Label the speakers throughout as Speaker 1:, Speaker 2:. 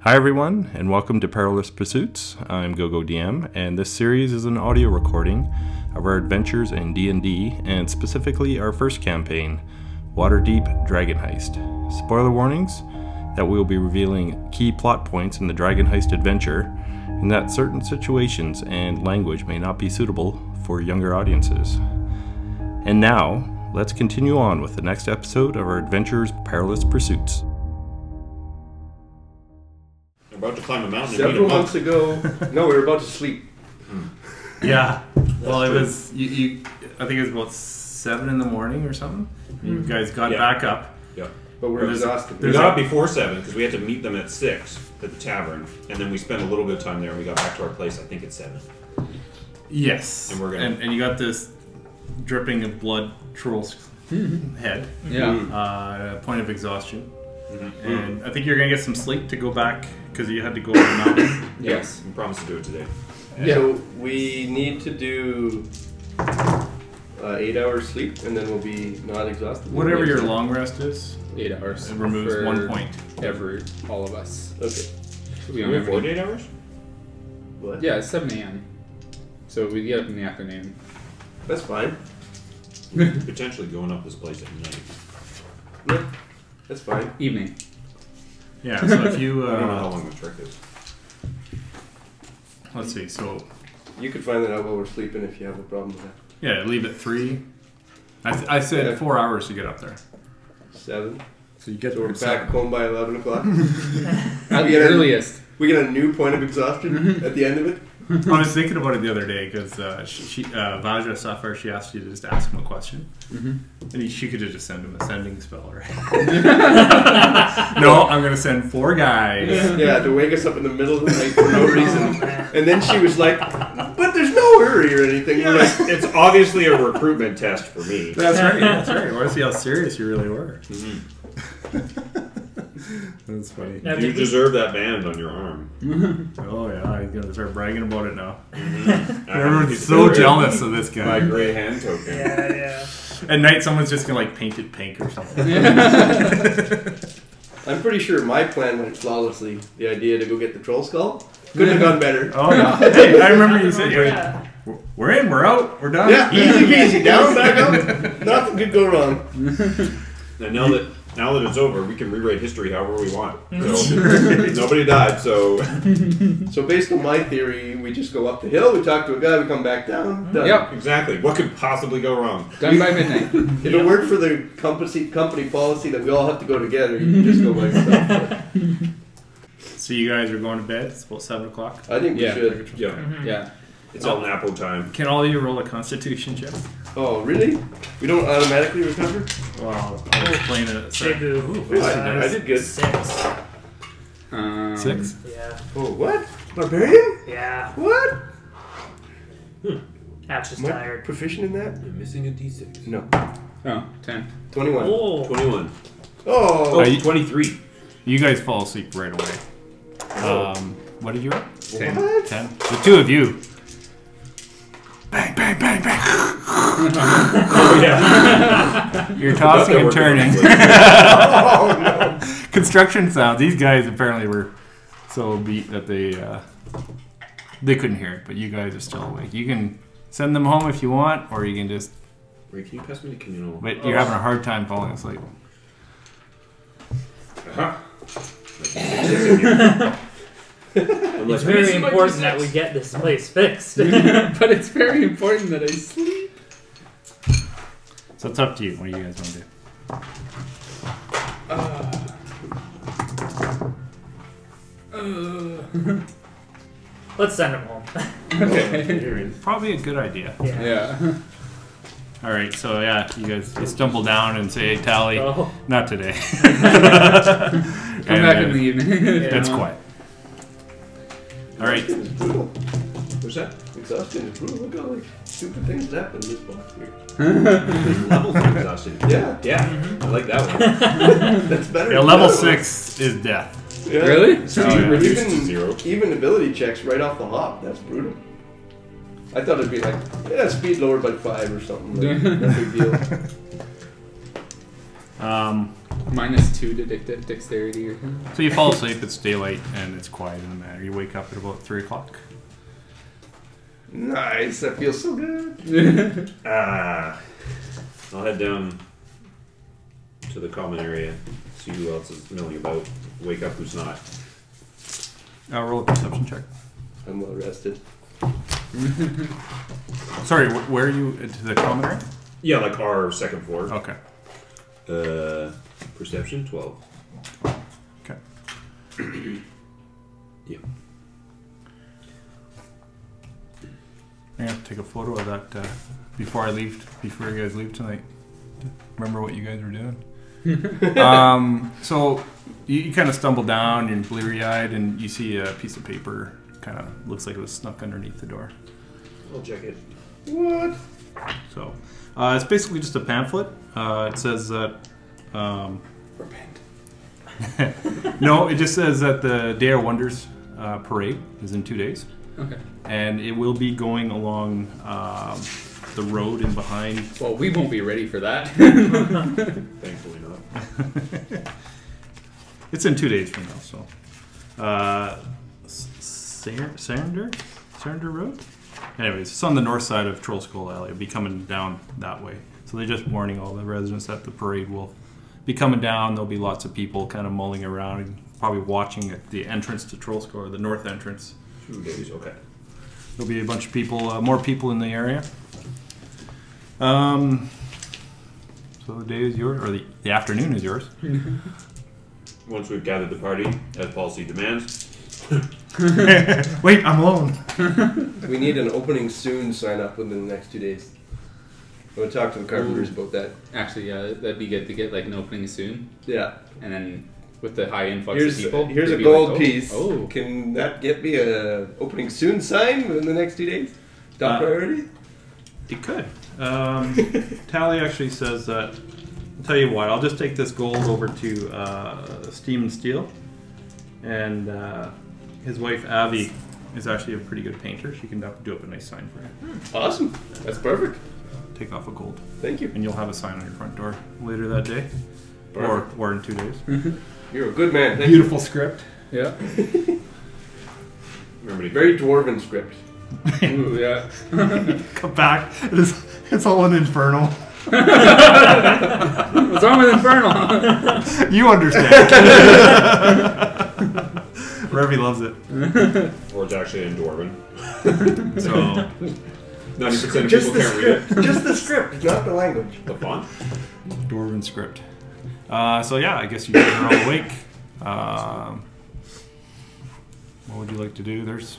Speaker 1: Hi, everyone, and welcome to Perilous Pursuits. I'm GoGo DM, and this series is an audio recording of our adventures in D&D, and specifically our first campaign, Waterdeep Dragon Heist. Spoiler warnings that we will be revealing key plot points in the Dragon Heist adventure, and that certain situations and language may not be suitable for younger audiences. And now, let's continue on with the next episode of our adventures Perilous Pursuits.
Speaker 2: You're about to climb a mountain and meet
Speaker 3: Several
Speaker 2: a monk.
Speaker 3: months ago, no, we were about to sleep.
Speaker 4: Yeah. well, it was you, you. I think it was about seven in the morning or something. You guys got
Speaker 2: Yeah.
Speaker 4: back up.
Speaker 2: Yeah.
Speaker 3: But we're
Speaker 4: There's-
Speaker 3: exhausted.
Speaker 2: We
Speaker 4: there's-
Speaker 2: got up before seven because we had to meet them at six at the tavern, and then we spent a little bit of time there, and we got back to our place. I think at seven.
Speaker 4: Yes.
Speaker 2: And we're gonna-
Speaker 4: and, and you got this dripping of blood troll's head.
Speaker 5: Yeah.
Speaker 2: Mm-hmm.
Speaker 4: Uh, point of exhaustion. And I think you're gonna get some sleep to go back because you had to go up the mountain.
Speaker 2: Yes. We promised to do it today.
Speaker 3: So we need to do uh, eight hours sleep, and then we'll be not exhausted.
Speaker 4: Whatever your long rest is,
Speaker 5: Eight hours.
Speaker 4: it removes
Speaker 5: for
Speaker 4: one point.
Speaker 5: Every all of us.
Speaker 3: Okay.
Speaker 5: We
Speaker 2: Can
Speaker 5: don't
Speaker 2: we
Speaker 5: have
Speaker 2: afford
Speaker 5: any.
Speaker 2: eight hours?
Speaker 3: What?
Speaker 5: Yeah, it's seven a.m. So we get up in the afternoon.
Speaker 3: That's fine.
Speaker 2: Potentially going up this place at night.
Speaker 3: Yeah. That's fine.
Speaker 5: Evening.
Speaker 4: Yeah. So if you
Speaker 2: I don't know how
Speaker 4: uh,
Speaker 2: long the trick is.
Speaker 4: let's see. So
Speaker 3: You could find that out while we're sleeping if you have a problem with that.
Speaker 4: yeah, leave at three. I, th- I
Speaker 3: Yeah.
Speaker 4: said four hours to get up there.
Speaker 3: Seven.
Speaker 4: So you get
Speaker 3: So we're back
Speaker 4: seven.
Speaker 3: home by eleven o'clock.
Speaker 5: At
Speaker 3: We
Speaker 5: the
Speaker 3: get in-
Speaker 5: earliest.
Speaker 3: we get a new point of
Speaker 4: Mm-hmm.
Speaker 3: exhaustion at the end of it.
Speaker 4: I was thinking about it the other day because uh, she, she, uh, Vajra Safar, she asked you to just ask him a question. And he, she could have just sent him a sending spell, right? no, I'm going to send four guys.
Speaker 3: Yeah, to wake us up in the middle of the night for no reason. And then she was like, "But there's no hurry or anything." We're like,
Speaker 2: it's obviously a recruitment test for me.
Speaker 4: That's right, that's right. I want to see how serious you really were. Mm-hmm. that's funny.
Speaker 6: Now,
Speaker 2: You
Speaker 6: did we-
Speaker 2: deserve that band on your arm.
Speaker 4: Oh, yeah, he's going to start bragging about it now.
Speaker 2: I-
Speaker 4: Everyone's so jealous of this
Speaker 2: My
Speaker 4: guy.
Speaker 2: gray hand token.
Speaker 6: yeah, yeah.
Speaker 4: At night, someone's just going to like paint it pink or something.
Speaker 3: I'm pretty sure my plan went flawlessly. The idea to go get the troll skull couldn't have gone better.
Speaker 4: Oh, yeah. Hey, I remember you said,
Speaker 6: Yeah.
Speaker 4: we're in, we're out, we're done.
Speaker 3: Yeah, easy peasy, down, back up. Nothing could go wrong.
Speaker 2: And now that now that it's over, we can rewrite history however we want. So, nobody died, so
Speaker 3: So based on my theory, we just go up the hill, we talk to a guy, we come back down. Done.
Speaker 5: Yep.
Speaker 2: exactly. What could possibly go wrong?
Speaker 5: Done by midnight.
Speaker 3: If it weren't for the company company policy that we all have to go together, you could just go by yourself.
Speaker 4: So you guys are going to bed. It's about seven o'clock.
Speaker 3: I think we
Speaker 5: Yeah.
Speaker 3: should.
Speaker 2: Yeah,
Speaker 5: yeah.
Speaker 2: it's all Napo time.
Speaker 4: Can all of you roll a Constitution check?
Speaker 3: Oh, really? We don't automatically recover?
Speaker 4: Well, I'll explain it. Sorry.
Speaker 6: Big ooh,
Speaker 3: I-
Speaker 6: five,
Speaker 3: I did good.
Speaker 6: Six.
Speaker 5: Um,
Speaker 4: Six.
Speaker 6: Yeah.
Speaker 3: Oh, what? Barbarian?
Speaker 6: Yeah.
Speaker 3: What?
Speaker 6: That's just
Speaker 3: Am I
Speaker 6: tired.
Speaker 3: proficient in that?
Speaker 2: You're missing a D6.
Speaker 3: No.
Speaker 5: Oh, ten.
Speaker 3: 21.
Speaker 6: Oh.
Speaker 2: 21.
Speaker 3: Oh,
Speaker 2: Oh, 23.
Speaker 4: You guys fall asleep right away. Um, what did you roll?
Speaker 3: what?
Speaker 4: Ten. The two of you. Bang! Bang! Bang! Bang!
Speaker 2: yeah.
Speaker 4: You're tossing and turning.
Speaker 3: Oh, no.
Speaker 4: Construction sounds. These guys apparently were so beat that they uh, they couldn't hear it, but you guys are still awake. You can send them home if you want, or you can just.
Speaker 2: Ray, can you pass me the communal?
Speaker 4: But you're having a hard time falling asleep.
Speaker 2: Uh-huh.
Speaker 6: It's very
Speaker 5: Missing my
Speaker 6: important that we
Speaker 5: D6.
Speaker 6: get this place fixed.
Speaker 5: but it's very important that I sleep.
Speaker 4: So it's up to you. What do you guys want to do?
Speaker 6: Let's send him home.
Speaker 3: Okay.
Speaker 4: Probably a good idea.
Speaker 6: Yeah.
Speaker 5: Yeah.
Speaker 4: All right, so yeah, you guys you stumble down and say, hey, "Tally,
Speaker 6: Oh.
Speaker 4: not today."
Speaker 5: Come
Speaker 4: And
Speaker 5: back
Speaker 4: then
Speaker 5: in the evening.
Speaker 4: It's
Speaker 6: Yeah.
Speaker 4: quiet. All right,
Speaker 3: Exhaustion is brutal.
Speaker 2: What's that?
Speaker 3: Exhaustion is brutal. Look how like stupid things happen in this box here.
Speaker 2: There's levels of exhaustion.
Speaker 3: Yeah,
Speaker 2: Yeah, I like that one.
Speaker 3: that's better.
Speaker 4: yeah,
Speaker 3: than
Speaker 4: level
Speaker 3: the other one.
Speaker 4: six is death.
Speaker 3: Yeah.
Speaker 5: Really?
Speaker 2: So
Speaker 4: Oh,
Speaker 2: you
Speaker 4: yeah.
Speaker 2: reduced to
Speaker 3: Even-
Speaker 2: zero.
Speaker 3: Even ability checks right off the hop. That's brutal. I thought it'd be like, yeah, speed lowered by five or something. Like, no big deal.
Speaker 4: Um,
Speaker 5: minus two to dex- dexterity or something.
Speaker 4: So you fall asleep, it's daylight, and it's quiet in the matter. You wake up at about 3 o'clock.
Speaker 3: Nice. That feels so good.
Speaker 2: Ah. I'll head down to the common area, see who else is milling about, wake up who's not.
Speaker 4: Uh, roll a perception check.
Speaker 3: I'm well rested.
Speaker 4: Sorry, wh- where are you? To the common area?
Speaker 2: Yeah, like our second floor.
Speaker 4: Okay.
Speaker 2: Uh, perception 12.
Speaker 4: Okay.
Speaker 2: Yeah.
Speaker 4: I have to take a photo of that uh, before I leave. Before you guys leave tonight, remember what you guys were doing. um, so you, you kind of stumble down, you're bleary eyed, and you see a piece of paper. Kind of looks like it was snuck underneath the door.
Speaker 2: I'll check it.
Speaker 4: So uh, it's basically just a pamphlet. Uh, it says that. Um,
Speaker 5: Repent.
Speaker 4: no, it just says that the Day of Wonders uh, parade is in two days.
Speaker 5: Okay.
Speaker 4: and it will be going along um, the road and behind.
Speaker 5: Well, we won't be ready for that.
Speaker 2: Thankfully not.
Speaker 4: It's in two days from now, so. Uh, S- Sar- Sarander? Sarander Road? Anyways, it's on the north side of Troll Skull Alley. It'll be coming down that way. So they're just warning all the residents that the parade will be coming down. There'll be lots of people kind of mulling around and probably watching at the entrance to Troll Skull, or the north entrance.
Speaker 2: Two days, okay.
Speaker 4: There'll be a bunch of people, uh, more people in the area. Um, so the day is yours, or the, the afternoon is yours.
Speaker 2: Once we've gathered the party, as policy demands,
Speaker 4: Wait, I'm alone.
Speaker 3: We need an opening soon sign up within the next two days. I'm going to talk to the carpenters about that.
Speaker 5: Actually, yeah, that'd be good to get like an opening soon,
Speaker 3: Yeah.
Speaker 5: and then with the high influx
Speaker 3: Here's,
Speaker 5: of people,
Speaker 3: here's a
Speaker 5: they'd be like,
Speaker 3: gold
Speaker 5: oh,
Speaker 3: piece.
Speaker 5: Oh,
Speaker 3: Can that get me a opening soon sign within the next two days? Top
Speaker 4: Uh,
Speaker 3: priority?
Speaker 4: It could. Um, Tally actually says that. I'll tell you what. I'll just take this gold over to uh, Steam and Steel, and uh, his wife Avi is actually a pretty good painter. She can do up a nice sign for you.
Speaker 3: Awesome. That's perfect.
Speaker 4: Take off a gold.
Speaker 3: Thank you.
Speaker 4: and you'll have a sign on your front door later that day, or or in two days.
Speaker 3: You're a good man. Thank
Speaker 4: Beautiful script.
Speaker 5: yeah,
Speaker 2: remember to
Speaker 3: you. Very dwarven script.
Speaker 5: Ooh, yeah.
Speaker 4: Come back. It's, it's all an infernal.
Speaker 5: What's wrong with Infernal?
Speaker 4: You understand. Revy loves it.
Speaker 2: or it's actually in Dwarven.
Speaker 4: So
Speaker 2: 90% of
Speaker 3: Just
Speaker 2: people
Speaker 3: the
Speaker 2: can't read it.
Speaker 3: script. Just the script, not the language.
Speaker 2: The font?
Speaker 4: dwarven script. Uh, so yeah, I guess you guys are all awake. Um, what would you like to do? There's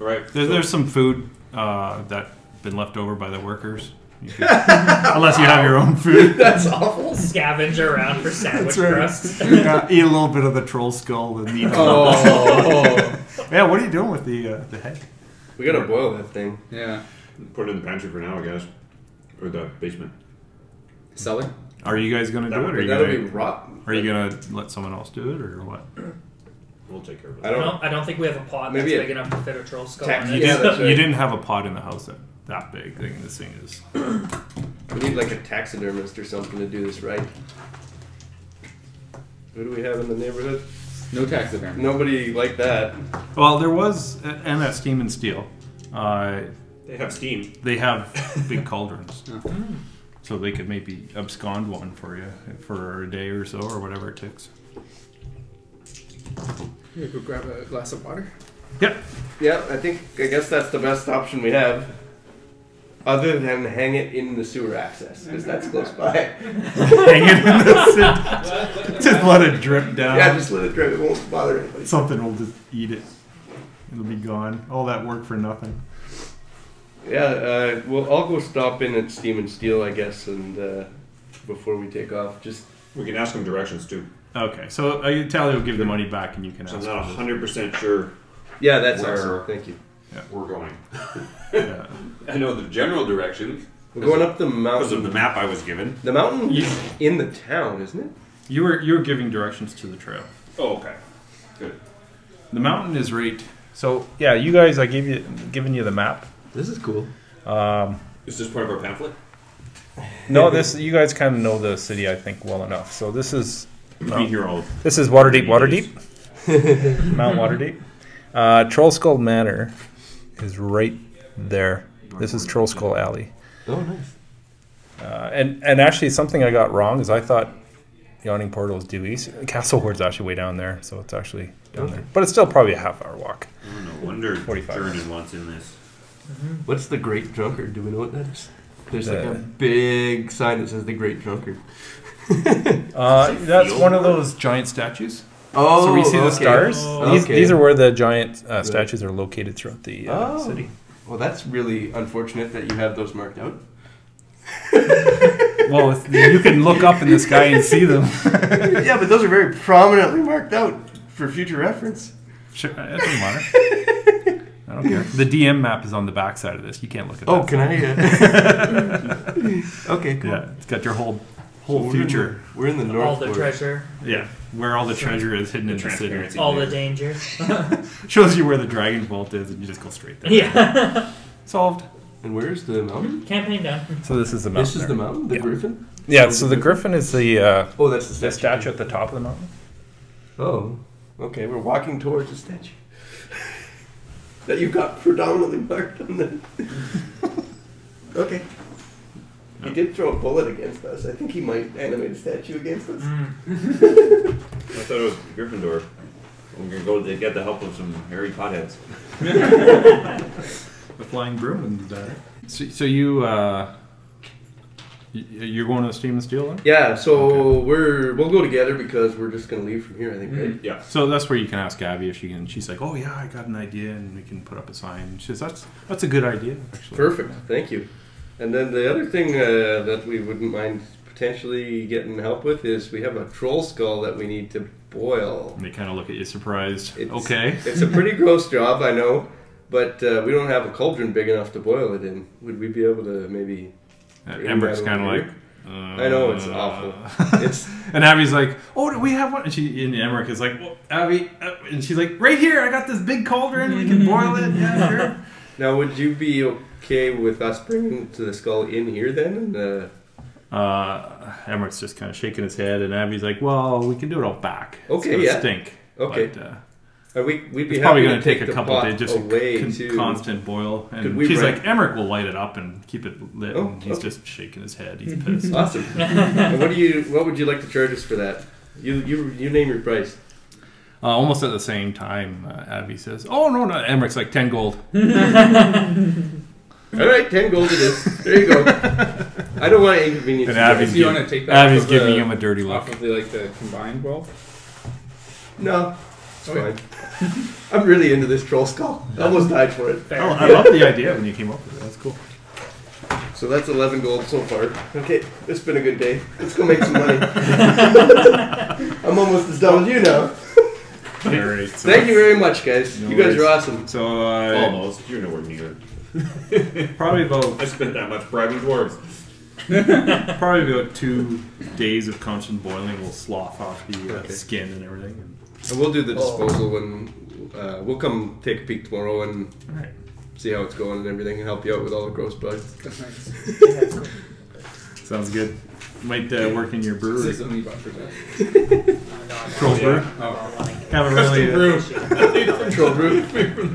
Speaker 2: Alright.
Speaker 4: there's, there's some food uh, that been left over by the workers. You could- unless you have your own food.
Speaker 3: That's awful.
Speaker 6: Scavenge around for sandwich
Speaker 4: right.
Speaker 6: crust.
Speaker 4: Yeah, eat a little bit of the troll skull and eat
Speaker 3: Oh.
Speaker 4: Yeah, what are you doing with the uh, the head?
Speaker 3: we gotta boil that thing.
Speaker 5: yeah,
Speaker 2: Put it in the pantry for now, I guess. Or the basement.
Speaker 5: seller.
Speaker 4: Are you guys gonna
Speaker 2: That
Speaker 4: do it?
Speaker 2: would
Speaker 4: Or are you
Speaker 3: That'll
Speaker 4: gonna,
Speaker 3: be rotten.
Speaker 4: are you gonna let someone else do it, or what?
Speaker 2: We'll take care of it.
Speaker 3: I
Speaker 6: No,
Speaker 3: don't.
Speaker 6: I don't think we have a pot
Speaker 3: Maybe a-
Speaker 6: that's big enough to fit a troll skull
Speaker 3: Tax-
Speaker 6: in
Speaker 3: you
Speaker 6: it.
Speaker 3: Yeah, that's right.
Speaker 4: You didn't have a pot in the house that that big. I think this thing is.
Speaker 3: We need like a taxidermist or something to do this right. Who do we have in the neighborhood?
Speaker 5: No taxidermy.
Speaker 3: Nobody like that.
Speaker 4: Well, there was, uh, and at Steam and Steel, uh,
Speaker 2: They have steam.
Speaker 4: they have big cauldrons,
Speaker 5: Oh.
Speaker 4: so they could maybe abscond one for you for a day or so or whatever it takes.
Speaker 5: Here, go grab a glass of water.
Speaker 4: Yep.
Speaker 3: Yeah, I think I guess that's the best option we have. Other than hang it in the sewer access, because that's close by.
Speaker 4: Hang it in the sit. Just let it drip down.
Speaker 3: Yeah, just let it drip. It won't bother anybody.
Speaker 4: Something will just eat it. It'll be gone. All that work for nothing.
Speaker 3: Yeah, uh, well, I'll go stop in at Steam and Steel, I guess, and uh, before we take off, just
Speaker 2: We can ask them directions too.
Speaker 4: Okay, so I tell you, will give the money back, and you can
Speaker 2: So
Speaker 4: ask.
Speaker 2: I'm
Speaker 4: for
Speaker 2: not
Speaker 4: this.
Speaker 2: 100% sure
Speaker 3: yeah, that's
Speaker 2: Where-
Speaker 3: awesome. Thank you.
Speaker 2: we're going.
Speaker 4: Yeah.
Speaker 2: I know the general direction
Speaker 3: We're going up the
Speaker 2: because
Speaker 3: mountain.
Speaker 2: of the map I was given.
Speaker 3: The mountain is in the town, isn't it?
Speaker 4: You were you were giving directions to the trail.
Speaker 2: Oh, okay. Good.
Speaker 4: The mountain is right. So yeah, you guys, I gave you given you the map.
Speaker 3: This is cool.
Speaker 4: Um,
Speaker 2: Is this part of our pamphlet?
Speaker 7: No, this you guys kind of know the city, I think, well enough. So this is um,
Speaker 2: Be here all
Speaker 7: this is Waterdeep,
Speaker 2: Yes.
Speaker 7: Waterdeep, Mount Waterdeep. Uh, Troll Skull Manor is right there. This is Troll Skull Alley.
Speaker 3: Oh, nice.
Speaker 7: Uh, and and actually, something I got wrong is I thought Yawning Portal is due east. Castle Ward's actually way down there, so it's actually down there. But it's still probably a half hour walk.
Speaker 2: Oh, no wonder
Speaker 7: 45.
Speaker 2: Jordan wants in this.
Speaker 3: What's the Great Drunkard? Do we know what that is? There's like a
Speaker 7: The-
Speaker 3: big sign that says the Great Drunkard.
Speaker 7: Uh, that's
Speaker 2: field?
Speaker 7: one of those.
Speaker 4: Giant statues.
Speaker 3: Oh,
Speaker 7: so we see the
Speaker 3: okay.
Speaker 7: stars. These,
Speaker 3: Okay.
Speaker 7: these are where the giant uh, statues are located throughout the uh,
Speaker 3: Oh.
Speaker 7: city.
Speaker 3: Well, that's really unfortunate that you have those marked out.
Speaker 4: Well, it's- you can look up in the sky and see them.
Speaker 3: yeah, but those are very prominently marked out for future reference.
Speaker 4: Sure, it doesn't matter. I don't care. The DM map is on the back side of this. You can't look at that.
Speaker 3: Oh, can I? Uh... okay, cool.
Speaker 4: Yeah, it's got your whole
Speaker 3: So
Speaker 4: whole
Speaker 3: we're in the-
Speaker 4: future.
Speaker 3: We're in the north.
Speaker 6: all the
Speaker 3: Fork.
Speaker 6: treasure,
Speaker 4: Yeah, where all the treasure is hidden in the city.
Speaker 2: Transparency.
Speaker 6: all the danger.
Speaker 4: Shows you where the dragon vault is, and you just go straight there.
Speaker 6: yeah.
Speaker 4: Solved.
Speaker 3: And where's the mountain?
Speaker 6: Campaign done.
Speaker 7: So this is the mountain.
Speaker 3: This is the mountain, the
Speaker 7: Yeah.
Speaker 3: griffin.
Speaker 7: yeah. So the griffin is the uh,
Speaker 3: Oh, that's the
Speaker 7: the
Speaker 3: statue.
Speaker 7: statue at the top of the mountain.
Speaker 3: Oh, okay. We're walking towards the statue that you've got predominantly marked on the. okay. He did throw a bullet against us. I think he might animate a statue against us.
Speaker 2: I thought it was Gryffindor. We're gonna go to get the help of some Harry Potheads.
Speaker 4: The flying broom and that. eh? So, so you uh, y- you're going to the steam and steel then?
Speaker 3: Yeah, so we're we'll go together because we're just gonna leave from here. I think, right?
Speaker 2: Yeah.
Speaker 4: So that's where you can ask Abby if she can. She's like, "Oh yeah, I got an idea, and we can put up a sign." She says, "That's that's a good idea, actually."
Speaker 3: Perfect. Thank you. And then the other thing uh, that we wouldn't mind potentially getting help with is we have a troll skull that we need to boil.
Speaker 4: And they kind of look at you surprised.
Speaker 3: It's-
Speaker 4: okay.
Speaker 3: It's a pretty gross job, I know, but uh, we don't have a cauldron big enough to boil it in. Would we be able to maybe?
Speaker 4: And Ember's kind of like, uh,
Speaker 3: I know, it's awful. It's-
Speaker 4: and Abby's like, "Oh, do we have one?" And she and Emmerich is like, well, "Abby," uh, and she's like, "Right here, I got this big cauldron. We can boil it. Yeah, sure."
Speaker 3: Now, would you be okay with us bringing to the skull in here then? And, uh,
Speaker 4: Uh, Emmerich's just kind of shaking his head, and Abby's like, "Well, we can do it all back.
Speaker 3: Okay,
Speaker 4: it's gonna
Speaker 3: yeah.
Speaker 4: stink.
Speaker 3: Okay.
Speaker 4: but, uh,
Speaker 3: are we, we'd be
Speaker 4: it's probably
Speaker 3: going
Speaker 4: gonna
Speaker 3: to
Speaker 4: take,
Speaker 3: the
Speaker 4: a couple
Speaker 3: pot
Speaker 4: days, just a
Speaker 3: away
Speaker 4: con-
Speaker 3: to
Speaker 4: constant boil."
Speaker 3: Could
Speaker 4: And
Speaker 3: we
Speaker 4: she's
Speaker 3: rent-
Speaker 4: like, "Emmerich will light it up and keep it lit."
Speaker 3: Oh,
Speaker 4: and he's
Speaker 3: okay.
Speaker 4: just shaking his head. He's pissed.
Speaker 3: Awesome. and what do you? What would you like to charge us for that? You you you name your price.
Speaker 4: Uh, almost at the same time, uh, Abby says, "Oh no, no!" Emmerich's like ten gold.
Speaker 3: All right, ten gold it is. There you go. I don't want to inconvenience
Speaker 4: And
Speaker 3: you
Speaker 4: Abby's,
Speaker 3: guys.
Speaker 5: You
Speaker 4: giving-
Speaker 5: wanna take that
Speaker 4: Abby's
Speaker 5: off of
Speaker 4: giving
Speaker 5: the-
Speaker 4: him a dirty look.
Speaker 5: Off of the like the combined wealth.
Speaker 3: No, it's
Speaker 5: Okay.
Speaker 3: fine. I'm really into this troll skull. I almost died for it.
Speaker 6: Fair.
Speaker 4: Oh, I love the idea when you came up with it. That's cool.
Speaker 3: So that's eleven gold so far. Okay, it's been a good day. Let's go make some money. I'm almost as dumb as you now.
Speaker 4: All right. So,
Speaker 3: Thank you very much, guys.
Speaker 4: No
Speaker 3: you guys are
Speaker 4: worries.
Speaker 3: awesome.
Speaker 4: So uh,
Speaker 2: Almost. You're nowhere near.
Speaker 4: probably about
Speaker 2: I spent that much bribing dwarves.
Speaker 4: probably about two days of constant boiling will slough off the uh,
Speaker 3: Okay.
Speaker 4: skin and everything.
Speaker 3: And we'll do the disposal when uh, we'll come take a peek tomorrow and
Speaker 4: All right.
Speaker 3: see how it's going and everything and help you out with all the gross bugs.
Speaker 5: That's nice.
Speaker 4: Sounds good. Might uh, work in your
Speaker 5: This
Speaker 4: brewery.
Speaker 5: is only about for that.
Speaker 4: Troll brew. Haven't really uh,
Speaker 3: Troll brew.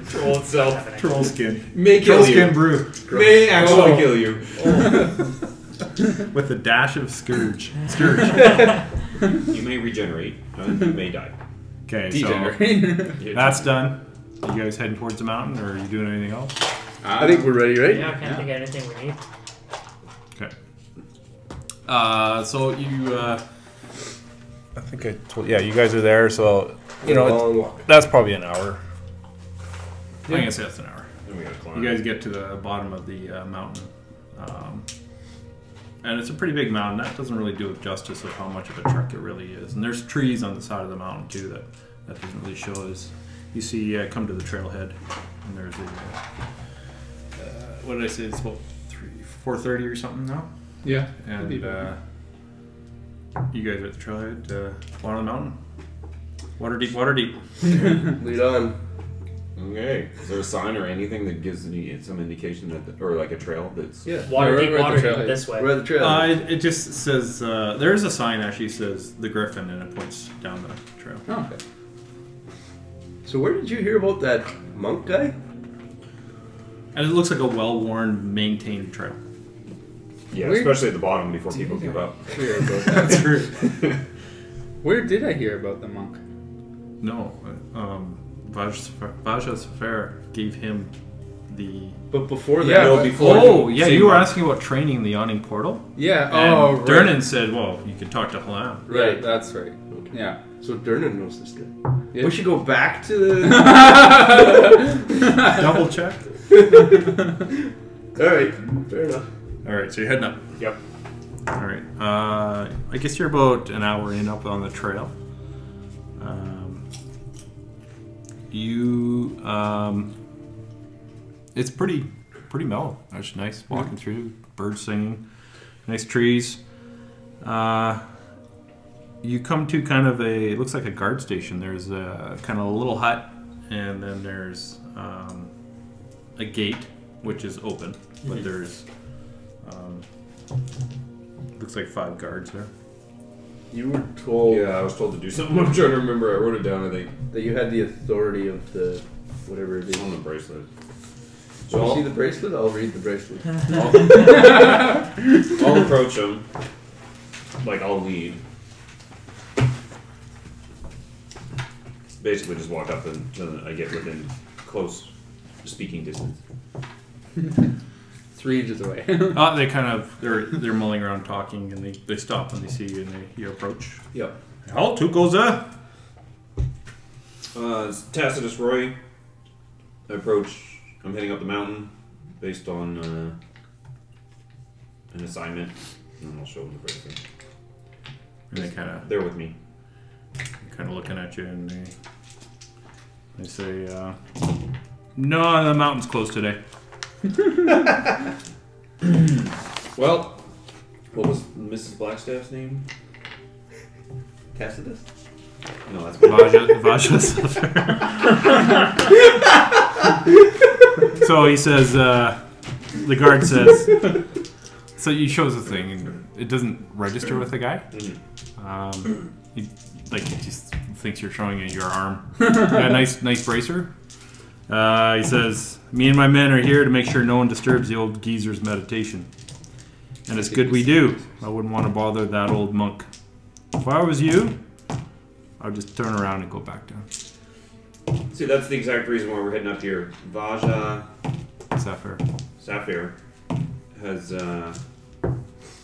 Speaker 2: Troll itself.
Speaker 4: troll skin.
Speaker 5: May
Speaker 4: Troll skin brew
Speaker 2: May actually
Speaker 5: Oh.
Speaker 2: kill you.
Speaker 4: with a dash of scourge. Scourge.
Speaker 2: You may regenerate. And you may die.
Speaker 4: Okay, so
Speaker 5: Degenerate.
Speaker 4: that's done. You guys heading towards the mountain, or are you doing anything else?
Speaker 3: I think we're ready, right?
Speaker 6: Yeah, I can't think of anything we need.
Speaker 4: Okay. Uh, so you. Uh,
Speaker 7: I think I told. Yeah, you guys are there, so you know it's,
Speaker 3: long walk.
Speaker 7: that's probably an hour.
Speaker 4: I guess that's an hour.
Speaker 2: Then we gotta climb.
Speaker 4: You guys get to the bottom of the uh, mountain. Um, and it's a pretty big mountain. That doesn't really do it justice of how much of a trek it really is. And there's trees on the side of the mountain, too, that, that doesn't really show as. You see, uh, come to the trailhead, and there's a. Uh, what did I say? It's about three, 4.30 or something now?
Speaker 5: yeah. that'd be
Speaker 4: And
Speaker 5: better.
Speaker 4: uh, you guys are at the uh, trailhead, uh, bottom of the mountain. Water deep, water deep.
Speaker 3: Lead on.
Speaker 2: Okay. Is there a sign or anything that gives any some indication that, or like a trail that's?
Speaker 5: Yeah.
Speaker 6: Water
Speaker 5: We're-
Speaker 6: deep,
Speaker 5: we're at the
Speaker 6: water deep,
Speaker 5: trailhead.
Speaker 6: this way.
Speaker 3: We're at the trail.
Speaker 7: Uh, it, it just says uh, there is a sign actually says the Griffin and it points down the trail.
Speaker 5: Oh, okay.
Speaker 3: so where did you hear about that monk guy?
Speaker 7: And it looks like a well-worn, maintained trail.
Speaker 2: Yeah,
Speaker 5: Where-
Speaker 2: especially at the bottom before people give up.
Speaker 5: Clear about that.
Speaker 7: True.
Speaker 5: Where did I hear about the monk?
Speaker 7: No, um, Vaj- Vaja Safar gave him the.
Speaker 5: But before that,
Speaker 2: Yeah, No, but- before-
Speaker 7: oh, yeah,
Speaker 2: same
Speaker 7: you were
Speaker 2: one.
Speaker 7: asking about training the yawning portal.
Speaker 5: yeah.
Speaker 7: And
Speaker 5: Oh, right.
Speaker 7: Dernan said, "Well, you can talk to Halam."
Speaker 5: Right,
Speaker 3: Yeah.
Speaker 5: that's right. Yeah.
Speaker 3: So Dernan knows this guy.
Speaker 5: Yeah.
Speaker 3: We should go back to the.
Speaker 7: Double check.
Speaker 3: All right, fair enough.
Speaker 7: All right, so you're heading up.
Speaker 2: Yep.
Speaker 7: All right. Uh, I guess you're about an hour in up on the trail. Um, you, um, it's pretty, pretty mellow. It's nice walking through, birds singing, nice trees. Uh, you come to kind of a, it looks like a guard station. There's a kind of a little hut, and then there's um, a gate which is open, but there's um, Looks like five guards there.
Speaker 3: You were told
Speaker 2: Yeah, I was told to do something. I'm trying to remember. I wrote it down. I think
Speaker 3: that you had the authority of the whatever it is.
Speaker 2: it's on the bracelet.
Speaker 3: So
Speaker 2: So
Speaker 3: you see
Speaker 2: I'll,
Speaker 3: the bracelet? I'll read the bracelet.
Speaker 2: I'll approach him. Like I'll lead. Basically, just walk up and uh, I get within close speaking distance.
Speaker 5: Three inches away.
Speaker 7: Uh, they kind of they're they're mulling around talking, and they, they stop when they see you and they you approach.
Speaker 3: yep.
Speaker 7: Halt, who goes there?
Speaker 2: Uh, it's Tacitus Roy. I approach. I'm heading up the mountain based on uh, an assignment, and I'll show them the bracelet.
Speaker 7: And they kind of
Speaker 2: They're with me.
Speaker 7: kind of looking at you, and they they say, uh, "No, the mountain's closed today."
Speaker 2: Well, what was Mrs. Blackstaff's name?
Speaker 3: Tacitus?
Speaker 2: No, that's
Speaker 7: Vaja, Vaja Safar. so he says, uh, the guard says. So he shows the thing, and it doesn't register with the guy. Um, he like he just thinks you're showing it your arm. yeah, nice, nice bracer. Uh, he says, "Me and my men are here to make sure no one disturbs the old geezer's meditation, and it's good we do. I wouldn't want to bother that old monk. If I was you, I'd just turn around and go back down."
Speaker 2: See, that's the exact reason why we're heading up here. Vaja
Speaker 7: Sapphire.
Speaker 2: Sapphire has uh,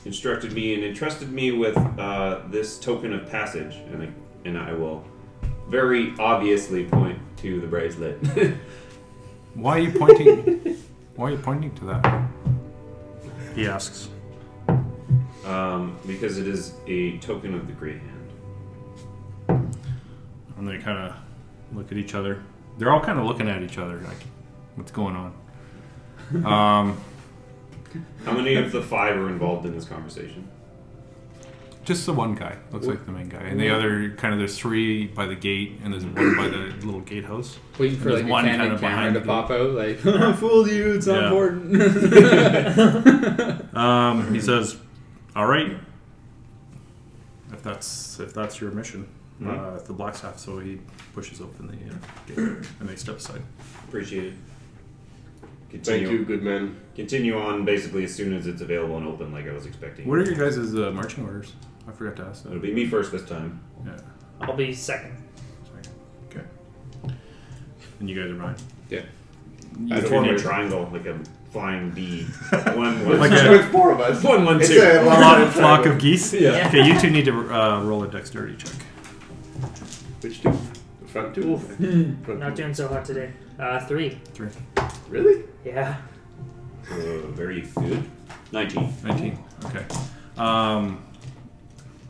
Speaker 2: instructed me and entrusted me with uh, this token of passage, and I, and I will very obviously point to the bracelet.
Speaker 7: Why are you pointing? why are you pointing to that? He asks.
Speaker 2: Um, because it is a token of the Grey Hand.
Speaker 7: And they kind of look at each other. They're all kind of looking at each other, like, what's going on? Um,
Speaker 2: How many of the five are involved in this conversation?
Speaker 7: just the one guy looks like the main guy, and the other kind of there's three by the gate, and there's one by the little gatehouse.
Speaker 5: Waiting for
Speaker 7: There's
Speaker 5: like a
Speaker 7: one
Speaker 5: candid
Speaker 7: kind of
Speaker 5: camera
Speaker 7: behind
Speaker 5: to
Speaker 7: the
Speaker 5: pop out. Like, fooled you. It's not
Speaker 7: Yeah.
Speaker 5: important.
Speaker 7: Um, he says, "All right, if that's if that's your mission, uh, the black staff." So he pushes open the uh, gate, and they step aside.
Speaker 2: Appreciate it.
Speaker 3: Thank
Speaker 2: Continue,
Speaker 3: you, good man.
Speaker 2: Continue on basically as soon as it's available and open, like I was expecting.
Speaker 7: What are your guys' uh, marching orders? I forgot to ask
Speaker 2: It'll
Speaker 7: that.
Speaker 2: be me first this time.
Speaker 7: Yeah.
Speaker 6: I'll be second.
Speaker 7: Okay. And you guys are mine.
Speaker 5: yeah.
Speaker 2: I
Speaker 7: You
Speaker 2: form
Speaker 7: can-
Speaker 2: a triangle, like a flying bee. One, one,
Speaker 7: Like a-
Speaker 3: There's four of us.
Speaker 2: one, one,
Speaker 3: It's
Speaker 2: two.
Speaker 3: a long
Speaker 7: flock,
Speaker 3: time.
Speaker 7: flock of geese.
Speaker 6: Yeah.
Speaker 7: Okay, you two need to uh, roll a dexterity check.
Speaker 3: Which two? The front two? Front
Speaker 6: Not
Speaker 3: two.
Speaker 6: doing so hot today. Uh, three.
Speaker 7: Three.
Speaker 3: Really?
Speaker 6: Yeah.
Speaker 2: Uh, very good. 19.
Speaker 7: Nineteen. Okay. Um,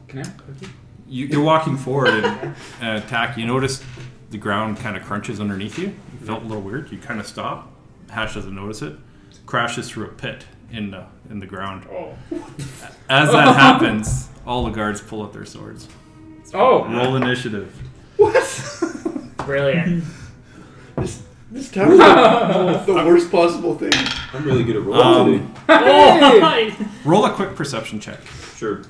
Speaker 5: Can I have a cookie?
Speaker 7: you, you're walking forward and, and attack. You notice the ground kind of crunches underneath you. It felt a little weird. You kind of stop. Hash doesn't notice it. Crashes through a pit in the in the ground.
Speaker 5: Oh.
Speaker 7: As that happens, all the guards pull out their swords.
Speaker 5: Oh.
Speaker 7: Roll initiative.
Speaker 6: Brilliant.
Speaker 3: This town is the, the worst possible thing.
Speaker 2: I'm really good at rolling
Speaker 4: Um,
Speaker 2: today.
Speaker 6: Oh,
Speaker 4: Roll a quick perception check.
Speaker 2: Sure.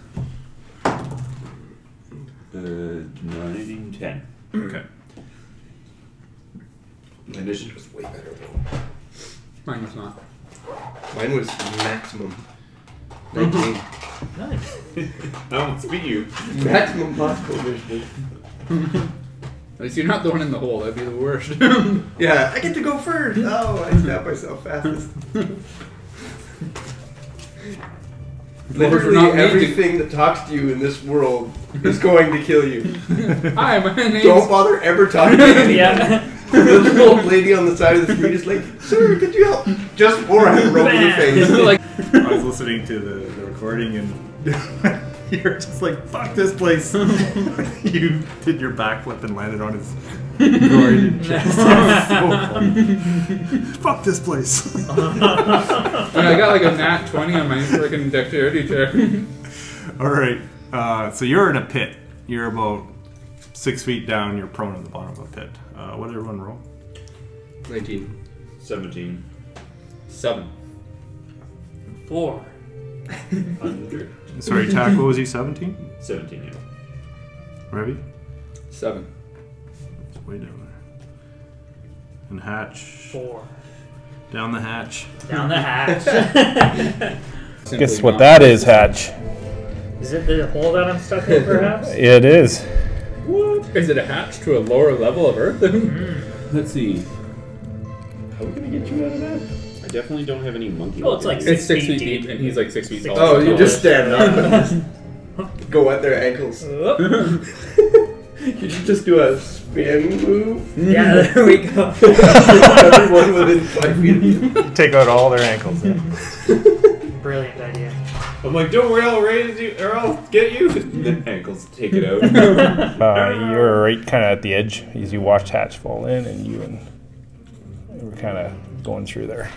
Speaker 2: Uh, 9, 10.
Speaker 4: Okay.
Speaker 2: My initiative
Speaker 3: It's way better though.
Speaker 5: Mine was not.
Speaker 3: Mine was maximum. 19.
Speaker 6: nice.
Speaker 2: I don't Oh, speak you.
Speaker 3: maximum possible vision.
Speaker 5: At least you're not the one in the hole. That'd be the worst.
Speaker 3: Yeah, I get to go first. Oh, I stabbed myself fastest.
Speaker 5: Literally
Speaker 3: Literally
Speaker 5: not me.
Speaker 3: everything that talks to you in this world is going to kill you.
Speaker 5: Hi, my name's.
Speaker 3: Don't bother ever talking to anybody.
Speaker 6: Yeah.
Speaker 3: This old lady on the side of the street is like, "Sir, could you help?" Just before I roll in the face.
Speaker 5: like,
Speaker 4: I was listening to the, the recording and you're just like, fuck this place. you did your backflip and landed on his groin. chest. fuck this place.
Speaker 5: and I got like a nat 20 on my freaking dexterity check.
Speaker 4: All right. Uh, so you're in a pit. You're about six feet down. You're prone at the bottom of a pit. Uh, what did everyone roll?
Speaker 3: 19.
Speaker 2: 17.
Speaker 5: Seven.
Speaker 6: Four.
Speaker 2: 100.
Speaker 4: Sorry, Tack, what was he, 17?
Speaker 2: 17, yeah.
Speaker 4: Revy?
Speaker 5: Seven.
Speaker 4: It's way down there. And Hatch.
Speaker 6: Four.
Speaker 4: Down the hatch.
Speaker 6: Down the hatch.
Speaker 7: Guess what that is, Hatch.
Speaker 6: Is it the hole that I'm stuck in, perhaps?
Speaker 7: It is.
Speaker 5: What? Is it a hatch to a lower level of Earth?
Speaker 6: Hmm.
Speaker 2: Let's see. How are we gonna get you out of that? I definitely don't have any monkey.
Speaker 6: Well, it's like
Speaker 2: ideas.
Speaker 5: it's six feet deep, and he's like six feet
Speaker 6: Six
Speaker 5: tall.
Speaker 3: Oh, you
Speaker 5: Tall.
Speaker 3: just stand up and just go at their ankles.
Speaker 6: Whoop.
Speaker 3: Could you just do a spin move?
Speaker 6: Yeah, there we go.
Speaker 3: Everyone within five feet of you.
Speaker 7: Take out all their ankles.
Speaker 6: Brilliant idea.
Speaker 2: I'm like, don't worry, I'll raise you, or I'll get you. And then ankles take it out.
Speaker 7: Uh, you were right kind of at the edge as you watched Hatch fall in, and you and you were kind of going through there.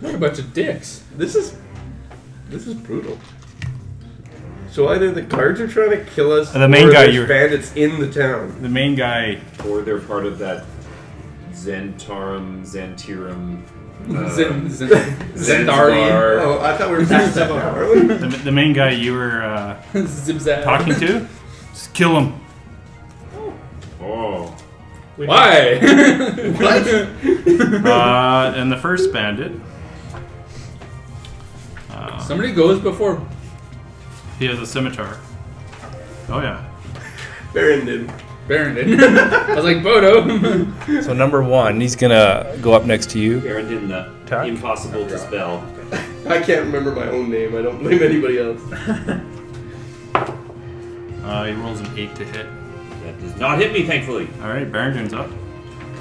Speaker 5: What a bunch of dicks.
Speaker 3: This is this is brutal. So either the guards are trying to kill us,
Speaker 7: The main
Speaker 3: or
Speaker 7: guy
Speaker 3: there's
Speaker 7: you-
Speaker 3: bandits in the town.
Speaker 4: The main guy.
Speaker 2: or they're part of that Zentarum, Xantirum. uh,
Speaker 5: Zen, zen, Zendari.
Speaker 2: Zendar.
Speaker 3: Oh, I thought we were passed up on, weren't we?
Speaker 4: The, the main guy you were uh,
Speaker 5: Zibzab.
Speaker 4: talking to? Just kill him.
Speaker 2: Oh.
Speaker 6: We
Speaker 5: Why?
Speaker 4: Uh, and the first bandit. Uh,
Speaker 5: Somebody goes before.
Speaker 4: he has a scimitar. Oh, yeah.
Speaker 3: Baron did.
Speaker 5: Baron did. I was like, Bodo.
Speaker 7: So number one, he's gonna go up next to you.
Speaker 2: Aaron did the
Speaker 7: Tack?
Speaker 2: impossible to spell.
Speaker 3: I can't remember my own name. I don't blame anybody else.
Speaker 4: Uh, he rolls an 8 to hit.
Speaker 2: That does not hit me, thankfully.
Speaker 4: Alright, Barrington's up.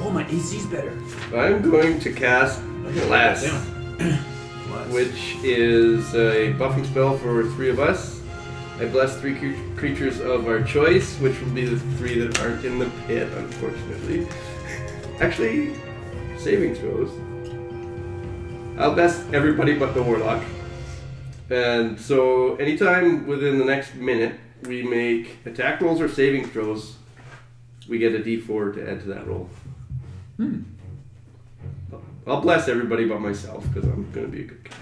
Speaker 2: Oh, my AC's better.
Speaker 3: I'm going to cast Glass,
Speaker 4: Bless.
Speaker 3: which is a buffing spell for three of us. I bless three cre- creatures of our choice, which will be the three that aren't in the pit, unfortunately. Actually, saving throws. I'll bless everybody but the warlock. And so, anytime within the next minute, we make attack rolls or saving throws, we get a d4 to add to that roll. I'll bless everybody but myself because I'm gonna be a good guy.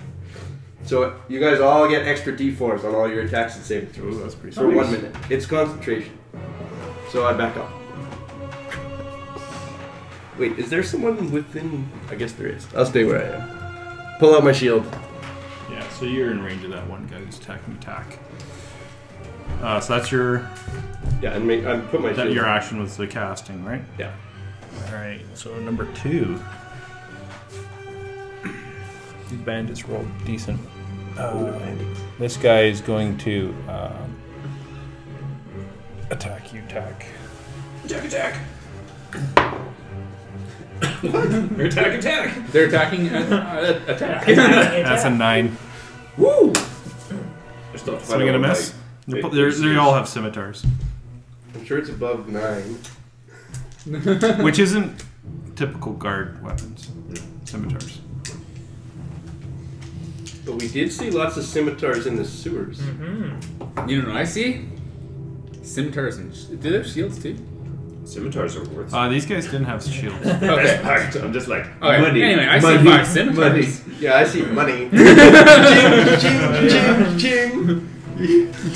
Speaker 3: So you guys all get extra d4s on all your attacks and saving throws. that's pretty for one minute. It's concentration. So I back up. Wait, is there someone within? I guess there is. I'll stay where I am. Pull out my shield.
Speaker 4: Yeah, so you're in range of that one guy who's attacking attack. Uh, so that's your
Speaker 3: Yeah, and make, I put my
Speaker 4: that
Speaker 3: shield.
Speaker 4: your action was the casting, right?
Speaker 3: yeah.
Speaker 4: Alright, so number two.
Speaker 7: These bandits rolled decent.
Speaker 4: Oh,
Speaker 7: Uh, this guy is going to um, attack you, Tack.
Speaker 2: Attack, attack. attack, attack.
Speaker 5: They're attacking. Uh, uh, attack.
Speaker 4: That's a nine.
Speaker 2: Woo!
Speaker 4: So I'm gonna miss. They're, they're, they all have scimitars,
Speaker 3: I'm sure it's above nine.
Speaker 4: which isn't typical guard weapons. Scimitars.
Speaker 3: But we did see lots of scimitars in the sewers.
Speaker 5: You know what I see? Scimitars and. sh- Do they have shields too?
Speaker 2: Scimitars are worth.
Speaker 4: Uh, these guys didn't have shields.
Speaker 5: Okay.
Speaker 2: best part. I'm just like
Speaker 5: All right.
Speaker 2: money.
Speaker 5: Anyway, I
Speaker 2: money,
Speaker 5: see five scimitars.
Speaker 3: Money. Yeah, I see money. ching, ching, ching,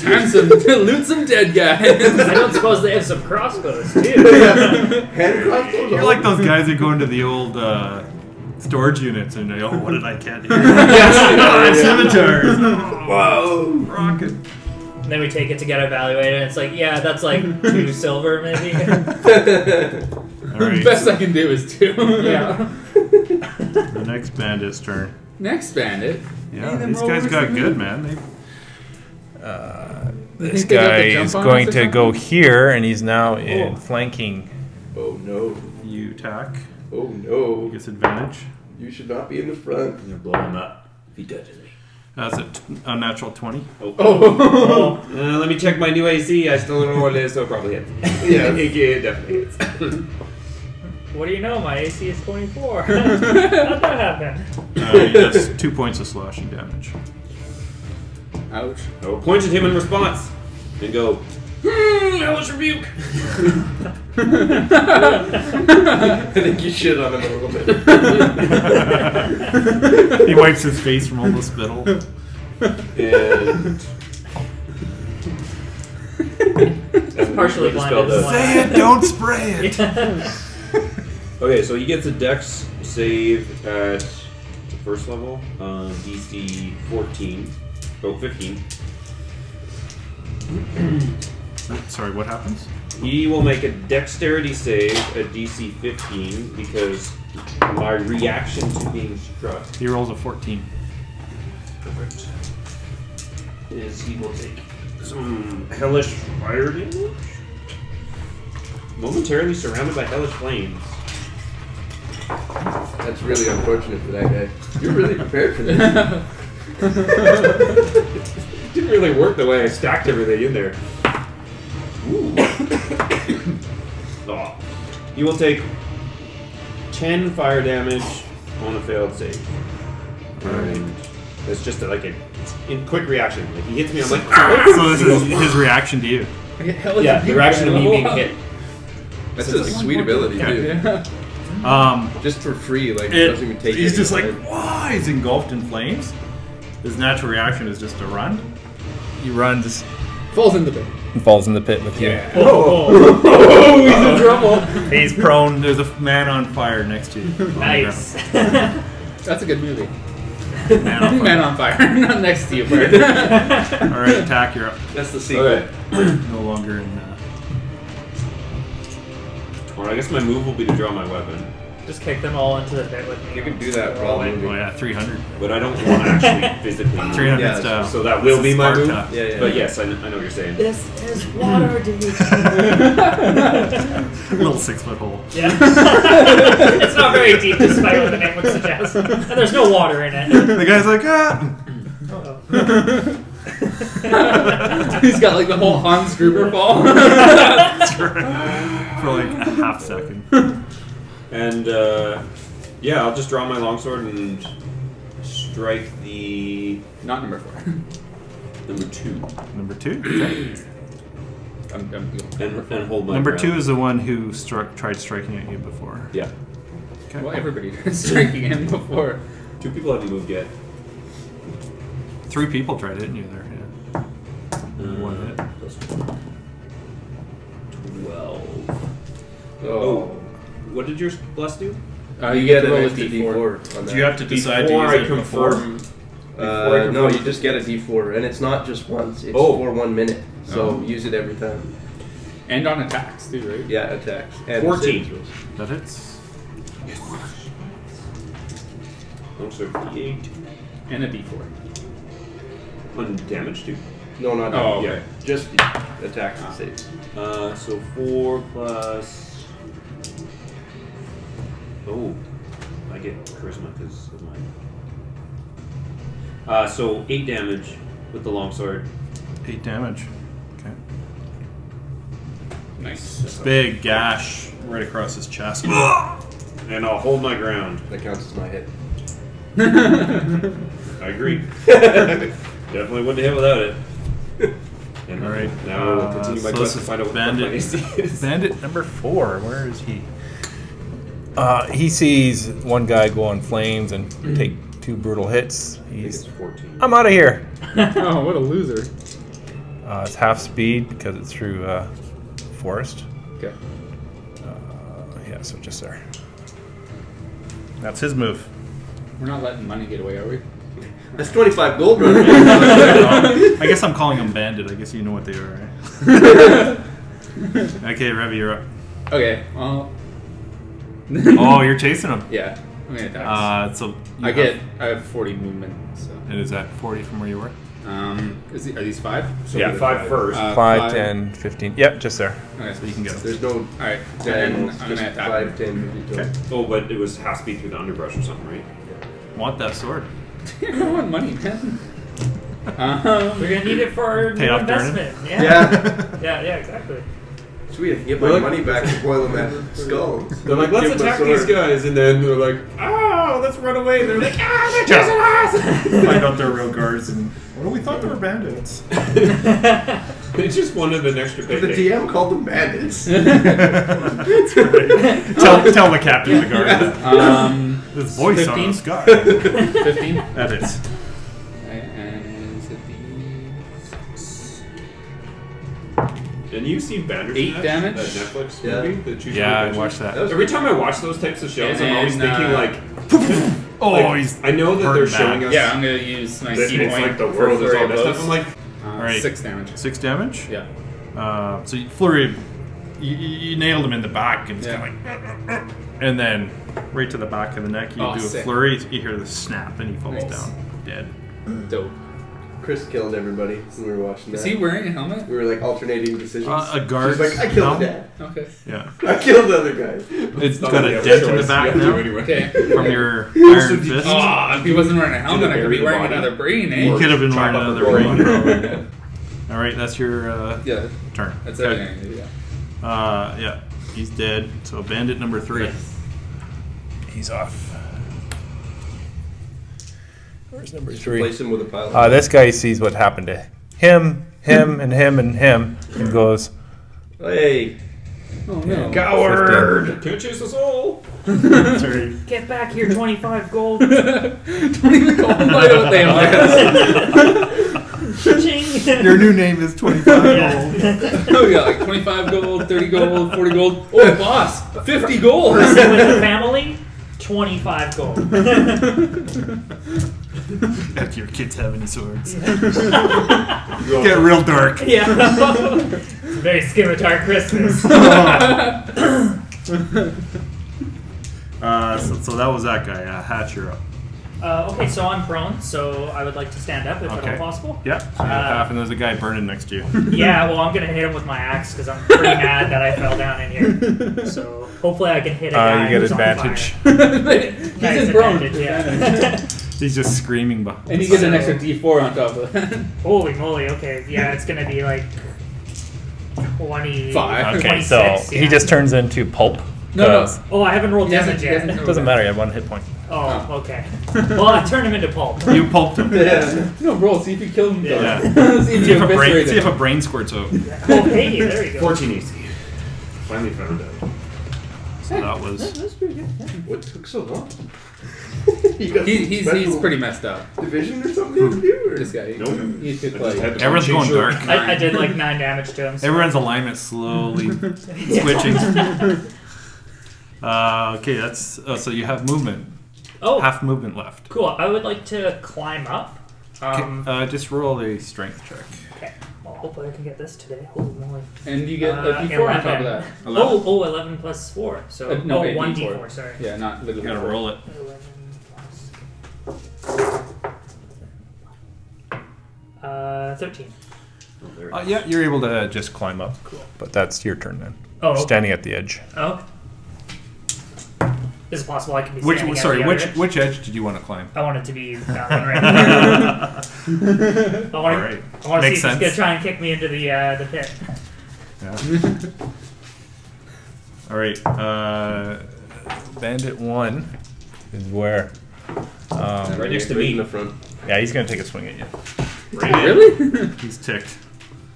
Speaker 3: ching.
Speaker 5: Time some loot some dead
Speaker 6: I
Speaker 5: guys.
Speaker 6: don't suppose they have some crossbows too.
Speaker 3: Hand crossbows.
Speaker 4: You're like
Speaker 5: oh.
Speaker 4: those guys that go into the old uh, storage units and they, oh, what did I get here? yes, scimitars.
Speaker 3: Whoa.
Speaker 4: rocket.
Speaker 6: and then we take it to get evaluated, and it's like, yeah, that's like two silver maybe.
Speaker 4: All right,
Speaker 5: Best I can do is two.
Speaker 6: yeah.
Speaker 4: the next bandit's turn.
Speaker 5: Next bandit.
Speaker 4: Yeah,
Speaker 5: Hey, them
Speaker 4: these guys
Speaker 5: rollers
Speaker 4: got
Speaker 5: are
Speaker 4: good,
Speaker 5: good.
Speaker 4: man. They,
Speaker 5: You
Speaker 7: This
Speaker 5: think they got
Speaker 7: guy
Speaker 5: the jump
Speaker 7: is
Speaker 5: on
Speaker 7: going
Speaker 5: us or
Speaker 7: to go
Speaker 5: something?
Speaker 7: here, and he's now in
Speaker 5: Oh.
Speaker 7: flanking.
Speaker 3: Oh no.
Speaker 4: you attack.
Speaker 3: Oh no.
Speaker 4: Gets advantage.
Speaker 3: You should not be in the front.
Speaker 2: I'm gonna blow him up. He does it.
Speaker 4: That's a, t- a natural 20.
Speaker 2: Oh, uh, let me check my new AC. I still don't know what it is, so it probably hits.
Speaker 3: Yeah.
Speaker 2: it definitely hits.
Speaker 6: What do you know? My AC is 24. How'd that happen?
Speaker 4: Uh, he does two points of slashing damage.
Speaker 5: Ouch.
Speaker 2: I will point at him in response and go, hmm, Hellish Rebuke!
Speaker 3: I think you shit on him a little bit.
Speaker 4: He wipes his face from all the spittle.
Speaker 2: And. That's
Speaker 6: partially blinded.
Speaker 4: Say it, don't spray it.
Speaker 2: Okay, so he gets a dex save at the first level, um, DC 14. Oh, 15.
Speaker 4: Sorry, what happens?
Speaker 2: He will make a dexterity save at DC 15 because my reaction to being struck
Speaker 4: He rolls a 14.
Speaker 2: Perfect. Is he will take some hellish fire damage? Momentarily surrounded by hellish flames.
Speaker 3: That's really unfortunate for that guy. You're really prepared for this.
Speaker 2: It didn't really work the way I stacked everything in there. Ooh. Aw. You will take 10 fire damage on a failed save. And it's just like a in quick reaction. Like he hits me, I'm like, "Ah!"
Speaker 4: So this is his reaction to you.
Speaker 5: I get hell
Speaker 2: yeah, the reaction of me being hit.
Speaker 3: That's a sweet ability
Speaker 4: Yeah.
Speaker 3: too.
Speaker 5: Yeah.
Speaker 4: Um,
Speaker 3: Just for free, like it
Speaker 4: it-
Speaker 3: doesn't even take.
Speaker 4: he's just like,
Speaker 3: anything.
Speaker 4: why? He's engulfed in flames. His natural reaction is just to run.
Speaker 7: He runs
Speaker 5: Falls in the pit.
Speaker 7: and falls in the pit with you.
Speaker 6: Oh,
Speaker 4: He's prone. There's a man on fire next to you. On the
Speaker 6: nice.
Speaker 5: That's a good movie.
Speaker 4: ground. Man on
Speaker 5: Man
Speaker 4: fire.
Speaker 5: on fire. Not next to you, Bert.
Speaker 4: All right, attack. You're up.
Speaker 3: That's the secret.
Speaker 2: Okay.
Speaker 4: no longer in. Uh,
Speaker 2: Well, I guess my move will be to draw my weapon.
Speaker 6: Just kick them all into the pit with me.
Speaker 3: You can do that for all
Speaker 4: oh
Speaker 3: movie.
Speaker 4: yeah, 300.
Speaker 2: But I don't want to actually physically move.
Speaker 4: 300
Speaker 3: Yeah,
Speaker 4: style.
Speaker 2: So that will be my
Speaker 4: Sparta.
Speaker 2: move.
Speaker 3: Yeah, yeah.
Speaker 2: But yes, I know, I know what you're saying.
Speaker 6: This is water, dude.
Speaker 4: little six foot hole.
Speaker 6: Yeah. it's not very deep, despite what the name would suggest. And there's no water in it.
Speaker 4: The guy's like, ah.
Speaker 5: He's got like the whole Hans Gruber fall.
Speaker 4: For like a half second.
Speaker 2: And uh, yeah, I'll just draw my longsword and strike the
Speaker 5: Not number four.
Speaker 2: number two
Speaker 4: Number two.
Speaker 5: I'm, I'm,
Speaker 2: and, and hold my.
Speaker 4: Number
Speaker 2: ground.
Speaker 4: two is the one who struck, tried striking at you before.
Speaker 2: Yeah,
Speaker 4: Okay.
Speaker 5: well, everybody was drinking him before.
Speaker 2: two people haven't moved yet.
Speaker 4: Three people tried hitting you there. Yeah.
Speaker 2: Uh,
Speaker 4: One hit.
Speaker 2: Plus one. Twelve. Oh,
Speaker 3: Oh.
Speaker 2: what did your bless do?
Speaker 5: Uh,
Speaker 3: You get an extra D4 on that.
Speaker 4: to
Speaker 2: Before I confirm. before I
Speaker 3: Uh,
Speaker 2: can
Speaker 3: no,
Speaker 2: roll-
Speaker 3: you just get a D4, and it's not just once. It's
Speaker 2: Oh.
Speaker 3: for one minute, so
Speaker 5: Oh.
Speaker 3: use it every time.
Speaker 5: And on attacks too, right?
Speaker 3: Yeah, attacks. And
Speaker 2: 14.
Speaker 3: saving throws.
Speaker 4: That hits.
Speaker 2: Longsword D8
Speaker 5: And a D4.
Speaker 2: on damage too.
Speaker 3: No, not
Speaker 5: Oh,
Speaker 3: yeah,
Speaker 5: okay.
Speaker 3: just the attacks and saves.
Speaker 2: Uh, so four plus. Oh, I get charisma because of mine. Uh, so eight damage with the longsword.
Speaker 4: Eight damage. Okay.
Speaker 5: Nice.
Speaker 4: Big gash right across his chest.
Speaker 2: And I'll hold my ground.
Speaker 3: That counts as my hit.
Speaker 2: I agree. Definitely wouldn't hit without it. And
Speaker 4: All right.
Speaker 2: Now we'll
Speaker 4: Uh,
Speaker 2: continue my
Speaker 4: so
Speaker 2: quest
Speaker 4: this
Speaker 2: to
Speaker 4: is
Speaker 2: find out what
Speaker 4: bandit-
Speaker 2: bandit. is.
Speaker 4: Bandit number four. Where is he?
Speaker 7: Uh, he sees one guy go on flames and take two brutal hits.
Speaker 2: He's
Speaker 7: He's,
Speaker 2: 14.
Speaker 7: I'm out of here.
Speaker 5: Oh, what a loser.
Speaker 7: Uh, it's half speed because it's through uh, forest.
Speaker 5: Okay.
Speaker 7: Uh, yeah, so just there.
Speaker 4: That's his move.
Speaker 5: We're not letting money get away, are we?
Speaker 3: That's 25 gold, brother.
Speaker 4: I guess I'm calling them bandit. I guess you know what they are, right? okay, Revy, you're up.
Speaker 5: Okay, well.
Speaker 4: Oh, you're chasing him.
Speaker 5: Yeah, I'm gonna attack.
Speaker 4: Uh, so you
Speaker 5: I
Speaker 4: have-
Speaker 5: get, I have 40 movement, so.
Speaker 4: And is that 40 from where you were?
Speaker 5: Um, is the, are these five? So
Speaker 2: yeah, five first.
Speaker 5: Uh,
Speaker 7: Five,
Speaker 5: five.
Speaker 7: ten, fifteen. Yep, just there.
Speaker 5: Okay, so
Speaker 4: You can go.
Speaker 3: There's no
Speaker 5: Alright, then
Speaker 3: diagonals,
Speaker 5: I'm
Speaker 3: just
Speaker 5: gonna attack.
Speaker 3: 5, 10, 50 total.
Speaker 2: oh, but it was half speed through the underbrush or something, right?
Speaker 4: Want that sword?
Speaker 5: I want money, man. Um,
Speaker 6: We're gonna need it for our
Speaker 4: Pay
Speaker 6: new
Speaker 4: off Darren.
Speaker 6: investment. Yeah.
Speaker 3: Yeah.
Speaker 6: yeah, yeah, exactly.
Speaker 3: Sweet, I can get my
Speaker 8: Look.
Speaker 3: money back and boil them at skull.
Speaker 8: They're like, let's attack these guys, and then they're like, oh, let's run away. They're like, ah, they're chasing
Speaker 4: Find out they're real guards and. Well, we thought they were bandits.
Speaker 2: They just wanted an extra
Speaker 3: The
Speaker 2: payday.
Speaker 3: DM called them bandits.
Speaker 4: Tell, tell the captain of the guard that.
Speaker 5: um,
Speaker 4: This voice on
Speaker 5: 15?
Speaker 4: this guy.
Speaker 5: 15.
Speaker 4: That is.
Speaker 5: And is it the six?
Speaker 2: And you see Bandersnatch?
Speaker 5: Eight damage?
Speaker 2: That Netflix
Speaker 3: Yeah.
Speaker 2: movie? The Choose Your
Speaker 4: Yeah, I
Speaker 2: Adventure?
Speaker 4: watched that.
Speaker 3: That was
Speaker 2: Every time I watch those types of shows, I'm
Speaker 5: And,
Speaker 2: always thinking
Speaker 5: uh,
Speaker 2: like,
Speaker 4: Oh,
Speaker 2: like,
Speaker 4: he's.
Speaker 2: I know that
Speaker 4: burnt
Speaker 2: they're
Speaker 4: back.
Speaker 2: showing us.
Speaker 5: Yeah, I'm gonna use my
Speaker 2: that
Speaker 5: key
Speaker 2: it's
Speaker 5: point.
Speaker 2: like the
Speaker 5: for
Speaker 2: world is
Speaker 5: flurry
Speaker 2: all
Speaker 5: of
Speaker 2: messed up.
Speaker 5: blows.
Speaker 2: I'm like,
Speaker 5: Uh,
Speaker 4: Alright.
Speaker 5: Six damage.
Speaker 4: Six damage?
Speaker 5: Yeah.
Speaker 4: Uh, so you, flurry, you, you you nailed him in the back, and it's
Speaker 5: Yeah.
Speaker 4: kind of like, and then right to the back of the neck, you
Speaker 5: Oh,
Speaker 4: do a
Speaker 5: sick.
Speaker 4: flurry. You hear the snap, and he falls
Speaker 5: Nice.
Speaker 4: down dead.
Speaker 5: Dope.
Speaker 3: Chris killed everybody when we were watching that.
Speaker 5: Is he wearing a helmet?
Speaker 3: we were like alternating decisions.
Speaker 4: Uh, a guard.
Speaker 3: She's like, I killed the dad.
Speaker 5: Okay.
Speaker 4: Yeah,
Speaker 3: I killed the other guy.
Speaker 4: it's
Speaker 2: not
Speaker 4: got
Speaker 2: really
Speaker 4: a
Speaker 2: a
Speaker 4: dent in the
Speaker 2: choice.
Speaker 4: back
Speaker 2: You have to
Speaker 4: now
Speaker 2: do anyway.
Speaker 5: Okay.
Speaker 4: from your iron fist.
Speaker 5: Oh, if he wasn't wearing a helmet, I could
Speaker 2: bury
Speaker 5: be
Speaker 2: the
Speaker 5: wearing
Speaker 2: body.
Speaker 5: another brain,
Speaker 4: you
Speaker 5: eh?
Speaker 4: could have been
Speaker 2: Chop
Speaker 4: wearing
Speaker 2: up
Speaker 4: another
Speaker 2: the
Speaker 4: ring. All right, that's your uh,
Speaker 5: Yeah,
Speaker 4: turn.
Speaker 5: that's
Speaker 4: Okay.
Speaker 5: everything. I do, Yeah.
Speaker 4: Uh, yeah, he's dead. So bandit number three.
Speaker 7: He's off. Where's number three?
Speaker 3: Replace him with a pilot.
Speaker 7: Uh, this guy sees what happened to him, him, and him, and him, and goes,
Speaker 3: hey,
Speaker 5: Oh no.
Speaker 7: Coward!
Speaker 2: Can't chase us all.
Speaker 6: Get back here, 25 gold.
Speaker 5: Don't even call him by what they are.
Speaker 6: Ching.
Speaker 4: Your new name is twenty-five
Speaker 6: Yeah.
Speaker 5: Oh, we got like 25 gold, 30 gold, 40 gold. Oh, boss, 50 gold.
Speaker 6: Person with a family, 25 gold.
Speaker 4: If your kids have any swords,
Speaker 2: You
Speaker 4: get real dark.
Speaker 6: yeah. It's a very scimitar Christmas.
Speaker 4: Uh, so, so that was that guy. Uh, Hatcher up.
Speaker 6: Uh, okay, so I'm prone, so I would like to stand up if
Speaker 4: Okay.
Speaker 6: at all possible.
Speaker 4: Yeah. So you have
Speaker 6: Uh,
Speaker 4: half, and there's a guy burning next to you.
Speaker 6: Yeah, well, I'm gonna hit him with my axe because I'm pretty mad that I fell down in here. So hopefully I can hit a guy.
Speaker 7: Uh, you get
Speaker 6: who's on
Speaker 7: advantage.
Speaker 6: fire.
Speaker 5: He's
Speaker 6: Nice
Speaker 5: in bronze.
Speaker 6: advantage, yeah.
Speaker 4: He's just screaming behind.
Speaker 5: And he gets an extra D4 on top of that.
Speaker 6: Holy moly! Okay, yeah, it's gonna be like twenty.
Speaker 5: Five.
Speaker 7: Okay, so
Speaker 6: 26,
Speaker 7: he
Speaker 6: yeah.
Speaker 7: just turns into pulp.
Speaker 5: No, no.
Speaker 7: 'cause
Speaker 6: Oh, I haven't rolled
Speaker 5: He hasn't-
Speaker 6: damage
Speaker 5: he hasn't
Speaker 6: yet.
Speaker 7: It doesn't matter, I had one hit point.
Speaker 6: Oh, okay. Well, I turned him into pulp.
Speaker 4: You pulped him.
Speaker 3: Yeah.
Speaker 5: No, roll. See if you kill him. though.
Speaker 4: Yeah.
Speaker 5: see if
Speaker 4: See
Speaker 5: you
Speaker 4: if, a brain,
Speaker 5: eviscerate
Speaker 4: see if
Speaker 5: him.
Speaker 4: a brain squirts out.
Speaker 6: Oh, hey, there you go.
Speaker 2: 14 AC. Finally found out.
Speaker 4: So that was.
Speaker 5: That's pretty good.
Speaker 3: What took so long? you got
Speaker 5: He,
Speaker 3: some
Speaker 5: he's,
Speaker 3: special
Speaker 5: he's pretty messed up.
Speaker 3: division or something to do? Or?
Speaker 5: This guy. He,
Speaker 2: Nope.
Speaker 5: he
Speaker 2: I
Speaker 5: could
Speaker 2: just
Speaker 5: like.
Speaker 2: had to
Speaker 4: Everyone's
Speaker 2: change
Speaker 4: going
Speaker 2: your-
Speaker 4: dark.
Speaker 6: I, I did like nine damage to him. So.
Speaker 4: Everyone's alignment slowly switching. Uh, okay, that's uh, so you have movement,
Speaker 6: oh,
Speaker 4: half movement left.
Speaker 6: cool. I would like to climb up. Um,
Speaker 4: uh, just roll a strength check.
Speaker 6: okay. Well, hopefully I can get this today. Holy moly.
Speaker 5: And you get a
Speaker 6: Uh,
Speaker 5: D4 on top of
Speaker 6: 11.
Speaker 5: that.
Speaker 6: Oh, oh, 11 plus 4. So,
Speaker 5: Uh, no,
Speaker 6: oh,
Speaker 5: wait,
Speaker 6: 1
Speaker 5: D4.
Speaker 6: d4, sorry.
Speaker 5: Yeah, not
Speaker 4: You
Speaker 5: literally.
Speaker 4: gotta roll it.
Speaker 6: 11 plus. Uh, 13.
Speaker 7: Uh, yeah, you're able to just climb up. Cool. But that's your turn then.
Speaker 6: Oh, okay.
Speaker 7: Standing at the edge.
Speaker 6: oh. Is it possible I can be
Speaker 4: Which
Speaker 6: standing at
Speaker 4: sorry,
Speaker 6: the
Speaker 4: which
Speaker 6: other edge?
Speaker 4: which edge did you want to climb?
Speaker 6: I want it to be that one right here. I want
Speaker 4: All right.
Speaker 6: I want
Speaker 4: Makes
Speaker 6: to see if he's gonna
Speaker 4: sense.
Speaker 6: try and kick me into the uh, the pit.
Speaker 4: All right, uh,
Speaker 7: Bandit one is where. Um,
Speaker 2: Right next to
Speaker 3: Right in
Speaker 2: me.
Speaker 3: the front.
Speaker 7: yeah, he's gonna take a swing at you.
Speaker 5: Really?
Speaker 4: he's ticked.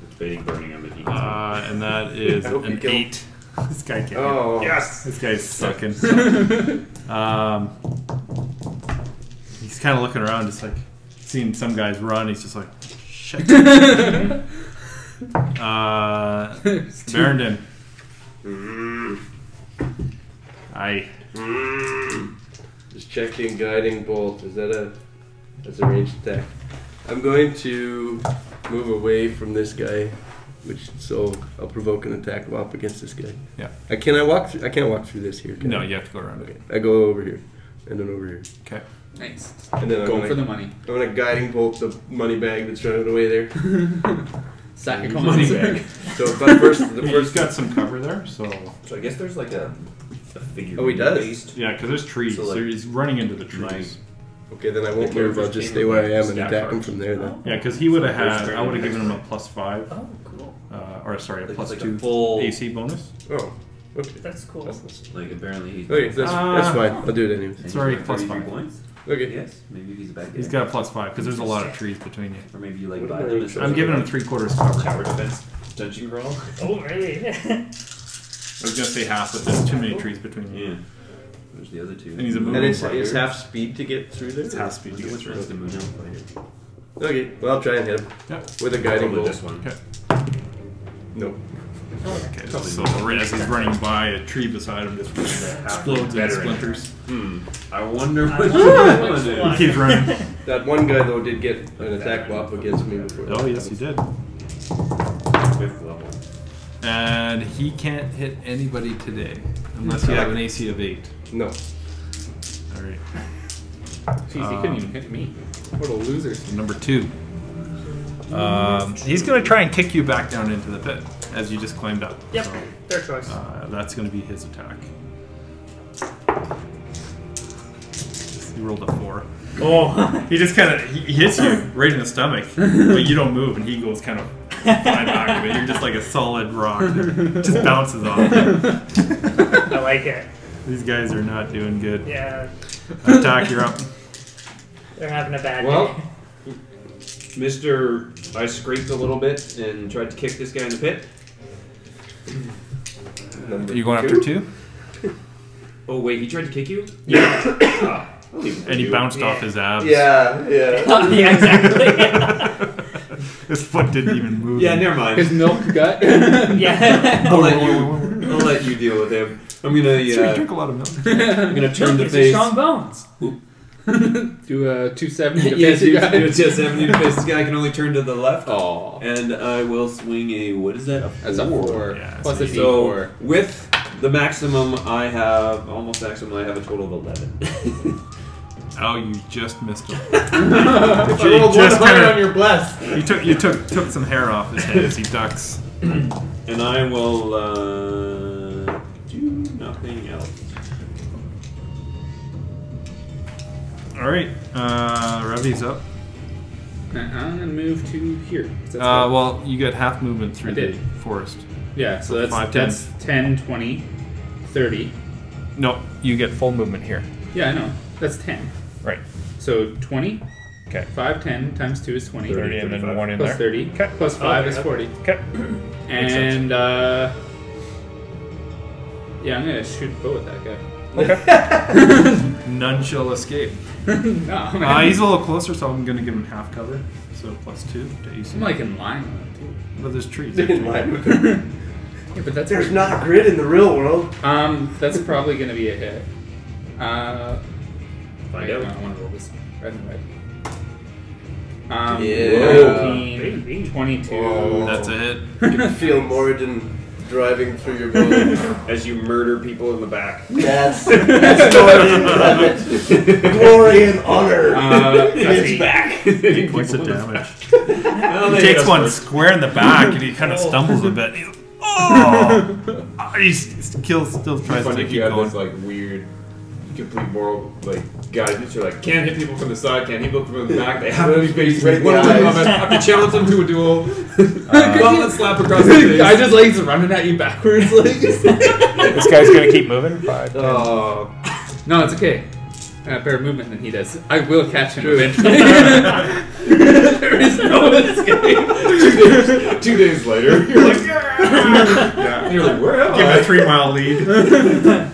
Speaker 2: anticipating burning him, and he gets
Speaker 4: Uh, and that is
Speaker 3: Hope you
Speaker 4: an
Speaker 3: kill him.
Speaker 4: eight. This guy can't.
Speaker 3: Oh.
Speaker 4: Yes, this guy's sucking. um, he's kind of looking around, just like seeing some guys run. He's just like, shit. uh, Berendon.
Speaker 3: Mm-hmm.
Speaker 4: I
Speaker 3: Mm-hmm. Just checking guiding bolt. Is that a that's a ranged attack? I'm going to move away from this guy, which so I'll provoke an attack while up against this guy.
Speaker 4: Yeah.
Speaker 3: I can I walk through I can't walk through this here. Can
Speaker 4: no,
Speaker 3: I?
Speaker 4: you have to go around it.
Speaker 3: Okay. I go over here. And then over here.
Speaker 4: Okay.
Speaker 5: Nice.
Speaker 3: And then I'm
Speaker 5: Going
Speaker 3: gonna,
Speaker 5: for the money.
Speaker 3: I'm gonna guiding bolt the money bag that's running away there.
Speaker 5: Sack of
Speaker 2: money
Speaker 5: coins.
Speaker 2: back.
Speaker 3: So if I first the
Speaker 4: Well, he's
Speaker 3: first
Speaker 4: got some cover there, so
Speaker 2: So I guess there's like a, a figure.
Speaker 3: Oh, he does?
Speaker 2: Based.
Speaker 4: yeah, because there's trees.
Speaker 2: So,
Speaker 4: So,
Speaker 2: like,
Speaker 4: he's running into the trees.
Speaker 2: my-
Speaker 3: Okay, then I
Speaker 2: The
Speaker 3: won't move, I'll
Speaker 2: character's
Speaker 3: just
Speaker 2: name
Speaker 3: stay where I am and
Speaker 2: stat
Speaker 3: attack him
Speaker 2: cards.
Speaker 3: from there then.
Speaker 4: Yeah, because he would have
Speaker 2: First
Speaker 4: had.
Speaker 2: turn
Speaker 4: I would have
Speaker 2: next
Speaker 4: given him a
Speaker 2: turn.
Speaker 4: plus five,
Speaker 6: Oh, cool.
Speaker 4: uh, or sorry, a
Speaker 2: Like,
Speaker 4: plus
Speaker 2: like a
Speaker 4: two
Speaker 2: full-
Speaker 4: AC bonus.
Speaker 3: Oh. Okay.
Speaker 6: That's cool.
Speaker 3: That's nice.
Speaker 2: Like apparently he's.
Speaker 3: Okay, that's, that's
Speaker 4: Uh,
Speaker 3: fine. I'll do it anyways.
Speaker 2: he's
Speaker 4: Sorry,
Speaker 2: got
Speaker 4: plus
Speaker 2: 33
Speaker 4: five.
Speaker 2: points.
Speaker 3: Okay.
Speaker 2: Yes, maybe he's a bad guy.
Speaker 4: He's got a plus five because there's a lot of trees between you.
Speaker 2: Or maybe you like
Speaker 3: What
Speaker 2: buy
Speaker 3: about
Speaker 2: them.
Speaker 3: you?
Speaker 2: as
Speaker 4: I'm
Speaker 2: a
Speaker 4: giving him three quarters cover. I
Speaker 2: tower defense dungeon crawl.
Speaker 6: Oh, really?
Speaker 4: was gonna say half, but there's too many trees between you.
Speaker 2: Yeah. There's the other two.
Speaker 4: And he's a
Speaker 3: And
Speaker 4: moving
Speaker 3: it's,
Speaker 4: fighter.
Speaker 3: it's half speed to get through there?
Speaker 4: It's half speed.
Speaker 2: Which
Speaker 4: to get
Speaker 2: one's
Speaker 4: through.
Speaker 2: the moon elf fighter?
Speaker 3: Okay, well, I'll try and hit him
Speaker 4: Yep.
Speaker 3: with a guiding
Speaker 2: Probably
Speaker 3: bolt.
Speaker 2: this one.
Speaker 4: Okay.
Speaker 3: No.
Speaker 4: Okay. So right as he's running by, a tree beside him just explodes into
Speaker 2: Better.
Speaker 4: splinters.
Speaker 2: Hmm. I wonder
Speaker 6: I
Speaker 2: which
Speaker 6: wonder
Speaker 2: one
Speaker 6: which
Speaker 2: it
Speaker 6: one.
Speaker 2: is.
Speaker 4: He keeps running.
Speaker 3: That one guy, though, did get an attack wop against me before.
Speaker 4: Oh yes, he did.
Speaker 2: Fifth level.
Speaker 4: And he can't hit anybody today unless you have an AC of eight.
Speaker 3: No.
Speaker 4: All right.
Speaker 5: Jeez, he couldn't even hit me. What a loser.
Speaker 4: Number two. Um, he's going to try and kick you back down into the pit as you just climbed up.
Speaker 6: yep,
Speaker 4: So,
Speaker 6: their choice.
Speaker 4: uh, that's going to be his attack. He rolled a four.
Speaker 6: oh,
Speaker 4: He just kind of he hits you right in the stomach, but you don't move, and he goes kind of flying back. But you're just like a solid rock, that just bounces off.
Speaker 6: I like it.
Speaker 4: These guys are not doing good.
Speaker 6: Yeah,
Speaker 4: Attack, you're up.
Speaker 6: they're having a bad
Speaker 2: Well,
Speaker 6: day.
Speaker 2: Mister, I scraped a little bit and tried to kick this guy in the pit.
Speaker 3: Number
Speaker 4: You going after two?
Speaker 2: Oh wait, he tried to kick you? Yeah. Ah, I'll leave him for
Speaker 4: And he
Speaker 2: you.
Speaker 4: bounced off his abs.
Speaker 3: Yeah, yeah.
Speaker 6: yeah, exactly.
Speaker 4: His foot didn't even move.
Speaker 2: Yeah, never mind.
Speaker 5: His milk gut. yeah.
Speaker 6: yeah.
Speaker 2: I'll let you. I'll let you deal with him. I'm gonna.
Speaker 4: So he
Speaker 2: Uh,
Speaker 4: drank a lot of milk.
Speaker 2: I'm gonna turn to
Speaker 6: Look, it's a
Speaker 2: face.
Speaker 6: strong bones.
Speaker 5: Do a 270 to
Speaker 2: Yes,
Speaker 5: face
Speaker 2: you
Speaker 5: you
Speaker 2: do a
Speaker 5: guys.
Speaker 2: 70 to face. This guy can only turn to the left.
Speaker 5: Aw.
Speaker 2: And I will swing a. What is that?
Speaker 5: That's a 4.
Speaker 4: Yeah,
Speaker 5: plus a
Speaker 2: So
Speaker 5: d4.
Speaker 2: with the maximum, I have almost maximum. I have a total of 11.
Speaker 4: Oh, you just missed him.
Speaker 3: I rolled 100
Speaker 4: just kinda-
Speaker 3: on your bless.
Speaker 4: You took you took took some hair off his head as he ducks.
Speaker 2: and I will uh, do nothing else.
Speaker 4: All right, uh, Ravi's up.
Speaker 5: Uh, I'm gonna move to here. That's
Speaker 4: Uh,
Speaker 5: what-
Speaker 4: well, you got half movement through
Speaker 5: I
Speaker 4: the
Speaker 5: did.
Speaker 4: forest.
Speaker 5: yeah, so that's
Speaker 4: five, ten.
Speaker 5: that's 10, 20, 30.
Speaker 4: No, you get full movement here.
Speaker 5: Yeah, I know. That's 10.
Speaker 7: Right.
Speaker 5: So 20,
Speaker 7: Okay.
Speaker 5: 5, 10 times 2 is 20.
Speaker 7: 30 and then one in
Speaker 5: Plus
Speaker 7: there.
Speaker 5: 30.
Speaker 7: Okay.
Speaker 5: Plus 5
Speaker 6: Okay,
Speaker 5: is
Speaker 6: that's-
Speaker 5: 40.
Speaker 7: Okay.
Speaker 5: And, uh. Yeah, I'm gonna shoot bow at that guy.
Speaker 4: None shall escape.
Speaker 5: no, Oh, man.
Speaker 4: Uh, he's a little closer, so I'm gonna give him half cover, so plus two to AC.
Speaker 5: I'm like in line with him,
Speaker 4: but there's trees.
Speaker 3: In line with it.
Speaker 5: too. Yeah, but that's.
Speaker 3: There's not grid in the real world.
Speaker 5: Um, that's probably gonna be a hit. Uh.
Speaker 2: Find
Speaker 5: wait,
Speaker 2: out.
Speaker 5: no, I wanna roll this red and white. Um,
Speaker 3: Yeah.
Speaker 5: 14, 22.
Speaker 3: Whoa.
Speaker 4: That's a hit.
Speaker 3: You can feel Moradin driving through your bone.
Speaker 2: As you murder people in the back.
Speaker 3: That's, that's Moradin. Love it. Glory and honor.
Speaker 5: Uh, that's
Speaker 3: it's
Speaker 5: eight.
Speaker 3: back.
Speaker 4: Eight points of damage. he takes one square in the back, and he kind of stumbles a bit. He's, oh, Ah, he s- still still tries to
Speaker 8: Funny if
Speaker 4: keep
Speaker 8: you have
Speaker 4: going.
Speaker 8: this like weird, complete moral like guidance. You're like, can't hit people from the side, can't hit people from the back. They have to be facing
Speaker 3: Right in
Speaker 8: me. What
Speaker 3: the
Speaker 8: am I
Speaker 3: eyes.
Speaker 8: gonna do? I have to challenge them to a duel. Uh, Well, let's slap across the face.
Speaker 5: I just like he's running at you backwards. Like
Speaker 7: This guy's gonna keep moving. Five.
Speaker 3: Oh,
Speaker 5: no, it's okay. a better movement than he does. I will catch him eventually. there is no escape.
Speaker 8: Two days later, you're like,
Speaker 2: Yeah.
Speaker 5: You're like, where am
Speaker 4: Give
Speaker 5: I?
Speaker 4: it a three mile lead.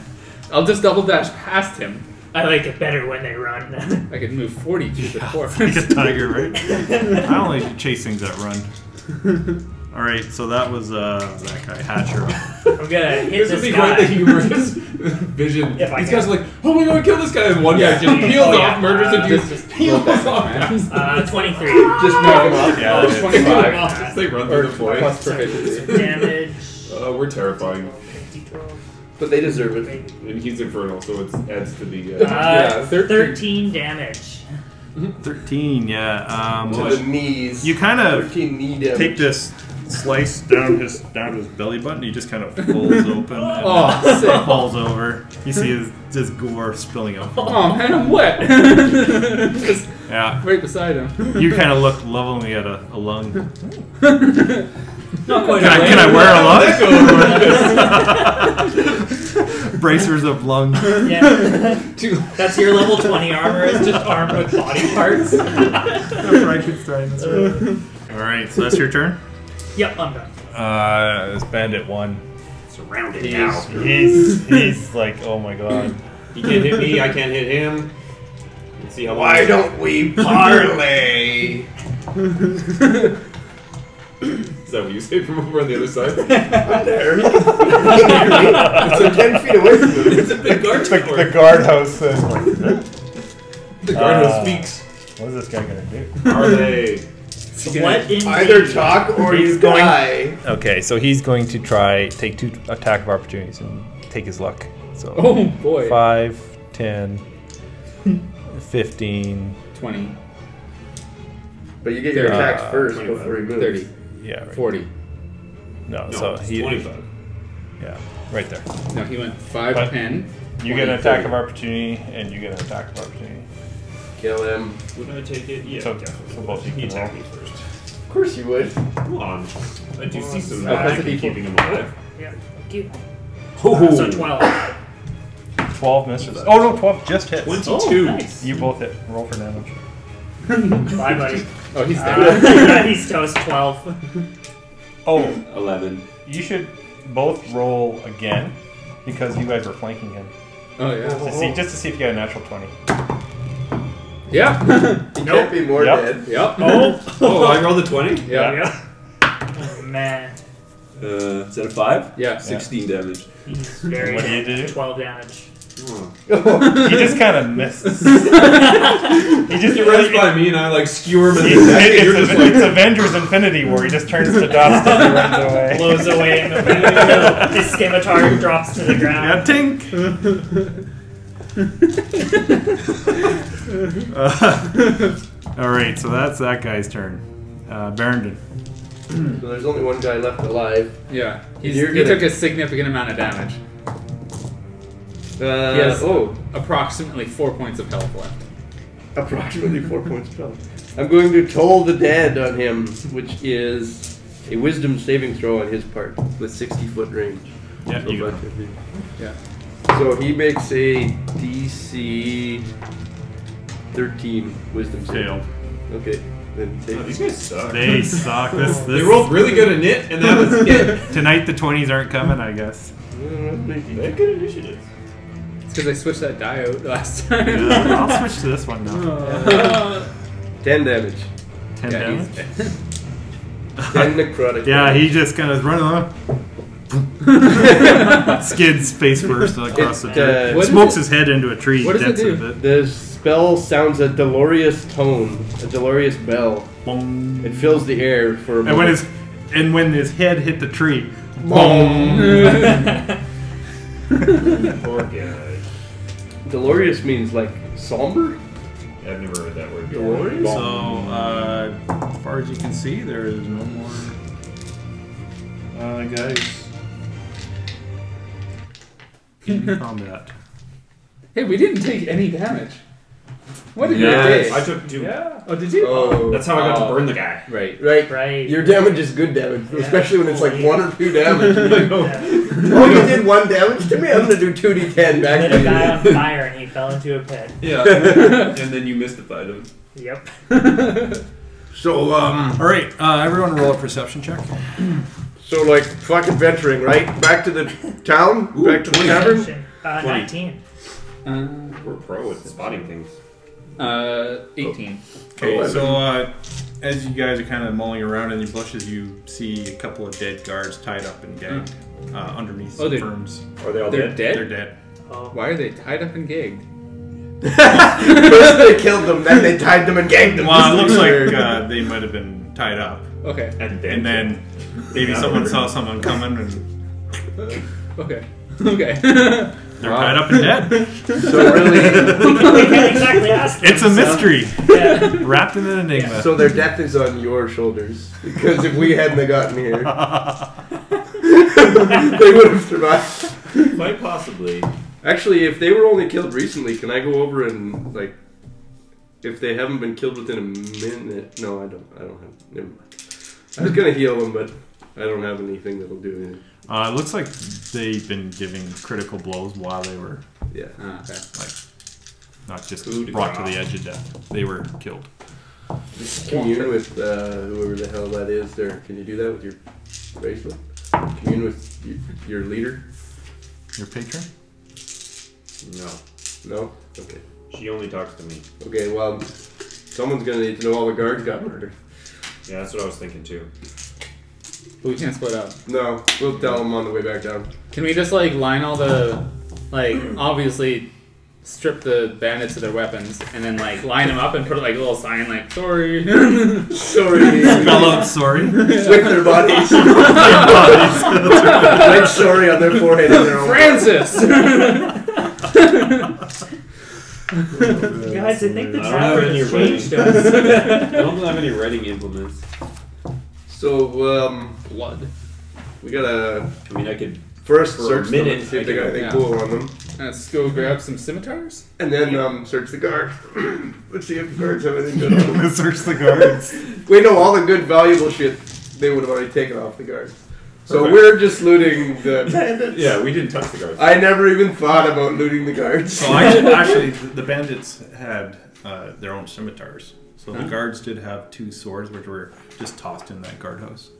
Speaker 5: I'll just double dash past him.
Speaker 6: I like it better when they run.
Speaker 5: I could move 40 to the
Speaker 4: Like a
Speaker 5: fourth.
Speaker 4: tiger, right? I only chase things that run. All right, so that was uh, that guy Hatcher.
Speaker 6: I'm gonna hit
Speaker 8: this would
Speaker 6: this
Speaker 8: be quite the
Speaker 6: guy.
Speaker 8: humorous vision.
Speaker 6: If I
Speaker 8: These
Speaker 6: can.
Speaker 8: guys are like, oh my god, kill this guy. And one guy just
Speaker 6: Yeah.
Speaker 8: peels
Speaker 6: Oh,
Speaker 8: off,
Speaker 6: yeah.
Speaker 8: murders a
Speaker 6: Uh,
Speaker 8: dude,
Speaker 6: this
Speaker 8: just peels off guys.
Speaker 6: Uh, 23.
Speaker 3: Just knock him off.
Speaker 4: Yeah,
Speaker 5: Oh,
Speaker 4: it is.
Speaker 5: 25.
Speaker 8: Just they run through the
Speaker 5: Plus
Speaker 8: void.
Speaker 5: proficiency.
Speaker 6: damage.
Speaker 8: Uh, we're terrifying.
Speaker 6: 50, 12,
Speaker 3: But they deserve it.
Speaker 6: maybe.
Speaker 8: And he's infernal, so it adds to the. Uh,
Speaker 6: Uh,
Speaker 5: Yeah, 13.
Speaker 6: 13 damage.
Speaker 4: Thirteen, yeah. Um,
Speaker 3: To the knees.
Speaker 4: you kind of
Speaker 3: 13 knee damage.
Speaker 4: take this slice down his down his belly button. He just kind of folds open. And
Speaker 5: Oh, sick.
Speaker 4: falls over. You see his, his gore spilling out.
Speaker 5: Oh man, I'm wet. Just
Speaker 4: Yeah,
Speaker 5: right beside him.
Speaker 4: you kind of look lovingly at a, a lung. Can
Speaker 6: Not quite
Speaker 4: I,
Speaker 6: a
Speaker 4: can I
Speaker 6: lung.
Speaker 4: wear a lung? Bracers of lung.
Speaker 6: Yeah. That's your level 20 armor. It's just armed with body parts.
Speaker 4: Frankenstein. That's right. All right, so that's your turn.
Speaker 6: yep, I'm done.
Speaker 7: Uh, this bandit one.
Speaker 6: Surrounded now.
Speaker 7: He's, he's, he's like, oh my god.
Speaker 2: He can't hit me. I can't hit him. Let's see how long-
Speaker 3: Why don't we parlay?
Speaker 8: is that what you say from over on the other side?
Speaker 3: I'm there. it's like 10 feet away from me.
Speaker 8: It's a big guard
Speaker 7: The,
Speaker 8: tower.
Speaker 7: the guardhouse says, like,
Speaker 8: The guard
Speaker 7: Ah.
Speaker 8: speaks.
Speaker 7: what is this guy gonna do?
Speaker 8: Are they?
Speaker 6: What in
Speaker 3: Either
Speaker 6: the-
Speaker 3: talk or
Speaker 7: He's
Speaker 3: you
Speaker 7: going-
Speaker 3: die.
Speaker 7: Okay, so he's going to try take two attack of opportunities and take his luck. So
Speaker 5: Oh boy.
Speaker 7: five, 10, 15,
Speaker 5: 20,
Speaker 3: But you get your
Speaker 7: Uh,
Speaker 3: attacks first
Speaker 2: 25,
Speaker 3: before he moves.
Speaker 5: 30,
Speaker 7: yeah, right.
Speaker 5: 40.
Speaker 7: No,
Speaker 2: No,
Speaker 7: so he
Speaker 2: twenty-five.
Speaker 7: yeah, right there.
Speaker 5: No, he went 5,
Speaker 7: But
Speaker 5: 10.
Speaker 7: You get an attack of opportunity and you get an attack of opportunity.
Speaker 3: Kill him.
Speaker 2: Would I take it? Yeah.
Speaker 7: So-
Speaker 2: definitely.
Speaker 7: so both you
Speaker 2: he
Speaker 7: can
Speaker 2: attacked
Speaker 7: roll.
Speaker 2: me first.
Speaker 3: Of course you would.
Speaker 2: Come on. I do see some
Speaker 5: Oh, that's
Speaker 2: magic
Speaker 5: a
Speaker 2: in
Speaker 5: D4.
Speaker 2: keeping him alive.
Speaker 6: Yeah, thank you. Uh,
Speaker 7: Oh,
Speaker 6: So 12.
Speaker 7: 12 misses. Oh no, 12 just hits.
Speaker 8: Oh.
Speaker 2: Twenty-two.
Speaker 6: Nice.
Speaker 7: You both hit. Roll for damage.
Speaker 6: Bye, buddy.
Speaker 5: Oh, he's dead.
Speaker 6: Uh, he's toast 12.
Speaker 7: Oh,
Speaker 2: Eleven.
Speaker 7: you should both roll again because you guys were flanking him.
Speaker 5: Oh, yeah.
Speaker 7: To see, just to see if you got a natural 20.
Speaker 5: Yeah.
Speaker 3: He can't be more
Speaker 7: Yep.
Speaker 3: dead.
Speaker 5: yep.
Speaker 2: Oh, oh I rolled a twenty.
Speaker 5: Yeah. Yeah.
Speaker 6: Oh, man.
Speaker 2: Uh, is that a five?
Speaker 5: six-
Speaker 2: Sixteen damage.
Speaker 6: He's very
Speaker 7: What do you do?
Speaker 6: 12 damage.
Speaker 7: He just kind of misses. he just
Speaker 2: He runs by me and I like skewer him in the neck.
Speaker 7: It's,
Speaker 2: and You're
Speaker 7: it's-
Speaker 2: just like,
Speaker 7: it's Avengers Infinity War. He just turns to dust and he runs away.
Speaker 6: Blows away in the wind. His scimitar drops to the ground.
Speaker 4: Yeah, tink. Uh, all right, so that's that guy's turn. Uh, Barrington.
Speaker 3: So there's only one guy left alive.
Speaker 5: Yeah. He's,
Speaker 3: You're
Speaker 5: he
Speaker 3: gonna-
Speaker 5: took a significant amount of damage.
Speaker 3: Uh,
Speaker 5: has-
Speaker 3: Oh,
Speaker 5: Approximately 4 points of health left.
Speaker 3: approximately four points of health. I'm going to toll the dead on him, which is a wisdom saving throw on his part with 60 foot range.
Speaker 4: Yeah,
Speaker 3: So
Speaker 4: you go.
Speaker 3: about 50.
Speaker 5: Yeah.
Speaker 3: So he makes a DC 13 wisdom save.
Speaker 4: Failed.
Speaker 3: Okay, then take.
Speaker 2: "Oh, these guys suck.
Speaker 4: They suck. This,
Speaker 2: They
Speaker 4: this
Speaker 2: rolled really good in it, and that was it.
Speaker 4: tonight. The twenties aren't coming, I guess.
Speaker 2: They had good initiative.
Speaker 5: It's because I switched that die out last time.
Speaker 4: I'll switch to this one now.
Speaker 5: Uh,
Speaker 3: 10 damage.
Speaker 4: Ten
Speaker 5: yeah, he's
Speaker 4: damage.
Speaker 5: dead.
Speaker 3: 10 necrotic.
Speaker 4: Yeah, he just kind of running along. Skids face first across the
Speaker 3: It,
Speaker 4: dirt.
Speaker 3: uh,
Speaker 5: What is
Speaker 4: Smokes
Speaker 5: it-
Speaker 4: his head into a tree.
Speaker 5: what does it
Speaker 4: dents
Speaker 5: do?
Speaker 4: a bit.
Speaker 3: The spell sounds a dolorous tone, a dolorous bell.
Speaker 4: Boom.
Speaker 3: It fills the air for a moment.
Speaker 4: And when his and when his head hit the tree,
Speaker 2: Poor guy.
Speaker 3: Delorious means like somber.
Speaker 2: I've never heard that word. before.
Speaker 3: Delorious.
Speaker 4: So, uh, as far as you can see, there is no more uh, guys in combat.
Speaker 5: hey, we didn't take any damage. What a
Speaker 2: Yes.
Speaker 5: great
Speaker 2: I
Speaker 5: day.
Speaker 2: took two.
Speaker 6: Yeah.
Speaker 5: Oh, did you?
Speaker 3: Oh,
Speaker 2: That's how I got
Speaker 5: Oh.
Speaker 2: to burn the guy.
Speaker 5: Right.
Speaker 3: right.
Speaker 6: Right.
Speaker 3: Your damage is good damage,
Speaker 6: Yeah.
Speaker 3: especially when it's like
Speaker 6: Holy.
Speaker 3: one or two damage.
Speaker 2: I know.
Speaker 6: Yeah.
Speaker 3: oh, you did one damage to me. I'm gonna do two d10 back
Speaker 6: Lit a guy
Speaker 3: to
Speaker 6: on fire and he fell into a pit.
Speaker 2: Yeah. and then you mystified him.
Speaker 6: Yep.
Speaker 3: you. So um,
Speaker 4: All right, uh, everyone, roll a perception check.
Speaker 3: so like fuck adventuring, right? Back to the town, back to the tavern.
Speaker 6: Uh, 19.
Speaker 5: Uh,
Speaker 2: We're pro at spotting things.
Speaker 5: uh,
Speaker 3: Oh.
Speaker 5: 18.
Speaker 4: Okay, so uh, as you guys are kind of mulling around in the bushes, you see a couple of dead guards tied up and gagged uh, underneath
Speaker 5: Oh,
Speaker 4: the
Speaker 5: they-
Speaker 4: firms.
Speaker 2: Are they all
Speaker 5: They're
Speaker 4: They're
Speaker 5: dead?
Speaker 4: dead.
Speaker 6: Oh.
Speaker 5: Why are they tied up and gagged?
Speaker 3: First they killed them, then they tied them and gagged them.
Speaker 4: Well, it looks like uh, they might have been tied up,
Speaker 5: Okay.
Speaker 2: And then,
Speaker 4: and then maybe
Speaker 2: Yeah.
Speaker 4: someone saw someone coming, and
Speaker 5: Okay. Okay.
Speaker 4: they're tied up and dead.
Speaker 3: so really,
Speaker 6: we can't exactly ask them,
Speaker 4: It's a
Speaker 6: so-
Speaker 4: mystery
Speaker 6: Yeah.
Speaker 4: wrapped in an enigma.
Speaker 3: so their death is on your shoulders because if we hadn't have gotten here, they would have survived.
Speaker 2: quite possibly.
Speaker 3: Actually, if they were only killed recently, can I go over and like, if they haven't been killed within a minute? No, I don't. I don't have. Never mind. I was gonna heal them, but I don't have anything that'll do anything.
Speaker 4: Uh, it looks like they've been giving critical blows while they were
Speaker 3: Yeah.
Speaker 5: Ah, okay.
Speaker 4: not just
Speaker 2: Coup de
Speaker 4: brought to
Speaker 2: grace.
Speaker 4: the edge of death. They were killed.
Speaker 3: Commune with uh, whoever the hell that is. There, can you do that with your bracelet? Commune with y- your leader?
Speaker 4: Your patron?
Speaker 2: No.
Speaker 3: No. Okay.
Speaker 2: She only talks to me.
Speaker 3: Okay. Well, someone's gonna need to know all the guards got murdered.
Speaker 2: Yeah, that's what I was thinking too.
Speaker 5: But we can't split up.
Speaker 3: No, we'll tell them on the way back down.
Speaker 5: Can we just like line all the like obviously strip the bandits of their weapons and then like line them up and put like a little sign like sorry.
Speaker 3: Sorry.
Speaker 4: Fellow, sorry.
Speaker 3: with their bodies. Write sorry on their forehead. and their own-
Speaker 5: Francis.
Speaker 6: Guys, I think the
Speaker 2: I don't have
Speaker 6: trapper
Speaker 2: any
Speaker 6: has
Speaker 2: writing.
Speaker 6: changed us.
Speaker 2: I don't have any writing implements.
Speaker 3: So um,
Speaker 5: Blood.
Speaker 3: we gotta
Speaker 2: I mean, I could.
Speaker 3: first
Speaker 2: For a
Speaker 3: search them
Speaker 2: minute,
Speaker 3: and see if
Speaker 2: I
Speaker 3: they got
Speaker 2: can-
Speaker 3: anything
Speaker 5: yeah.
Speaker 3: cool on them,
Speaker 5: Let's go grab some scimitars.
Speaker 3: and then um, search the guards. Let's see if the guards have anything good on them.
Speaker 4: Search the guards.
Speaker 3: We know all the good, valuable shit they would have already taken off the guards. So
Speaker 2: Perfect.
Speaker 3: we're just looting the.
Speaker 2: Yeah, we didn't touch the guards.
Speaker 3: I never even thought about looting the guards.
Speaker 4: Well, actually, Oh, actually, th- the bandits had uh, their own scimitars. So the guards did have two swords, which were just tossed in that guardhouse.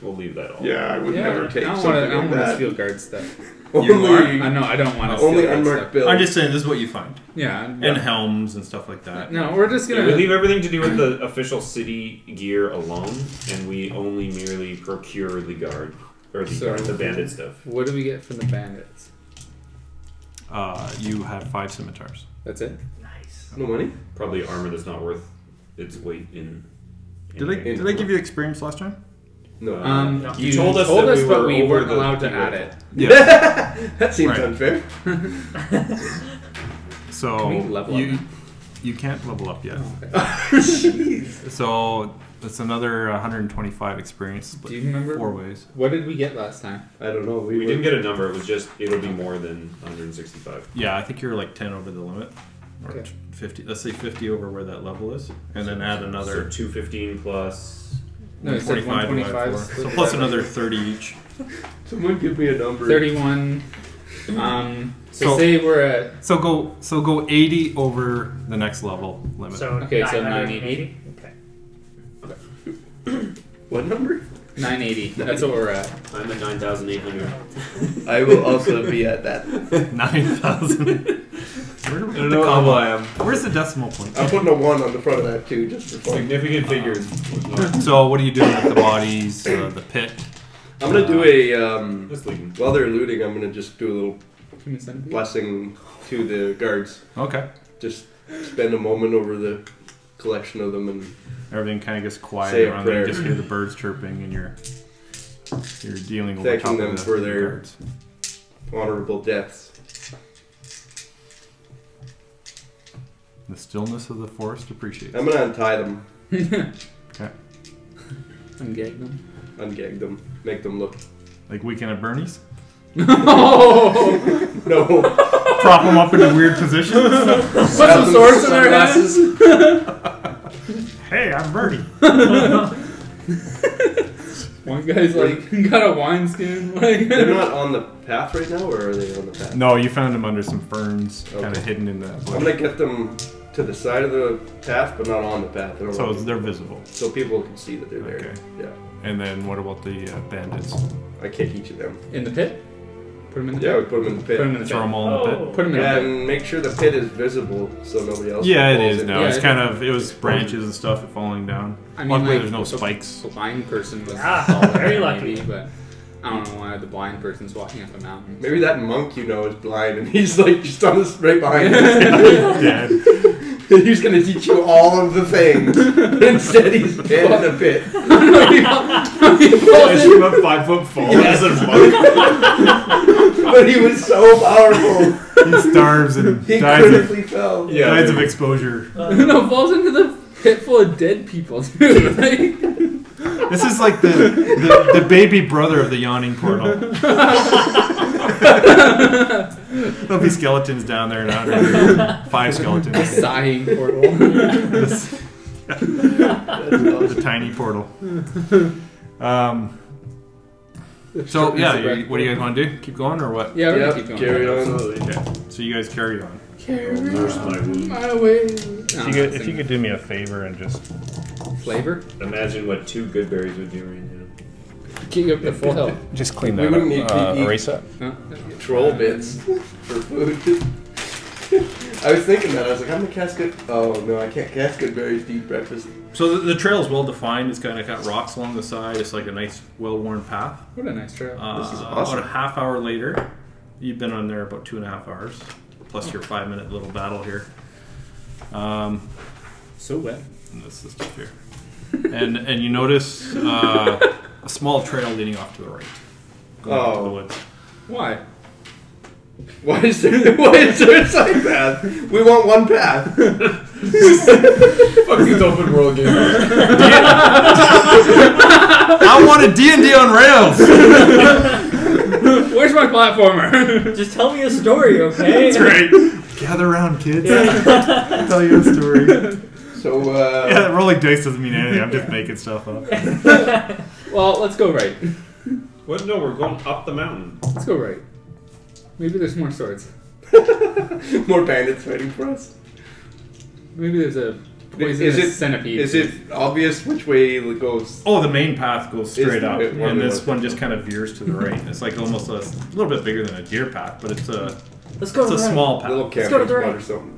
Speaker 2: We'll leave that all.
Speaker 3: Yeah, I would never
Speaker 5: I
Speaker 3: take
Speaker 5: don't
Speaker 3: something
Speaker 5: want to. I
Speaker 3: like
Speaker 5: don't want to
Speaker 3: that.
Speaker 5: steal guard stuff.
Speaker 3: Only,
Speaker 5: I know. I don't want to.
Speaker 3: only
Speaker 5: steal guard
Speaker 3: unmarked
Speaker 5: Stuff.
Speaker 3: bills.
Speaker 4: I'm just saying, this is what you find.
Speaker 5: Yeah.
Speaker 4: And helms and stuff like that.
Speaker 5: no, we're just
Speaker 2: Yeah,
Speaker 5: gonna
Speaker 2: we leave everything to do with the official city gear alone, and we only merely procure the guard or the
Speaker 5: So-
Speaker 2: guard, the bandit stuff.
Speaker 5: What do we get from the bandits?
Speaker 4: Uh, you have five scimitars.
Speaker 5: That's it.
Speaker 6: Nice.
Speaker 3: no money.
Speaker 2: Probably armor that's not worth its weight in.
Speaker 4: Did I, did I give you experience last time?
Speaker 3: No.
Speaker 5: Um,
Speaker 6: No.
Speaker 5: you,
Speaker 2: You told us that we
Speaker 5: but
Speaker 2: were
Speaker 5: we
Speaker 2: over
Speaker 5: weren't
Speaker 2: the-
Speaker 5: allowed to
Speaker 2: the-
Speaker 5: add it.
Speaker 4: Yeah.
Speaker 3: that seems
Speaker 4: right.
Speaker 3: unfair.
Speaker 4: So
Speaker 5: Can we level
Speaker 4: you
Speaker 5: up? Oh.
Speaker 4: you can't level up yet.
Speaker 3: Jeez.
Speaker 4: So that's another 125 experience
Speaker 5: Do
Speaker 4: split
Speaker 5: you remember
Speaker 4: four ways.
Speaker 5: what did we get last time?
Speaker 3: I don't know. We,
Speaker 2: We
Speaker 3: were-
Speaker 2: didn't get a number. It was just it'll be more than 165.
Speaker 4: Yeah, I think you're like 10 over the limit, or
Speaker 5: Okay.
Speaker 4: 50. Let's say 50 over where that level is, and then add
Speaker 2: So
Speaker 4: another
Speaker 2: 215 plus.
Speaker 5: No, it said
Speaker 4: 45 divided
Speaker 5: 125.
Speaker 4: four.
Speaker 5: split
Speaker 4: So plus
Speaker 5: by-
Speaker 4: another 30 each.
Speaker 3: Someone give me a number.
Speaker 5: 31. Um, so,
Speaker 4: So-
Speaker 5: say we're at
Speaker 4: So go so go 80 over the next level limit.
Speaker 6: So
Speaker 5: Okay, so
Speaker 6: 980. Okay.
Speaker 3: What number?
Speaker 5: 980. That's what we're at.
Speaker 2: I'm at 9,800.
Speaker 3: I will also be at that.
Speaker 4: 9,000. Where do we put the
Speaker 2: know
Speaker 4: comma?
Speaker 2: how I am.
Speaker 4: Where's the decimal point?
Speaker 3: I'm putting a one on the front of that too, just for fun.
Speaker 2: Significant figures.
Speaker 4: Uh, So what are you doing with the bodies, uh, the pit?
Speaker 3: I'm gonna do a. Um,
Speaker 2: Just leave them.
Speaker 3: while they're looting, I'm gonna just do a little
Speaker 5: Human centipede?
Speaker 3: blessing to the guards.
Speaker 4: Okay.
Speaker 3: Just spend a moment over the collection of them, and
Speaker 4: Everything kind of gets quiet
Speaker 3: Say a
Speaker 4: around there. You
Speaker 3: prayer.
Speaker 4: just hear the birds chirping and you're you're dealing over
Speaker 3: Thanking
Speaker 4: top
Speaker 3: them
Speaker 4: of the
Speaker 3: for their-
Speaker 4: guards.
Speaker 3: honorable deaths.
Speaker 4: The stillness of the forest appreciates.
Speaker 3: I'm gonna untie them,
Speaker 5: And gag them.
Speaker 3: ungag them, make them look.
Speaker 4: Like weekend at Bernie's.
Speaker 5: No!
Speaker 3: No,
Speaker 4: prop them up into weird positions.
Speaker 5: Put some swords in their heads.
Speaker 3: Sunglasses.
Speaker 4: Hey, I'm Birdie.
Speaker 5: One guy's like got a wineskin. Like
Speaker 3: They're not on the path right now, or are they on the path?
Speaker 4: No, you found him under some ferns, kind
Speaker 3: Okay.
Speaker 4: of hidden in that.
Speaker 3: I'm
Speaker 4: Bush.
Speaker 3: gonna get them to the side of the path, but not on the path. I don't want
Speaker 4: So it's-
Speaker 3: them-
Speaker 4: they're visible.
Speaker 3: so people can see that they're there.
Speaker 4: Okay.
Speaker 3: Yeah,
Speaker 4: And then what about the uh, bandits?
Speaker 3: I kick each of them.
Speaker 5: in the pit. Put him in the
Speaker 3: Yeah,
Speaker 5: pit.
Speaker 3: we put them in the
Speaker 5: Put
Speaker 3: pit.
Speaker 5: him in the
Speaker 4: Throw them
Speaker 5: pit.
Speaker 4: all in the pit.
Speaker 6: Oh.
Speaker 5: Put him in
Speaker 3: yeah,
Speaker 5: the pit.
Speaker 3: and make sure the pit is visible so nobody else.
Speaker 4: Yeah, it
Speaker 3: falls
Speaker 4: is
Speaker 3: in.
Speaker 4: now.
Speaker 5: Yeah,
Speaker 4: it's
Speaker 5: it
Speaker 4: kind of it was branches and stuff falling down.
Speaker 5: I mean,
Speaker 4: Luckily,
Speaker 5: like,
Speaker 4: there's no
Speaker 5: the-
Speaker 4: spikes.
Speaker 5: Blind person was
Speaker 6: Ah,
Speaker 5: all
Speaker 6: very
Speaker 5: there,
Speaker 6: lucky.
Speaker 5: maybe, but I don't know why the blind person's walking up a mountain.
Speaker 3: Maybe that monk you know is blind, and he's like just on this right behind us.
Speaker 4: Dead.
Speaker 3: he's gonna teach you all of the things. Instead, he's dead in the pit.
Speaker 8: It's from a five foot fall. That's a monk.
Speaker 3: But he was so powerful,
Speaker 4: He starves and
Speaker 3: he
Speaker 4: dies of,
Speaker 3: critically fell.
Speaker 8: Yeah.
Speaker 4: dies
Speaker 8: dude.
Speaker 4: of exposure.
Speaker 5: no, falls into the pit full of dead people, dude. Like,
Speaker 4: This is like the, the, the baby brother of the yawning portal. There'll be skeletons down there now. Five skeletons.
Speaker 5: sighing portal.
Speaker 4: This-
Speaker 3: That's awesome.
Speaker 4: the tiny portal. Um, so yeah, you, what do you guys want to do? Keep going or what?
Speaker 5: Yeah, we're
Speaker 3: Yep,
Speaker 5: gonna keep going.
Speaker 3: carry on.
Speaker 4: Okay. So you guys carry on.
Speaker 8: Nurse my wound.
Speaker 5: My way.
Speaker 7: If you, could, if you could do me a favor and just
Speaker 5: flavor,
Speaker 2: Imagine what two good berries would do right now.
Speaker 5: keep up the full health.
Speaker 7: just clean
Speaker 3: We
Speaker 7: that up,
Speaker 3: wouldn't need to
Speaker 7: uh,
Speaker 3: eat.
Speaker 7: erase that.
Speaker 5: No?
Speaker 3: troll bits for food. I was thinking that. I was like, I'm gonna cast good. Oh no, I can't cast good berries to eat breakfast.
Speaker 4: So the, the trail is well defined. It's kind of got rocks along the side. It's like a nice, well-worn path.
Speaker 5: What a nice trail.
Speaker 4: Uh,
Speaker 3: This is awesome.
Speaker 4: About a half hour later, you've been on there about two and a half hours, plus your five-minute little battle here. Um,
Speaker 5: so wet.
Speaker 4: and this is stuff here, and and you notice uh, a small trail leading off to the right, going into the
Speaker 3: Oh.
Speaker 4: woods.
Speaker 5: Why?
Speaker 3: Why is there? Why is there a side path? We want one path.
Speaker 8: Fuck these open world games.
Speaker 4: I want a D and D on rails.
Speaker 5: Where's my platformer?
Speaker 6: Just tell me a story, okay? That's right.
Speaker 4: Gather around, kids. I'll tell you a story.
Speaker 3: So uh,
Speaker 4: Yeah, rolling dice doesn't mean anything. I'm just making stuff up.
Speaker 5: well, let's go right.
Speaker 2: What? No, we're going up the mountain.
Speaker 5: Let's go right. Maybe there's more swords.
Speaker 3: more bandits waiting for us.
Speaker 5: Maybe there's a poisonous
Speaker 3: Is it
Speaker 5: centipede.
Speaker 3: Is it obvious which way it goes?
Speaker 4: Oh, the main path goes straight
Speaker 3: Is-
Speaker 4: up,
Speaker 3: it- one
Speaker 4: and
Speaker 3: of
Speaker 4: this
Speaker 3: those.
Speaker 4: one just kind of veers to the right. It's like almost a, a little bit bigger than a deer path, but it's a
Speaker 6: Let's go.
Speaker 4: it's a
Speaker 6: right.
Speaker 4: small
Speaker 3: Little
Speaker 4: path.
Speaker 6: Let's go to
Speaker 3: camping
Speaker 6: the
Speaker 3: spot
Speaker 6: right.
Speaker 3: or something.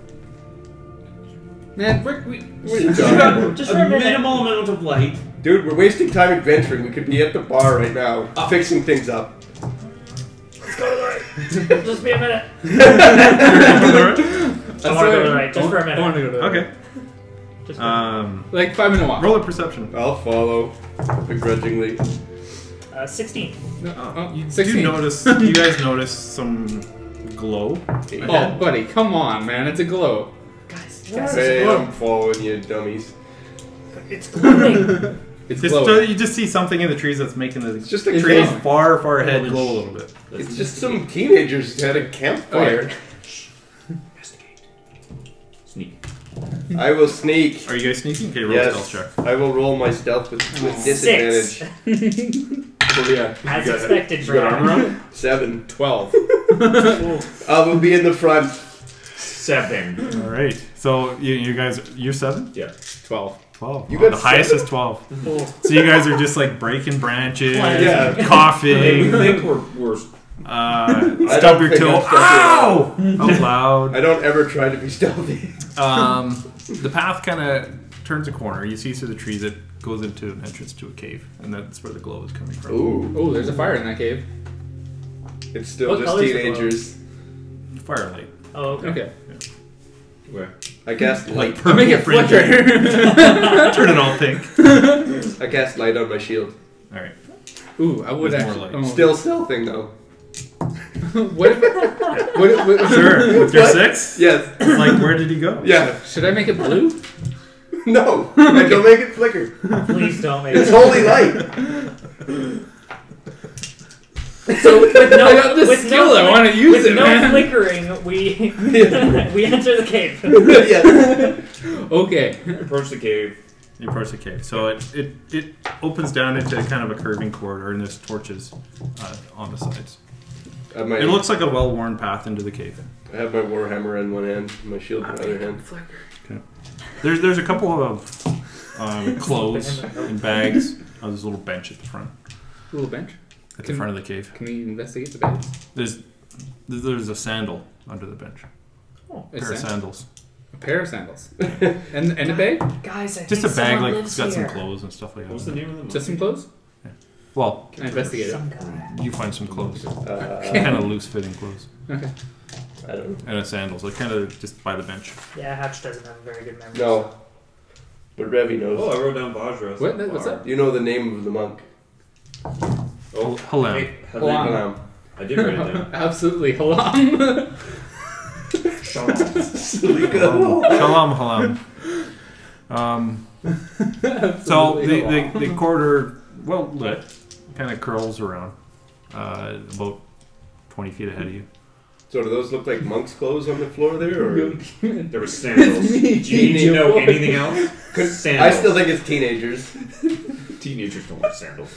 Speaker 5: Man, we're, we
Speaker 3: What are you talking about?
Speaker 6: Just for a
Speaker 2: A
Speaker 6: minute.
Speaker 2: minimal amount of light.
Speaker 3: Dude, we're wasting time adventuring. We could be at the bar right now,
Speaker 6: Ah.
Speaker 3: fixing things up.
Speaker 6: Just be a minute.
Speaker 5: I
Speaker 6: wanna go to the right, just for a minute.
Speaker 5: I want to go to the right.
Speaker 4: Okay.
Speaker 6: Just be-
Speaker 4: Um,
Speaker 5: Like five minute walk.
Speaker 4: roll a perception.
Speaker 3: I'll follow begrudgingly.
Speaker 6: uh, 16.
Speaker 5: No, oh,
Speaker 4: You do
Speaker 5: 16.
Speaker 4: notice. You guys notice some glow.
Speaker 5: Oh, buddy, come on, man. It's a glow.
Speaker 6: Guys, guys,
Speaker 3: Hey, I'm following you, dummies.
Speaker 6: it's glowing.
Speaker 5: It's
Speaker 4: Just,
Speaker 5: glowing.
Speaker 4: you just see something in the trees that's making the
Speaker 3: Oh, just a
Speaker 4: trees
Speaker 5: glow.
Speaker 4: far, far ahead glow a little bit.
Speaker 3: It's just some teenagers had a campfire.
Speaker 6: Oh,
Speaker 2: Sneak.
Speaker 3: I will sneak.
Speaker 4: Are you guys sneaking? Okay, roll a
Speaker 3: Yes,
Speaker 4: stealth
Speaker 3: I will roll my stealth with, with
Speaker 6: Six. Oh,
Speaker 3: disadvantage. So yeah,
Speaker 6: As expected,
Speaker 8: You got armor
Speaker 6: bro.
Speaker 8: on it?
Speaker 3: seven.
Speaker 5: 12.
Speaker 3: I will be in the front.
Speaker 8: Seven.
Speaker 4: check. All right. So you, you guys, you're seven,
Speaker 5: 12.
Speaker 4: twelve.
Speaker 3: You
Speaker 4: Wow,
Speaker 3: got
Speaker 4: the highest
Speaker 3: seven?
Speaker 4: is twelve.
Speaker 6: Oh.
Speaker 4: So you guys are just like breaking branches,
Speaker 6: Yeah.
Speaker 2: Hey, we
Speaker 4: coughing.
Speaker 2: think we're, we're
Speaker 4: Uh,
Speaker 3: I
Speaker 4: stub
Speaker 3: don't
Speaker 4: your
Speaker 3: think
Speaker 4: toe.
Speaker 3: I've
Speaker 4: Ow!
Speaker 3: stubbed
Speaker 4: Out loud.
Speaker 3: I don't ever try to be stealthy.
Speaker 4: Um, the path kind of turns a corner. You see through the trees. It goes into an entrance to a cave, and that's where the glow is coming from.
Speaker 3: Ooh,
Speaker 5: Oh, there's a fire in that cave.
Speaker 3: it's still
Speaker 6: What
Speaker 3: just
Speaker 6: color's the
Speaker 3: teenagers.
Speaker 4: Firelight.
Speaker 6: Oh, okay.
Speaker 5: Okay.
Speaker 2: where?
Speaker 3: I cast
Speaker 4: Like
Speaker 3: light.
Speaker 5: I make it
Speaker 4: purple
Speaker 5: flicker.
Speaker 4: fringes. Turn it all pink.
Speaker 3: I cast light on my shield.
Speaker 4: All right.
Speaker 5: Ooh, I would
Speaker 4: There's
Speaker 5: actually.
Speaker 4: more light.
Speaker 5: oh.
Speaker 3: Still stealthing though.
Speaker 5: what if. What if what,
Speaker 4: Sure. With your
Speaker 3: What?
Speaker 4: six,
Speaker 3: Yes.
Speaker 4: it's like where did he go?
Speaker 3: Yeah.
Speaker 5: Should I make it blue?
Speaker 3: No. I don't make it flicker.
Speaker 6: Please don't make
Speaker 3: It's
Speaker 6: it.
Speaker 3: holy light.
Speaker 6: So with no,
Speaker 5: I got this
Speaker 6: with
Speaker 5: skill,
Speaker 6: no
Speaker 5: I wanna
Speaker 6: flick-
Speaker 5: use
Speaker 6: with
Speaker 5: it,
Speaker 6: no
Speaker 5: man.
Speaker 6: flickering, we we enter the cave.
Speaker 3: yeah.
Speaker 5: Okay.
Speaker 2: Approach the cave.
Speaker 4: You approach the cave. So it, it, it opens down into kind of a curving corridor, and there's torches uh, on the sides.
Speaker 3: I, have my,
Speaker 4: It looks like a well worn path into the cave.
Speaker 3: I have my war hammer in one hand, my shield in the other hand.
Speaker 4: There's, there's a couple of um, clothes and bags. Oh, there's a little bench at the front.
Speaker 5: Little bench.
Speaker 4: At the
Speaker 5: Can-
Speaker 4: front of the cave.
Speaker 5: Can we investigate the bench?
Speaker 4: There's there's a sandal under the bench. A
Speaker 5: A
Speaker 4: pair of
Speaker 5: sand-
Speaker 4: sandals.
Speaker 5: a pair of sandals. and and a bag?
Speaker 6: Guys, I
Speaker 4: Just a
Speaker 6: think
Speaker 4: bag,
Speaker 6: someone
Speaker 4: like it's
Speaker 6: lives
Speaker 4: got some
Speaker 6: here.
Speaker 4: clothes and stuff like that.
Speaker 2: What's the name of the
Speaker 5: Just some clothes?
Speaker 4: Well,
Speaker 5: Can I investigate it?
Speaker 6: Some guy.
Speaker 4: you find some clothes.
Speaker 3: Uh,
Speaker 4: kind of loose fitting clothes.
Speaker 5: Okay.
Speaker 3: I don't know.
Speaker 4: And a sandals. Like kind of just by the bench.
Speaker 6: Yeah, Hutch doesn't have a very good memory.
Speaker 3: No. But Revy knows.
Speaker 2: Oh, I wrote down Vajra.
Speaker 5: What? That- What's up?
Speaker 3: You know the name of the monk.
Speaker 4: Oh, hello.
Speaker 2: Hey, hello.
Speaker 5: Hold on.
Speaker 3: Um,
Speaker 2: I did write it down.
Speaker 5: Absolutely. Halam.
Speaker 4: Shalom, Shalom, halam. Um, so the, the, the corridor, well lit, kind of curls around uh, about 20 feet ahead of you.
Speaker 3: so do those look like monk's clothes on the floor there? Or?
Speaker 2: There were sandals. Do you need to know anything else?
Speaker 3: I
Speaker 2: Sandals.
Speaker 3: still think it's teenagers.
Speaker 2: Teenagers don't wear sandals.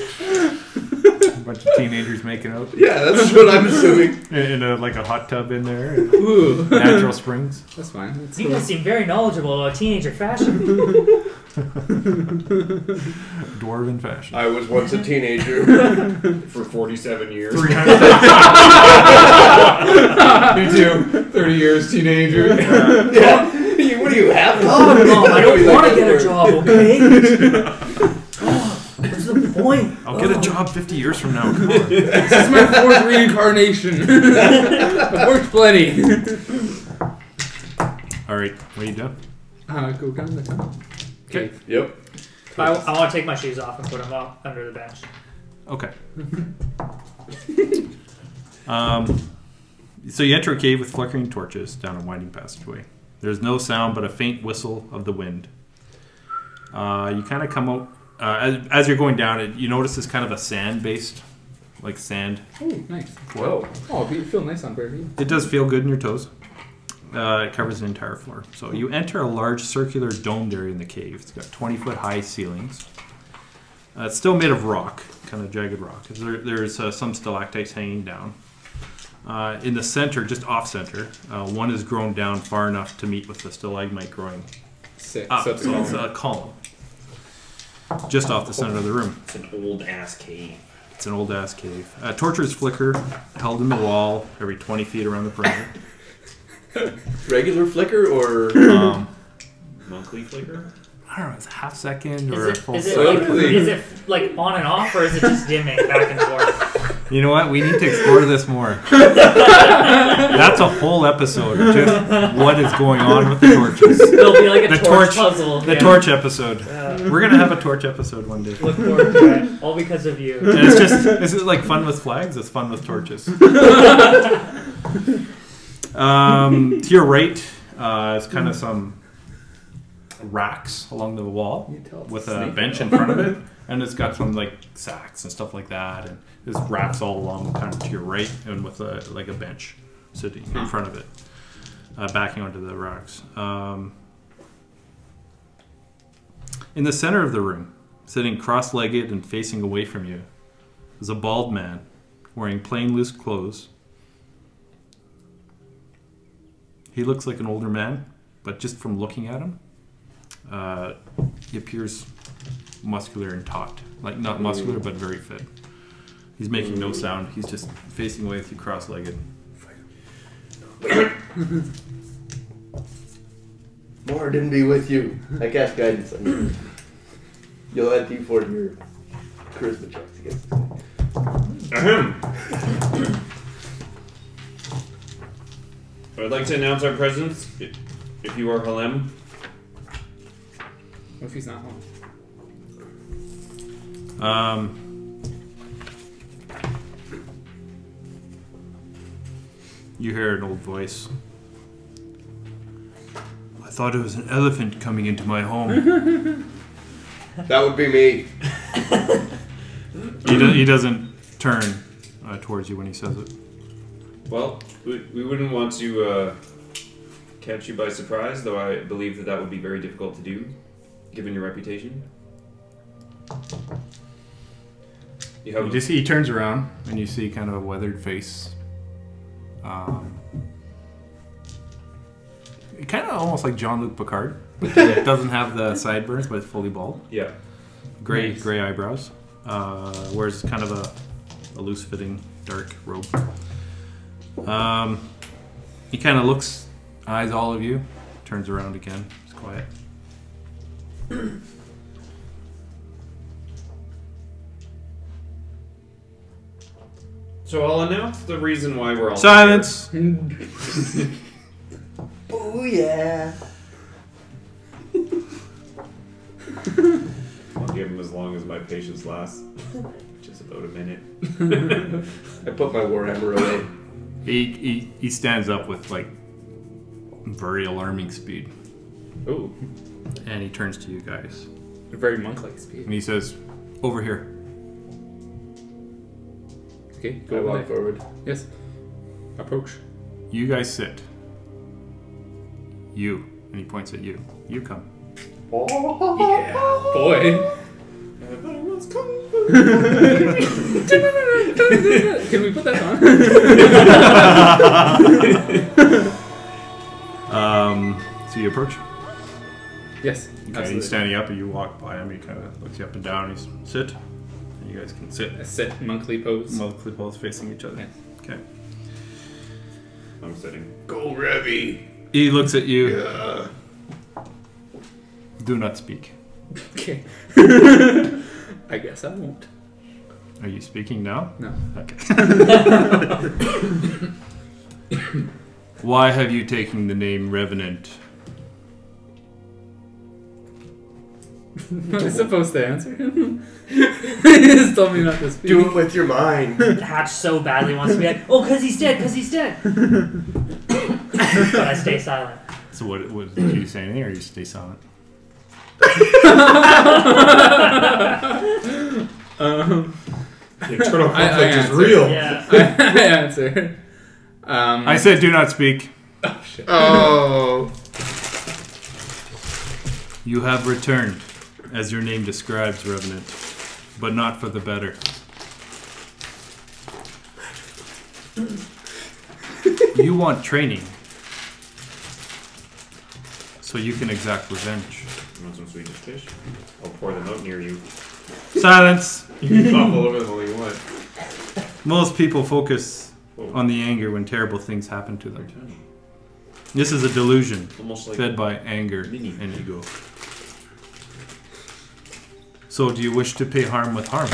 Speaker 4: A bunch of teenagers making out
Speaker 3: Yeah, that's what I'm assuming.
Speaker 4: in, in a, like a hot tub in there, and
Speaker 5: Ooh.
Speaker 4: natural springs.
Speaker 5: That's fine. That's
Speaker 6: You
Speaker 5: cool.
Speaker 6: guys seem very knowledgeable about teenager fashion.
Speaker 4: Dwarven fashion.
Speaker 3: I was once a teenager.
Speaker 2: For 47 years.
Speaker 4: 300,
Speaker 8: Me too. 30 years, teenager.
Speaker 3: yeah. You- what do you have?
Speaker 6: God, Mom, I don't
Speaker 3: Like
Speaker 6: want
Speaker 3: that
Speaker 6: to get a
Speaker 3: word.
Speaker 6: job, okay? God, what's the point?
Speaker 4: I'll get a job 50 years from now. Come on.
Speaker 5: this is my fourth reincarnation. I've worked plenty.
Speaker 4: All right, what are you doing?
Speaker 5: Uh, go down the tunnel. Okay.
Speaker 3: Yep.
Speaker 6: I, I want to take my shoes off and put them up under the bench.
Speaker 4: Okay. um, so you enter a cave with flickering torches down a winding passageway. There's no sound but a faint whistle of the wind. Uh, you kind of come out uh, as, as you're going down. It, you notice it's kind of a sand-based, like sand.
Speaker 5: Ooh, nice.
Speaker 3: Whoa.
Speaker 5: Oh, it'd be, feel nice on Prairie View.
Speaker 4: It does feel good in your toes. Uh, it covers the entire floor. So you enter a large circular domed area in the cave. It's got 20 foot high ceilings. Uh, it's still made of rock, kind of jagged rock. There, there's uh, some stalactites hanging down. Uh, in the center, just off center, uh, one is grown down far enough to meet with the stalagmite growing
Speaker 5: Sick.
Speaker 4: up.
Speaker 5: So it's
Speaker 4: so it's a column. Just off the center of the room.
Speaker 2: It's an old ass cave.
Speaker 4: It's an old ass cave. Uh, torches flicker, held in the wall every 20 feet around the perimeter.
Speaker 3: Regular flicker or
Speaker 4: Um,
Speaker 2: Monthly flicker?
Speaker 4: I don't know, it's a half second
Speaker 6: Is
Speaker 4: or a
Speaker 6: it,
Speaker 4: full
Speaker 6: is, it
Speaker 4: second.
Speaker 6: like,
Speaker 3: Really?
Speaker 6: is it like on and off, or is it just dimming back and forth?
Speaker 4: You know what? We need to explore this more. That's a whole episode. of Just what is going on with the torches?
Speaker 6: It'll be like a
Speaker 4: The
Speaker 6: torch,
Speaker 4: torch-
Speaker 6: puzzle.
Speaker 4: The
Speaker 6: yeah.
Speaker 4: torch episode.
Speaker 6: Yeah.
Speaker 4: We're gonna have a torch episode one day.
Speaker 6: Look forward to it. All because of you.
Speaker 4: And it's just it's just like fun with flags. It's fun with torches. um, to your right, uh, it's kind of some racks along the wall
Speaker 5: You tell it's
Speaker 4: with
Speaker 5: a
Speaker 4: a
Speaker 5: snake.
Speaker 4: bench in front of it, and it's got some like sacks and stuff like that, and there's racks all along kind of to your right, and with a like a bench sitting in front of it, uh, backing onto the racks. Um, in the center of the room, sitting cross legged and facing away from you, is a bald man wearing plain loose clothes. He looks like an older man, but just from looking at him, uh, he appears muscular and taut. Like, not muscular, but very fit. He's making no sound, he's just facing away with you cross legged.
Speaker 3: more didn't be with you. I cast guidance on you. You'll add D4 to your charisma checks again.
Speaker 2: Ahem. I'd like to announce our presence. i- If you are Halem,
Speaker 5: What if he's not home?
Speaker 4: Um, you hear an old voice. I thought it was an elephant coming into my home.
Speaker 3: That would be me.
Speaker 4: He, do, he doesn't turn uh, towards you when he says it.
Speaker 2: Well, we, we wouldn't want to uh, catch you by surprise, though I believe that that would be very difficult to do, given your reputation. You
Speaker 4: He
Speaker 2: have
Speaker 4: just he turns around and you see kind of a weathered face. Um, kind of almost like John Luc Picard. but it doesn't have the sideburns, but it's fully bald.
Speaker 2: yeah.
Speaker 4: Gray
Speaker 5: Nice.
Speaker 4: gray eyebrows. Uh, wears kind of a, a loose fitting dark robe. Um, he kind of looks, eyes all of you, turns around again. It's quiet.
Speaker 2: So I'll announce the reason why we're all here.
Speaker 4: Silence.
Speaker 3: Oh yeah.
Speaker 2: I'll give him as long as my patience lasts, which is about a minute.
Speaker 3: I put my warhammer away.
Speaker 4: He, he he stands up with like very alarming speed,
Speaker 5: Ooh,
Speaker 4: and he turns to you guys.
Speaker 5: very monk-like speed.
Speaker 4: And he says, Over here.
Speaker 5: Okay,
Speaker 3: I
Speaker 5: go over
Speaker 3: walk
Speaker 5: there.
Speaker 3: forward.
Speaker 5: Yes, approach.
Speaker 4: You guys sit. You. And he points at you. You come.
Speaker 5: Boy,
Speaker 2: Everybody wants kung
Speaker 5: can we put that on?
Speaker 4: Um, so you approach.
Speaker 5: yes,
Speaker 4: Okay, he's
Speaker 5: absolutely.
Speaker 4: standing up, and you walk by him. He kind of looks you up and down. He's sit. And you guys can sit.
Speaker 5: A set monkly pose.
Speaker 4: Mostly both facing each other.
Speaker 5: Yes.
Speaker 4: Okay.
Speaker 2: I'm sitting.
Speaker 3: Go, Revy.
Speaker 4: He looks at you. Do not speak.
Speaker 5: Okay. I guess I won't.
Speaker 4: Are you speaking now?
Speaker 5: No.
Speaker 4: Okay. Why have you taken the name Revenant?
Speaker 5: Am I supposed to answer him? He's told me not to speak.
Speaker 3: Do it with your mind.
Speaker 6: Hatch so badly wants to be like, oh, because he's dead, because he's dead. but I stay silent.
Speaker 4: So what? What did you say anything, or you stay silent?
Speaker 2: The internal
Speaker 5: I- I
Speaker 2: conflict is
Speaker 5: answer.
Speaker 2: real.
Speaker 6: Yeah.
Speaker 5: I answer. Um,
Speaker 4: I said, do not speak.
Speaker 5: Oh.
Speaker 4: You have returned, as your name describes, Revenant, but not for the better. you want training, so you can exact revenge.
Speaker 2: You want some Swedish fish? I'll pour them out near you.
Speaker 4: Silence.
Speaker 2: You can cough all over them all you want. Oh.
Speaker 4: Most people focus on the anger when terrible things happen to them. This is a delusion.
Speaker 2: Almost like
Speaker 4: fed by anger
Speaker 2: Mini.
Speaker 4: and ego. So, do you wish to pay harm with harm?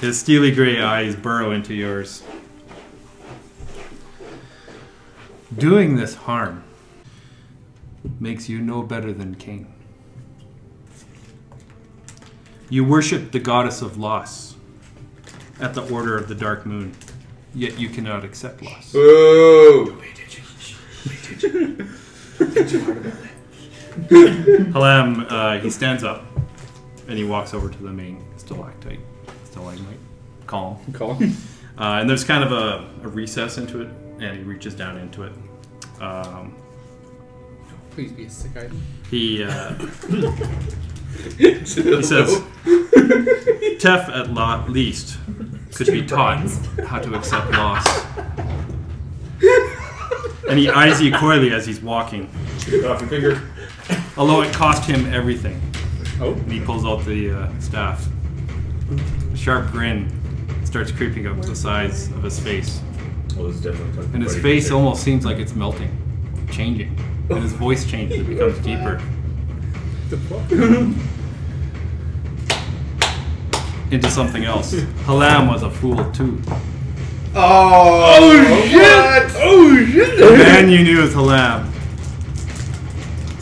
Speaker 4: His steely gray eyes burrow into yours. Doing this harm makes you no better than Cain. You worship the goddess of loss at the order of the dark moon, yet you cannot accept loss.
Speaker 3: Boo.
Speaker 4: Halam, uh, he stands up and he walks over to the main stalactite, stalagmite column.
Speaker 5: Call.
Speaker 4: Uh, and there's kind of a, a recess into it, and he reaches down into it. Um,
Speaker 5: Please be a sick item.
Speaker 4: he, uh, he says, Tef at lo- least could be taught how to accept loss. And he eyes you coyly as he's walking,
Speaker 2: off your finger.
Speaker 4: although it cost him everything.
Speaker 5: Oh.
Speaker 4: And he pulls out the uh, staff. A sharp grin starts creeping up the sides of his face.
Speaker 2: Well, this is definitely
Speaker 4: And his face almost seems like it's melting, changing. And his voice changes, it becomes deeper. Into something else. Halam was a fool too.
Speaker 3: Oh, shit! Oh
Speaker 4: The
Speaker 3: shit!
Speaker 4: man you knew as Halam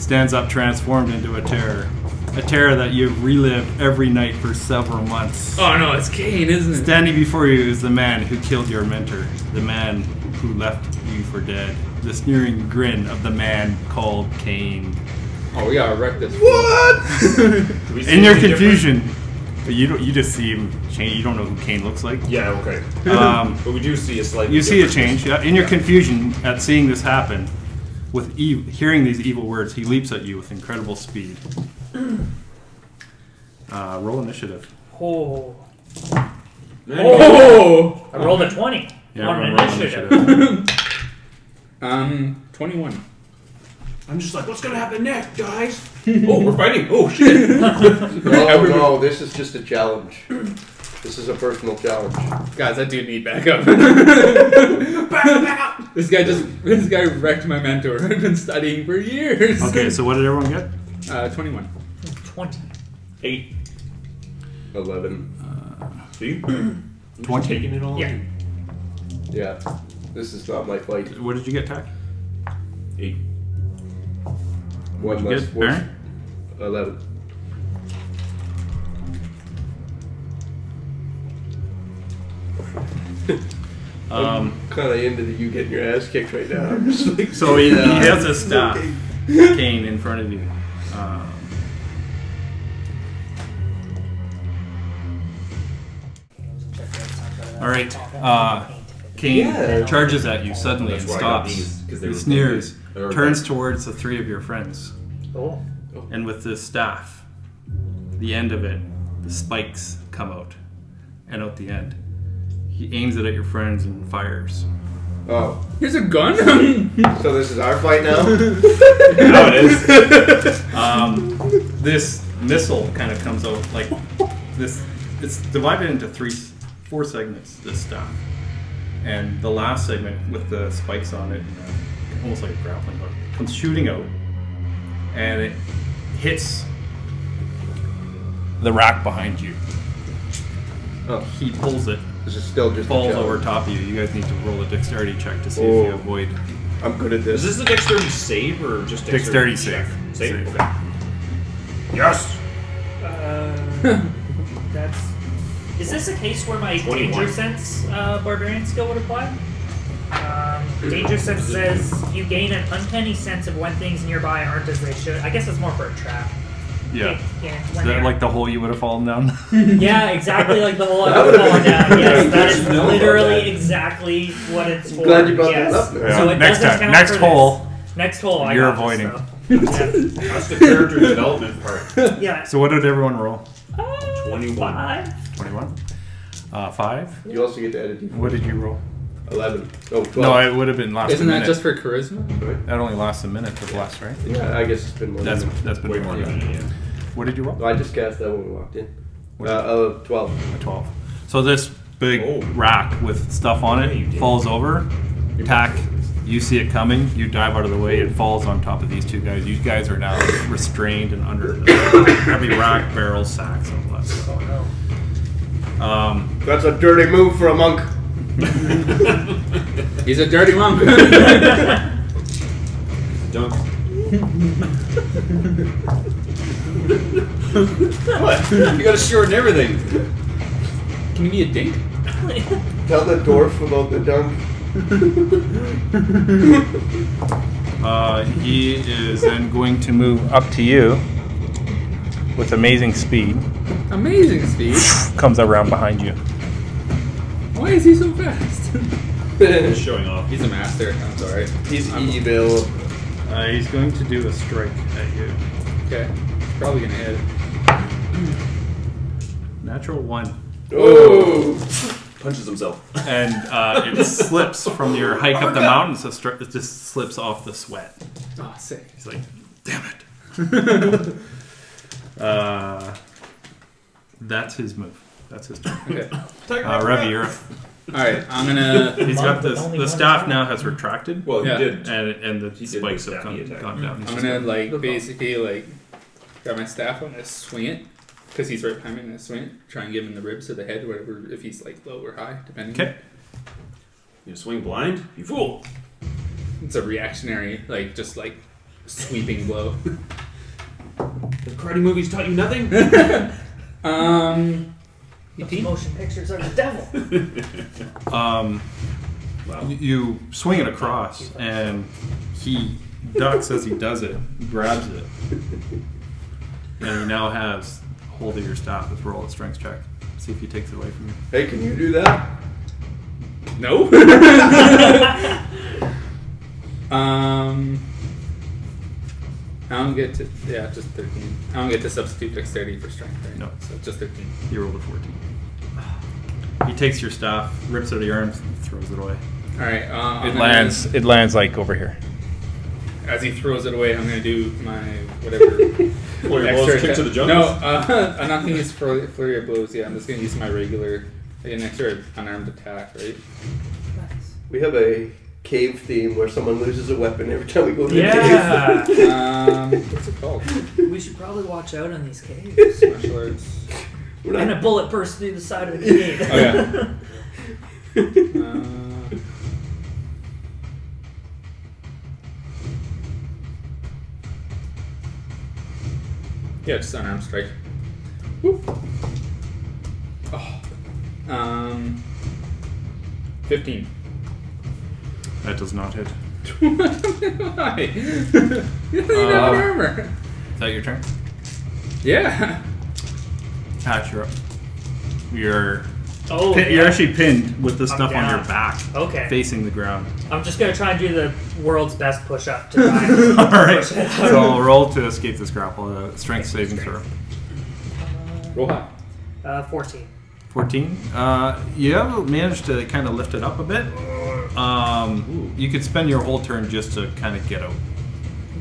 Speaker 4: stands up transformed into a terror. A terror that you've relived every night for several months.
Speaker 5: Oh no, it's Kane, isn't it?
Speaker 4: Standing before you is the man who killed your mentor, the man who left you for dead. The sneering grin of the man called Cain.
Speaker 5: Oh, we gotta wreck this.
Speaker 3: What?
Speaker 2: Do we see
Speaker 4: In your
Speaker 2: anything
Speaker 4: confusion, but you don't, you just see him change. You don't know who Kane looks like.
Speaker 2: different? Yeah, okay.
Speaker 4: Um,
Speaker 2: But we do see a slight.
Speaker 4: you see a change. Yeah. In your confusion at seeing this happen, with ev- hearing these evil words, he leaps at you with incredible speed. Uh, roll initiative.
Speaker 6: Oh.
Speaker 5: Oh!
Speaker 6: I rolled a 20
Speaker 4: Yeah,
Speaker 6: on an
Speaker 4: everyone roll
Speaker 6: initiative.
Speaker 5: Um, 21.
Speaker 2: I'm just like, what's gonna happen next, guys?
Speaker 8: Oh, we're fighting. Oh shit!
Speaker 3: No, no, this is just a challenge. This is a personal challenge.
Speaker 5: Guys, that dude need backup. This guy just, this guy wrecked my mentor. I've been studying for years.
Speaker 4: Okay, so what did everyone get?
Speaker 5: Uh, 21.
Speaker 6: 20.
Speaker 2: Eight.
Speaker 3: Eleven.
Speaker 2: So you
Speaker 4: Twenty.
Speaker 2: taking it all?
Speaker 6: Yeah.
Speaker 3: Yeah. This is not my fight.
Speaker 4: What did you get, Tack?
Speaker 2: Eight.
Speaker 3: One
Speaker 4: You
Speaker 3: less
Speaker 4: get
Speaker 3: force.
Speaker 4: Baron?
Speaker 3: Eleven.
Speaker 4: Um,
Speaker 3: Kind of into the you getting your ass kicked right now. I'm just like,
Speaker 2: uh,
Speaker 4: so he,
Speaker 3: Yeah.
Speaker 4: he has a staff cane in front of you. Um, all right. Uh, Kane
Speaker 3: Yeah.
Speaker 4: charges at you suddenly and
Speaker 2: why I got
Speaker 4: stops.
Speaker 2: these, 'cause they
Speaker 4: He
Speaker 2: were-
Speaker 4: sneers,
Speaker 2: they were
Speaker 4: turns towards the three of your friends,
Speaker 6: Oh.
Speaker 4: and with this staff, the end of it, the spikes come out, and out the end. He aims it at your friends and fires.
Speaker 3: oh,
Speaker 5: Here's a gun?
Speaker 3: so this is our fight now?
Speaker 2: Now it is.
Speaker 4: Um, this missile kind of comes out like this. It's divided into three, four segments. This staff, and the last segment with the spikes on it, and, uh, almost like a grappling hook, comes shooting out, and it hits the rack behind you.
Speaker 3: Oh.
Speaker 4: He pulls it,
Speaker 3: this is still just a
Speaker 4: falls
Speaker 3: challenge.
Speaker 4: over top of you. You guys need to roll a dexterity check to see if you
Speaker 3: Oh.
Speaker 4: avoid
Speaker 3: I'm good at
Speaker 2: Is
Speaker 3: this.
Speaker 2: this a dexterity save or just
Speaker 4: dexterity
Speaker 2: dexterity
Speaker 4: save.
Speaker 2: check? Save. Okay. Yes.
Speaker 6: Uh, that's. Is this a case where my
Speaker 2: 21.
Speaker 6: danger sense uh, barbarian skill would apply? Um, danger sense says you gain an uncanny sense of when things nearby aren't as they should. I guess it's more for a trap.
Speaker 4: Yeah.
Speaker 6: Yeah.
Speaker 4: Is that like the hole you would have fallen down?
Speaker 6: yeah, exactly like the whole
Speaker 3: That
Speaker 6: other
Speaker 3: would've
Speaker 6: falling
Speaker 3: been-
Speaker 6: down. Yes, that
Speaker 3: There's
Speaker 6: is
Speaker 3: no
Speaker 6: literally
Speaker 3: problem.
Speaker 6: exactly what it's for.
Speaker 3: glad you brought that
Speaker 6: yes.
Speaker 3: up there.
Speaker 6: So it
Speaker 4: Next
Speaker 6: doesn't
Speaker 4: time.
Speaker 6: count
Speaker 4: Next
Speaker 6: for this.
Speaker 4: hole.
Speaker 6: Next hole. I
Speaker 4: You're
Speaker 6: got
Speaker 4: avoiding.
Speaker 6: This, though.
Speaker 2: That's the character development part.
Speaker 6: yeah. yeah.
Speaker 4: So what did everyone roll?
Speaker 6: Uh,
Speaker 2: 21.
Speaker 6: five.
Speaker 4: 21. Uh, 5.
Speaker 3: You also get to edit.
Speaker 4: What did you roll?
Speaker 3: 11. Oh, 12.
Speaker 4: No, it would have been last
Speaker 5: Isn't
Speaker 4: a
Speaker 5: that
Speaker 4: minute.
Speaker 5: just for charisma?
Speaker 4: that only lasts a minute for blast, right?
Speaker 3: yeah, I guess it's been more
Speaker 4: That's
Speaker 3: than
Speaker 4: That's been
Speaker 2: Way more than it, yeah.
Speaker 4: What did you roll?
Speaker 3: No, I just cast that when we walked in. Uh, uh, 12.
Speaker 4: A 12. So this big
Speaker 2: Oh.
Speaker 4: rack with stuff on
Speaker 2: you
Speaker 4: it
Speaker 2: did.
Speaker 4: falls over. Tack, you see it coming. You dive out of the way. It falls on top of these two guys. You guys are now restrained and under the heavy rack, barrels, sacks, and all that stuff. Um,
Speaker 3: That's a dirty move for a monk.
Speaker 5: He's a dirty monk.
Speaker 2: Dunk.
Speaker 3: What?
Speaker 2: You got to shorten everything.
Speaker 5: Can you be a dink?
Speaker 3: Tell the dwarf about the dunk.
Speaker 4: uh, he is then going to move up to you with amazing speed.
Speaker 5: Amazing speed.
Speaker 4: Comes around behind you.
Speaker 5: Why is he so fast?
Speaker 2: Just showing off.
Speaker 5: He's a master. I'm sorry.
Speaker 3: He's
Speaker 5: I'm-
Speaker 3: evil.
Speaker 4: Uh, he's going to do a strike at you.
Speaker 5: Okay. Probably gonna hit.
Speaker 4: Natural one.
Speaker 3: Oh!
Speaker 2: Punches himself.
Speaker 4: And uh, it slips from your hike up the mountain, so stri- it just slips off the sweat.
Speaker 5: Oh, sick.
Speaker 4: He's like, damn it. uh, that's his move. That's his turn.
Speaker 5: Okay.
Speaker 4: Uh, Revi, you're up.
Speaker 5: Alright, I'm gonna.
Speaker 4: He's got this. The staff now has retracted,
Speaker 2: Well,
Speaker 5: Yeah.
Speaker 2: he did.
Speaker 4: and and the
Speaker 2: He did
Speaker 4: spikes
Speaker 2: the
Speaker 4: have
Speaker 2: staffy
Speaker 4: come,
Speaker 2: attack.
Speaker 4: gone down.
Speaker 5: I'm gonna like basically like grab my staff. I'm gonna swing it because he's right behind me. I'm gonna swing it, try and give him the ribs or the head, whatever. If he's like low or high, depending.
Speaker 4: Okay.
Speaker 2: You swing blind? You fool.
Speaker 5: It's a reactionary, like just like sweeping blow.
Speaker 2: The karate movies taught you nothing?
Speaker 5: um,
Speaker 6: Those motion pictures are the devil.
Speaker 4: Um,
Speaker 2: Wow.
Speaker 4: y- you swing it across, and he Doc says he does it, grabs it, and he now has hold of your staff. Let's roll a strength check. See if he takes it away from you.
Speaker 3: Hey, can you do that?
Speaker 5: No. um, I don't get to yeah, just thirteen. I don't get to substitute dexterity for strength, right?
Speaker 4: No.
Speaker 5: so just thirteen.
Speaker 4: He rolled a 14. He takes your staff, rips it out of your arms, and throws it away.
Speaker 5: All right. Uh, I'm
Speaker 7: It
Speaker 5: gonna-
Speaker 7: lands. It lands like over here.
Speaker 5: as he throws it away. I'm gonna do my whatever.
Speaker 2: Well, your
Speaker 5: extra
Speaker 2: blows kick to
Speaker 5: atta-
Speaker 2: the jumps.
Speaker 5: No, uh, I'm not gonna use flurry, flurry of blows. Yeah, I'm just gonna use my regular, like an extra unarmed attack, right?
Speaker 6: Nice.
Speaker 3: We have a cave theme where someone loses a weapon every time we go to
Speaker 6: Yeah.
Speaker 3: the cave.
Speaker 5: Um, what's it called?
Speaker 6: We should probably watch out on these caves.
Speaker 5: Martial arts.
Speaker 3: We're
Speaker 6: and
Speaker 3: not,
Speaker 6: a bullet burst through the side of the cave.
Speaker 5: Oh, yeah. Uh, yeah, just unarmed strike. Whoop. Oh. Um, 15.
Speaker 4: That does not hit.
Speaker 5: Why? you don't even have an
Speaker 4: Uh,
Speaker 5: armor.
Speaker 4: Is that your turn?
Speaker 5: Yeah.
Speaker 4: Patch, you're up. You're,
Speaker 6: Oh,
Speaker 4: pin- you're actually pinned with the stuff on
Speaker 6: down.
Speaker 4: your back,
Speaker 6: okay.
Speaker 4: facing the ground.
Speaker 6: I'm just gonna try and do the world's best push up to try and
Speaker 4: All right.
Speaker 6: push it.
Speaker 4: So I'll roll to escape this grapple. Uh, strength saving throw.
Speaker 5: Roll high.
Speaker 6: Uh, 14.
Speaker 4: 14. Uh, you have managed to kind of lift it up a bit. Um, you could spend your whole turn just to kind of get out,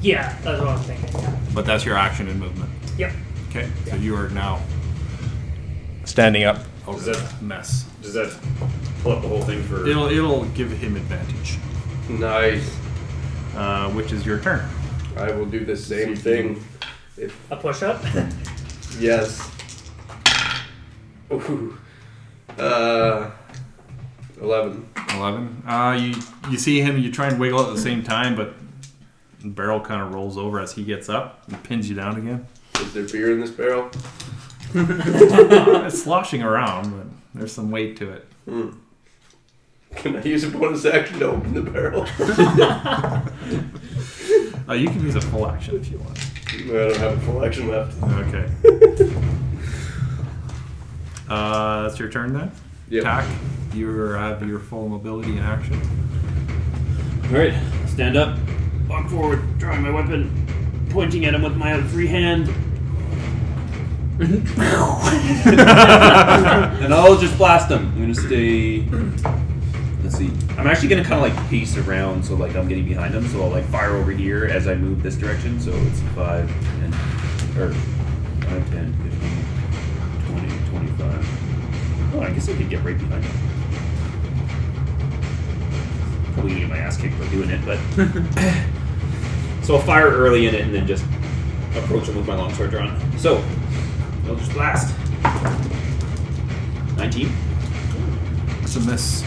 Speaker 6: Yeah, that's what I'm thinking. Yeah.
Speaker 4: but that's your action and movement.
Speaker 6: Yep.
Speaker 4: Okay. So you are now
Speaker 7: Standing up.
Speaker 4: over
Speaker 2: Is that-
Speaker 4: the mess.
Speaker 2: Does that pull up the whole thing for?
Speaker 4: It'll it'll give him advantage,
Speaker 3: nice.
Speaker 4: uh, which is your turn.
Speaker 3: I will do the same thing. If
Speaker 6: A push up?
Speaker 3: yes. Ooh. Uh, eleven.
Speaker 4: 11. Uh, you you see him. You try and wiggle at the same time, but the barrel kind of rolls over as he gets up and pins you down again.
Speaker 3: Is there beer in this barrel?
Speaker 4: it's sloshing around, but there's some weight to it.
Speaker 3: Can I use a bonus action to open the barrel?
Speaker 4: Uh, you can use a full action if you want.
Speaker 3: I don't have a full action left.
Speaker 4: Okay. uh, that's your turn then.
Speaker 3: Yep.
Speaker 4: Attack. You have your full mobility in action.
Speaker 9: All right, stand up, walk forward, drawing my weapon, pointing at him with my other free hand, and I'll just blast him. I'm gonna stay. Let's see. I'm actually gonna kind of like pace around, so like I'm getting behind him, so I'll like fire over here as I move this direction. So it's five, ten, or five, ten, fifteen, twenty, twenty-five. Oh, I guess I could get right behind him. Probably gonna get my ass kicked by doing it, but
Speaker 2: So I'll fire early in it and then just approach him with my longsword drawn.
Speaker 9: So, I'll just blast. 19.
Speaker 4: It's a miss.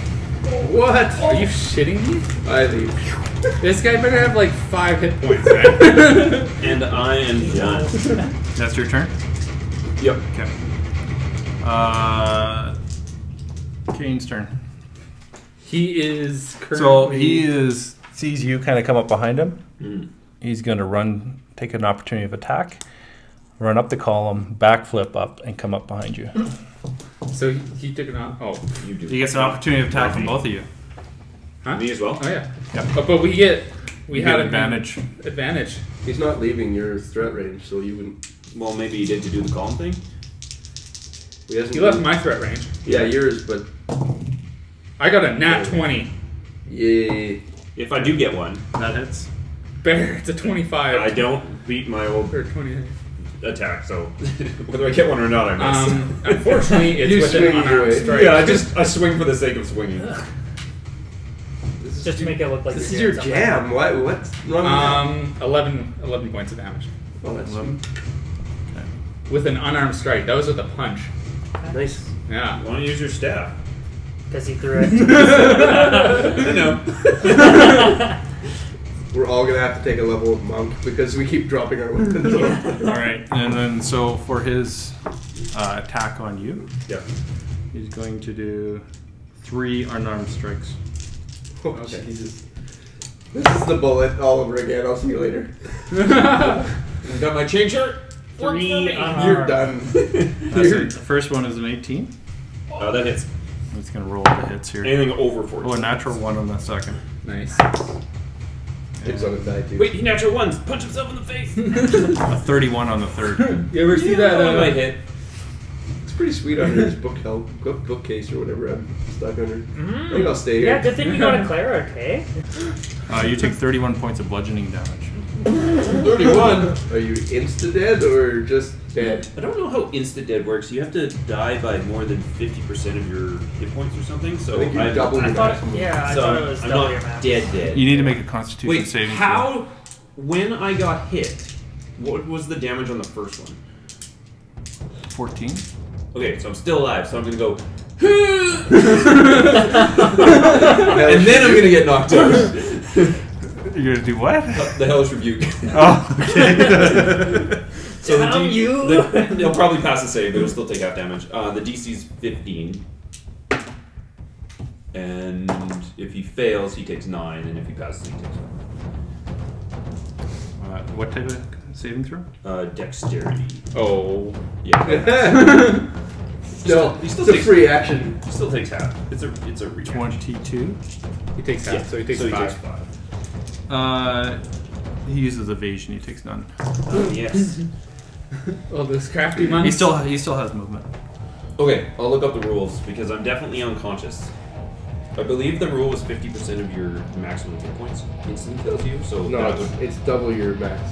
Speaker 3: What?
Speaker 5: Are you shitting me?
Speaker 3: I leave.
Speaker 5: This guy better have like five hit points, man.
Speaker 9: And I am done.
Speaker 4: That's your turn.
Speaker 9: Yep.
Speaker 4: Okay. Uh, Kane's turn.
Speaker 5: he is currently.
Speaker 4: So he is
Speaker 7: Sees you kind of come up behind him. He's going to run, take an opportunity of attack, run up the column, backflip up, and come up behind you.
Speaker 5: So he, he took it on. Oh,
Speaker 2: You do.
Speaker 4: He gets an opportunity to attack from both of you.
Speaker 5: huh?
Speaker 2: Me as well.
Speaker 5: Oh yeah.
Speaker 7: Yeah.
Speaker 5: But, but we get we
Speaker 4: You
Speaker 5: had
Speaker 4: get advantage.
Speaker 5: Advantage.
Speaker 3: He's not leaving your threat range, so you wouldn't.
Speaker 2: Well, maybe you did to do the calm thing.
Speaker 3: He hasn't.
Speaker 5: You left my threat range.
Speaker 3: Yeah, yours, but
Speaker 5: I got a nat twenty.
Speaker 3: yeah.
Speaker 2: If I do get one,
Speaker 4: That hits.
Speaker 5: Bear, it's a twenty-five.
Speaker 2: I don't beat my old
Speaker 5: or twenty.
Speaker 2: attack. So whether I get one or not, I miss.
Speaker 5: Um, unfortunately, it's
Speaker 3: You
Speaker 5: with
Speaker 3: swing
Speaker 5: an
Speaker 3: your
Speaker 5: unarmed
Speaker 3: way.
Speaker 5: strike.
Speaker 2: yeah, I just I swing for the sake of swinging.
Speaker 3: This is
Speaker 6: Just to
Speaker 3: your-
Speaker 6: make it look like
Speaker 3: This is
Speaker 6: you're
Speaker 3: your
Speaker 6: doing
Speaker 3: jam. Why? What's wrong?
Speaker 5: Um, 11, 11 points of damage
Speaker 3: with that? Oh, that's
Speaker 5: with an unarmed strike. That was with a punch.
Speaker 3: nice.
Speaker 5: Yeah.
Speaker 2: Why don't you use your staff?
Speaker 6: Because he threw it.
Speaker 2: I know.
Speaker 3: We're all gonna have to take a level of monk because we keep dropping our weapons.
Speaker 4: All right, and then so for his uh, attack on you,
Speaker 2: Yeah.
Speaker 4: he's going to do three unarmed strikes.
Speaker 3: oh, Jesus. This is the bullet all over again. I'll see you later.
Speaker 8: Got my chain shirt?
Speaker 6: Three uh-huh. unarmed.
Speaker 3: You're done. You're-
Speaker 4: The first one is an 18.
Speaker 2: Oh, that hits.
Speaker 4: I'm just going to roll the hits here.
Speaker 2: Anything over
Speaker 4: Oh,
Speaker 2: 14.
Speaker 4: a natural one on the second.
Speaker 5: Nice.
Speaker 3: It's on the die too.
Speaker 2: Wait, he natural ones. Punch himself in the face.
Speaker 4: A 31 on the third.
Speaker 5: You ever see that?
Speaker 2: That one might
Speaker 5: Uh,
Speaker 2: hit.
Speaker 3: It's pretty sweet under this book help, book, bookcase or whatever I'm stuck under. I think I'll stay here.
Speaker 6: Yeah, good thing you go to Clara, okay?
Speaker 4: Uh, you take 31 points of bludgeoning damage.
Speaker 3: 31. Are you insta dead or just dead?
Speaker 2: I don't know how instant dead works. You have to die by more than 50% of your hit points or something. So
Speaker 3: I think you
Speaker 2: I'm-
Speaker 3: double
Speaker 6: I
Speaker 3: your
Speaker 6: thought,
Speaker 3: maximum.
Speaker 6: yeah, I
Speaker 2: so
Speaker 6: thought it was
Speaker 2: I'm
Speaker 6: double
Speaker 2: not
Speaker 6: your max.
Speaker 2: dead dead.
Speaker 4: You need to make a constitution
Speaker 2: Wait,
Speaker 4: saving throw.
Speaker 2: how? When I got hit, what was the damage on the first one?
Speaker 4: 14?
Speaker 2: Okay, so I'm still alive. So I'm gonna go.
Speaker 3: and
Speaker 2: Then I'm gonna get knocked out.
Speaker 4: You're going to do what?
Speaker 2: Uh, the hellish rebuke.
Speaker 4: Oh, okay.
Speaker 2: So the
Speaker 6: Damn
Speaker 2: D,
Speaker 6: you.
Speaker 2: the- he'll probably pass the save, but he'll still take half damage. Uh, the DC's 15. And if he fails, he takes 9, and if he passes, he takes 1.
Speaker 4: uh, what type of saving throw?
Speaker 2: Uh, dexterity.
Speaker 8: Oh.
Speaker 2: Yeah.
Speaker 3: Still,
Speaker 2: He
Speaker 3: it's
Speaker 2: still
Speaker 3: a
Speaker 2: takes-
Speaker 3: free action.
Speaker 2: He still takes half. It's a it's a reach.
Speaker 4: 22.
Speaker 5: he takes half,
Speaker 2: Yeah,
Speaker 5: so he takes five.
Speaker 4: Uh, he uses evasion. He takes none.
Speaker 2: Uh, yes.
Speaker 5: Oh, this crafty money.
Speaker 4: He still he still has movement.
Speaker 2: Okay, I'll look up the rules because I'm definitely unconscious. I believe the rule was 50% of your maximum hit points instantly kills you, so
Speaker 3: No,
Speaker 2: that
Speaker 3: it's,
Speaker 2: would.
Speaker 3: it's double your max.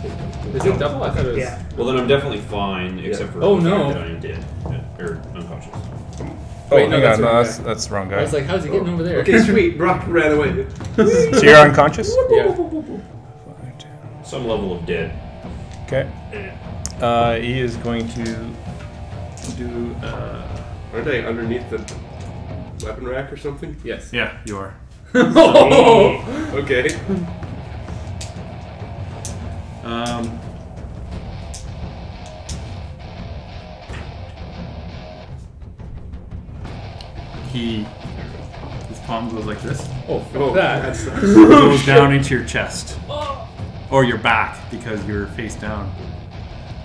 Speaker 5: Is it double? I thought it was.
Speaker 6: Yeah.
Speaker 2: Well, then I'm definitely fine, except for
Speaker 5: Oh,
Speaker 2: the fact
Speaker 5: no.
Speaker 2: that I am dead. Yeah, or unconscious.
Speaker 7: Oh,
Speaker 5: Wait, no,
Speaker 7: hang on. No,
Speaker 5: that's the wrong
Speaker 7: that's, that's the wrong
Speaker 5: I
Speaker 7: guy.
Speaker 5: was like, how's he getting over there?
Speaker 3: Okay, sweet. Brock ran away.
Speaker 7: so you're unconscious?
Speaker 5: Yeah.
Speaker 2: Some level of dead.
Speaker 7: Okay. Uh, he is going to do. Uh,
Speaker 3: Aren't I underneath the weapon rack or something?
Speaker 5: Yes.
Speaker 4: Yeah, you are.
Speaker 5: Oh!
Speaker 3: Okay.
Speaker 4: Um, he his palm goes like this,
Speaker 5: Oh, fuck that.
Speaker 3: that's
Speaker 4: goes down into your chest or your back because you're face down.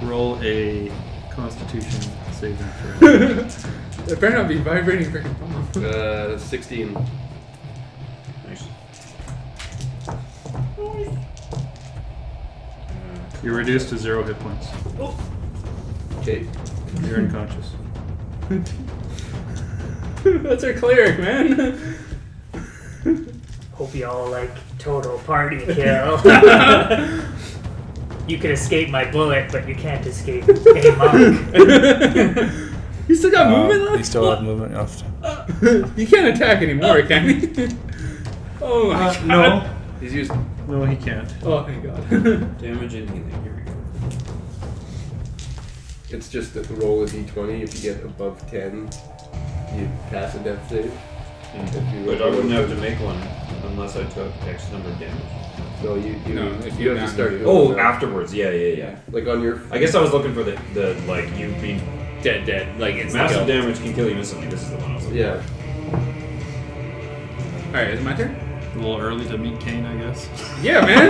Speaker 4: Roll a Constitution saving throw.
Speaker 5: It better not be vibrating freaking phone.
Speaker 3: uh, 16.
Speaker 2: Nice.
Speaker 4: You're reduced to zero hit points.
Speaker 3: Okay.
Speaker 4: You're unconscious.
Speaker 5: That's our cleric, man.
Speaker 6: Hope y'all like total party kill. you can escape my bullet, but you can't escape a monk.
Speaker 5: you still got movement
Speaker 7: uh,
Speaker 5: left?
Speaker 7: you still have movement left.
Speaker 5: You can't attack anymore, can you? oh my god.
Speaker 4: no,
Speaker 3: He's used.
Speaker 4: no, he can't.
Speaker 5: Oh, thank god.
Speaker 2: Damage and healing. Here we go.
Speaker 3: It's just that the roll is d20. If you get above 10, you pass a death save. If you
Speaker 2: Mm. But I wouldn't have to make one unless I took X number of damage.
Speaker 3: No, you, you,
Speaker 5: No, if
Speaker 3: you,
Speaker 5: you're
Speaker 3: have to
Speaker 5: not-
Speaker 3: start. doing
Speaker 2: Oh,
Speaker 3: that.
Speaker 2: afterwards. Yeah, yeah, yeah.
Speaker 3: Like on your.
Speaker 2: I guess I was looking for the, the like, you being
Speaker 5: dead, dead. Like, it's
Speaker 2: massive damage can kill you instantly. This is the one I was looking
Speaker 3: Yeah.
Speaker 5: Alright, is it my turn?
Speaker 4: A little early to meet Kane, I guess.
Speaker 5: Yeah, man.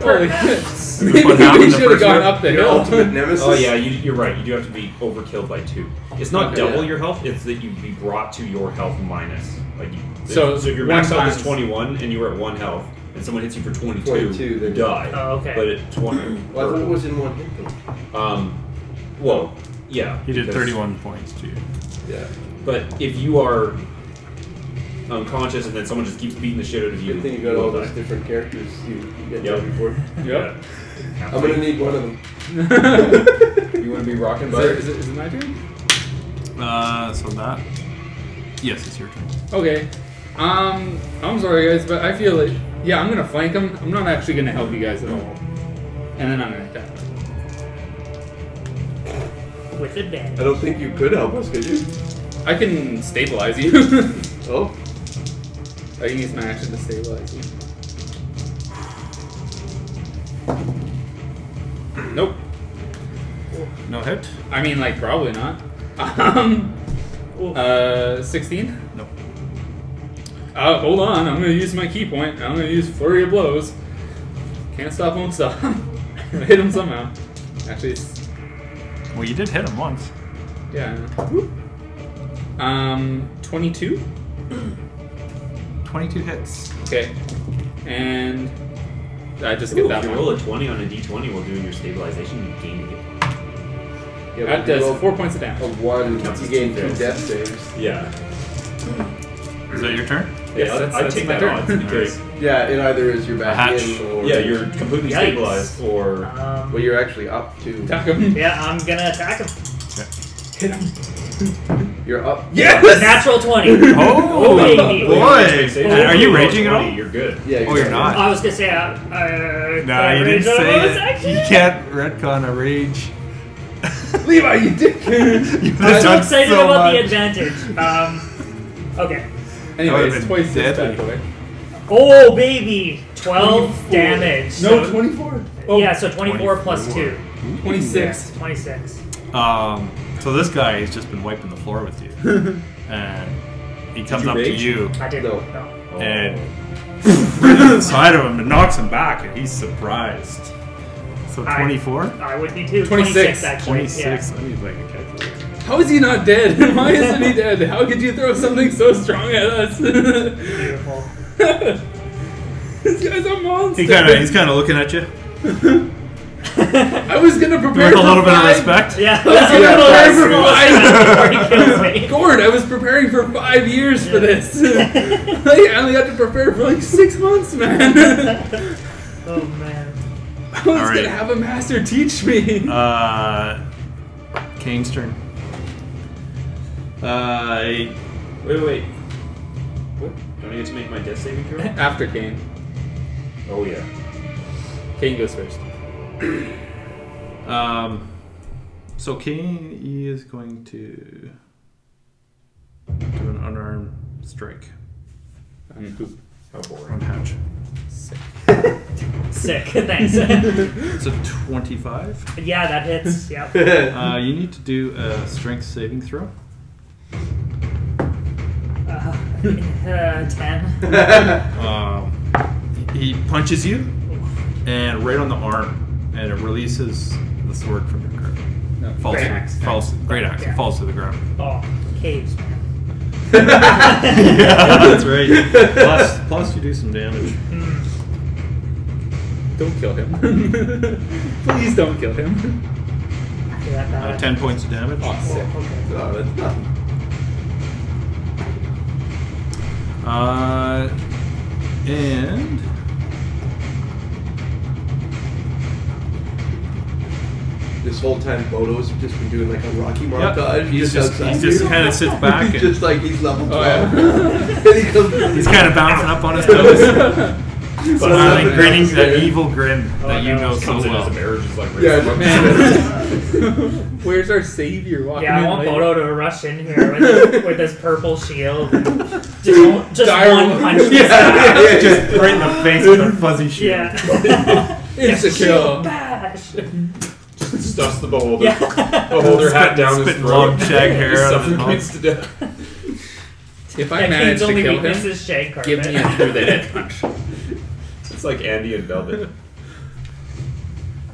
Speaker 5: Holy shit. Maybe
Speaker 4: What happened
Speaker 5: we
Speaker 4: the
Speaker 5: should have
Speaker 4: first
Speaker 5: gone
Speaker 4: round?
Speaker 5: up the
Speaker 3: Your ultimate
Speaker 5: hill.
Speaker 3: nemesis.
Speaker 2: Oh yeah, you, you're right. You do have to be overkilled by two. It's not
Speaker 3: Okay,
Speaker 2: double
Speaker 3: yeah.
Speaker 2: your health. It's that you be brought to your health minus. Like you,
Speaker 5: So,
Speaker 2: if, so if your
Speaker 5: one
Speaker 2: max health is
Speaker 5: times-
Speaker 2: 21 and you were at one health, and someone hits you for 22,
Speaker 3: 22,
Speaker 2: you
Speaker 3: then-
Speaker 2: die.
Speaker 6: Oh, okay.
Speaker 2: But at 20,
Speaker 3: Well, I thought it was in one hit. though.
Speaker 2: um, well, yeah.
Speaker 4: He did
Speaker 2: because-
Speaker 4: 31 points to you.
Speaker 3: Yeah.
Speaker 2: But if you are unconscious and then someone just keeps beating the shit out of you,
Speaker 3: Good thing you
Speaker 2: you
Speaker 3: got all
Speaker 2: will
Speaker 3: those
Speaker 2: die.
Speaker 3: different characters you, you get
Speaker 2: Yep.
Speaker 3: done before.
Speaker 2: Yeah.
Speaker 3: I'm gonna need one of them.
Speaker 8: You want to be rocking
Speaker 5: Is it,
Speaker 8: by?
Speaker 5: is, it, is it my turn?
Speaker 4: Uh, so that. Yes, it's your turn.
Speaker 5: Okay. Um, I'm sorry guys, but I feel like yeah, I'm gonna flank him. I'm not actually gonna help you guys at all. And then I'm gonna attack.
Speaker 6: With
Speaker 3: I
Speaker 6: advantage.
Speaker 3: don't think you could help us, could you?
Speaker 5: I can stabilize you.
Speaker 3: Oh,
Speaker 5: I can use my action to stabilize you. Nope.
Speaker 4: No hit?
Speaker 5: I mean, like probably not. Um, uh, 16.
Speaker 4: No.
Speaker 5: Uh, hold on, I'm gonna use my key point. I'm gonna use flurry of blows. Can't stop him, stop him. Hit him somehow. Actually, it's,
Speaker 4: Well, you did hit him once.
Speaker 5: yeah. I know. Um, 22.
Speaker 4: 22 hits.
Speaker 5: Okay, and I just get
Speaker 2: Ooh,
Speaker 5: that
Speaker 2: if you
Speaker 5: one.
Speaker 2: roll a 20 on a d20 while doing your stabilization, you gain a hit point.
Speaker 3: Yeah, but
Speaker 5: That
Speaker 3: you
Speaker 5: does
Speaker 3: roll
Speaker 5: four points of
Speaker 3: a
Speaker 5: damage.
Speaker 3: one, you gain two death saves.
Speaker 2: Yeah.
Speaker 4: Is that your turn?
Speaker 5: Yes,
Speaker 2: yeah,
Speaker 5: that's-
Speaker 2: I
Speaker 5: that's
Speaker 2: take
Speaker 5: my
Speaker 2: that
Speaker 5: turn.
Speaker 2: odds because
Speaker 3: Yeah, it either is you're back
Speaker 4: hatch.
Speaker 3: in or
Speaker 2: yeah, you're completely
Speaker 6: Yikes.
Speaker 2: stabilized or
Speaker 6: Um,
Speaker 3: well, you're actually up to
Speaker 5: Attack him.
Speaker 6: yeah, I'm gonna attack him.
Speaker 3: you're up.
Speaker 6: Yes! Natural 20.
Speaker 4: Oh,
Speaker 6: baby.
Speaker 4: boy! Are you raging at all?
Speaker 2: You're good.
Speaker 3: Yeah,
Speaker 4: Oh, you're not.
Speaker 6: I was gonna say, uh, uh,
Speaker 4: Nah, you didn't
Speaker 6: rage on
Speaker 4: say
Speaker 6: a bonus
Speaker 4: it.
Speaker 6: action?
Speaker 4: You can't retcon a rage.
Speaker 3: Levi, you did.
Speaker 4: You would
Speaker 6: I
Speaker 4: have
Speaker 6: was
Speaker 4: done
Speaker 6: excited
Speaker 4: so
Speaker 6: about the
Speaker 4: much.
Speaker 6: advantage. Um, okay.
Speaker 5: Anyway,
Speaker 4: been
Speaker 5: it's twice this
Speaker 4: deadly.
Speaker 5: back away.
Speaker 6: Oh baby, 12 damage.
Speaker 3: No,
Speaker 6: so,
Speaker 3: 24.
Speaker 5: oh,
Speaker 6: yeah, so 24, plus 2.
Speaker 5: 26.
Speaker 6: Yes, 26.
Speaker 4: Um, so this guy has just been wiping the floor with you, and he comes up
Speaker 3: rage?
Speaker 4: to you
Speaker 6: I didn't.
Speaker 3: No.
Speaker 6: no.
Speaker 4: and brings it inside of him and knocks him back, and he's surprised. So
Speaker 6: I-
Speaker 4: 24,
Speaker 6: I would be too.
Speaker 5: 26,
Speaker 6: 26, actually.
Speaker 4: 26. Let me like calculate.
Speaker 5: How is he not dead? Why isn't he dead? How could you throw something so strong at us?
Speaker 6: Yeah. Beautiful.
Speaker 5: this guy's a monster.
Speaker 4: He kind of he's kind of looking at you
Speaker 5: I was gonna prepare
Speaker 4: with a
Speaker 5: for
Speaker 4: little bit of
Speaker 5: five-
Speaker 4: respect.
Speaker 6: Yeah,
Speaker 5: Yeah,
Speaker 6: that's
Speaker 5: five
Speaker 6: a little less
Speaker 5: for
Speaker 6: before he kills me.
Speaker 5: Gord, I was preparing for five years for this. like, I only got to prepare for like six months, man.
Speaker 6: Oh man.
Speaker 5: I was
Speaker 4: All right.
Speaker 5: gonna have a master teach me.
Speaker 4: Uh, Kane's turn. Uh,
Speaker 2: Wait, wait. What? Don't I get to make my death saving throw?
Speaker 5: After Kane,
Speaker 2: oh yeah.
Speaker 5: Kane goes first.
Speaker 4: Um, so Kane is going to do an unarmed strike
Speaker 5: I'm poop.
Speaker 2: How boring.
Speaker 4: on Hatch.
Speaker 5: Sick.
Speaker 6: Sick. Thanks. yeah,
Speaker 4: It's a 25.
Speaker 6: that hits. Yeah.
Speaker 4: Uh, you need to do a strength saving throw.
Speaker 6: Uh, uh, ten.
Speaker 4: Um, he he punches you, and right on the arm, and it releases the sword from your grip.
Speaker 5: No.
Speaker 4: Falls,
Speaker 6: Great
Speaker 4: to-
Speaker 6: axe.
Speaker 4: falls, great axe.
Speaker 6: Yeah.
Speaker 4: Falls to the ground.
Speaker 6: Oh, caves, man.
Speaker 4: yeah, that's right. Plus, plus you do some damage.
Speaker 5: Don't kill him. Please don't kill him.
Speaker 6: After that bad.
Speaker 4: Uh, 10 points of damage.
Speaker 5: Oh,
Speaker 6: Oh,
Speaker 5: sick.
Speaker 6: okay.
Speaker 3: No, that's not.
Speaker 4: Uh, and
Speaker 3: This whole time, Bodo's just been doing like a Rocky
Speaker 4: Yep.
Speaker 3: montage.
Speaker 4: he's just,
Speaker 3: outside.
Speaker 4: he just kind of sits back
Speaker 3: He's
Speaker 4: and
Speaker 3: just like he's level
Speaker 5: Oh,
Speaker 3: twelve.
Speaker 5: yeah.
Speaker 3: and he comes.
Speaker 4: he's kind of bouncing up on his toes,
Speaker 5: uh,
Speaker 4: smiling, grinning that evil grin that you know so
Speaker 2: Comes in as a
Speaker 4: well.
Speaker 2: marriage is like
Speaker 3: Yeah,
Speaker 5: Man. Where's our savior walking
Speaker 6: Yeah, I
Speaker 5: in
Speaker 6: want
Speaker 5: late?
Speaker 6: Bodo to rush in here with his, with his purple shield. And just just
Speaker 5: Dire
Speaker 6: one
Speaker 5: wolf.
Speaker 6: punch. this
Speaker 5: Yeah.
Speaker 6: guy.
Speaker 4: just right in the face with a fuzzy shield.
Speaker 6: Yeah.
Speaker 5: It's a
Speaker 6: Shield
Speaker 5: kill.
Speaker 6: bash.
Speaker 2: stuffs the beholder.
Speaker 6: Yeah.
Speaker 2: Beholder hat down his
Speaker 4: Spitting
Speaker 2: throat.
Speaker 4: long shag hair out of his
Speaker 2: Suffocates
Speaker 4: mouth.
Speaker 2: to death.
Speaker 5: If I
Speaker 6: And
Speaker 5: manage
Speaker 6: Kane's
Speaker 5: to
Speaker 6: only
Speaker 5: kill
Speaker 6: weakness
Speaker 5: him,
Speaker 6: is shag carpet.
Speaker 5: give me a through the head punch.
Speaker 2: It's like Andy and Velvet.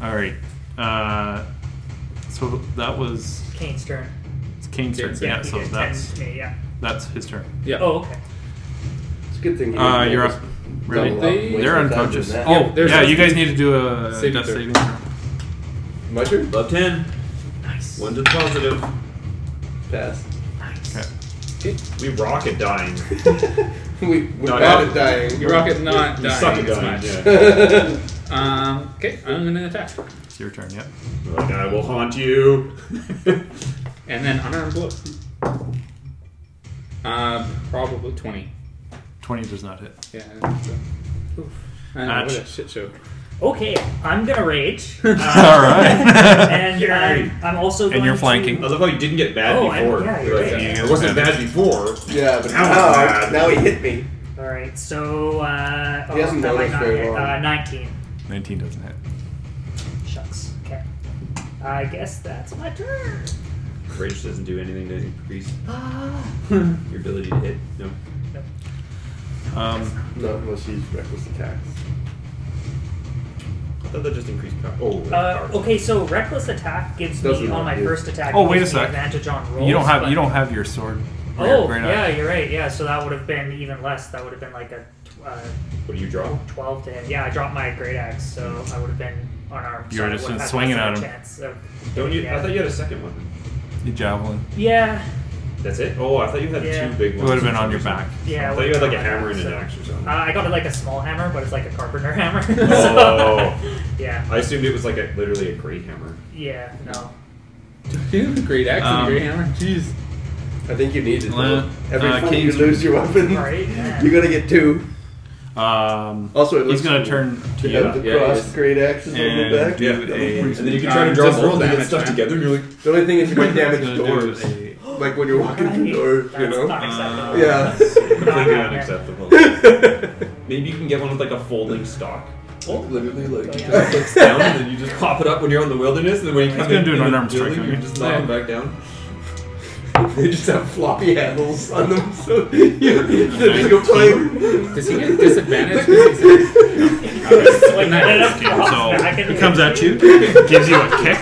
Speaker 4: All right. Uh, so that was
Speaker 6: Kane's turn.
Speaker 4: it's Kane's turn.
Speaker 5: Kane's turn.
Speaker 4: Yeah,
Speaker 6: he
Speaker 4: so
Speaker 6: did 10
Speaker 4: that's
Speaker 6: to me, yeah.
Speaker 4: that's his turn.
Speaker 5: Yeah.
Speaker 6: Oh, okay.
Speaker 3: It's a good thing.
Speaker 4: Uh, you're up. Really?
Speaker 5: Double up. They-
Speaker 4: They're unconscious.
Speaker 3: Oh,
Speaker 4: Oh,
Speaker 5: there's
Speaker 4: yeah.
Speaker 5: a-
Speaker 4: You guys need to do a
Speaker 5: Saving
Speaker 4: death
Speaker 5: throw.
Speaker 4: saving throw.
Speaker 3: my turn.
Speaker 2: Love 10.
Speaker 6: Nice.
Speaker 2: One to the positive.
Speaker 3: Pass.
Speaker 6: nice.
Speaker 4: Okay.
Speaker 2: We rock at dying.
Speaker 3: we we're
Speaker 2: No,
Speaker 3: bad
Speaker 2: no.
Speaker 3: at dying.
Speaker 5: You rocket not
Speaker 2: We suck
Speaker 5: dying
Speaker 2: at
Speaker 5: as
Speaker 2: dying.
Speaker 5: much.
Speaker 2: Yeah.
Speaker 5: Um. Okay, I'm gonna attack,
Speaker 4: It's your turn. Yep.
Speaker 2: We're like, I will haunt you.
Speaker 5: and then unarmed blow. Uh, probably twenty.
Speaker 4: Twenty does not hit.
Speaker 5: Yeah. I think so. I know, what a
Speaker 4: Match.
Speaker 5: shit show.
Speaker 6: Okay, I'm gonna rage.
Speaker 4: All right.
Speaker 6: and I'm, I'm also going
Speaker 4: and you're
Speaker 6: to-
Speaker 4: flanking.
Speaker 2: I love how you didn't get bad
Speaker 6: Oh, I-
Speaker 2: before.
Speaker 6: yeah,
Speaker 2: You're
Speaker 6: you're
Speaker 2: like,
Speaker 6: right.
Speaker 2: "I wasn't bad before.
Speaker 3: Yeah, but
Speaker 2: Now
Speaker 3: now,
Speaker 2: it's bad.
Speaker 3: now he hit me.
Speaker 6: All right, so uh, oh,
Speaker 3: He hasn't
Speaker 6: that
Speaker 3: done
Speaker 6: might
Speaker 3: this
Speaker 6: not
Speaker 3: very
Speaker 6: hit.
Speaker 3: long.
Speaker 6: Uh, Nineteen.
Speaker 4: Nineteen doesn't hit.
Speaker 6: Shucks. Okay. I guess that's my turn.
Speaker 2: Rage doesn't do anything to increase
Speaker 6: Ah.
Speaker 2: your ability to hit. No.
Speaker 4: Um,
Speaker 3: Not unless he's reckless attacks.
Speaker 2: I thought that just increased power. Oh,
Speaker 6: Uh, okay, so reckless attack gives
Speaker 3: Doesn't
Speaker 6: me on my
Speaker 3: work, yeah.
Speaker 6: first attack.
Speaker 4: Oh,
Speaker 6: it
Speaker 4: wait
Speaker 6: gives
Speaker 4: a
Speaker 6: me
Speaker 4: sec.
Speaker 6: Advantage on rolls.
Speaker 4: you don't have you
Speaker 6: but-
Speaker 4: don't have your sword. or your
Speaker 6: Oh,
Speaker 4: great
Speaker 6: yeah,
Speaker 4: axe.
Speaker 6: you're right. Yeah, so that would have been even less. That would have been like a tw- uh,
Speaker 2: What do you draw?
Speaker 6: 12 to hit. Yeah, I dropped my great axe, so I would have been unarmed.
Speaker 4: You were
Speaker 6: so I
Speaker 4: just
Speaker 6: would have had
Speaker 4: swinging
Speaker 6: less of
Speaker 4: at
Speaker 6: a Chance of,
Speaker 2: Don't you? I
Speaker 6: Yeah.
Speaker 2: thought you had a second weapon.
Speaker 4: Your javelin.
Speaker 6: yeah,
Speaker 2: That's it. Oh, I thought you had
Speaker 6: Yeah.
Speaker 2: two big
Speaker 4: It
Speaker 2: ones.
Speaker 4: would have been on your back.
Speaker 6: yeah.
Speaker 2: I
Speaker 6: I
Speaker 2: thought you had like a hammer and
Speaker 6: so.
Speaker 2: an axe or something.
Speaker 6: Uh, I got it like a small hammer, but it's like a carpenter hammer.
Speaker 2: Oh.
Speaker 6: so, yeah,
Speaker 2: I assumed it was like a, literally a great hammer.
Speaker 6: yeah, no.
Speaker 5: Great axe
Speaker 4: Um,
Speaker 5: and great hammer. Jeez.
Speaker 3: I think you need it.
Speaker 4: Uh,
Speaker 3: though. Every
Speaker 4: uh,
Speaker 3: time you
Speaker 4: King's-
Speaker 3: lose your weapon,
Speaker 6: Right, yeah.
Speaker 3: you're gonna get two.
Speaker 5: Oh,
Speaker 4: Um,
Speaker 3: Also, it
Speaker 4: he's
Speaker 3: looks
Speaker 4: gonna
Speaker 3: cool.
Speaker 4: turn to
Speaker 3: You have
Speaker 4: you.
Speaker 3: the
Speaker 5: yeah,
Speaker 3: crossed
Speaker 5: yes.
Speaker 3: great axes on
Speaker 4: And
Speaker 3: the back.
Speaker 4: do
Speaker 3: That
Speaker 4: a-
Speaker 3: looks
Speaker 2: And then you can
Speaker 5: Um,
Speaker 2: try to draw
Speaker 5: just roll
Speaker 2: multiple to get
Speaker 5: damage,
Speaker 2: stuff
Speaker 5: man.
Speaker 2: together, and you're like,
Speaker 3: The only thing is you might damage
Speaker 4: He's gonna do
Speaker 3: doors.
Speaker 4: a-
Speaker 3: Like when you're walking through
Speaker 6: Right,
Speaker 3: doors, you
Speaker 6: that's
Speaker 3: know?
Speaker 4: Uh,
Speaker 6: not acceptable.
Speaker 3: yeah.
Speaker 2: completely
Speaker 6: Yeah.
Speaker 2: unacceptable.
Speaker 10: Maybe you can get one with like a folding stock.
Speaker 3: Literally, like.
Speaker 6: Yeah.
Speaker 2: It clicks down, and then you just pop it up when you're on the wilderness, and then when you
Speaker 4: He's
Speaker 2: come
Speaker 4: gonna
Speaker 2: in,
Speaker 4: do an
Speaker 2: in the
Speaker 4: unarmed strike Oh,
Speaker 2: building,
Speaker 4: on you.
Speaker 2: you just knock him back down.
Speaker 3: They just have floppy handles on them, so you, they're just go playing.
Speaker 5: Does he get disadvantage? 'cause he's-
Speaker 6: Like,
Speaker 5: Nice.
Speaker 6: and it
Speaker 4: So
Speaker 6: back and
Speaker 4: he comes at you, gives you a kick,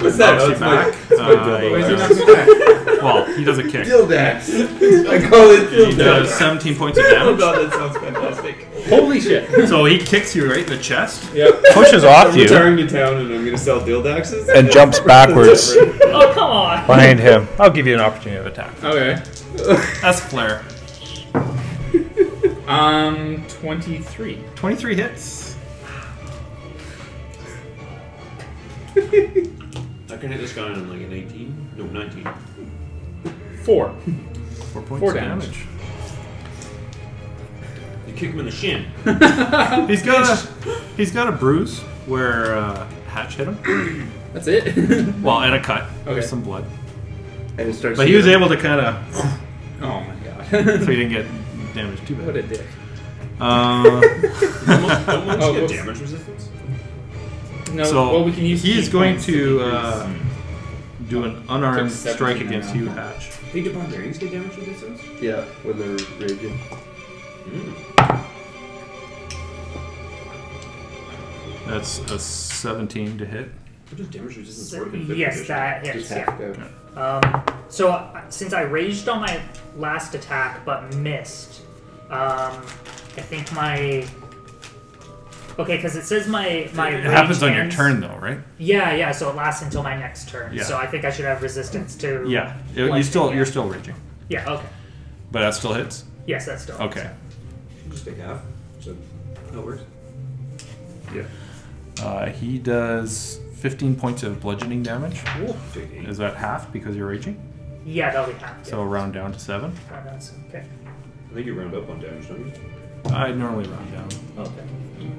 Speaker 2: What's that?
Speaker 4: knocks you
Speaker 2: That's my-
Speaker 4: back.
Speaker 2: that's my
Speaker 4: Uh,
Speaker 2: dildo.
Speaker 4: he
Speaker 5: Why is he
Speaker 4: goes-
Speaker 5: not good?
Speaker 4: well, he does a kick.
Speaker 3: Dildax. I call it Oh,
Speaker 4: He
Speaker 3: Dildax.
Speaker 4: does 17 points of damage.
Speaker 2: that sounds fantastic.
Speaker 5: Holy shit.
Speaker 4: So he kicks you right in the chest.
Speaker 7: pushes off
Speaker 2: I'm
Speaker 7: you
Speaker 2: retiring to town, and I'm gonna sell dildaxes.
Speaker 7: and jumps backwards
Speaker 6: Oh, come on.
Speaker 7: behind him. I'll give you an opportunity of attack.
Speaker 5: Okay.
Speaker 4: That's flair.
Speaker 5: Um, 23.
Speaker 4: 23 hits.
Speaker 10: I can hit this guy on like an 18, no 19.
Speaker 5: Four.
Speaker 4: Four points
Speaker 5: Four
Speaker 4: of
Speaker 5: damage.
Speaker 4: damage.
Speaker 10: You kick him in the shin.
Speaker 4: He's got a he's got a bruise where uh, Hatch hit him.
Speaker 5: That's it?
Speaker 4: Well, and a cut.
Speaker 5: Okay.
Speaker 4: There's some blood,
Speaker 3: And it starts
Speaker 4: but he was able to kind of
Speaker 5: oh my god.
Speaker 4: so he didn't get damaged too
Speaker 5: what
Speaker 4: bad.
Speaker 5: a dick.
Speaker 4: Uh,
Speaker 2: Don't want to
Speaker 5: Oh,
Speaker 2: get
Speaker 5: whoops.
Speaker 2: damage resistance.
Speaker 5: No,
Speaker 4: so
Speaker 5: well, we can use
Speaker 4: he's
Speaker 5: key
Speaker 4: going
Speaker 5: points
Speaker 4: to
Speaker 5: decrease.
Speaker 4: uh, do an
Speaker 5: Took
Speaker 4: unarmed
Speaker 5: 17
Speaker 4: strike against
Speaker 5: now.
Speaker 4: you, Hatch.
Speaker 10: Hey, do barbarians get damage resistance?
Speaker 3: Yeah, when they're raging.
Speaker 4: That's a 17 to hit.
Speaker 10: What does damage resistance
Speaker 6: So,
Speaker 10: work in fifth
Speaker 6: yes,
Speaker 10: edition?
Speaker 6: that hits.
Speaker 3: Just
Speaker 6: Yeah.
Speaker 3: half damage.
Speaker 6: Um, so uh, since I raged on my last attack but missed, um, I think my okay because it says my my
Speaker 4: It happens
Speaker 6: rage
Speaker 4: on your
Speaker 6: ends-
Speaker 4: turn though, right?
Speaker 6: Yeah, yeah. So it lasts until my next turn.
Speaker 4: Yeah.
Speaker 6: So I think I should have resistance to.
Speaker 4: Yeah,
Speaker 6: lightning,
Speaker 4: you still
Speaker 6: yeah.
Speaker 4: you're still raging,
Speaker 6: Yeah. Okay.
Speaker 4: but that still hits.
Speaker 6: Yes, that's still.
Speaker 4: Okay.
Speaker 2: Just take half. So that works.
Speaker 4: Uh, he does 15 points of bludgeoning damage.
Speaker 2: Take eight.
Speaker 4: Is that half because you're raging?
Speaker 6: Yeah, that'll be half.
Speaker 4: So round down to seven.
Speaker 6: yeah. Oh, that's- okay.
Speaker 2: I think you round up on damage, don't you?
Speaker 4: I normally round down.
Speaker 6: Okay.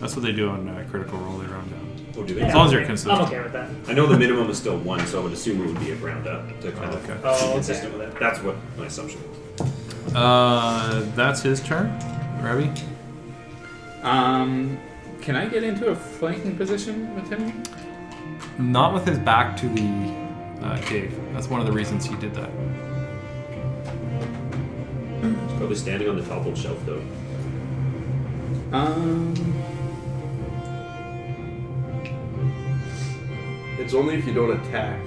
Speaker 4: That's what they do on uh, Critical Role. They round down.
Speaker 2: Oh, do they?
Speaker 6: Yeah,
Speaker 4: long as you're
Speaker 6: okay.
Speaker 4: consistent.
Speaker 6: I'm okay with that.
Speaker 2: I know the minimum is still one, so I would assume it would be a round up to kind of
Speaker 4: Okay.
Speaker 2: be
Speaker 6: Oh, okay.
Speaker 2: consistent with that. That's what my assumption was.
Speaker 4: Uh, that's his turn. Robbie. uh,
Speaker 5: Um, can I get into a flanking position with him?
Speaker 4: Not with his back to the uh, cave. That's one of the reasons he did that.
Speaker 2: It's probably standing on the toppled shelf, though.
Speaker 5: Um,
Speaker 3: It's only if you don't attack.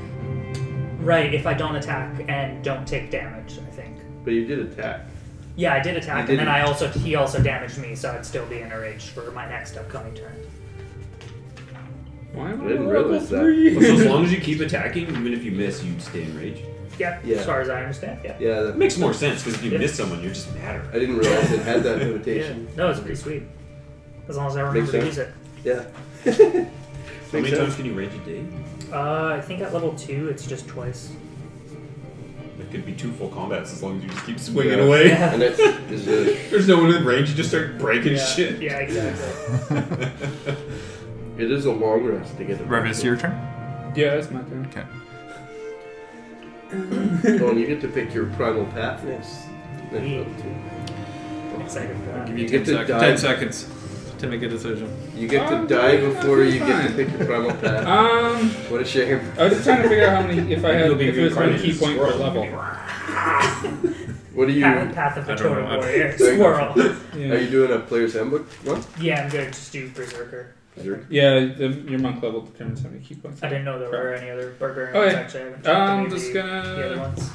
Speaker 6: Right. If I don't attack and don't take damage, I think.
Speaker 3: But you did attack.
Speaker 6: Yeah, I did attack,
Speaker 3: You
Speaker 6: and
Speaker 3: did.
Speaker 6: then I also he also damaged me, so I'd still be in a rage for my next upcoming turn.
Speaker 5: why would I
Speaker 3: didn't
Speaker 5: roll
Speaker 3: realize that.
Speaker 5: three?
Speaker 10: So as long as you keep attacking, even if you miss, you stay in rage.
Speaker 6: Yep,
Speaker 3: Yeah.
Speaker 6: as far as I understand. Yeah.
Speaker 3: Yeah,
Speaker 10: It
Speaker 3: that,
Speaker 10: makes more sense because if you miss someone, you're just madder.
Speaker 3: I didn't realize it had that
Speaker 6: Yeah.
Speaker 3: notation.
Speaker 6: No, it's pretty sweet. As long as I
Speaker 3: Makes
Speaker 6: remember to use it.
Speaker 3: Yeah.
Speaker 10: How
Speaker 3: Makes
Speaker 10: many
Speaker 3: sense.
Speaker 10: times can you rage a day?
Speaker 6: Uh, I think at level two, it's just twice.
Speaker 2: It could be two full combats as long as you just keep swinging
Speaker 3: Yeah.
Speaker 2: away.
Speaker 6: Yeah.
Speaker 3: And that's is a,
Speaker 2: There's no one in range. You just start breaking
Speaker 6: yeah.
Speaker 2: shit.
Speaker 6: Yeah, exactly.
Speaker 3: it is a long rest to get it.
Speaker 4: Revis, your turn.
Speaker 5: Yeah, that's my turn.
Speaker 3: Oh, and you get to pick your primal path next. next
Speaker 6: Yeah.
Speaker 3: level too.
Speaker 6: Excited for that.
Speaker 3: You get to die.
Speaker 4: Mm. Ten seconds to make a decision.
Speaker 3: You get to
Speaker 5: Um,
Speaker 3: die
Speaker 5: yeah,
Speaker 3: before
Speaker 5: that's
Speaker 3: you get to
Speaker 5: fine.
Speaker 3: pick your primal path.
Speaker 5: Um,
Speaker 3: What a shame.
Speaker 5: I was just trying to figure out how many, if I had,
Speaker 10: You'll be
Speaker 5: if it was one
Speaker 10: reincarnated
Speaker 5: key
Speaker 10: as a
Speaker 5: point per
Speaker 10: squirrel.
Speaker 5: level.
Speaker 3: What are you?
Speaker 6: Path, Path of the
Speaker 4: I don't know.
Speaker 6: Totem
Speaker 4: I-
Speaker 6: Warrior.
Speaker 3: There you go.
Speaker 6: Swirl.
Speaker 5: Yeah.
Speaker 3: Are you doing a player's handbook one?
Speaker 6: yeah, I'm going to just do Berserker.
Speaker 3: Berserk?
Speaker 5: Yeah, the, your monk level determines how many key points.
Speaker 6: I didn't know there were any other barbarians
Speaker 5: Okay.
Speaker 6: actually. I haven't checked
Speaker 5: Oh, I'm
Speaker 6: any of
Speaker 5: just
Speaker 6: the, the other
Speaker 5: gonna
Speaker 6: ones.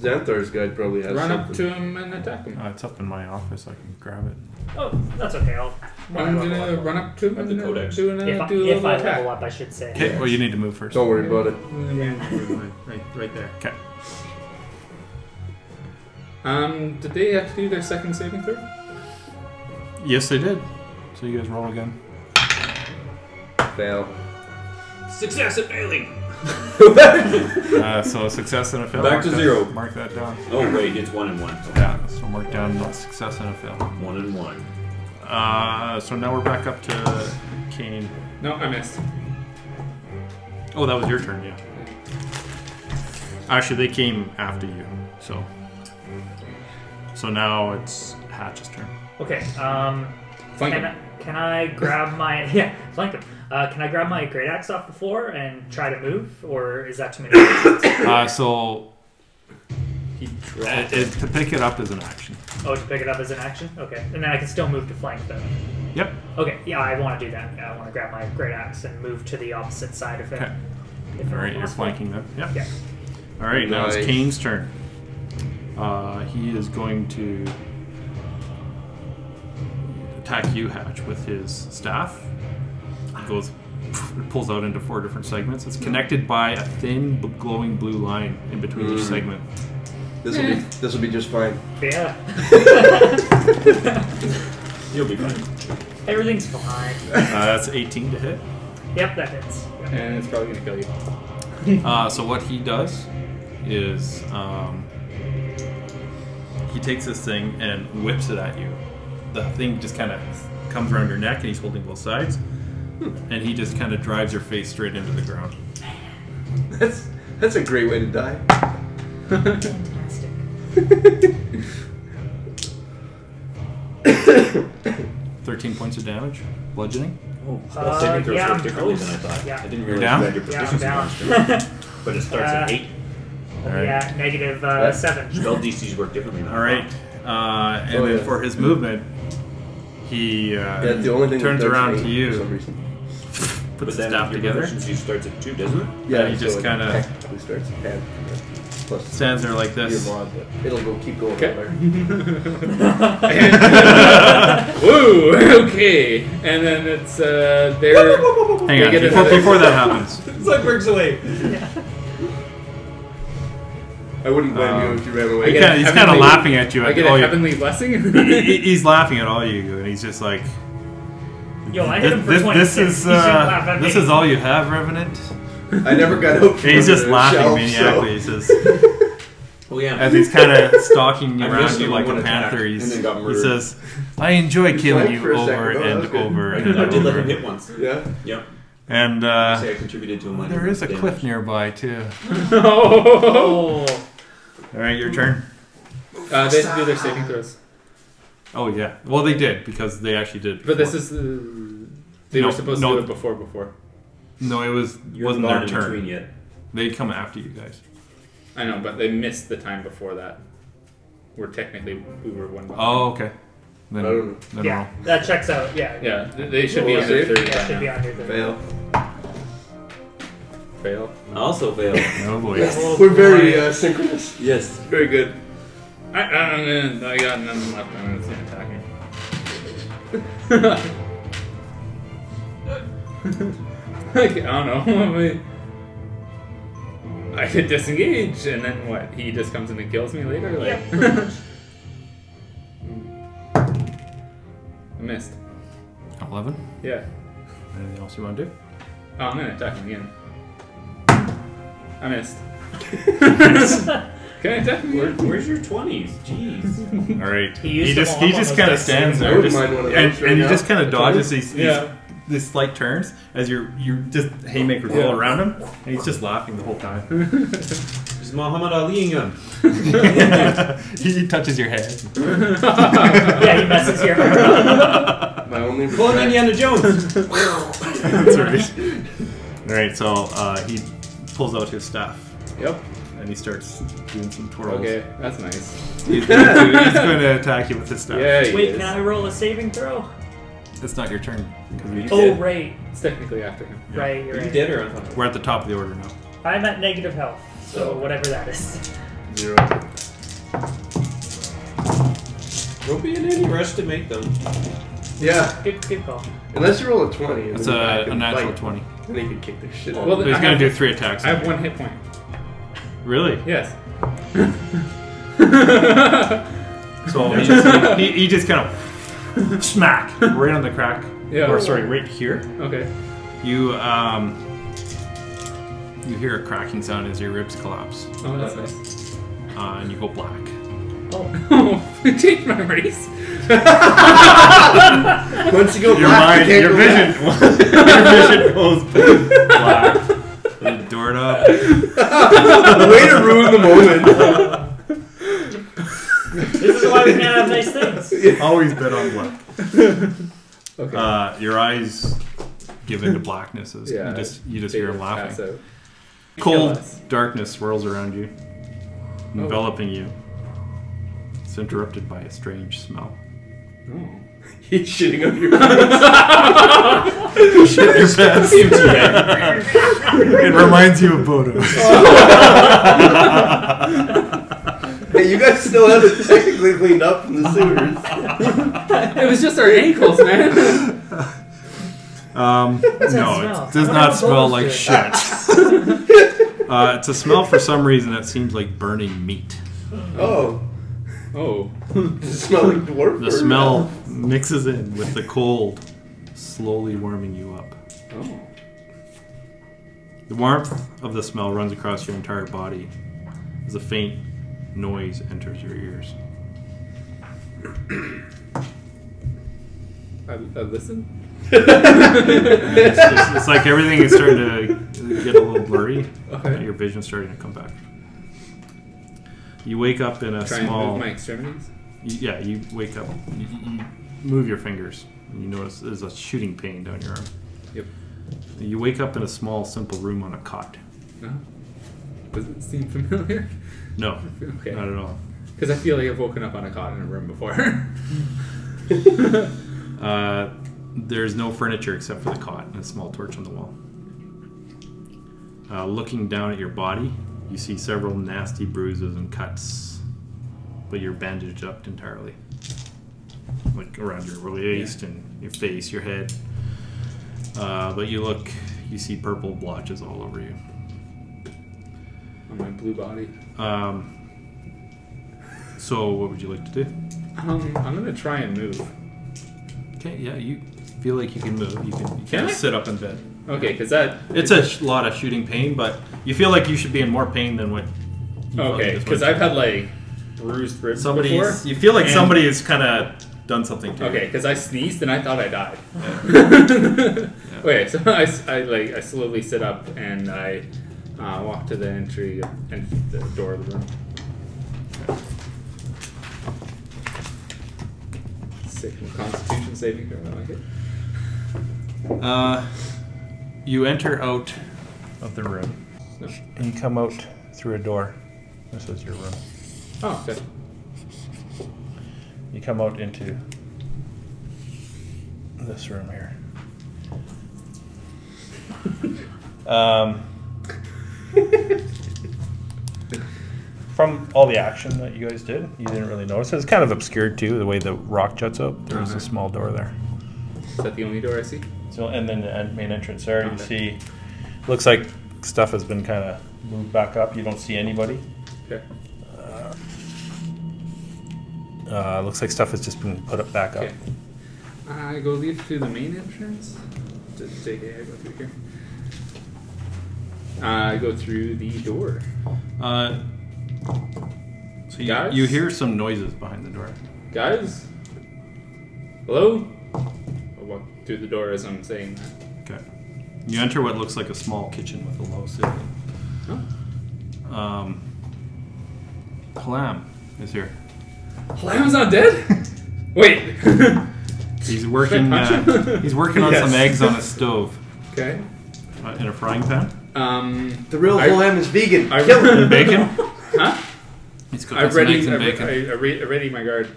Speaker 3: Xanthar's guide probably has
Speaker 5: run up
Speaker 3: something.
Speaker 5: to him and attack him.
Speaker 4: Uh, it's up in my office. I can grab it.
Speaker 6: Oh, that's okay. I'll.
Speaker 5: I'm gonna run up to him
Speaker 2: At the
Speaker 5: and uh,
Speaker 2: codex.
Speaker 5: do an,
Speaker 6: If I,
Speaker 5: uh, do a
Speaker 6: if
Speaker 5: little
Speaker 6: I
Speaker 5: attack.
Speaker 6: level up, I should say.
Speaker 4: Okay. Well, you need to move 1st
Speaker 3: Don't worry about it.
Speaker 5: right, right there.
Speaker 4: Okay.
Speaker 5: Um, did they have to do their second saving throw?
Speaker 4: Yes, they did. So you guys roll again.
Speaker 3: Fail.
Speaker 2: Success at failing.
Speaker 4: Uh, so a success and a fail.
Speaker 2: Back
Speaker 4: Mark
Speaker 2: to
Speaker 4: that-
Speaker 2: zero.
Speaker 4: Mark that down.
Speaker 2: Oh wait, it's one and one.
Speaker 4: Yeah. So mark down a success and a fail.
Speaker 2: One and one.
Speaker 4: Uh, so now we're back up to Kane.
Speaker 5: No, I missed.
Speaker 4: Oh, that was your turn, yeah. Actually, they came after you, so. So now it's Hatch's turn.
Speaker 6: Okay. Um,
Speaker 5: Flank
Speaker 6: can,
Speaker 5: him.
Speaker 6: I- can I grab my yeah flank him? Uh, can I grab my great axe off the floor and try to move, or is that too many? actions?
Speaker 4: Uh, so
Speaker 5: He
Speaker 4: it,
Speaker 5: dropped it.
Speaker 4: it- to pick it up is an action.
Speaker 6: oh, to pick it up as an action. Okay, and then I can still move to flank them.
Speaker 4: Yep.
Speaker 6: Okay, yeah, I want to do that. I want to grab my great axe and move to the opposite side of it.
Speaker 4: Okay.
Speaker 6: If at
Speaker 4: All
Speaker 6: all
Speaker 4: right, you're
Speaker 6: possible.
Speaker 4: flanking them. Yep.
Speaker 6: Yeah.
Speaker 4: All right, now
Speaker 3: Nice.
Speaker 4: it's Kane's turn. Uh, he is going to attack you, Hatch, with his staff. He goes, it pulls out into four different segments. It's connected by a thin, b- glowing blue line in between each segment.
Speaker 3: This will be this will be just fine.
Speaker 6: Yeah.
Speaker 2: You'll be fine.
Speaker 6: Everything's fine.
Speaker 4: Uh, that's 18 to hit.
Speaker 6: Yep, that hits.
Speaker 5: and it's probably gonna kill you.
Speaker 4: Uh, so what he does is um, he takes this thing and whips it at you. The thing just kind of comes around your neck, and he's holding both sides, and he just kind of drives your face straight into the ground.
Speaker 3: That's that's a great way to die.
Speaker 4: Uh,
Speaker 6: Fantastic.
Speaker 4: Thirteen points of damage, bludgeoning.
Speaker 2: Oh,
Speaker 6: Uh,
Speaker 2: well, saving throws
Speaker 6: yeah,
Speaker 2: work
Speaker 6: I'm
Speaker 2: differently
Speaker 6: close.
Speaker 2: than I thought.
Speaker 6: Yeah.
Speaker 2: I didn't
Speaker 4: You're
Speaker 2: realize
Speaker 4: down?
Speaker 2: you had your
Speaker 6: Yeah, I'm
Speaker 2: proficiency
Speaker 6: down.
Speaker 2: bonus, but it starts at
Speaker 6: Uh,
Speaker 2: eight.
Speaker 4: All right.
Speaker 6: Yeah, negative uh, seven.
Speaker 2: Spell DCs work differently. than I
Speaker 4: All right.
Speaker 2: thought.
Speaker 4: Uh, and
Speaker 3: Oh,
Speaker 4: then
Speaker 3: yeah.
Speaker 4: for his movement, he uh,
Speaker 3: That's the only thing. that
Speaker 4: turns
Speaker 3: does
Speaker 4: around
Speaker 3: hate For
Speaker 4: to
Speaker 3: some
Speaker 4: you,
Speaker 3: reason.
Speaker 4: puts his
Speaker 2: then
Speaker 4: staff
Speaker 2: your
Speaker 4: together,
Speaker 2: Proficiency starts at two, doesn't it?
Speaker 4: Yeah, you just
Speaker 3: it
Speaker 4: kinda-
Speaker 3: technically starts at ten. Plus
Speaker 4: stands there like
Speaker 3: your
Speaker 4: this.
Speaker 3: mod, but it'll go keep going.
Speaker 5: Okay.
Speaker 3: forever.
Speaker 5: Woo! Okay, and then it's uh, their
Speaker 4: Hang on,
Speaker 5: They get
Speaker 4: before,
Speaker 5: another-
Speaker 4: before that happens,
Speaker 2: It's like Briggs away.
Speaker 3: I wouldn't blame
Speaker 4: Um,
Speaker 3: you if you ran away.
Speaker 5: I
Speaker 4: He
Speaker 5: get
Speaker 4: kinda-
Speaker 5: a
Speaker 4: he's kind of
Speaker 5: heavenly-
Speaker 4: laughing at you. Oh,
Speaker 5: I
Speaker 4: At
Speaker 5: get
Speaker 4: all
Speaker 5: a
Speaker 4: your-
Speaker 5: heavenly blessing.
Speaker 4: He- he- he's laughing at all you, and he's just like,
Speaker 6: Yo, I hit him
Speaker 4: this,
Speaker 6: for
Speaker 4: this, this
Speaker 6: 26.
Speaker 4: is
Speaker 6: You shouldn't laugh
Speaker 4: uh,
Speaker 6: at
Speaker 4: this
Speaker 6: me.
Speaker 4: is all you have, Revenant.
Speaker 3: I never got out.
Speaker 4: And he's
Speaker 3: from
Speaker 4: just
Speaker 3: the
Speaker 4: laughing
Speaker 3: shelf,
Speaker 4: maniacally.
Speaker 3: so-
Speaker 4: He's just
Speaker 2: Oh yeah.
Speaker 4: as he's kind of stalking you
Speaker 2: I
Speaker 4: around
Speaker 2: missed
Speaker 4: you
Speaker 2: you
Speaker 4: like
Speaker 2: when
Speaker 4: a
Speaker 2: one attack,
Speaker 4: panther.
Speaker 2: and
Speaker 4: He's,
Speaker 2: then got
Speaker 4: he
Speaker 2: murdered.
Speaker 4: says, "I enjoy killing
Speaker 3: flanked
Speaker 4: you
Speaker 3: for a
Speaker 4: over
Speaker 3: second. Oh,
Speaker 4: and
Speaker 3: that's good.
Speaker 4: over
Speaker 3: I
Speaker 4: and
Speaker 2: I did let him
Speaker 4: over."
Speaker 2: hit once.
Speaker 3: Yeah.
Speaker 2: Yep.
Speaker 4: And
Speaker 2: I
Speaker 4: uh,
Speaker 2: say I contributed to a minor.
Speaker 4: there is a
Speaker 2: damage.
Speaker 4: cliff nearby too.
Speaker 5: oh.
Speaker 4: All right, your turn.
Speaker 5: uh, they have to do their saving throws,
Speaker 4: Oh yeah. Well, they did because they actually did.
Speaker 5: but this
Speaker 4: before.
Speaker 5: is uh, they
Speaker 4: No,
Speaker 5: were supposed
Speaker 4: no.
Speaker 5: to do it before. Before
Speaker 4: no, it was
Speaker 2: You're
Speaker 4: wasn't
Speaker 2: not
Speaker 4: their
Speaker 2: in
Speaker 4: turn.
Speaker 2: between yet.
Speaker 4: They come after you guys.
Speaker 5: I know, but they missed the time before that. We're technically we were one.
Speaker 4: Oh, okay. Then,
Speaker 3: I don't know.
Speaker 4: then roll.
Speaker 6: Yeah, that checks out. Yeah.
Speaker 5: Yeah, th- they should be
Speaker 3: Well,
Speaker 5: under
Speaker 3: save.
Speaker 5: thirty.
Speaker 6: Yeah,
Speaker 5: by
Speaker 6: should be
Speaker 5: now.
Speaker 6: under the
Speaker 3: Fail.
Speaker 5: Fail.
Speaker 2: I also failed.
Speaker 4: No Oh, boy.
Speaker 3: We're very uh, synchronous.
Speaker 2: yes.
Speaker 3: Very good.
Speaker 5: I, I don't know. I got nothing left. I'm gonna say attacking. Like, I don't know. I could disengage, and then what? He just comes in and kills me later. Like, Hmm.
Speaker 6: Yeah, pretty much.
Speaker 5: I missed.
Speaker 4: Eleven.
Speaker 5: Yeah.
Speaker 4: Anything else you want to do?
Speaker 5: Oh, I'm gonna attack him again. I missed. Can I attack him
Speaker 2: Where,
Speaker 5: again?
Speaker 2: where's your twenties? Jeez.
Speaker 4: All right.
Speaker 6: He
Speaker 4: He,
Speaker 6: used them
Speaker 4: just
Speaker 6: all
Speaker 4: he
Speaker 6: up on
Speaker 4: just
Speaker 6: those
Speaker 4: kind of
Speaker 6: dice.
Speaker 4: stands
Speaker 3: I
Speaker 4: there,
Speaker 3: wouldn't
Speaker 4: just-
Speaker 3: mind one of
Speaker 4: and,
Speaker 3: those
Speaker 4: and
Speaker 3: right
Speaker 4: he
Speaker 3: now.
Speaker 4: just kind of dodges these, these
Speaker 5: Yeah.
Speaker 4: these slight turns as you you just haymakers roll around him, and he's just laughing the whole time.
Speaker 2: Is Muhammad Ali him?
Speaker 4: he, he touches your head.
Speaker 6: yeah, he messes your heart up.
Speaker 3: My only
Speaker 2: Pull an
Speaker 3: regret.
Speaker 2: Indiana Jones.
Speaker 4: That's right. All right, so uh, he pulls out his staff
Speaker 5: Yep.
Speaker 4: and and he starts doing some twirls.
Speaker 5: Okay, that's nice.
Speaker 4: He's going to, he's going to attack you with his staff.
Speaker 5: Yeah, he
Speaker 6: Wait,
Speaker 5: is.
Speaker 6: can I roll a saving throw?
Speaker 4: It's not your turn. 'cause we-
Speaker 6: Oh, right.
Speaker 5: It's technically after him.
Speaker 6: Right, you're
Speaker 9: Are you
Speaker 6: right.
Speaker 9: dead or on top?
Speaker 4: We're at the top of the order now.
Speaker 6: I'm at negative health, so whatever that is.
Speaker 4: Zero.
Speaker 9: Don't be in any rush to make them.
Speaker 3: Yeah,
Speaker 6: Good, good call.
Speaker 3: unless you roll a twenty.
Speaker 4: That's a, a natural 20.
Speaker 3: And they could kick their shit. out.
Speaker 5: Well,
Speaker 4: But he's
Speaker 5: I
Speaker 4: going
Speaker 5: have-
Speaker 4: to do three attacks.
Speaker 5: I have one hit point.
Speaker 4: Really?
Speaker 5: Yes.
Speaker 4: So he just, he, he just kind of smack right on the crack.
Speaker 5: Yeah.
Speaker 4: Or sorry, right here.
Speaker 5: okay.
Speaker 4: You um. You hear a cracking sound as your ribs collapse,
Speaker 5: Oh, that's nice.
Speaker 4: uh, and you go black.
Speaker 5: Oh, change memories.
Speaker 3: Once you go
Speaker 4: Your
Speaker 3: black,
Speaker 4: mind,
Speaker 3: you can't
Speaker 4: your
Speaker 3: go
Speaker 4: vision,
Speaker 3: back.
Speaker 4: your vision goes black. You door it up.
Speaker 3: Way to ruin the moment.
Speaker 6: This is why we can't have nice things.
Speaker 4: Always bet on black.
Speaker 5: Okay.
Speaker 4: Uh, your eyes give into blackness as
Speaker 5: Yeah,
Speaker 4: you just you just hear him laughing.
Speaker 5: Pass out.
Speaker 4: Cold
Speaker 5: us.
Speaker 4: darkness swirls around you,
Speaker 5: Oh.
Speaker 4: enveloping you. It's interrupted by a strange smell.
Speaker 3: He's shitting on your pants.
Speaker 4: Your pants. it reminds you of Bodo.
Speaker 3: Hey, you guys still haven't technically cleaned up from the sewers.
Speaker 5: It was just our ankles, man.
Speaker 4: Um, no,
Speaker 6: smell?
Speaker 4: it does
Speaker 6: What
Speaker 4: not
Speaker 6: does
Speaker 4: smell
Speaker 6: Bodo's
Speaker 4: like
Speaker 6: do?
Speaker 4: shit. uh, it's a smell for some reason that seems like burning meat.
Speaker 3: Oh,
Speaker 5: oh.
Speaker 3: does it smell like dwarf?
Speaker 4: The
Speaker 3: burn?
Speaker 4: smell mixes in with the cold, slowly warming you up.
Speaker 5: Oh.
Speaker 4: The warmth of the smell runs across your entire body as a faint noise enters your ears.
Speaker 5: I, I listen.
Speaker 4: It's, just- it's like everything is starting to get a little blurry.
Speaker 5: Okay.
Speaker 4: Your vision's starting to come back. You wake up in a
Speaker 5: Try
Speaker 4: small.
Speaker 5: and move my extremities.
Speaker 4: you- yeah, you wake up. You, you move your fingers. And you notice there's a shooting pain down your arm.
Speaker 5: Yep.
Speaker 4: You wake up in a small, simple room on a cot.
Speaker 5: No. Does it seem familiar?
Speaker 4: No,
Speaker 5: Okay.
Speaker 4: not at all.
Speaker 5: Because I feel like I've woken up on a cot in a room before.
Speaker 4: Uh, there's no furniture except for the cot and a small torch on the wall. Uh, looking down at your body, you see several nasty bruises and cuts, but you're bandaged up entirely. Like around your waist and your face, your head. Uh, but you look, you see purple blotches all over you.
Speaker 5: on my blue body.
Speaker 4: Um, so, what would you like to do?
Speaker 5: Um, I'm gonna try and move.
Speaker 4: Okay, yeah, you feel like you can move. You can, you
Speaker 5: Can
Speaker 4: can
Speaker 5: I?
Speaker 4: sit up in bed.
Speaker 5: Okay, because that
Speaker 4: It's a sh- lot of shooting pain, but you feel like you should be in more pain than what. You
Speaker 5: okay because I've had like bruised ribs
Speaker 4: somebody.
Speaker 5: before.
Speaker 4: You feel like
Speaker 5: and-
Speaker 4: somebody has kind of done something to
Speaker 5: Okay, because I sneezed and I thought I died. okay, so I, s- I, like I slowly sit up and I uh, walk to the entry and the door of the room. Sick Constitution saving throw. I like it.
Speaker 4: you. Uh, you enter out of the room.
Speaker 7: And you come out through a door. This is your room.
Speaker 5: Oh, okay.
Speaker 7: You come out into this room here. um, from all the action that you guys did, you didn't really notice. It's kind of obscured too, the way the rock juts out. There's a small door there.
Speaker 5: Is that the only door I see?
Speaker 7: So, and then the en- main entrance there, you see,
Speaker 5: Okay.
Speaker 7: looks like stuff has been kind of moved back up. You don't see anybody.
Speaker 5: Okay.
Speaker 7: Uh, looks like stuff has just been put up back up.
Speaker 5: Okay. I go leave through the main entrance. J- JK, I go through here. I go through the door.
Speaker 4: Uh, so you,
Speaker 5: Guys?
Speaker 4: you hear some noises behind the door.
Speaker 5: Guys? Hello? I walk through the door as I'm saying that.
Speaker 4: Okay. You enter what looks like a small kitchen with a low ceiling.
Speaker 5: Oh.
Speaker 4: Um, Clam is here.
Speaker 5: Lamb's not dead? Wait.
Speaker 4: He's working.
Speaker 5: punch him?
Speaker 4: Uh, he's working on some
Speaker 5: Yes.
Speaker 4: eggs on a stove
Speaker 5: okay.
Speaker 4: uh, in a frying pan.
Speaker 5: Um,
Speaker 3: The real
Speaker 5: I-
Speaker 3: whole ham is vegan.
Speaker 5: I-
Speaker 3: Kill it.
Speaker 4: Bacon?
Speaker 5: huh?
Speaker 4: He's cooking
Speaker 5: I
Speaker 4: some
Speaker 5: ready,
Speaker 4: eggs
Speaker 5: I,
Speaker 4: and
Speaker 5: re-
Speaker 4: bacon.
Speaker 5: I, I, re- I ready my guard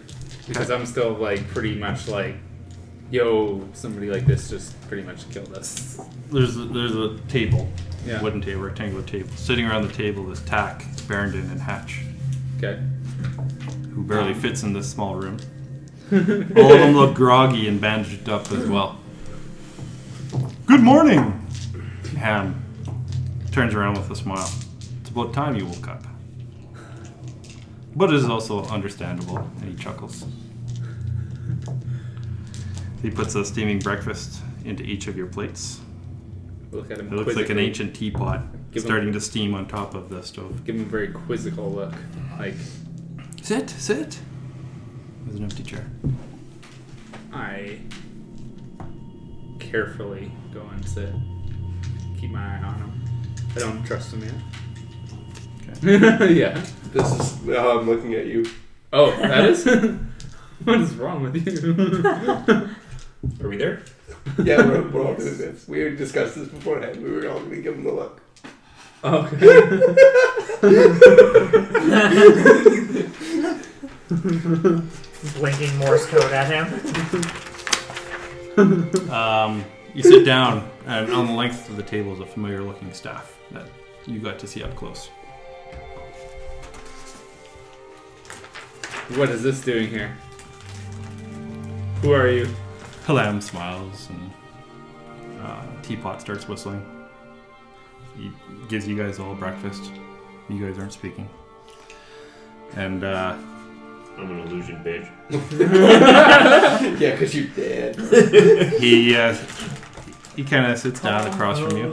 Speaker 5: because I'm still like pretty much like, yo, somebody like this just pretty much killed us.
Speaker 4: there's a, there's a table,
Speaker 5: Yeah.
Speaker 4: wooden table, rectangular table. Sitting around the table is Tack, Barrington, and Hatch,
Speaker 5: Okay.
Speaker 4: who barely fits in this small room. All of them look groggy and bandaged up as well. Good morning, Ham. Turns around with a smile. It's about time you woke up. But it is also understandable, and he chuckles. He puts a steaming breakfast into each of your plates.
Speaker 5: Look at him.
Speaker 4: It looks like an
Speaker 5: quizzically.
Speaker 4: ancient teapot
Speaker 5: Give 'em-
Speaker 4: starting to steam on top of the stove.
Speaker 5: Give him a very quizzical look. Like,
Speaker 4: Sit, sit. There's an empty chair.
Speaker 5: I carefully go and sit. Keep my eye on him. I don't trust him yet. yeah.
Speaker 3: This is how I'm looking at you.
Speaker 5: Oh, that is. what is wrong with you?
Speaker 2: Are we there?
Speaker 3: Yeah, we're, we're all doing this. We already discussed this beforehand. We were all going to give him the look.
Speaker 5: okay.
Speaker 6: Blinking Morse code at him.
Speaker 4: Um, you sit down, and on the length of the table is a familiar looking staff that you got to see up close.
Speaker 5: What is this doing here? Who are you?
Speaker 4: Halam smiles, and uh, teapot starts whistling. He gives you guys all breakfast. You guys aren't speaking. And uh,
Speaker 2: I'm an illusion bitch.
Speaker 3: Yeah, because you're dead.
Speaker 4: he uh, he kind of sits down across from you.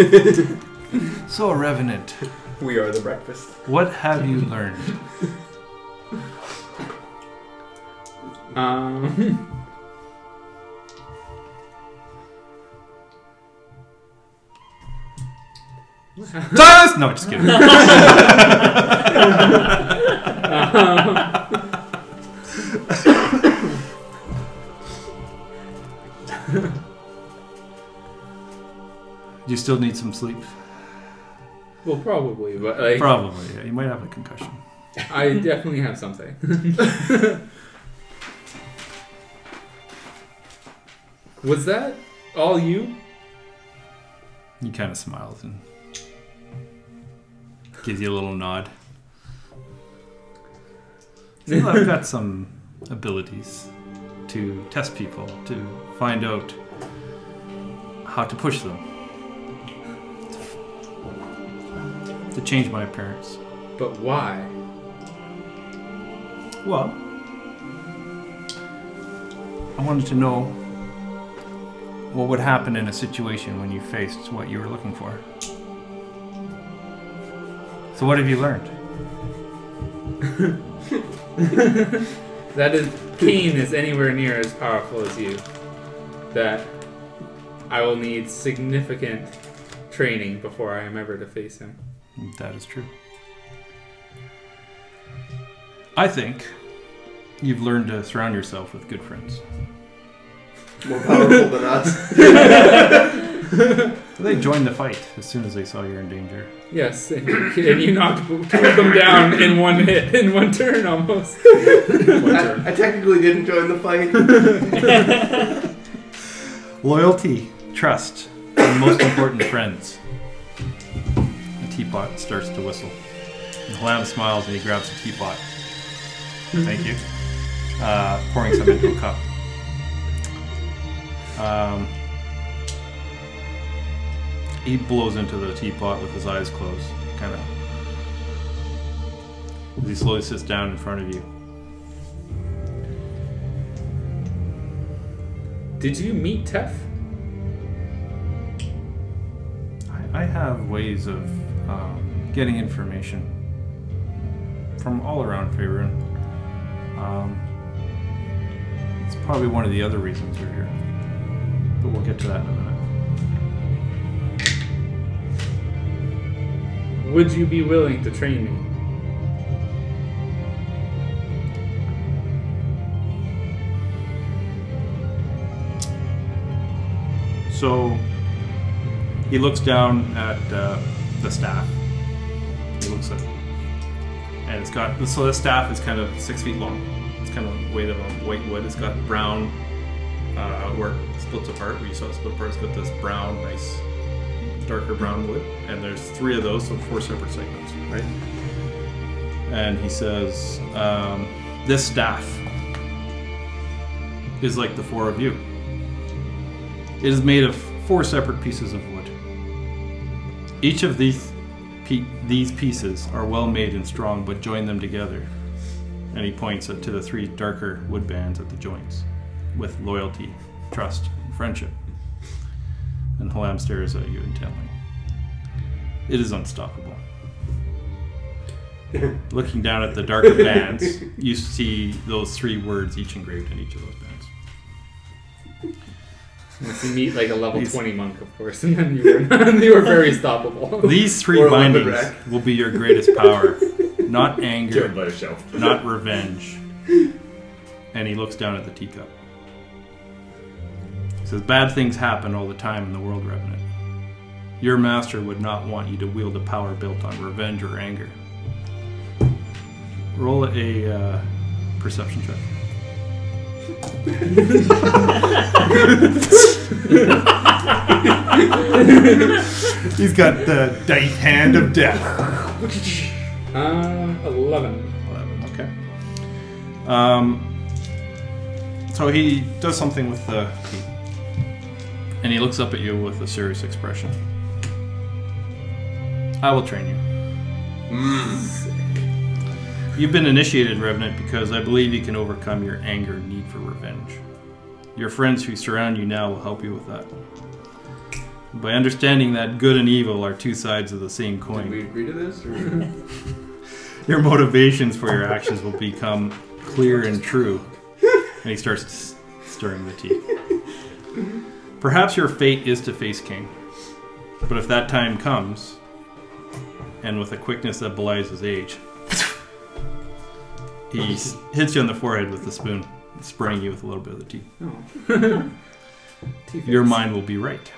Speaker 6: you.
Speaker 4: So, Revenant,
Speaker 3: We are the breakfast.
Speaker 4: what have you learned?
Speaker 5: Um.
Speaker 4: Silence! No, just kidding. you still need some sleep?
Speaker 5: Well, probably, but like,
Speaker 4: Probably. Yeah. You might have a concussion.
Speaker 5: I definitely have something. Was that all you?
Speaker 4: He kind of smiles and gives you a little nod. Well, I've got some abilities to test people, to find out how to push them, to change my appearance.
Speaker 5: But why?
Speaker 4: Well, I wanted to know what would happen in a situation when you faced what you were looking for. So, what have you learned?
Speaker 5: That is Keen is anywhere near as powerful as you. That I will need significant training before I am ever to face him.
Speaker 4: That is true. I think you've learned to surround yourself with good friends.
Speaker 3: More powerful than us.
Speaker 4: They joined the fight as soon as they saw you're in danger.
Speaker 5: Yes, and you, and you knocked two of them down in one hit, in one turn almost.
Speaker 3: I, I technically didn't join the fight.
Speaker 4: Loyalty, trust, and most important, friends. The teapot starts to whistle. And Halam smiles and he grabs the teapot. Thank you. Uh, pouring some into a cup. Um, he blows into the teapot with his eyes closed, kind of. He slowly sits down in front of you.
Speaker 5: Did you meet Tef?
Speaker 4: I, I have ways of um, getting information from all around Faerun. Um, it's probably one of the other reasons you're here, but we'll get to that in a minute.
Speaker 5: Would you be willing to train me?
Speaker 4: So, He looks down at uh, the staff. He looks at, and it's got so the staff is kind of six feet long. It's kind of weight of a white wood. It's got brown uh, where it splits apart. Where you saw it split apart, it's got this brown, nice, darker brown wood. And there's three of those, so four separate segments, right? And he says, um, "This staff is like the four of you." It is made of four separate pieces of wood. Each of these pe- these pieces are well made and strong, but join them together. And he points at, to the three darker wood bands at the joints, with loyalty, trust, and friendship. And Halam stares at you intently. It is unstoppable. Looking down at the darker bands, you see those three words each engraved in each of those bands.
Speaker 5: Unless you meet like a level 20 monk, of course, and then you were, you were very stoppable.
Speaker 4: These three
Speaker 3: Or a leopard
Speaker 4: bindings
Speaker 3: rack.
Speaker 4: will be your greatest power. not anger,
Speaker 8: by yourself.
Speaker 4: not revenge. And he looks down at the teacup. He says, Bad things happen all the time in the world, Revenant. Your master would not want you to wield a power built on revenge or anger. Roll a uh, perception check.
Speaker 1: He's got the dice hand of death.
Speaker 5: Uh, 11.
Speaker 4: 11. Okay. Um, so he does something with the key. And he looks up at you with a serious expression. I will train you. You've been initiated, Revenant, because I believe you can overcome your anger and need for revenge. Your friends who surround you now will help you with that. By understanding that good and evil are two sides of the same coin.
Speaker 3: Did we agree to this? Or?
Speaker 4: Your motivations for your actions will become clear and true. And he starts s- stirring the tea. Perhaps your fate is to face King. But if that time comes, and with a quickness that belies his age, he s- hits you on the forehead with the spoon, spraying you with a little bit of the tea. Your mind will be right.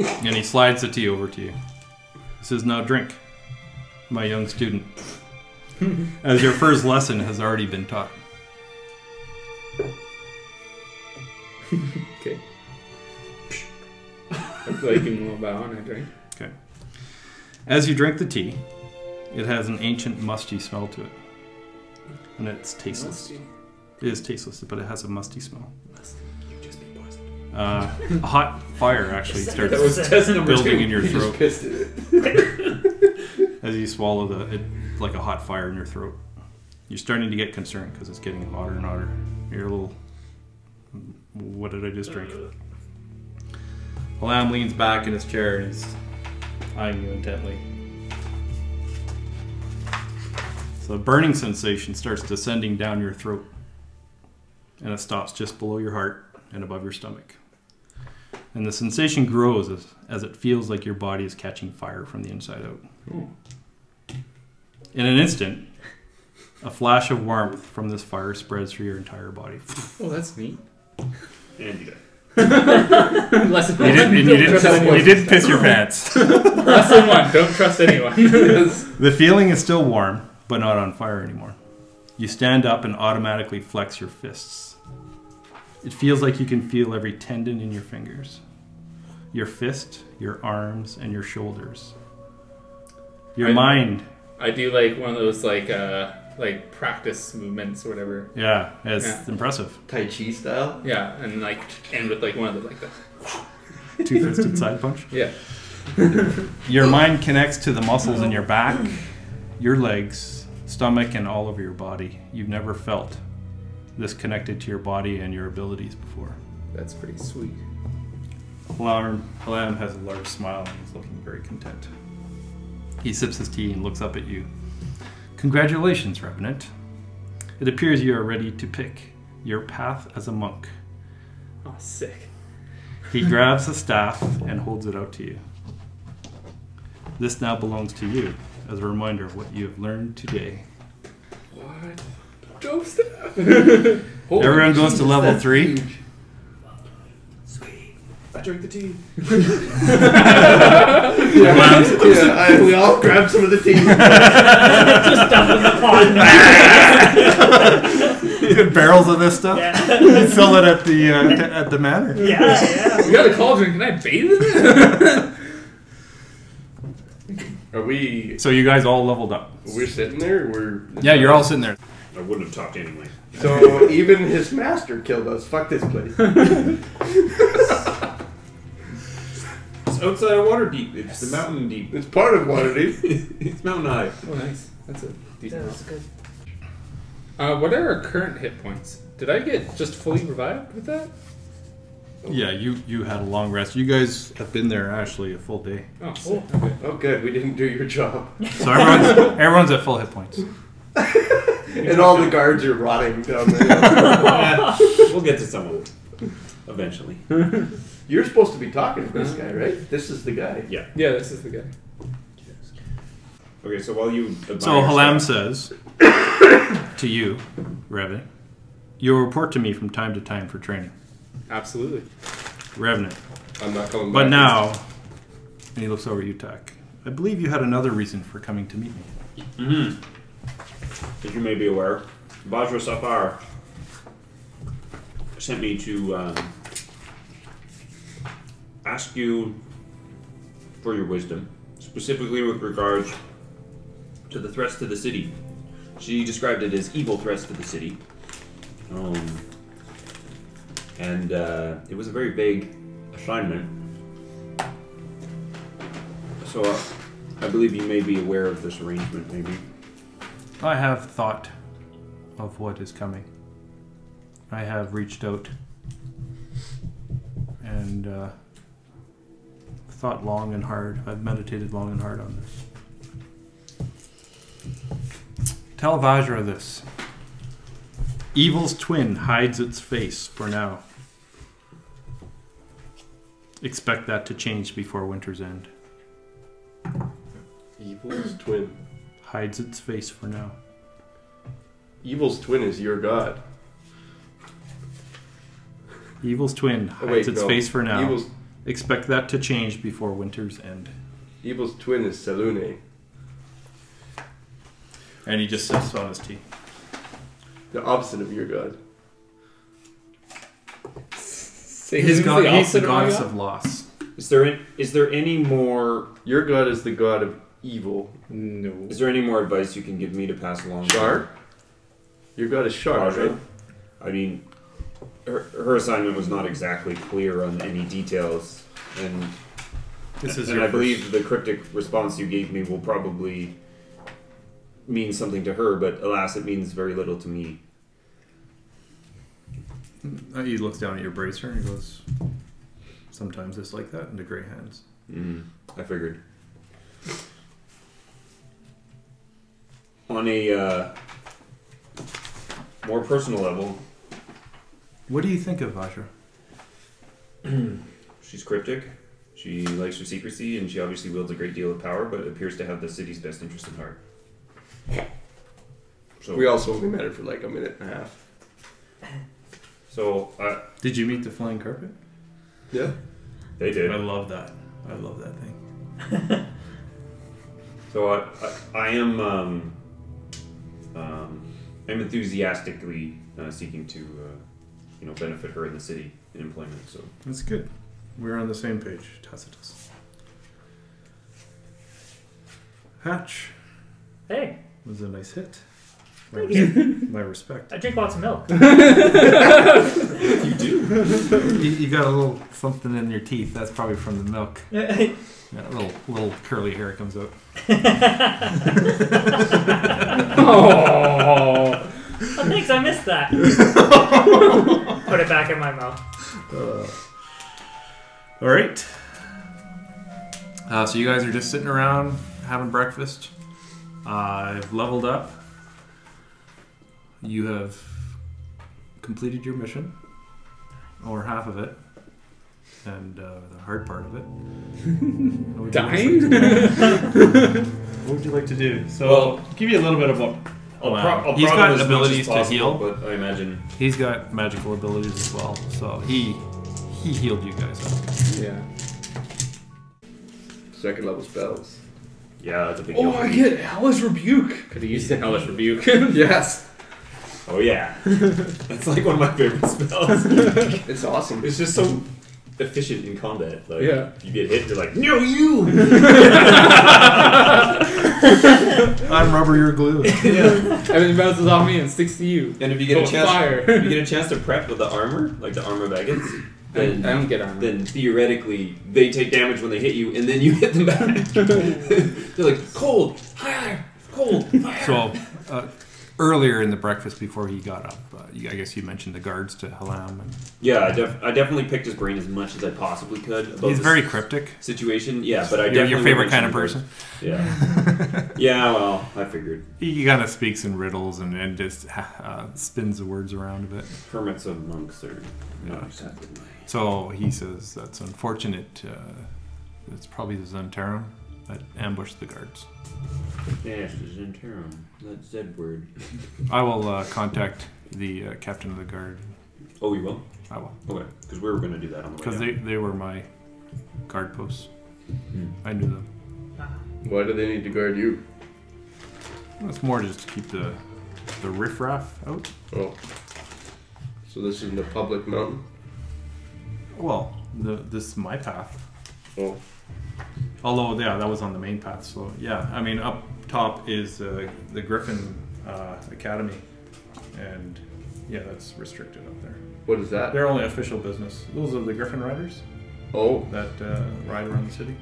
Speaker 4: And he slides the tea over to you. He says, Now drink, my young student, as your first lesson has already been taught.
Speaker 5: Okay. I feel like you know about when I drink.
Speaker 4: Okay. As you drink the tea, it has an ancient, musty smell to it. And it's tasteless. It is tasteless, but it has a musty smell. Uh, a hot fire actually starts
Speaker 6: That was test number
Speaker 4: building in your
Speaker 3: You just
Speaker 4: throat.
Speaker 3: pissed it.
Speaker 4: As you swallow the, it, like a hot fire in your throat, you're starting to get concerned because it's getting hotter and hotter. You're a little, what did I just drink?
Speaker 3: Uh.
Speaker 4: Halam leans back in his chair and he's eyeing you intently. So a burning sensation starts descending down your throat, and it stops just below your heart and above your stomach. And the sensation grows as, as it feels like your body is catching fire from the inside out. In an instant, a flash of warmth from this fire spreads through your entire body.
Speaker 5: Oh, that's neat.
Speaker 2: And you die.
Speaker 5: Lesson
Speaker 1: You
Speaker 5: one.
Speaker 1: didn't, and you
Speaker 5: don't
Speaker 1: didn't,
Speaker 5: trust
Speaker 1: piss,
Speaker 5: anyone.
Speaker 1: you didn't piss your pants.
Speaker 5: Lesson one. Don't trust anyone.
Speaker 4: The feeling is still warm, but not on fire anymore. You stand up and automatically flex your fists. It feels like you can feel every tendon in your fingers your fist, your arms, and your shoulders. Your
Speaker 5: I-
Speaker 4: mind,
Speaker 5: I do like one of those like uh like practice movements or whatever.
Speaker 4: yeah, it's
Speaker 5: Yeah.
Speaker 4: impressive.
Speaker 3: Tai Chi style?
Speaker 5: Yeah, and like end with like one of the like the
Speaker 4: Two fisted side punch.
Speaker 5: yeah.
Speaker 4: Your mind connects to the muscles in your back, your legs, stomach, and all over your body. You've never felt this connected to your body and your abilities before.
Speaker 5: That's pretty sweet.
Speaker 4: Alarm. Alarm has a large smile and he's looking very content. He sips his tea and looks up at you. Congratulations, Revenant. It appears you are ready to pick your path as a monk.
Speaker 5: Oh, sick.
Speaker 4: He grabs the staff and holds it out to you. This now belongs to you as a reminder of what you have learned today.
Speaker 5: What? Dope stuff.
Speaker 4: Everyone goes to level three.
Speaker 8: drink the tea.
Speaker 3: Yeah, I- we all grab some of the tea.
Speaker 6: Just dump in the pond.
Speaker 4: Good barrels of this stuff.
Speaker 6: yeah.
Speaker 4: You fill it at the uh, at the manor.
Speaker 6: Yeah, yeah.
Speaker 5: We got a cauldron. Can I bathe in it?
Speaker 8: Are we?
Speaker 4: So you guys all leveled up.
Speaker 3: We're sitting there. We're
Speaker 4: Yeah, you're all sitting there.
Speaker 2: I wouldn't have talked anyway.
Speaker 3: so even his master killed us. Fuck this place.
Speaker 2: It's outside of water deep. It's the mountain deep.
Speaker 3: It's part of what it is.
Speaker 2: it's mountain high.
Speaker 5: oh, nice. That's a decent.
Speaker 6: That was good.
Speaker 5: Uh, what are our current hit points? Did I get just fully revived with that?
Speaker 4: Yeah, you you had a long rest. You guys have been there actually a full day.
Speaker 5: Oh, sick. okay.
Speaker 3: Oh, good. We didn't do your job.
Speaker 4: So everyone's everyone's at full hit points.
Speaker 3: And all the guards are rotting down there.
Speaker 2: Yeah, we'll get to some of them eventually.
Speaker 3: You're supposed to be talking to this guy, right? This is the guy.
Speaker 2: Yeah.
Speaker 5: Yeah, this is the guy.
Speaker 2: Okay, so while you admire
Speaker 4: So Halam
Speaker 2: yourself-
Speaker 4: says to you, Revenant, you'll report to me from time to time for training.
Speaker 5: Absolutely.
Speaker 4: Revenant.
Speaker 3: I'm not coming
Speaker 4: But now, and he looks over at you, Tuck. I believe you had another reason for coming to meet me.
Speaker 2: as you may be aware, Vajra Safar sent me to um, ask you for your wisdom, specifically with regards to the threats to the city. She described it as evil threats to the city. Um, and uh, it was a very vague assignment. So uh, I believe you may be aware of this arrangement, maybe.
Speaker 4: I have thought of what is coming. I have reached out and uh, thought long and hard. I've meditated long and hard on this. Tell Vajra this. Evil's twin hides its face for now. Expect that to change before winter's end.
Speaker 3: Evil's twin.
Speaker 4: Hides its face for now.
Speaker 3: Evil's twin is your god.
Speaker 4: Evil's twin
Speaker 3: Oh,
Speaker 4: hides
Speaker 3: wait,
Speaker 4: its
Speaker 3: no.
Speaker 4: face for now.
Speaker 3: Evil's,
Speaker 4: Expect that to change before winter's end.
Speaker 3: Evil's twin is Selune.
Speaker 4: And he just sips on his tea.
Speaker 3: The opposite of your god.
Speaker 5: He's the
Speaker 4: he's the
Speaker 5: opposite of my
Speaker 4: goddess
Speaker 5: god?
Speaker 4: of loss.
Speaker 2: Is there an- is there any more
Speaker 3: Your god is the god of evil.
Speaker 5: No.
Speaker 2: is there any more advice you can give me to pass along? to
Speaker 3: Shar? Your god is Shar,
Speaker 2: Audra?
Speaker 3: right?
Speaker 2: I mean, her, her assignment was not exactly clear on any details, and
Speaker 4: This
Speaker 2: and I believe the cryptic response you gave me will probably mean something to her, but alas, it means very little to me.
Speaker 4: Uh, He looks down at your bracer and he goes, "Sometimes it's like that in the gray hands."
Speaker 2: Mm, I figured. On a uh, more personal level,
Speaker 4: What do you think of Vajra?
Speaker 2: She's cryptic. She likes her secrecy, and she obviously wields a great deal of power, but appears to have the city's best interest in heart. So,
Speaker 3: We also only met her for like a minute and a half.
Speaker 2: so uh,
Speaker 4: Did you meet the flying carpet?
Speaker 3: Yeah.
Speaker 2: they
Speaker 4: I
Speaker 2: did.
Speaker 4: love that. I love that thing.
Speaker 2: So I, I, I am, um, um, I'm enthusiastically uh, seeking to, uh, you know, benefit her in the city in employment. So
Speaker 4: That's good. We're on the same page, Tacitus. Hatch
Speaker 6: Hey,
Speaker 4: was a nice hit. My,
Speaker 6: Thank you.
Speaker 4: my respect.
Speaker 6: I drink lots of milk.
Speaker 4: You, you got a little something in your teeth. That's probably from the milk.
Speaker 6: Oh,
Speaker 4: That little little curly hair comes out.
Speaker 5: Oh.
Speaker 6: Oh, thanks, I missed that. Put it back in my mouth.
Speaker 4: All right. Uh, so you guys are just sitting around having breakfast. Uh, I've leveled up. You have completed your mission, or half of it, and uh, the hard part of it. What would you like to-
Speaker 5: Dying?
Speaker 4: What would you like to do? So
Speaker 2: Well-
Speaker 4: give you a little bit of what.
Speaker 2: I'll
Speaker 4: Oh, Wow.
Speaker 2: pro- I'll
Speaker 4: He's
Speaker 2: prob
Speaker 4: got
Speaker 2: as much
Speaker 4: abilities
Speaker 2: as
Speaker 4: to
Speaker 2: possible,
Speaker 4: heal.
Speaker 2: but I imagine
Speaker 4: He's got magical abilities as well, so he
Speaker 7: he healed you guys up.
Speaker 5: Yeah.
Speaker 3: Second level spells.
Speaker 2: Yeah, that's a big
Speaker 3: Oh,
Speaker 2: deal.
Speaker 3: I get Hellish Rebuke.
Speaker 5: Could have used the hellish rebuke.
Speaker 3: Yes,
Speaker 2: Oh yeah, that's like one of my favorite spells.
Speaker 3: it's awesome.
Speaker 2: it's just so efficient in combat. Like,
Speaker 5: Yeah.
Speaker 2: you get hit, you're like, no, you.
Speaker 7: I'm rubber, you're glue.
Speaker 5: Everything bounces off me and sticks to you.
Speaker 2: And if you get
Speaker 5: Oh,
Speaker 2: a chance,
Speaker 5: fire.
Speaker 2: if you get a chance to prep with the armor, like the armor maggots,
Speaker 5: I, I
Speaker 2: then
Speaker 5: don't get armor.
Speaker 2: then theoretically they take damage when they hit you, and then you hit them back. They're like cold, fire, cold, fire.
Speaker 7: So, uh, earlier in the breakfast before he got up, uh, you, I guess you mentioned the guards to Halam. And
Speaker 2: Yeah, I, def- I definitely picked his brain as much as I possibly could. About
Speaker 7: he's
Speaker 2: this
Speaker 7: very cryptic.
Speaker 2: situation. Yeah, but I
Speaker 7: Your,
Speaker 2: definitely
Speaker 7: your favorite
Speaker 2: mentioned
Speaker 7: kind of
Speaker 2: the guards.
Speaker 7: person.
Speaker 2: Yeah. yeah. Well, I figured
Speaker 7: He, kind of speaks in riddles and, and just uh, spins the words around a bit.
Speaker 2: hermits of monks are not
Speaker 7: Yeah.
Speaker 2: exactly my.
Speaker 7: So he says that's unfortunate. Uh, it's probably the Zentarum that ambushed the guards.
Speaker 2: Dash is interim. That's Zed word.
Speaker 7: I will uh, contact the uh, captain of the guard.
Speaker 2: Oh, you will.
Speaker 7: I will
Speaker 2: Okay, because we were going to do that on the way.
Speaker 7: because
Speaker 2: down. Hmm.
Speaker 7: they, they were my guard posts. I knew them.
Speaker 3: Why do they need to guard you?
Speaker 7: It's more just to keep the the riffraff out.
Speaker 3: Oh, so this isn't a public mountain.
Speaker 7: Well, the, this is my path.
Speaker 3: Oh,
Speaker 7: Although, yeah, that was on the main path. So, yeah, I mean, up top is uh, the Griffin uh, Academy, and yeah, that's restricted up there.
Speaker 3: what is that?
Speaker 7: They're only official business. Those are the Griffin Riders
Speaker 3: Oh,
Speaker 7: that uh, ride around the city.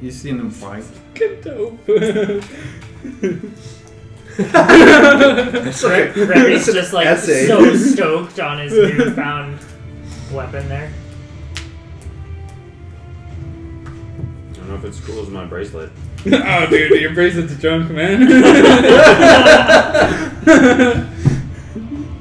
Speaker 7: You've seen them flying.
Speaker 5: Good dope. Oh,
Speaker 6: Greg, Greg is just like
Speaker 3: essay.
Speaker 6: so stoked on his newfound weapon there.
Speaker 2: I don't know if it's cool as my bracelet.
Speaker 5: oh, dude, your bracelet's junk, man.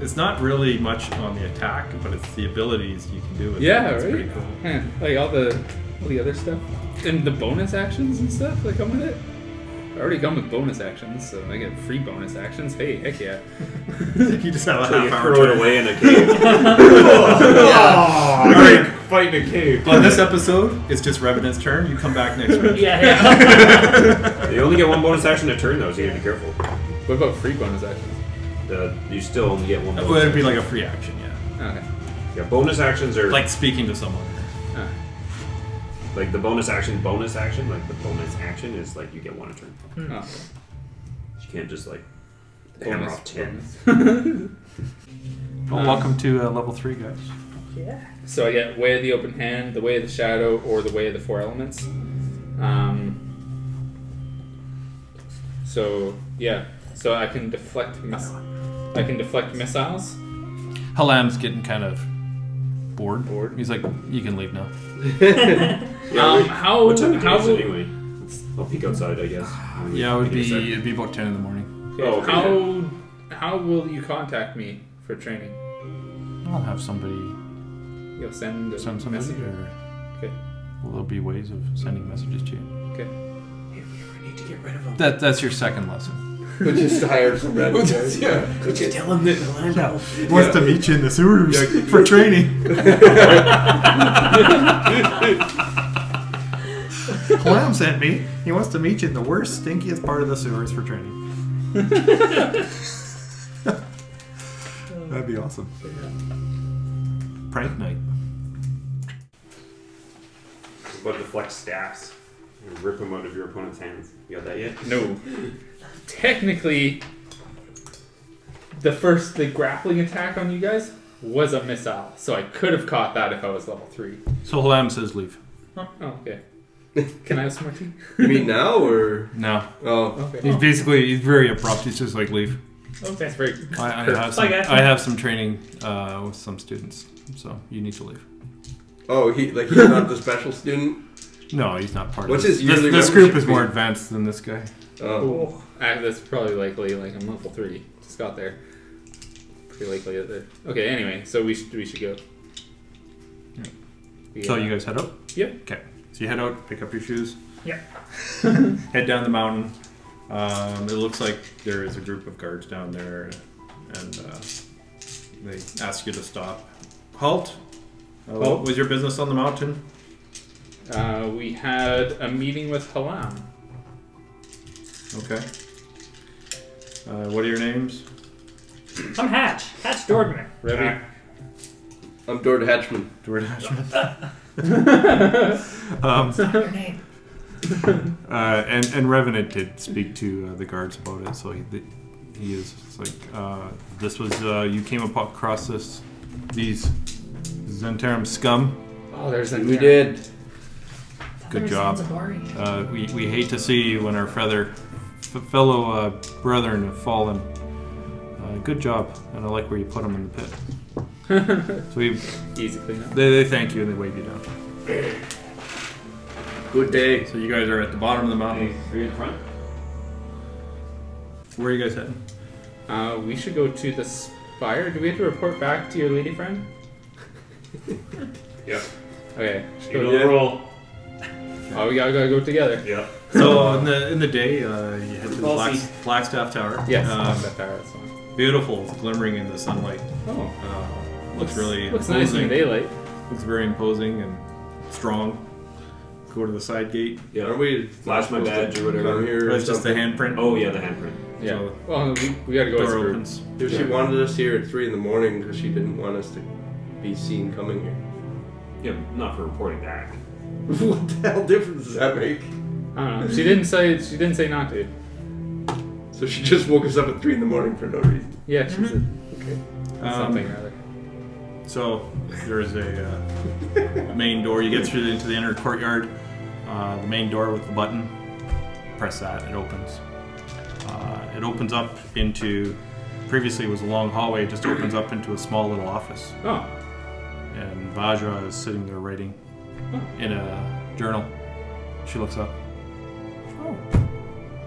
Speaker 7: It's not really much on the attack, but it's the abilities you can do with
Speaker 5: yeah,
Speaker 7: it. It's
Speaker 5: right.
Speaker 7: pretty cool.
Speaker 5: Man, like all the all the other stuff and the bonus actions and stuff that come with it. I already come with bonus actions, so I get free bonus actions. Hey, heck yeah!
Speaker 7: You just have a
Speaker 2: So you
Speaker 7: half hour.
Speaker 2: throw it away in a cave.
Speaker 7: All right,
Speaker 4: Fight in a cave.
Speaker 7: on this episode, it's just Revenant's turn. You come back next week.
Speaker 6: Yeah, yeah.
Speaker 2: you only get one bonus action a turn, though, so you gotta be careful.
Speaker 5: What about free bonus actions?
Speaker 2: The, you still only get one.
Speaker 7: It would
Speaker 2: Bonus
Speaker 7: be like a free action, yeah.
Speaker 5: Okay.
Speaker 2: action. Yeah, bonus actions are
Speaker 7: Like speaking to someone.
Speaker 5: Alright.
Speaker 2: like the bonus action, bonus action. Like the bonus action is like you get one a turn.
Speaker 3: Hmm.
Speaker 5: Oh,
Speaker 2: You can't just like hammer off ten.
Speaker 7: Well, welcome to uh, level three, guys.
Speaker 6: yeah.
Speaker 5: So I get Way of the Open Hand, the Way of the Shadow, or the Way of the Four Elements. Um, so yeah, so I can deflect miss- I can deflect missiles.
Speaker 7: Halam's getting kind of bored.
Speaker 5: Bored.
Speaker 7: He's like, you can leave now.
Speaker 5: um, how
Speaker 2: What time of day
Speaker 5: how
Speaker 2: is
Speaker 5: will,
Speaker 2: it anyway? I'll peek outside, I guess.
Speaker 7: Yeah, it would
Speaker 2: Give me a
Speaker 7: be
Speaker 2: sec.
Speaker 7: it'd be about ten in the morning.
Speaker 5: okay,
Speaker 2: Oh, okay.
Speaker 5: how how will you contact me for training?
Speaker 7: I'll have somebody
Speaker 5: You'll send a
Speaker 7: send somebody,
Speaker 5: message.
Speaker 7: or
Speaker 5: Okay,
Speaker 7: will there be ways of sending messages to you?
Speaker 5: okay.
Speaker 7: That that's your second lesson.
Speaker 3: we just hired some red guys.
Speaker 4: Yeah.
Speaker 7: Wants to meet you in the sewers for training. Halam sent me. He wants to meet you in the worst, stinkiest part of the sewers for training. That'd be awesome. Prank night.
Speaker 2: What deflect staffs? You Rip them out of your opponent's hands. You got that yet?
Speaker 5: No. Technically, the first the grappling attack on you guys was a missile, so I could have caught that if I was level three.
Speaker 7: So Halam says leave.
Speaker 5: Oh, okay. Can I have some more tea?
Speaker 3: You mean now or
Speaker 7: No.
Speaker 3: oh?
Speaker 5: Okay.
Speaker 7: He's basically he's very abrupt. He's just like leave.
Speaker 5: That's very.
Speaker 7: I, I have some,
Speaker 6: Like, I-
Speaker 7: I have some training uh, with some students, so you need to leave.
Speaker 3: Oh, he like he's not the special student.
Speaker 7: No, he's not part
Speaker 3: What's
Speaker 7: of this.
Speaker 3: his
Speaker 7: this,
Speaker 3: yearly
Speaker 7: this group is
Speaker 3: membership
Speaker 7: more
Speaker 3: fee?
Speaker 7: advanced than this guy.
Speaker 3: Oh,
Speaker 5: Cool. I, that's probably likely. Like I'm level three. Just got there. Pretty likely that they're Okay. Anyway, so we should we should go. Yeah.
Speaker 7: So you guys head out.
Speaker 5: Yep.
Speaker 7: Okay. So you head out, pick up your shoes,
Speaker 6: Yep.
Speaker 7: head down the mountain. Um, it looks like there is a group of guards down there, and uh, they ask you to stop, halt,
Speaker 4: Oh, was your business on the mountain?
Speaker 5: Uh, we had a meeting with Halam.
Speaker 4: Okay. Uh, what are your names?
Speaker 6: I'm Hatch. Hatch Dorderman.
Speaker 5: Ready?
Speaker 3: I'm Dord Hatchman.
Speaker 4: Jordan Ashman.
Speaker 6: Your name.
Speaker 4: Uh, and and Revenant did speak to uh, the guards about it, so he he is it's like uh, this was uh, you came across this these Zentarum scum.
Speaker 5: Oh, there's a
Speaker 3: We did.
Speaker 4: Good job.
Speaker 6: Zanzibari.
Speaker 4: Uh, we, we hate to see you and our feather f- fellow uh, brethren have fallen. Uh, good job, and I like where you put them in the pit. so we,
Speaker 5: Easy cleanup.
Speaker 4: they, they thank you and they wave you down.
Speaker 3: Good day.
Speaker 4: So you guys are at the bottom of the mountain.
Speaker 2: Are you in front?
Speaker 4: Where are you guys heading?
Speaker 5: Uh, we should go to the spire. Do we have to report back to your lady friend?
Speaker 2: Yep.
Speaker 5: Okay.
Speaker 2: You don't roll.
Speaker 5: Oh, we gotta, gotta go together.
Speaker 2: Yep.
Speaker 4: So in the in the day, uh, you head to the Black,
Speaker 2: Falsey.
Speaker 4: Blackstaff Tower.
Speaker 5: Yes.
Speaker 4: Um,
Speaker 5: that's our- that's one.
Speaker 4: beautiful, glimmering in the sunlight.
Speaker 5: Oh.
Speaker 4: Uh, looks really
Speaker 5: Looks nice in
Speaker 4: imposing.
Speaker 5: the daylight.
Speaker 4: looks very imposing and strong. Go to the side gate.
Speaker 2: Yeah.
Speaker 3: Are we
Speaker 2: Flash my badge or whatever.
Speaker 3: Come here. or
Speaker 4: That's just the
Speaker 3: something?
Speaker 4: handprint.
Speaker 2: Oh yeah, the handprint.
Speaker 5: Yeah.
Speaker 4: So-
Speaker 5: well, we, we gotta go as a
Speaker 4: Door
Speaker 5: group.
Speaker 4: opens.
Speaker 3: If she wanted us here at three in the morning because she didn't want us to be seen coming here.
Speaker 2: Yeah, not for reporting back.
Speaker 3: what the hell difference does that make?
Speaker 5: I don't know. Ah, She didn't say she didn't say not to.
Speaker 3: So she just woke us up at three in the morning for no reason.
Speaker 5: Yeah, she said
Speaker 3: Okay.
Speaker 5: something
Speaker 4: Um,
Speaker 5: or other.
Speaker 4: So there is a uh, main door. You get through the, into the inner courtyard. Uh, the main door with the button. Press that. It opens. Uh, it opens up into. Previously, it was a long hallway. It just opens up into a small little office.
Speaker 5: Oh,
Speaker 4: And Vajra is sitting there writing in a journal. She looks up. Oh,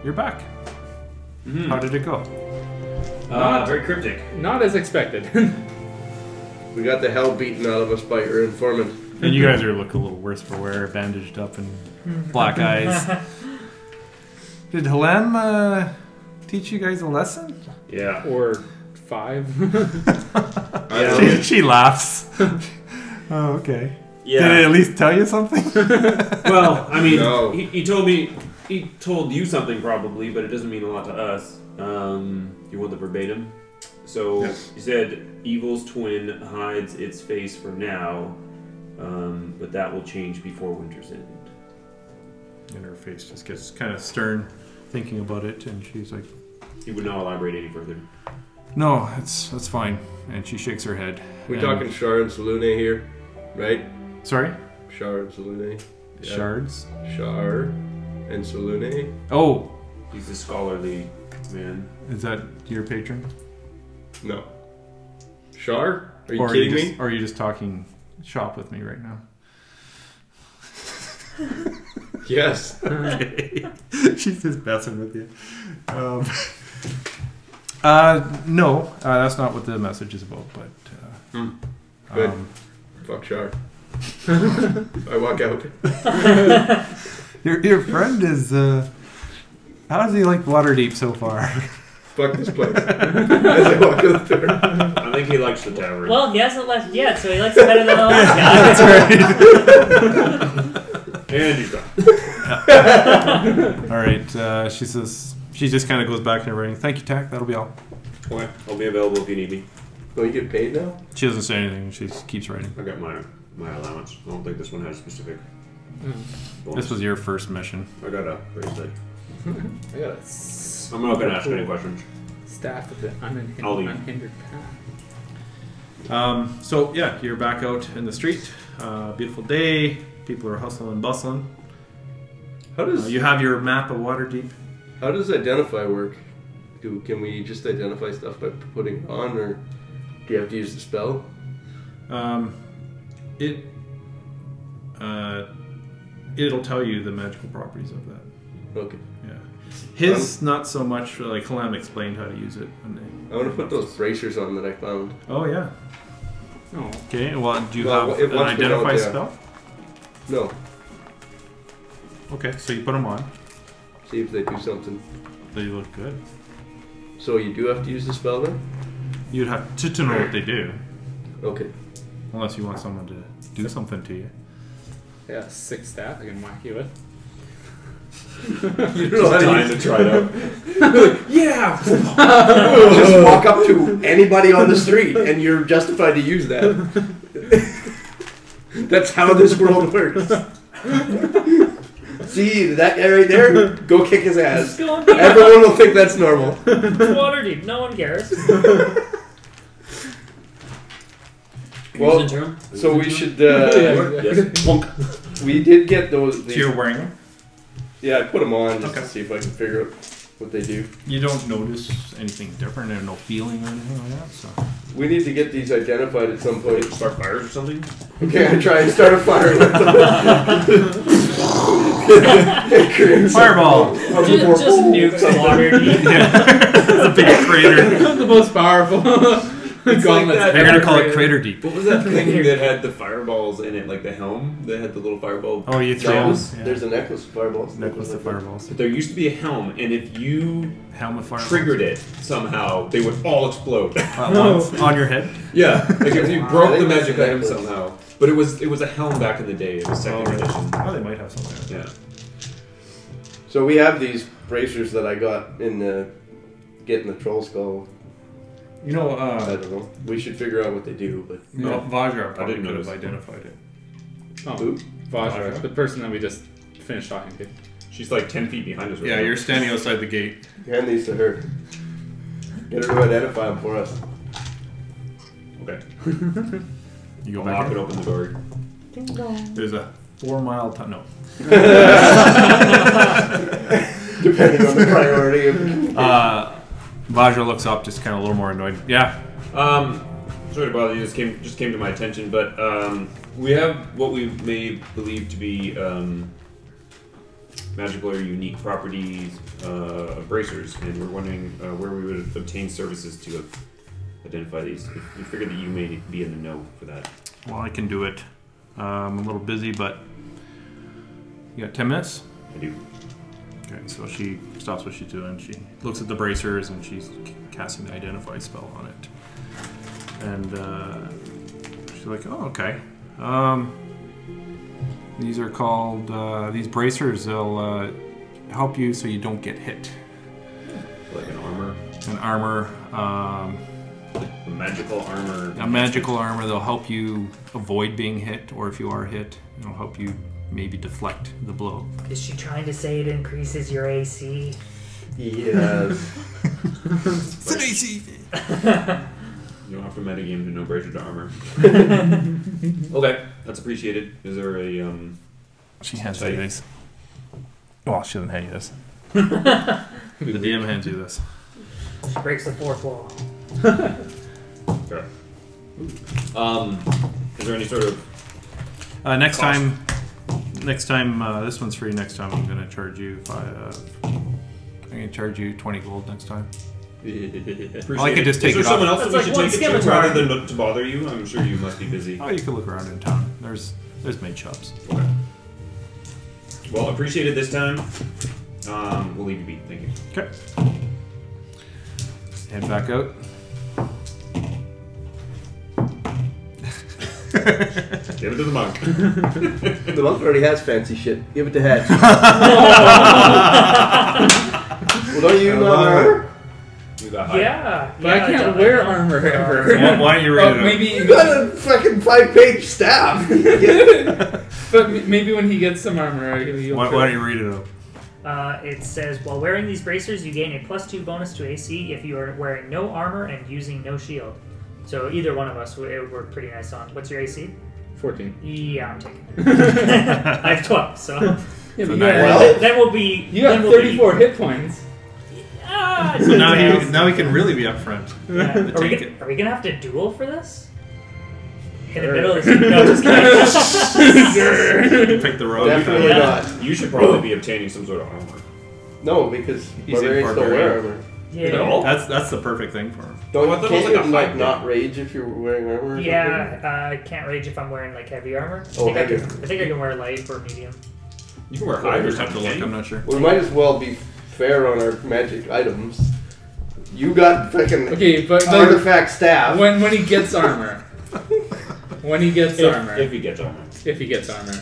Speaker 4: you're back. How did it go?
Speaker 2: Uh, very cryptic.
Speaker 5: not as expected.
Speaker 3: We got the hell beaten out of us by your informant.
Speaker 4: And you guys are looking a little worse for wear, bandaged up and black eyes. Did Helem uh, teach you guys a lesson?
Speaker 2: Yeah.
Speaker 5: or five.
Speaker 4: She, she laughs. oh, okay.
Speaker 2: Yeah.
Speaker 4: Did it at least tell you something?
Speaker 2: well, I mean,
Speaker 3: No.
Speaker 2: he, he told me he told you something probably, but it doesn't mean a lot to us. Um, you want the verbatim? So he said, "Evil's twin hides its face for now, um, but that will change before winter's end."
Speaker 4: and her face just gets kind of stern thinking about it, and she's like,
Speaker 2: He would not elaborate any further.
Speaker 4: No, that's, that's fine. And she shakes her head.
Speaker 3: We're
Speaker 4: And-
Speaker 3: talking Shar and Salune here, right?
Speaker 4: Sorry?
Speaker 3: Shar and Salune. Yeah.
Speaker 4: Shards?
Speaker 3: Shar and Salune.
Speaker 4: Oh,
Speaker 2: He's a scholarly man.
Speaker 4: is that your patron?
Speaker 3: No. Shar? Are you
Speaker 4: or
Speaker 3: kidding
Speaker 4: are you
Speaker 3: me?
Speaker 4: Just, or are you just talking shop with me right now?
Speaker 3: Yes.
Speaker 4: Oh. She's just messing with you. Um, uh, no, uh, that's not what the message is about. But uh,
Speaker 3: Good.
Speaker 4: um,
Speaker 3: Fuck Shar. I walk out.
Speaker 4: your your friend is. Uh, how does he like Waterdeep so far?
Speaker 3: Fuck this place. As I walk out the door.
Speaker 2: I think he likes the tavern.
Speaker 6: Well, he hasn't left yet, so he likes it better than the last guy.
Speaker 2: and he's gone.
Speaker 4: All right, uh, she says. She just kind of goes back in her writing. Thank you, Tack. That'll be all.
Speaker 2: Okay, I'll be available if you need me.
Speaker 3: Oh, you get paid now?
Speaker 4: She doesn't say anything. She just keeps writing.
Speaker 2: I got my my allowance. I don't think this one has specific.
Speaker 4: This
Speaker 2: bonus.
Speaker 4: was your first mission.
Speaker 2: I got a raise day.
Speaker 5: I got a s-
Speaker 2: I'm not gonna ask any questions.
Speaker 5: staff of the unhindered,
Speaker 2: I'll leave.
Speaker 5: unhindered path.
Speaker 4: Um, so yeah, you're back out in the street. Uh, beautiful day. People are hustling and bustling.
Speaker 3: How
Speaker 4: Uh,
Speaker 3: does
Speaker 4: you have your map of Waterdeep.
Speaker 3: how does identify work? Do can we just identify stuff by putting it on, or do you have to use the spell?
Speaker 4: Um, it uh, it'll tell you the magical properties of that.
Speaker 3: Okay.
Speaker 4: Yeah, his not so much. Like Kalam explained how to use it. When they,
Speaker 3: I want to put those bracers on that I found.
Speaker 4: oh yeah.
Speaker 5: Oh,
Speaker 4: Okay. Well, do you
Speaker 3: Well,
Speaker 4: have
Speaker 3: it
Speaker 4: an
Speaker 3: wants to know,
Speaker 4: identify
Speaker 3: yeah.
Speaker 4: spell?
Speaker 3: No.
Speaker 4: Okay, so you put them on.
Speaker 3: See if they do something.
Speaker 4: They look good.
Speaker 3: So you do have to use the spell then?
Speaker 4: You'd have to, to know what they do.
Speaker 3: Okay.
Speaker 4: Unless you want someone to do something to you.
Speaker 5: Yeah, six staff I can whack you with.
Speaker 3: You don't know how to use-
Speaker 8: try it out.
Speaker 3: just walk up to anybody on the street and you're justified to use that. That's how this world works. See that guy right there? Go kick his ass.
Speaker 6: Go on,
Speaker 3: Everyone will think that's normal.
Speaker 6: it's water deep. No one cares.
Speaker 3: Well, so we should. Uh, we did get those.
Speaker 4: So
Speaker 3: These,
Speaker 4: you're wearing them.
Speaker 3: yeah, I put them on just to
Speaker 4: Okay.
Speaker 3: see if I can figure out what they do.
Speaker 4: You don't notice anything different. There's no feeling or anything like that. So
Speaker 3: We need to get these identified at some point.
Speaker 2: Start fires or something?
Speaker 3: Okay, I try and start a fire. with them. Create some-
Speaker 4: fireball.
Speaker 6: just, just nuke water deep.
Speaker 4: the big crater.
Speaker 5: the most powerful. Gauntlet's
Speaker 8: that-
Speaker 4: They're gonna
Speaker 5: ever
Speaker 4: call it
Speaker 5: created.
Speaker 4: crater deep.
Speaker 8: What was that thing that had the fireballs in it, like the helm that had the little fireball?
Speaker 4: Oh, you throw them.
Speaker 3: There's there's a necklace of fireballs.
Speaker 4: necklace of fireballs.
Speaker 2: But there used to be a helm, and if you
Speaker 4: Helmet fireballs.
Speaker 2: triggered it somehow, they would all explode.
Speaker 4: At once on your head.
Speaker 2: yeah, like if you
Speaker 3: Wow. I
Speaker 2: broke the
Speaker 3: think that's
Speaker 2: magic
Speaker 3: the
Speaker 2: item
Speaker 3: necklace.
Speaker 2: somehow. But it was it was a helm back in the day. It was
Speaker 4: Oh,
Speaker 2: second
Speaker 4: really?
Speaker 2: edition.
Speaker 4: Oh, they might have something.
Speaker 2: Yeah.
Speaker 3: So we have these bracers that I got in the getting the troll skull.
Speaker 4: You know,
Speaker 3: I
Speaker 4: uh,
Speaker 3: don't know. We should figure out what they do, but
Speaker 4: no, Vajra
Speaker 2: I
Speaker 4: probably
Speaker 2: didn't
Speaker 4: could
Speaker 2: notice.
Speaker 4: have identified it.
Speaker 5: Oh,
Speaker 3: Who?
Speaker 5: Vajra, the person that we just finished talking to.
Speaker 2: She's like 10 feet behind us right
Speaker 4: Yeah,
Speaker 2: now.
Speaker 4: you're standing outside the gate.
Speaker 3: hand these to her. Get her to identify them for us.
Speaker 2: Okay.
Speaker 4: You go
Speaker 2: Lock it
Speaker 4: back. in.
Speaker 2: open the door.
Speaker 4: There's a four mile time. No.
Speaker 3: Depending on the priority of
Speaker 4: Uh, Vajra looks up, just kind of a little more annoyed. Yeah.
Speaker 2: Um, sorry to bother you. This came just came to my attention, but um, we have what we may believe to be um, magical or unique properties uh, of bracers, and we're wondering uh, where we would obtain services to identify these. We figured that you may be in the know for that.
Speaker 4: Well, I can do it. Um, I'm a little busy, but you got ten minutes.
Speaker 2: I do.
Speaker 4: Okay, so she stops what she's doing. She looks at the bracers and she's c- casting the identify spell on it. And uh, she's like, "Oh, okay. Um, these are called uh, these bracers. They'll uh, help you so you don't get hit.
Speaker 2: Like an armor,
Speaker 4: An armor, um,
Speaker 2: a magical armor.
Speaker 4: a magical armor. They'll help you avoid being hit, or if you are hit, it'll help you maybe deflect the blow.
Speaker 6: Is she trying to say it increases your AC?
Speaker 3: Yes.
Speaker 2: You don't have to metagame to know bracer to armor. okay, that's appreciated. Is there a um?
Speaker 4: She hands you this. Well, she doesn't hand you this. the DM hands you this.
Speaker 6: She breaks the fourth wall.
Speaker 2: Okay. Um, is there any sort of
Speaker 4: Uh, next time, next time, uh, this one's free. Next time, I'm gonna charge you. Five, uh, I'm gonna charge you twenty gold next time.
Speaker 2: Appreciate
Speaker 4: I could
Speaker 2: it.
Speaker 4: just take
Speaker 2: Is there
Speaker 4: it off.
Speaker 2: someone else that
Speaker 6: That's
Speaker 2: we
Speaker 6: like
Speaker 2: should
Speaker 6: one
Speaker 2: take it to
Speaker 6: scimitar.
Speaker 2: rather than look to bother you? I'm sure you must be busy.
Speaker 4: Oh, you can look around in town. There's there's maid shops.
Speaker 2: Well, appreciated this time. Um, we'll leave you be. Thank you.
Speaker 4: Okay. Head back out.
Speaker 2: Give it to the monk.
Speaker 3: the monk already has fancy shit. Give it to Hedge. well, don't you love her?
Speaker 2: We got high.
Speaker 6: Yeah.
Speaker 5: But I can't wear armor ever.
Speaker 4: Why, why don't you read
Speaker 5: But
Speaker 4: it?
Speaker 5: maybe,
Speaker 3: You got a fucking five page staff.
Speaker 5: but m- maybe when he gets some armor, I-
Speaker 4: out?
Speaker 5: you'll
Speaker 4: Why, why don't you read it out?
Speaker 6: Uh, it says while wearing these bracers, you gain a plus two bonus to AC if you are wearing no armor and using no shield. So either one of us, w- it would work pretty nice on. What's your AC?
Speaker 5: fourteen.
Speaker 6: Yeah, I'm taking. It. I have twelve, so
Speaker 5: Yeah, but
Speaker 4: So
Speaker 5: you
Speaker 4: now-
Speaker 5: got-
Speaker 3: Well-
Speaker 6: then we'll be.
Speaker 5: you got
Speaker 6: then we'll
Speaker 5: thirty-four hit points.
Speaker 6: Be, ah,
Speaker 4: So now he
Speaker 6: details.
Speaker 4: now he can really be up front.
Speaker 6: Yeah. Are, we
Speaker 4: Take
Speaker 6: gonna, are we gonna have to duel for this? In the middle of this? No, just kidding.
Speaker 4: Pick the road.
Speaker 3: Definitely
Speaker 6: Yeah.
Speaker 3: not.
Speaker 2: You should probably be obtaining some sort of armor.
Speaker 3: No, because
Speaker 4: in
Speaker 3: barbarians don't wear
Speaker 4: barbarian.
Speaker 3: armor.
Speaker 6: yeah.
Speaker 4: That's that's the perfect thing for him.
Speaker 3: Don't
Speaker 2: Well, I thought it
Speaker 3: can't
Speaker 2: was like a
Speaker 3: you, like,
Speaker 2: hybrid.
Speaker 3: not rage if you're wearing armor. or something?
Speaker 6: Yeah, uh, can't rage if I'm wearing like heavy armor. I
Speaker 3: Oh,
Speaker 6: think I,
Speaker 3: heavy
Speaker 6: can, I
Speaker 3: armor.
Speaker 6: think I can wear light or medium.
Speaker 2: You can wear
Speaker 4: I
Speaker 2: hide or
Speaker 4: just have to
Speaker 2: something.
Speaker 4: look. I'm
Speaker 2: can
Speaker 4: not sure.
Speaker 3: We might as well be fair on our magic items. You got fucking
Speaker 5: Okay, but like,
Speaker 3: artifact staff.
Speaker 5: when when he gets armor, When he gets armor.
Speaker 2: If,
Speaker 5: If,
Speaker 2: if he gets armor.
Speaker 5: he gets armor.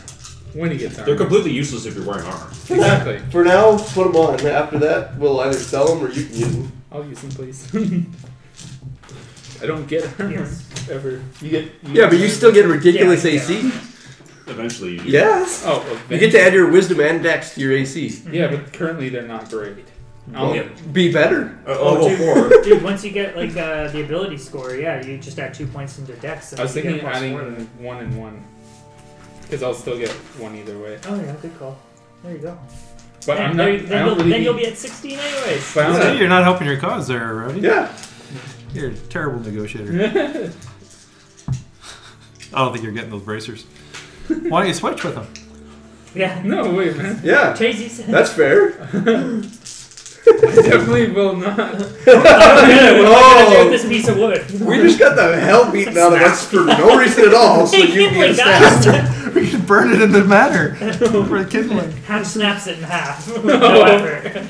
Speaker 5: When he gets
Speaker 2: They're
Speaker 5: armor.
Speaker 2: completely useless if you're wearing armor.
Speaker 5: Exactly.
Speaker 3: For now, put them on. After that, we'll either sell them or you can use them.
Speaker 5: I'll use him, please. I don't get armor
Speaker 6: Yes.
Speaker 5: ever.
Speaker 3: You get.
Speaker 11: Yeah, but you still get ridiculous
Speaker 6: Yeah, yeah.
Speaker 11: AC.
Speaker 2: Eventually you do.
Speaker 11: Yes.
Speaker 5: Oh, okay.
Speaker 11: You get to add your wisdom and dex to your AC.
Speaker 5: Yeah, but currently they're not great. I'll
Speaker 2: Well,
Speaker 11: Be better.
Speaker 2: Uh, level
Speaker 6: dude.
Speaker 2: four.
Speaker 6: Dude, once you get like uh, the ability score, yeah, you just add two points into dex. And
Speaker 5: I was
Speaker 6: you get
Speaker 5: thinking
Speaker 6: a plus
Speaker 5: adding
Speaker 6: four to it.
Speaker 5: one and one. Because I'll still get one either way.
Speaker 6: Oh yeah, good call. There you go.
Speaker 5: But
Speaker 6: And
Speaker 5: I'm not.
Speaker 6: there- then,
Speaker 5: I don't
Speaker 6: you'll,
Speaker 5: really
Speaker 6: then
Speaker 5: need-
Speaker 6: you'll be at 16 anyways.
Speaker 5: but I don't
Speaker 4: See, you're not helping your cause there, Rowdy.
Speaker 3: Yeah.
Speaker 4: You're a terrible negotiator. I don't think you're getting those bracers. Why don't you switch with them?
Speaker 6: Yeah.
Speaker 5: No, wait, man.
Speaker 3: Yeah.
Speaker 6: Chasey said.
Speaker 3: That's fair.
Speaker 5: I definitely will not.
Speaker 6: What do I do
Speaker 3: Oh,
Speaker 6: with this piece of wood.
Speaker 3: we just got the hell beaten out of us for no reason at all. So you can get a
Speaker 6: Kindling,
Speaker 3: stat.
Speaker 6: guys.
Speaker 4: We could burn it in the matter for the kindling.
Speaker 6: Half snaps it in half. no effort.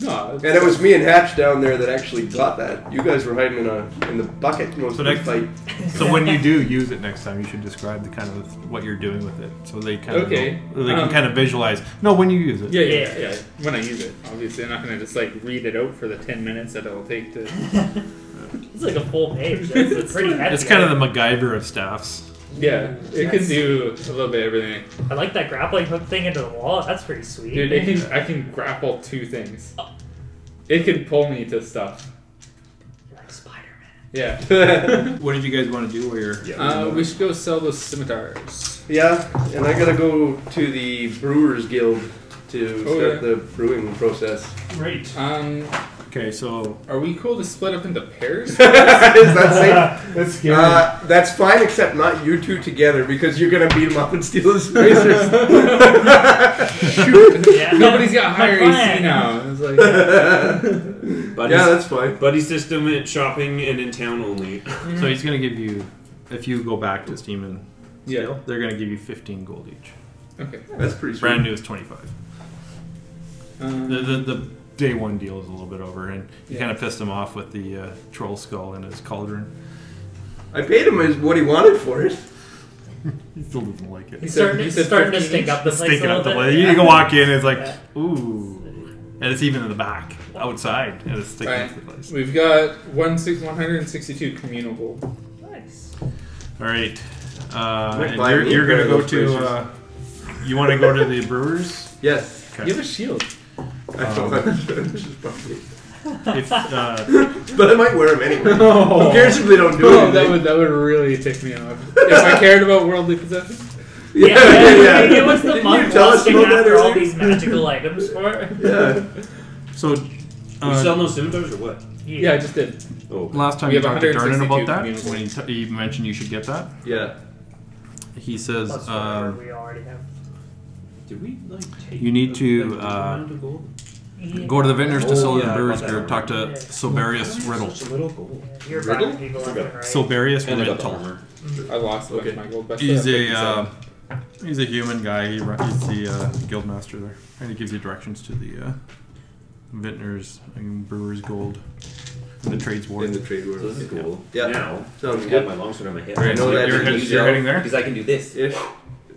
Speaker 5: No,
Speaker 3: And it was me and Hatch down there that actually got that. You guys were hiding in a in the bucket most
Speaker 4: So
Speaker 3: of the
Speaker 4: next-
Speaker 3: fight.
Speaker 4: So when you do use it next time, you should describe the kind of what you're doing with it, so they kind
Speaker 5: Okay.
Speaker 4: of know- they
Speaker 5: Um,
Speaker 4: can kind of visualize. No, when you use it,
Speaker 5: Yeah, yeah,
Speaker 6: Yeah.
Speaker 5: yeah, yeah. When I use it, obviously, I'm not gonna just like read it out for the ten minutes that it'll take to.
Speaker 6: It's like a full page. That's it's pretty heavy.
Speaker 4: it's kind of the MacGyver of staffs.
Speaker 5: Yeah, it can do a little bit of everything,
Speaker 6: I like that grappling hook thing into the wall. That's pretty sweet.
Speaker 5: dude. It can. I can grapple two things. It can pull me to stuff.
Speaker 6: like Spider-Man.
Speaker 5: Yeah.
Speaker 4: What did you guys want to do while you're?
Speaker 5: Uh, we should go sell those scimitars.
Speaker 3: Yeah, and I gotta go to the Brewers Guild to
Speaker 5: Oh,
Speaker 3: start
Speaker 5: yeah.
Speaker 3: the brewing process.
Speaker 4: Great.
Speaker 5: Um,
Speaker 4: Okay, so
Speaker 5: are we cool to split up into pairs?
Speaker 3: Is that safe?
Speaker 4: that's
Speaker 3: Uh, that's fine, except not you two together because you're gonna beat him up and steal his razors.
Speaker 6: Yeah.
Speaker 5: Nobody's got
Speaker 6: My
Speaker 5: higher AC
Speaker 6: plan.
Speaker 5: now. It's like,
Speaker 2: Buddy,
Speaker 3: yeah, that's fine.
Speaker 2: buddy system at shopping and in town only.
Speaker 4: so he's gonna give you if you go back to Steam and
Speaker 5: Yeah.
Speaker 4: Steel, they're gonna give you 15 gold each.
Speaker 5: okay.
Speaker 3: That's pretty sweet.
Speaker 4: Brand new is 25. The,
Speaker 5: Um,
Speaker 4: the, the day one deal is a little bit over, and you
Speaker 5: Yeah.
Speaker 4: kind of pissed him off with the uh, troll skull and his cauldron.
Speaker 3: I paid him his, what he wanted for it.
Speaker 4: He still doesn't like it.
Speaker 6: He's
Speaker 5: said-
Speaker 6: starting,
Speaker 5: he
Speaker 6: to-
Speaker 5: said
Speaker 6: starting to
Speaker 5: 15
Speaker 6: stink up the place
Speaker 4: Stinking
Speaker 6: a
Speaker 4: up
Speaker 6: little
Speaker 4: the
Speaker 6: bit.
Speaker 4: place.
Speaker 6: Yeah.
Speaker 4: You can walk in, it's like,
Speaker 6: Yeah.
Speaker 4: ooh. And it's even in the back, outside, and it's sticking
Speaker 5: Alright.
Speaker 4: up the place.
Speaker 5: We've got one six one hundred and sixty two communal gold.
Speaker 6: Nice.
Speaker 4: All right. Uh,
Speaker 3: Might
Speaker 4: and
Speaker 3: buy
Speaker 4: you're
Speaker 3: me a
Speaker 4: you're
Speaker 3: pair
Speaker 4: going to
Speaker 3: of
Speaker 4: go
Speaker 3: those
Speaker 4: to.
Speaker 3: braces.
Speaker 4: Uh, you want to go to the Brewers?
Speaker 3: Yes.
Speaker 5: You have a shield.
Speaker 3: I
Speaker 4: Um.
Speaker 3: thought that was just probably-
Speaker 4: If, uh,
Speaker 3: but I might wear them anyway. Who cares if they don't do
Speaker 5: Oh,
Speaker 3: it?
Speaker 5: that would that would really tick me off. if I cared about worldly possessions.
Speaker 6: Yeah, yeah, yeah. yeah. What's the
Speaker 3: Didn't
Speaker 6: monk
Speaker 3: you tell us
Speaker 6: lusting
Speaker 3: about that
Speaker 6: after all
Speaker 3: earlier?
Speaker 6: these magical items for?
Speaker 3: Yeah.
Speaker 4: so,
Speaker 2: We
Speaker 4: uh,
Speaker 2: sell no scimitars or what?
Speaker 5: Yeah, I just did.
Speaker 2: Oh,
Speaker 4: last time
Speaker 5: We
Speaker 4: you
Speaker 5: have
Speaker 4: talked to Darnan
Speaker 5: 162
Speaker 4: about that,
Speaker 5: communal
Speaker 4: when he, t- he mentioned you should get that,
Speaker 3: Yeah.
Speaker 4: he says.
Speaker 6: Plus
Speaker 4: Um,
Speaker 6: whatever we already have.
Speaker 2: did we like take?
Speaker 4: You need
Speaker 2: a-
Speaker 4: to,
Speaker 2: like, a
Speaker 4: uh,
Speaker 2: amount of gold?
Speaker 6: Yeah.
Speaker 4: Go to the vendors to sell
Speaker 2: Oh,
Speaker 4: it in
Speaker 2: yeah, I
Speaker 4: Brewers
Speaker 2: got
Speaker 4: Group.
Speaker 2: that.
Speaker 4: Talk to
Speaker 6: Yeah.
Speaker 4: Soberius Riddle.
Speaker 2: Such a little gold.
Speaker 6: You're bribing people left and right.
Speaker 4: Soberius
Speaker 2: And I got the
Speaker 4: Riddle.
Speaker 2: armor.
Speaker 5: I lost
Speaker 3: Okay.
Speaker 5: okay. my gold. but I
Speaker 4: He's
Speaker 5: still have
Speaker 4: a uh, he's a human guy. He run, he's the uh, guild master there, and he gives you directions to the uh, vintners and brewers gold and the trades
Speaker 3: In the
Speaker 4: warden.
Speaker 3: trade
Speaker 2: So this
Speaker 3: world.
Speaker 2: is cool.
Speaker 3: Yeah.
Speaker 2: Now,
Speaker 3: Sounds
Speaker 2: I have
Speaker 3: good.
Speaker 2: my longsword on my hip.
Speaker 4: Right,
Speaker 3: No,
Speaker 4: so
Speaker 3: that
Speaker 4: you're,
Speaker 3: didn't
Speaker 4: heading-
Speaker 3: go.
Speaker 4: you're heading there.
Speaker 2: Because I can do this.
Speaker 3: If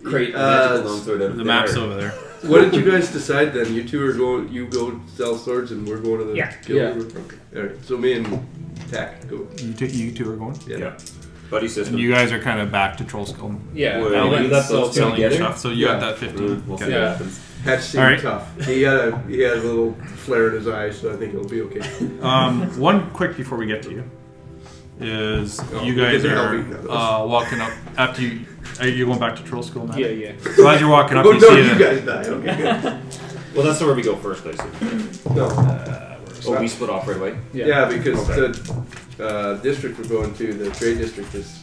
Speaker 2: Create a
Speaker 3: Uh,
Speaker 2: magical longsword out of
Speaker 4: The
Speaker 2: thin
Speaker 4: map's
Speaker 2: air.
Speaker 4: over there.
Speaker 3: What did you guys decide then? You two are going. You go sell swords, and we're going to the
Speaker 6: Yeah.
Speaker 3: guild. Okay.
Speaker 5: Yeah.
Speaker 3: All right. So me and Tack go.
Speaker 4: You, t- you two are going.
Speaker 3: Yeah.
Speaker 2: Yeah. Buddy
Speaker 4: And
Speaker 2: system.
Speaker 4: you guys are kind of back to Troll Skull
Speaker 5: Yeah,
Speaker 2: Wait,
Speaker 5: I
Speaker 2: you
Speaker 5: went
Speaker 2: left
Speaker 5: so
Speaker 2: those two
Speaker 4: selling your
Speaker 2: together?
Speaker 4: stuff. So you
Speaker 3: Yeah.
Speaker 4: got that 15.
Speaker 2: Mm, we'll see
Speaker 4: Okay.
Speaker 2: what
Speaker 5: Yeah.
Speaker 2: happens.
Speaker 3: Hatch seemed
Speaker 4: All right.
Speaker 3: tough. He had a he had a little flare in his eye, so I think he'll be okay.
Speaker 4: Um, one quick before we get to you is
Speaker 3: Oh,
Speaker 4: you
Speaker 3: we
Speaker 4: guys
Speaker 3: did the
Speaker 4: are
Speaker 3: helping.
Speaker 4: uh, walking up after you. Are you going back to Troll Skull now?
Speaker 5: yeah, yeah.
Speaker 4: So as you're walking up,
Speaker 3: oh
Speaker 4: you
Speaker 3: no,
Speaker 4: see
Speaker 3: you
Speaker 4: that-
Speaker 3: guys die. Okay. Good.
Speaker 2: Well, that's where we go first, I assume.
Speaker 3: No.
Speaker 2: Oh, we split off right away?
Speaker 5: Yeah.
Speaker 3: yeah. because the uh, district we're going to, the trade district, is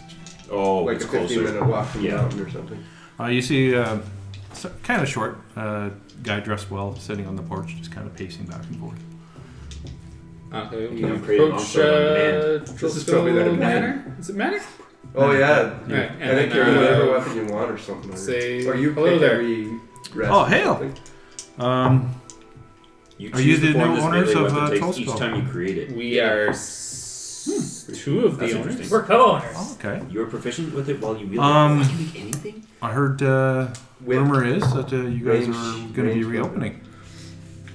Speaker 2: Oh,
Speaker 3: like a
Speaker 2: it's
Speaker 3: 15
Speaker 2: closer.
Speaker 3: minute walk from
Speaker 2: Yeah.
Speaker 3: the mountain or something.
Speaker 4: Uh, you see, uh, so, kind of short uh, guy dressed well, sitting on the porch, just kind of pacing back and forth.
Speaker 5: Okay, we
Speaker 2: You can create a
Speaker 5: approach
Speaker 2: monster
Speaker 5: uh,
Speaker 2: on
Speaker 5: this
Speaker 3: This is probably better than
Speaker 5: Manor. Is it Manor?
Speaker 3: Oh yeah.
Speaker 5: Yeah. Right,
Speaker 3: I
Speaker 5: and
Speaker 3: think
Speaker 5: then,
Speaker 3: carry whatever
Speaker 5: uh,
Speaker 3: weapon you want or something. Or,
Speaker 5: say
Speaker 3: or you
Speaker 5: hello
Speaker 3: pick
Speaker 5: there.
Speaker 3: every rest
Speaker 4: Oh,
Speaker 3: or
Speaker 4: hail.
Speaker 3: something.
Speaker 4: Um,
Speaker 2: You
Speaker 4: Are you
Speaker 2: choose
Speaker 4: the
Speaker 2: form
Speaker 4: new
Speaker 2: this
Speaker 4: owners
Speaker 2: melee
Speaker 4: of,
Speaker 2: weapon
Speaker 4: uh,
Speaker 2: takes
Speaker 4: Troll
Speaker 2: Each
Speaker 4: Skull?
Speaker 2: time you create it.
Speaker 5: We are s-
Speaker 3: Hmm.
Speaker 5: two of
Speaker 2: That's
Speaker 5: the owners.
Speaker 2: interesting.
Speaker 6: We're co-owners.
Speaker 4: Okay.
Speaker 2: You're proficient with it while you wield
Speaker 4: Um,
Speaker 2: it. Can you make anything?
Speaker 4: I heard uh,
Speaker 3: Whip.
Speaker 4: rumor is that uh, you guys
Speaker 3: Range-
Speaker 4: are going to be
Speaker 3: range
Speaker 4: reopening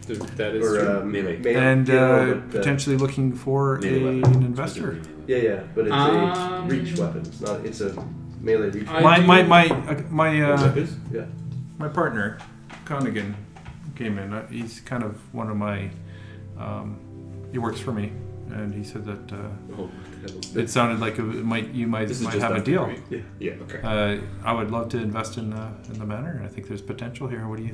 Speaker 5: Th- That is
Speaker 3: Or
Speaker 5: true.
Speaker 3: uh,
Speaker 2: Melee.
Speaker 3: ma-
Speaker 4: and
Speaker 3: you know,
Speaker 4: uh,
Speaker 3: but,
Speaker 4: potentially looking for
Speaker 2: Melee
Speaker 4: a,
Speaker 2: weapon.
Speaker 4: an investor.
Speaker 3: Yeah, yeah, but it's
Speaker 5: Um,
Speaker 3: a reach weapon. It's not. It's a melee reach.
Speaker 5: I-
Speaker 3: weapon.
Speaker 4: My
Speaker 5: do-
Speaker 4: my my uh, my uh,
Speaker 3: Yeah.
Speaker 4: my partner, Connigan, came in. Uh, He's kind of one of my. Um, he works for me, and he said that uh,
Speaker 2: Oh, what the hell is
Speaker 4: it sounded like it might you might
Speaker 2: This is
Speaker 4: might
Speaker 2: just
Speaker 4: have a
Speaker 2: after,
Speaker 4: deal.
Speaker 2: right? Yeah, okay.
Speaker 4: Uh, I would love to invest in the in the manor, and I think there's potential here. What do you?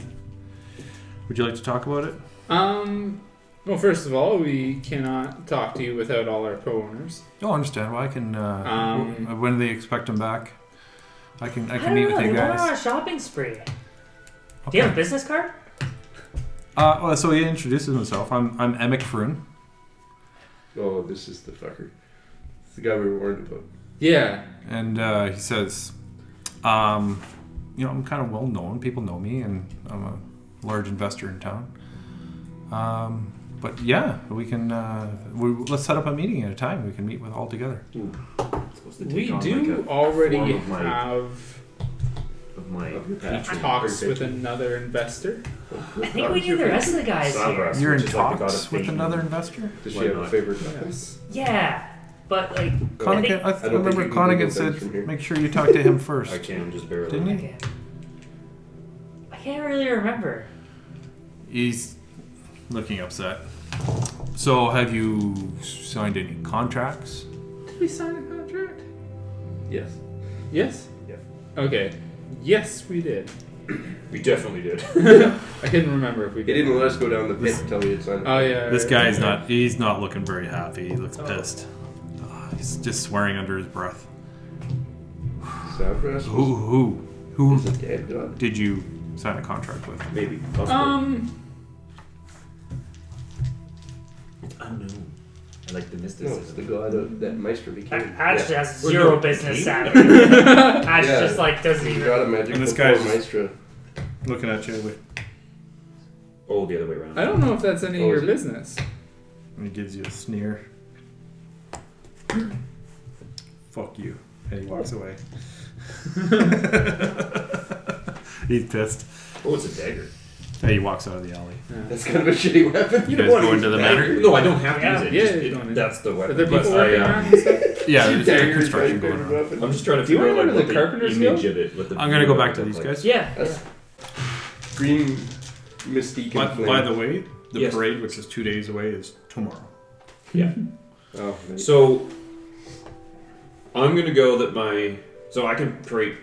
Speaker 4: Would you like to talk about it?
Speaker 3: uh,
Speaker 5: Um. Well, first of all, we cannot talk to you without all our co-owners.
Speaker 4: Oh, I understand. Well, I can. Uh,
Speaker 5: Um,
Speaker 4: w- when do they expect him back? I can. I
Speaker 6: I
Speaker 4: can
Speaker 6: don't
Speaker 4: meet
Speaker 6: know.
Speaker 4: with
Speaker 6: they
Speaker 4: you
Speaker 6: went on
Speaker 4: guys.
Speaker 6: a shopping spree. Do you have a
Speaker 4: Okay.
Speaker 6: business card?
Speaker 4: Uh, well, so he introduces himself. I'm I'm Emic Froon.
Speaker 3: Oh, this is the fucker. It's the guy we were warned about.
Speaker 5: Yeah.
Speaker 4: And uh, he says, um, you know, I'm kind of well known. People know me, and I'm a large investor in town. Um, but yeah, we can. Uh, we, let's set up a meeting at a time. We can meet with all together.
Speaker 2: supposed to take
Speaker 5: We
Speaker 2: on,
Speaker 5: do
Speaker 2: like, a
Speaker 5: already
Speaker 2: form of my,
Speaker 5: have
Speaker 2: of my
Speaker 5: talks with another investor.
Speaker 6: I think we need the rest of the guys here.
Speaker 4: You're in
Speaker 2: which is like the god of
Speaker 4: talks with
Speaker 2: fate.
Speaker 4: another investor.
Speaker 3: Does
Speaker 2: Why
Speaker 3: she have
Speaker 2: not?
Speaker 3: a favorite?
Speaker 5: Yes.
Speaker 6: Yeah, but like, I
Speaker 4: Connigan,
Speaker 6: think,
Speaker 4: I, th-
Speaker 3: I don't
Speaker 4: remember
Speaker 3: think you can Google
Speaker 4: Connigan
Speaker 3: things from
Speaker 4: said,
Speaker 3: here.
Speaker 4: make sure you talk to him first.
Speaker 2: I can just barely.
Speaker 4: Didn't he?
Speaker 6: okay. I can't really remember.
Speaker 4: He's looking upset. So, have you signed any contracts?
Speaker 5: Did we sign a contract?
Speaker 3: Yes.
Speaker 5: Yes.
Speaker 3: Yeah.
Speaker 5: Okay. Yes, we did.
Speaker 2: We definitely did.
Speaker 5: I couldn't remember if we
Speaker 3: He
Speaker 5: did.
Speaker 3: didn't let us go down the pit until we had signed.
Speaker 5: Oh yeah.
Speaker 4: This
Speaker 5: right.
Speaker 4: guy's not, he's not looking very happy. He looks pissed. Ah, he's just swearing under his breath.
Speaker 5: Uh,
Speaker 3: Savras
Speaker 4: Who, who, who
Speaker 3: is a dead god.
Speaker 4: did you sign a contract with?
Speaker 2: Maybe.
Speaker 5: Um.
Speaker 2: I don't know. I like the
Speaker 3: No, it's the
Speaker 2: mysticism.
Speaker 3: god of, that Meister became.
Speaker 6: Ash
Speaker 3: yeah.
Speaker 6: has zero business savvy. Ash
Speaker 3: Yeah.
Speaker 6: just like doesn't
Speaker 3: The
Speaker 6: even.
Speaker 3: god of magic
Speaker 4: And this
Speaker 3: before
Speaker 4: guy's-
Speaker 3: Maestro.
Speaker 4: Looking at you. With,
Speaker 2: Oh, the other way around.
Speaker 5: I don't know if that's any of
Speaker 3: Oh,
Speaker 5: your
Speaker 3: is it?
Speaker 5: business.
Speaker 4: and he gives you a sneer. Fuck you. And he walks away. he's pissed.
Speaker 2: Oh, it's a dagger.
Speaker 4: And he walks out of the alley.
Speaker 3: That's kind of a shitty weapon.
Speaker 4: You guys go into the manor?
Speaker 2: No, I don't have to
Speaker 6: Yeah.
Speaker 2: use it.
Speaker 5: Yeah,
Speaker 2: just-
Speaker 5: you
Speaker 2: it-
Speaker 5: don't need
Speaker 2: that's the
Speaker 5: Are
Speaker 2: weapon.
Speaker 5: there
Speaker 2: But
Speaker 5: people
Speaker 2: I,
Speaker 5: working
Speaker 2: uh,
Speaker 5: around and stuff?
Speaker 4: Yeah,
Speaker 3: Two
Speaker 4: there's a
Speaker 3: daggers,
Speaker 4: construction
Speaker 3: my
Speaker 4: going
Speaker 3: favorite
Speaker 4: on.
Speaker 3: weapon.
Speaker 2: I'm just trying to
Speaker 5: Do you
Speaker 2: figure out
Speaker 5: remember
Speaker 2: what
Speaker 5: the Carpenter's
Speaker 2: image of
Speaker 5: Guild?
Speaker 2: it. What the
Speaker 4: I'm gonna go back to
Speaker 2: looked
Speaker 4: these
Speaker 2: like.
Speaker 4: guys.
Speaker 6: Yeah. yeah.
Speaker 3: That's green mystique
Speaker 4: By,
Speaker 3: and flame.
Speaker 4: by the way, the
Speaker 2: Yes.
Speaker 4: parade, which is two days away, is tomorrow.
Speaker 2: Yeah.
Speaker 3: oh, right.
Speaker 2: So I'm gonna go that my so I can create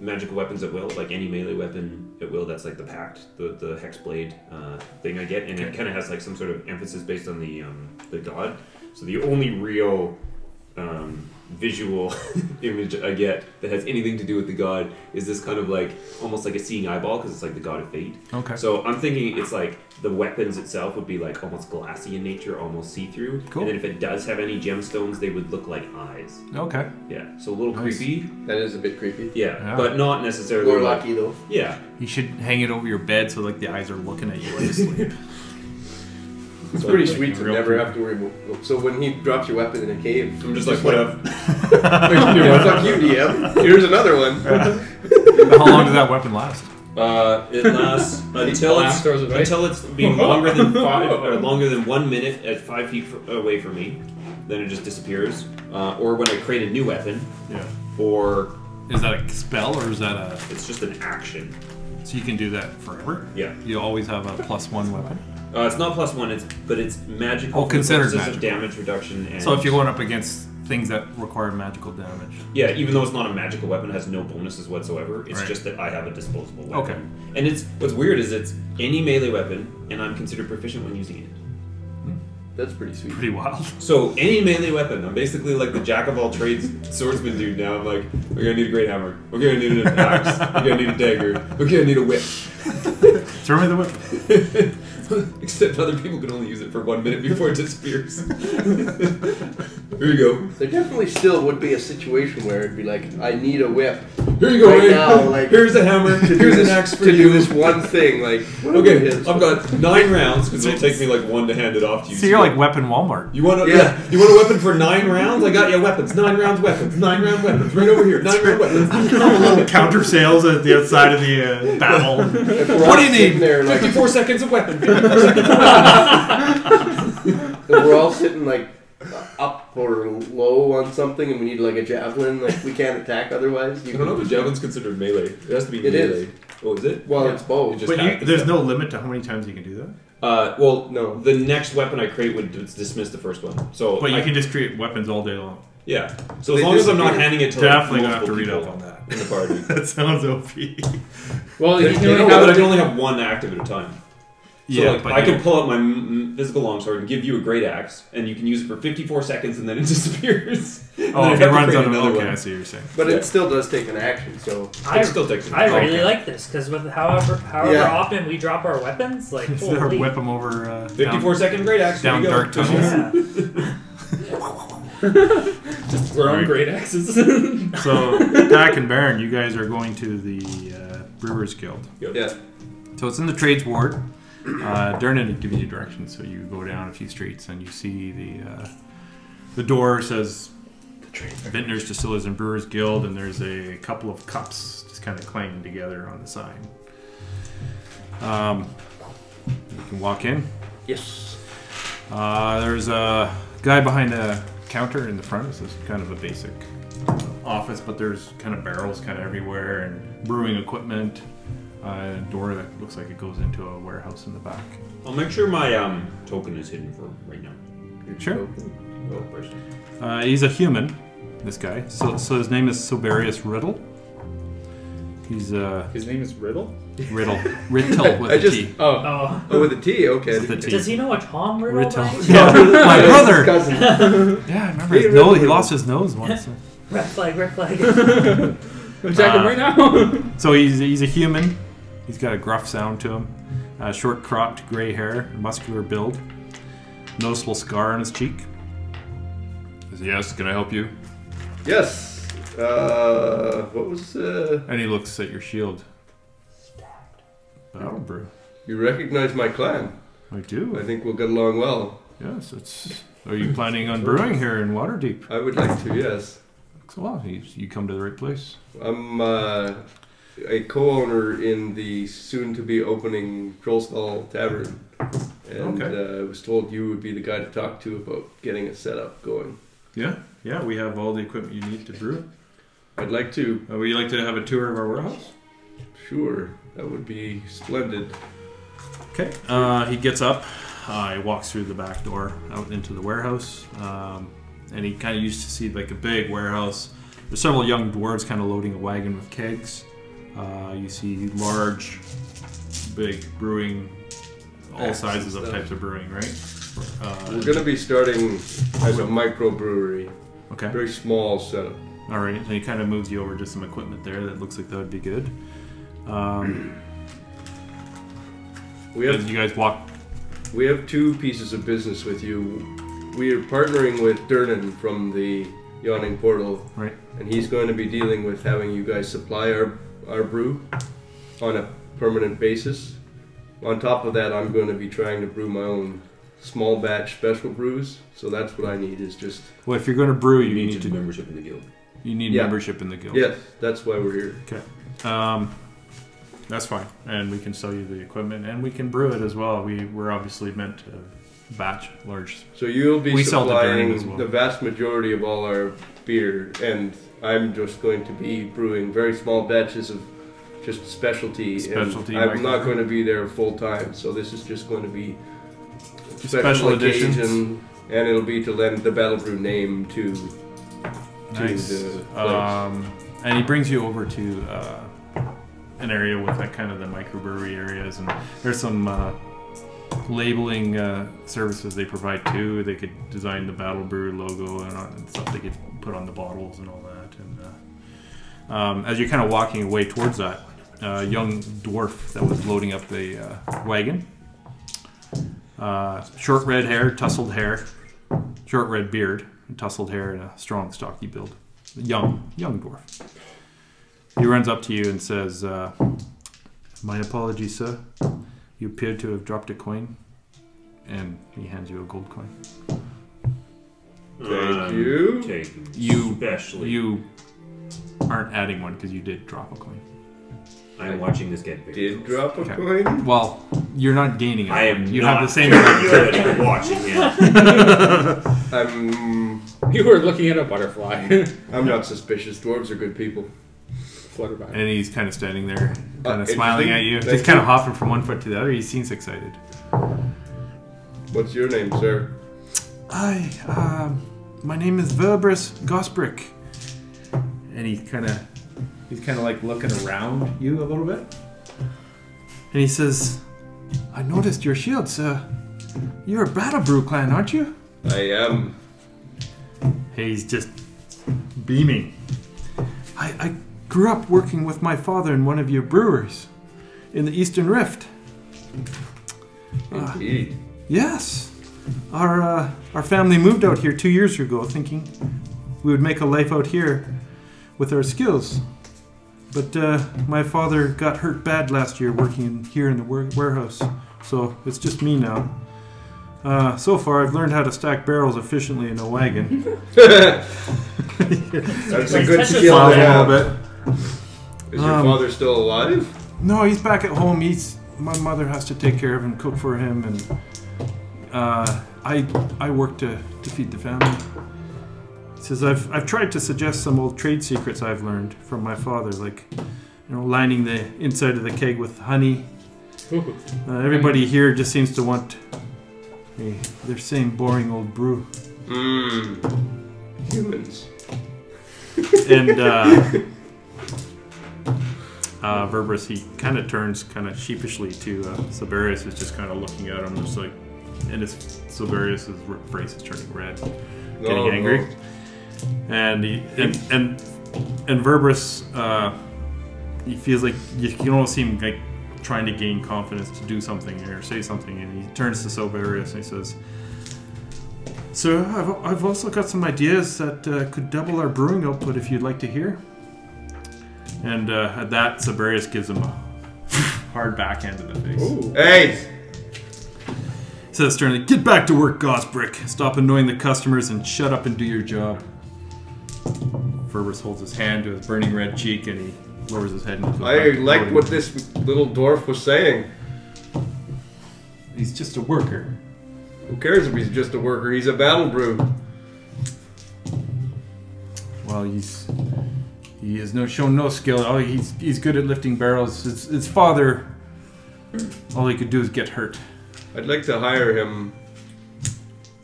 Speaker 2: magical weapons at will, like any melee weapon at will. That's like the pact, the the hex blade uh, thing I get, and it kind of has like some sort of emphasis based on the um, the god. So the only real um, visual image I get that has anything to do with the god is this kind of like almost like a seeing eyeball because it's like the god of fate.
Speaker 4: Okay.
Speaker 2: So I'm thinking it's like the weapons itself would be like almost glassy in nature, almost see through.
Speaker 4: Cool.
Speaker 2: And then if it does have any gemstones, they would look like eyes.
Speaker 4: Okay.
Speaker 2: Yeah. So a little
Speaker 4: Nice.
Speaker 2: creepy.
Speaker 3: that is a bit creepy.
Speaker 2: Yeah,
Speaker 4: Yeah.
Speaker 2: But not necessarily.
Speaker 3: More
Speaker 2: like-
Speaker 3: lucky though.
Speaker 2: Yeah.
Speaker 4: You should hang it over your bed so like the eyes are looking at you while you sleep.
Speaker 3: It's pretty
Speaker 4: like
Speaker 3: sweet
Speaker 4: a
Speaker 3: to
Speaker 4: real
Speaker 3: never have to worry. About, so when he drops your weapon in a cave,
Speaker 2: I'm just like whatever.
Speaker 3: yeah, fuck you, DM. Here's another one.
Speaker 4: How long does that weapon last?
Speaker 2: Uh, it lasts until it's
Speaker 5: Blast throws it away.
Speaker 2: until it's being longer than five or longer than one minute at five feet fr- away from me. Then it just disappears. Uh, or when I create a new weapon,
Speaker 4: Yeah.
Speaker 2: or
Speaker 4: Is that a spell or is that a?
Speaker 2: it's just an action.
Speaker 4: So you can do that forever.
Speaker 2: Yeah.
Speaker 4: You always have a plus one weapon.
Speaker 2: Uh, it's not plus one. It's but it's magical.
Speaker 4: Oh,
Speaker 2: for the
Speaker 4: considered
Speaker 2: purposes of
Speaker 4: magical.
Speaker 2: damage reduction. And
Speaker 4: So if you're going up against things that require magical damage,
Speaker 2: yeah, even though it's not a magical weapon, it has no bonuses whatsoever. It's
Speaker 4: Right.
Speaker 2: just that I have a disposable weapon.
Speaker 4: Okay.
Speaker 2: And it's what's weird is it's any melee weapon, and I'm considered proficient when using it.
Speaker 3: That's pretty sweet.
Speaker 4: pretty wild.
Speaker 2: So any melee weapon, I'm basically like the jack of all trades swordsman dude now. I'm like, we're gonna need a great hammer. We're gonna need an axe. We're gonna need a dagger. We're gonna need a whip.
Speaker 4: Throw me the weapon.
Speaker 8: Except other people can only use it for one minute before it disappears. Here you go.
Speaker 3: There definitely still would be a situation where it'd be like, I need a whip
Speaker 8: Here you go.
Speaker 3: Right
Speaker 8: Ray.
Speaker 3: now, like-
Speaker 8: Here's a hammer.
Speaker 3: to,
Speaker 8: Here's
Speaker 3: do,
Speaker 8: an
Speaker 3: this,
Speaker 8: axe for
Speaker 3: to
Speaker 8: you.
Speaker 3: do this one thing. Like, whatever it
Speaker 8: Okay,
Speaker 3: is.
Speaker 8: I've got nine rounds because it'll take me like one to hand it off to you.
Speaker 4: So you're like Weapon Walmart.
Speaker 8: You want a,
Speaker 3: Yeah.
Speaker 8: yeah. You want a weapon for nine rounds? I got you weapons. Nine rounds weapons. Nine round weapons. Right over here. Nine round weapons.
Speaker 4: little counter sales at the outside of the uh, battle.
Speaker 3: If we're
Speaker 4: What
Speaker 3: all
Speaker 4: do you
Speaker 3: sitting
Speaker 4: need?
Speaker 3: There, like,
Speaker 8: Fifty-four seconds of weapon.
Speaker 3: if we're all sitting like up or low on something, and we need like a javelin. Like, we can't attack otherwise. You
Speaker 8: I don't
Speaker 7: Uh-huh.
Speaker 8: know
Speaker 3: can,
Speaker 8: if a javelin's considered melee. It has to be
Speaker 3: It
Speaker 8: melee.
Speaker 3: is.
Speaker 8: Oh, is it?
Speaker 3: well, it's
Speaker 8: It
Speaker 3: both.
Speaker 8: just
Speaker 4: But you,
Speaker 8: happens
Speaker 4: there's
Speaker 8: that
Speaker 4: no limit to how many times you can do that.
Speaker 8: way. Uh, well,
Speaker 3: No.
Speaker 8: The next weapon I create would dis- dismiss the first one. So,
Speaker 4: But
Speaker 8: I,
Speaker 4: you can just create weapons all day long.
Speaker 8: yeah. So as
Speaker 3: They
Speaker 8: long as I'm not
Speaker 3: disappear.
Speaker 8: handing it to
Speaker 4: Definitely
Speaker 8: like,
Speaker 4: gonna have to
Speaker 8: multiple
Speaker 4: read up
Speaker 8: people
Speaker 4: on that.
Speaker 8: in the party.
Speaker 4: That sounds OP.
Speaker 5: Well, you
Speaker 8: They-
Speaker 5: can
Speaker 8: they
Speaker 5: only
Speaker 8: know, but I
Speaker 5: have
Speaker 8: can only have one active at a time. So
Speaker 4: yeah,
Speaker 8: like,
Speaker 4: but
Speaker 8: I
Speaker 4: you-
Speaker 8: can pull out my m- m- physical longsword and give you a great axe, and you can use it for 54 seconds, and then it disappears. And then
Speaker 4: Oh,
Speaker 8: I have
Speaker 4: if it
Speaker 8: to
Speaker 4: runs
Speaker 8: create
Speaker 4: out of
Speaker 8: another
Speaker 4: okay,
Speaker 8: one.
Speaker 4: I see what you're saying.
Speaker 3: But
Speaker 8: Yeah.
Speaker 3: it still does take an action. So
Speaker 6: I,
Speaker 8: It still takes.
Speaker 6: I
Speaker 8: Oh,
Speaker 6: really
Speaker 8: okay.
Speaker 6: like this because with however however
Speaker 3: Yeah.
Speaker 6: often we drop our weapons, like
Speaker 4: Just
Speaker 6: holy,
Speaker 4: whip them over. Uh,
Speaker 8: 54
Speaker 4: down,
Speaker 8: second great axe.
Speaker 4: down
Speaker 8: there you go.
Speaker 4: dark tunnels.
Speaker 6: yeah.
Speaker 5: we're on
Speaker 4: Right.
Speaker 5: great axes.
Speaker 4: so, Dak and Baron, you guys are going to the uh, Brewers Guild.
Speaker 3: yeah,
Speaker 4: So it's in the trades ward. Uh, Dernan gives you directions, so you go down a few streets and you see the uh, the door says Vintners, Distillers, and Brewers Guild, and there's a couple of cups just kind of clanging together on the sign. Um, you can walk in.
Speaker 3: yes.
Speaker 4: Uh, there's a guy behind a counter in the front. This is kind of a basic office, but there's kind of barrels kind of everywhere and brewing equipment. Uh, door that looks like it goes into a warehouse in the back.
Speaker 2: I'll make sure my um, token is hidden for right now.
Speaker 4: Sure.
Speaker 2: Oh, person.
Speaker 4: Uh, he's a human, this guy. So, so his name is Soberius Riddle. He's uh,
Speaker 5: His name is Riddle.
Speaker 4: Riddle. Riddle with
Speaker 3: I
Speaker 4: a
Speaker 3: just-
Speaker 4: T.
Speaker 5: Oh,
Speaker 6: Oh,
Speaker 3: Oh, with a T. Okay.
Speaker 4: With a T.
Speaker 6: does he know a Tom riddle?
Speaker 4: Riddle.
Speaker 6: by any chance?
Speaker 4: Yeah, my
Speaker 3: It's his
Speaker 4: brother.
Speaker 3: cousin.
Speaker 4: Yeah, I remember.
Speaker 3: Hey,
Speaker 4: His nose, he
Speaker 3: Riddle.
Speaker 4: lost his nose once.
Speaker 6: Red flag, red flag.
Speaker 5: attack him
Speaker 4: Uh,
Speaker 5: right now.
Speaker 4: So he's, he's a human. He's got a gruff sound to him. Uh, short cropped gray hair, muscular build. Noticeable scar on his cheek. He says, yes, can I help you?
Speaker 3: Yes. Uh, what was uh?
Speaker 4: And he looks at your shield. Oh, Battle brew.
Speaker 3: You recognize my clan.
Speaker 4: I
Speaker 3: I
Speaker 4: do.
Speaker 3: think we'll get along well.
Speaker 4: Yes, it's. Are you planning on brewing here in Waterdeep?
Speaker 3: I would like to. Yes.
Speaker 4: So, well, you, you come to the right place.
Speaker 3: I'm uh, a co-owner in the soon-to-be opening Trollstall Tavern, and uh, I was told you would be the guy to talk to about getting a setup going.
Speaker 4: Yeah, yeah. We have all the equipment you need to brew.
Speaker 3: I'd like to.
Speaker 4: Uh, would you like to have a tour of our warehouse?
Speaker 3: Sure, that would be splendid.
Speaker 4: Okay. Uh, he gets up. Uh, he walks through the back door out into the warehouse. Um, and he kind of used to see like a big warehouse. There's several young dwarves kind of loading a wagon with kegs. Uh, you see large, big brewing, all
Speaker 3: Packs and
Speaker 4: sizes of
Speaker 3: stuff.
Speaker 4: types of brewing, right? Uh,
Speaker 3: We're gonna be starting as a microbrewery,
Speaker 4: okay.
Speaker 3: very small setup.
Speaker 4: All right, and he kind of moves you over to some equipment there that looks like that would be good. Um,
Speaker 3: We have
Speaker 4: as you guys walk.
Speaker 3: We have two pieces of business with you. We are partnering with Dernan from the Yawning Portal.
Speaker 4: Right.
Speaker 3: And he's going to be dealing with having you guys supply our, our brew on a permanent basis. On top of that, I'm going to be trying to brew my own small batch special brews. So that's what I need is just.
Speaker 4: Well, if you're going to brew, you,
Speaker 8: You
Speaker 4: need to.
Speaker 8: membership in the guild.
Speaker 4: You need
Speaker 3: Yeah.
Speaker 4: membership in the guild.
Speaker 3: Yes, that's why we're here.
Speaker 4: Um, that's fine, and we can sell you the equipment, and we can brew it as well. We we're obviously meant to batch large.
Speaker 3: So you'll be
Speaker 4: We sell to Dernan
Speaker 3: supplying
Speaker 4: as well.
Speaker 3: the vast majority of all our beer, and I'm just going to be brewing very small batches of just specialty.
Speaker 4: Specialty
Speaker 3: And I'm
Speaker 4: micro-
Speaker 3: not going to be there full time, so this is just going to be
Speaker 4: Special editions.
Speaker 3: occasion, and it'll be to lend the Battle Brew name to. to the place.
Speaker 4: Um, and he brings you over to uh, an area with that kind of the microbrewery areas, and there's some uh, labeling uh, services they provide too. They could design the battle brew logo and, on- and stuff they could put on the bottles and all that. And uh, um, as you're kind of walking away towards that, uh, young dwarf that was loading up the uh, wagon Uh, short red hair, tousled hair, short red beard, tousled hair, and a strong, stocky build. Young, young dwarf. He runs up to you and says, uh, "My apologies, sir. You appear to have dropped a coin." And he hands you a gold coin.
Speaker 2: Thank
Speaker 4: um,
Speaker 3: you.
Speaker 2: Taking
Speaker 4: You-
Speaker 2: Um, especially.
Speaker 4: You aren't adding one because you did drop a coin.
Speaker 2: I'm watching this get bigger.
Speaker 3: Did drop a
Speaker 4: Okay.
Speaker 3: coin?
Speaker 4: Well, you're not gaining it.
Speaker 2: I am.
Speaker 4: You
Speaker 2: not
Speaker 4: have the same.
Speaker 2: very good at watching him.
Speaker 3: I'm.
Speaker 5: You were looking at a butterfly.
Speaker 3: I'm not suspicious. Dwarves are good people.
Speaker 5: Flutterby.
Speaker 4: And he's kind of standing there, kind
Speaker 3: Uh,
Speaker 4: of smiling at you,
Speaker 3: interesting.
Speaker 4: just
Speaker 3: Thank
Speaker 4: kind
Speaker 3: you.
Speaker 4: of hopping from one foot to the other. He seems excited.
Speaker 3: What's your name, sir?
Speaker 4: Hi, um, my name is Verbrus Gosbrick. And he kind of, he's kind of like looking around you a little bit. And he says, I noticed your shield, sir. You're a Battlebrew clan, aren't you?
Speaker 3: I am.
Speaker 4: He's just beaming. I, I grew up working with my father in one of your breweries in the Eastern Rift. Uh,
Speaker 3: Indeed.
Speaker 4: Yes. Our, uh, our family moved out here two years ago thinking we would make a life out here with our skills. But uh, my father got hurt bad last year working in, here in the ware- warehouse, so it's just me now. Uh, so far, I've learned how to stack barrels efficiently in a wagon.
Speaker 3: That's a
Speaker 6: Like
Speaker 3: good
Speaker 6: Tetris
Speaker 3: skill
Speaker 6: level.
Speaker 3: to have.
Speaker 4: bit.
Speaker 3: Is your
Speaker 4: Um,
Speaker 3: father still alive?
Speaker 4: No, he's back at home. He's my mother has to take care of him, cook for him, and uh, I I work to, to feed the family. He says I've I've tried to suggest some old trade secrets I've learned from my father, like you know lining the inside of the keg with honey.
Speaker 5: Ooh.
Speaker 4: Uh, everybody here just seems to want eh, their same boring old brew.
Speaker 3: Mmm. Humans.
Speaker 4: and uh, uh, Verberus, he kind of turns kind of sheepishly to uh, Silverius, who's just kind of looking at him, just like, and his Silverius's r- face is turning red, getting
Speaker 3: Oh,
Speaker 4: angry,
Speaker 3: no.
Speaker 4: and he and and and Verberus, uh, he feels like you can almost see him like trying to gain confidence to do something or say something, and he turns to Silverius and he says. Sir, I've, I've also got some ideas that uh, could double our brewing output if you'd like to hear. And uh, at that, Sabarius gives him a hard backhand in the face.
Speaker 3: Hey!
Speaker 4: Says sternly, Get back to work, Gosbrick. Stop annoying the customers and shut up and do your job. Ferberus holds his hand to his burning red cheek and he lowers his head. And goes
Speaker 3: I
Speaker 4: back to
Speaker 3: liked
Speaker 4: voting.
Speaker 3: what this little dwarf was saying.
Speaker 4: He's just a worker.
Speaker 3: Who cares if he's just a worker? He's a battle brew.
Speaker 4: Well, he's he has no shown no skill. Oh, he's he's good at lifting barrels. His, his father, all he could do is get hurt.
Speaker 3: I'd like to hire him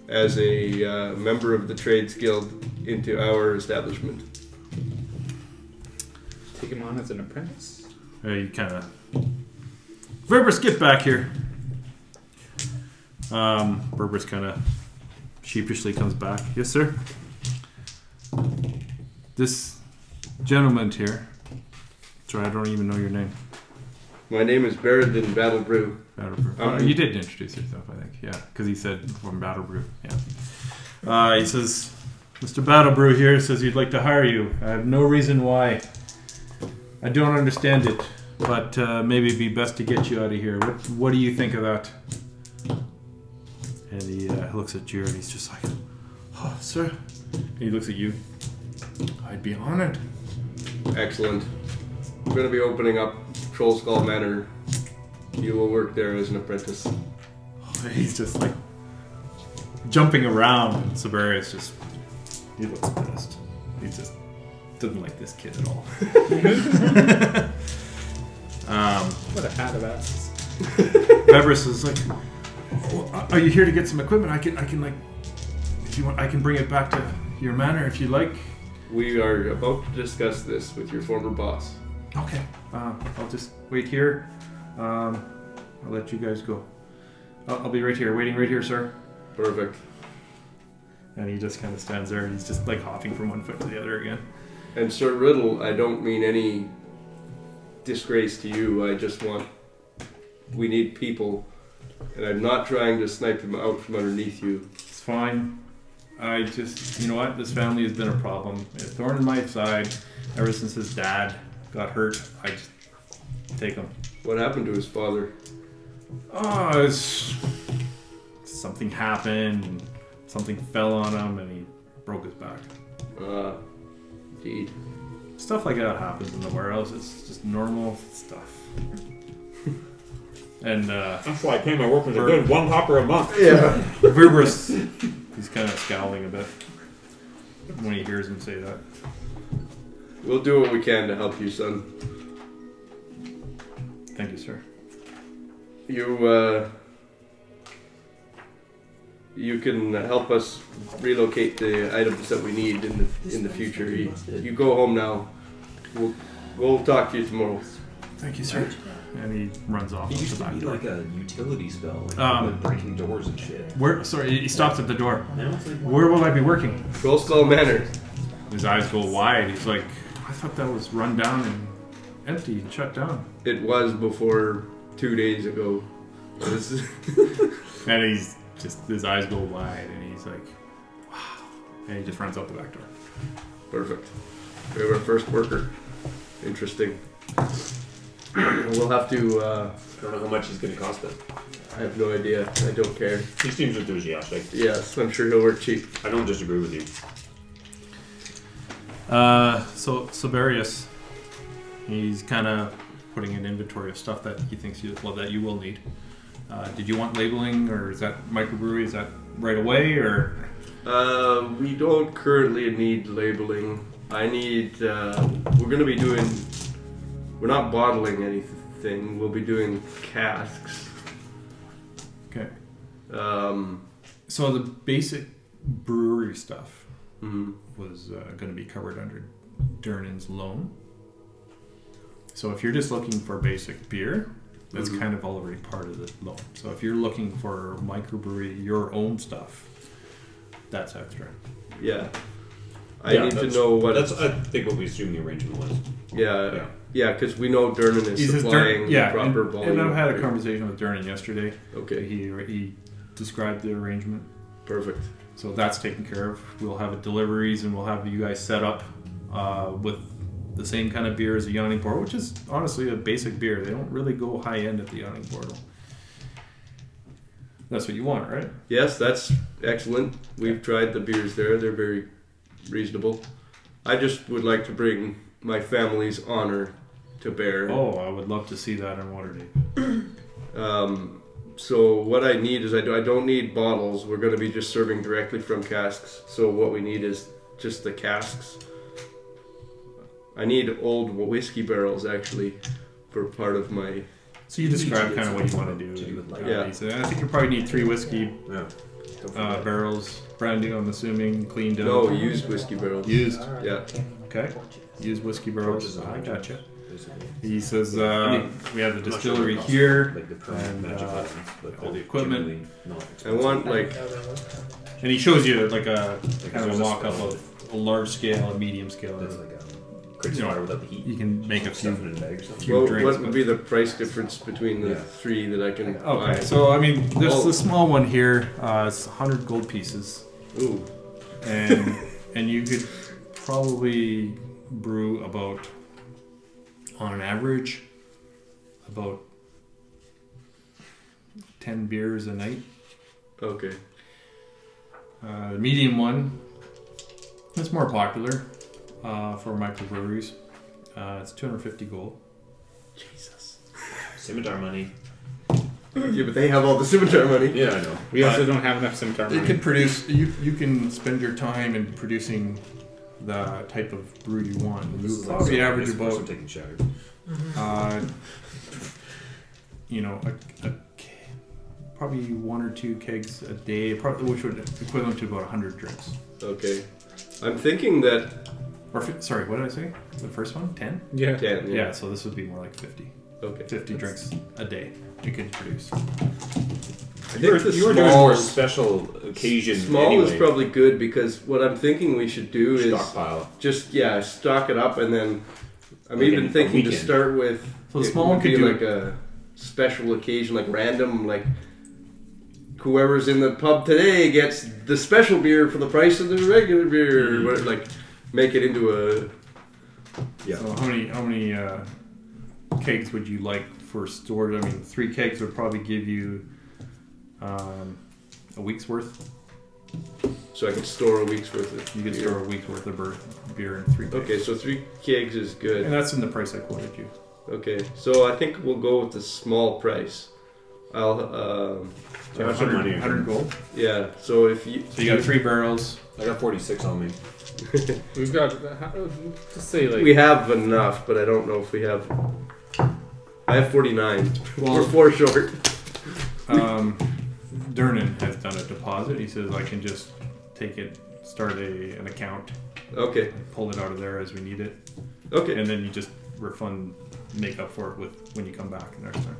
Speaker 3: as a uh, member of the Trades Guild into our establishment.
Speaker 5: Take him on as an apprentice.
Speaker 4: Uh, you kind of. Verberus, get back here. Um, Verberus kind of sheepishly comes back. Yes, sir. This gentleman here. Sorry, I don't even know your name.
Speaker 3: My name is Baradin Battle Brew.
Speaker 4: Battlebrew.
Speaker 3: Um,
Speaker 4: oh, you did introduce yourself, I think. Yeah, because he said from Battlebrew. Yeah. Uh, he says, Mr. Battlebrew here says he'd like to hire you. I have no reason why. I don't understand it, but uh, maybe it'd be best to get you out of here. What, what do you think of that? And he uh, looks at you and he's just like, Oh, sir. And he looks at you. I'd be honored.
Speaker 3: Excellent. We're going to be opening up Troll Skull Manor. You will work there as an apprentice.
Speaker 4: He's just like jumping around, and Siberius just he looks pissed. He just doesn't like this kid at all. um,
Speaker 5: What a hat of asses.
Speaker 4: Beverus is like, "Oh, "Are you here to get some equipment? I can, I can like, if you want, I can bring it back to your manor if you like."
Speaker 3: We are about to discuss this with your former boss.
Speaker 4: Okay, uh, I'll just wait here. Um, I'll let you guys go. I'll, I'll be right here, waiting right here, sir.
Speaker 3: Perfect.
Speaker 4: And he just kind of stands there, and he's just like hopping from one foot to the other again.
Speaker 3: And Sir Riddle, I don't mean any disgrace to you. I just want. We need people and I'm not trying to snipe him out from underneath you.
Speaker 4: It's fine. I just, you know what? This family has been a problem. A thorn in my side ever since his dad got hurt. I just take him.
Speaker 3: What happened to his father?
Speaker 4: Oh, it's, something happened. And something fell on him, and he broke his back.
Speaker 3: Uh, indeed.
Speaker 4: Stuff like that happens in the warehouse. It's just normal stuff. and uh,
Speaker 2: That's why I pay my workers a good one hopper a month.
Speaker 3: Yeah.
Speaker 4: Reverberus, he's kind of scowling a bit when he hears him say that.
Speaker 3: We'll do what we can to help you, son.
Speaker 4: Thank you, sir.
Speaker 3: You, uh, you can help us relocate the items that we need in the in the future. You, you go home now. We'll we'll talk to you tomorrow.
Speaker 4: Thank you, sir. And he runs off.
Speaker 12: It
Speaker 4: out
Speaker 12: used
Speaker 4: the
Speaker 12: to
Speaker 4: back
Speaker 12: be
Speaker 4: door.
Speaker 12: like a utility spell, like
Speaker 4: Um,
Speaker 12: breaking doors and shit.
Speaker 4: Where? Sorry, he stops at the door.
Speaker 12: Now it's like
Speaker 4: Where will I be working?
Speaker 3: Roll slow manner.
Speaker 4: His eyes go wide. He's like, I thought that was run down and empty and shut down.
Speaker 3: It was before two days ago. This is-
Speaker 4: And he's just his eyes go wide, and he's like, Wow. And he just runs out the back door.
Speaker 3: Perfect. We have our first worker. Interesting. we'll have to. Uh,
Speaker 2: I don't know how much he's going to cost us.
Speaker 3: I have no idea. I don't care.
Speaker 2: He seems enthusiastic.
Speaker 3: Yes, I'm sure he'll work cheap.
Speaker 2: I don't disagree with you.
Speaker 4: Uh, so Siberius, he's kind of putting an inventory of stuff that he thinks you well that you will need. Uh, did you want labeling, or is that microbrewery? Is that right away, or
Speaker 3: Uh, we don't currently need labeling. I need. Uh, we're gonna be doing. We're not bottling anything. We'll be doing casks.
Speaker 4: okay?
Speaker 3: Um,
Speaker 4: So the basic brewery stuff
Speaker 3: mm,
Speaker 4: was uh, going to be covered under Durnan's loan. So if you're just looking for basic beer, that's
Speaker 3: Mm-hmm.
Speaker 4: kind of already part of the loan. So if you're looking for microbrewery, your own stuff, that's extra.
Speaker 3: yeah. I
Speaker 2: Yeah,
Speaker 3: need to
Speaker 2: that's-
Speaker 3: know what.
Speaker 2: That's, I think, what we assume the arrangement was.
Speaker 3: yeah. Yeah, because we know Dernan is
Speaker 4: He says
Speaker 3: supplying
Speaker 4: Durn- yeah,
Speaker 3: proper
Speaker 4: and,
Speaker 3: volume.
Speaker 4: and I've had a conversation with Durnan yesterday.
Speaker 3: Okay.
Speaker 4: He he described the arrangement,
Speaker 3: Perfect.
Speaker 4: so that's taken care of. We'll have deliveries, and we'll have you guys set up uh, with the same kind of beer as the Yawning Portal, which is honestly a basic beer. They don't really go high end at the Yawning Portal. That's what you want, right?
Speaker 3: Yes, that's excellent. We've tried the beers there. They're very reasonable. I just would like to bring my family's honor to bear.
Speaker 4: Oh, I would love to see that in Waterdeep.
Speaker 3: Um, so what I need is I, do, I don't need bottles. We're going to be just serving directly from casks. So what we need is just the casks. I need old whiskey barrels actually for part of my
Speaker 4: So you describe kind of what you want to do. and, uh,
Speaker 3: Yeah.
Speaker 4: so I think you probably need three whiskey
Speaker 2: Yeah.
Speaker 4: uh, barrels, brand new, I'm assuming, cleaned up,
Speaker 3: no used whiskey barrels.
Speaker 4: used.
Speaker 3: Yeah.
Speaker 4: Okay. Use whiskey barrels.
Speaker 2: Torches and
Speaker 4: I
Speaker 2: matches.
Speaker 4: gotcha.
Speaker 2: Basically.
Speaker 4: He says uh,
Speaker 2: I mean,
Speaker 4: we have the
Speaker 2: I'm not
Speaker 4: distillery
Speaker 2: sure
Speaker 4: here,
Speaker 2: Like the permanent
Speaker 4: and,
Speaker 2: magic
Speaker 4: uh,
Speaker 2: items, but
Speaker 4: all the
Speaker 2: they're
Speaker 4: equipment.
Speaker 2: generally not
Speaker 3: I want like
Speaker 4: and he shows you like a
Speaker 2: Like,
Speaker 4: kind of
Speaker 2: there's
Speaker 4: a
Speaker 2: a
Speaker 4: mock up
Speaker 2: spell.
Speaker 4: of a large scale, a medium scale.
Speaker 2: That's
Speaker 4: and
Speaker 2: like a crazy water without the heat.
Speaker 4: You can make a
Speaker 2: Stuff
Speaker 4: few.
Speaker 2: in a bag or something.
Speaker 4: few
Speaker 3: Well,
Speaker 4: drinks,
Speaker 3: what
Speaker 4: but-
Speaker 3: would be the price difference between the
Speaker 2: Yeah.
Speaker 3: three that I can buy?
Speaker 4: Okay, so I mean, there's
Speaker 3: Oh.
Speaker 4: the small one here. Uh, it's 100 gold pieces,
Speaker 3: Ooh,
Speaker 4: and and you could probably brew about, on an average, about 10 beers a night.
Speaker 3: okay.
Speaker 4: Uh, the medium one, it's more popular uh, for microbreweries. Uh, it's 250 gold.
Speaker 2: Scimitar money.
Speaker 3: Yeah, but they have all the scimitar money.
Speaker 2: Yeah, I know.
Speaker 5: We also don't have enough scimitar
Speaker 4: You
Speaker 5: money.
Speaker 4: can produce. You you can spend your time in producing the type of brew you want.
Speaker 2: This
Speaker 4: You
Speaker 2: is
Speaker 4: probably
Speaker 2: like
Speaker 4: average
Speaker 2: this person
Speaker 4: about,
Speaker 2: taking shatters.
Speaker 4: uh, you know, a, a ke- probably one or two kegs a day, probably, which would equivalent to about 100 drinks.
Speaker 3: Okay. I'm thinking that
Speaker 4: Or fi- sorry, what did I say? The first one, 10.
Speaker 5: yeah.
Speaker 3: ten.
Speaker 4: Yeah.
Speaker 3: Yeah.
Speaker 4: So this would be more like 50.
Speaker 3: Okay.
Speaker 4: 50 drinks a day you could produce.
Speaker 3: I
Speaker 2: You were,
Speaker 3: think the
Speaker 2: you were doing more
Speaker 3: smalls-
Speaker 2: special occasion
Speaker 3: Small
Speaker 2: anyway.
Speaker 3: is probably good because what I'm thinking we should do is
Speaker 2: stockpile.
Speaker 3: just yeah stock it up and then I'm
Speaker 2: Like
Speaker 3: even
Speaker 2: in a
Speaker 3: thinking to
Speaker 2: weekend.
Speaker 3: start with.
Speaker 4: So the
Speaker 3: it
Speaker 4: small one
Speaker 3: would
Speaker 4: could
Speaker 3: be
Speaker 4: do
Speaker 3: like a special occasion, like random, like whoever's in the pub today gets the special beer for the price of the regular beer. or what- Like, make it into a.
Speaker 2: Yeah.
Speaker 4: So how many how many uh, cakes would you like for storage? I mean, three cakes would probably give you um, a week's worth.
Speaker 3: So I can store a week's worth of.
Speaker 4: You could
Speaker 3: beer.
Speaker 4: store a week's worth of bir- beer in three. Cakes.
Speaker 3: Okay, so three kegs is good.
Speaker 4: And that's in the price I quoted you.
Speaker 3: Okay, so I think we'll go with the small price. I'll, um,
Speaker 2: So that's some money.
Speaker 4: 100 gold.
Speaker 3: yeah. So if you,
Speaker 4: So you got three barrels.
Speaker 2: I got 46 on me.
Speaker 5: We've got uh, how- just say like
Speaker 3: we have enough, but I don't know if we have. I have forty nine. We're
Speaker 4: Well-
Speaker 3: four short.
Speaker 4: Um, Dernan has done a deposit. He says I can just take it, start a, an account,
Speaker 3: Okay,
Speaker 4: and pull it out of there as we need it,
Speaker 3: okay,
Speaker 4: and then you just refund, make up for it with when you come back next time.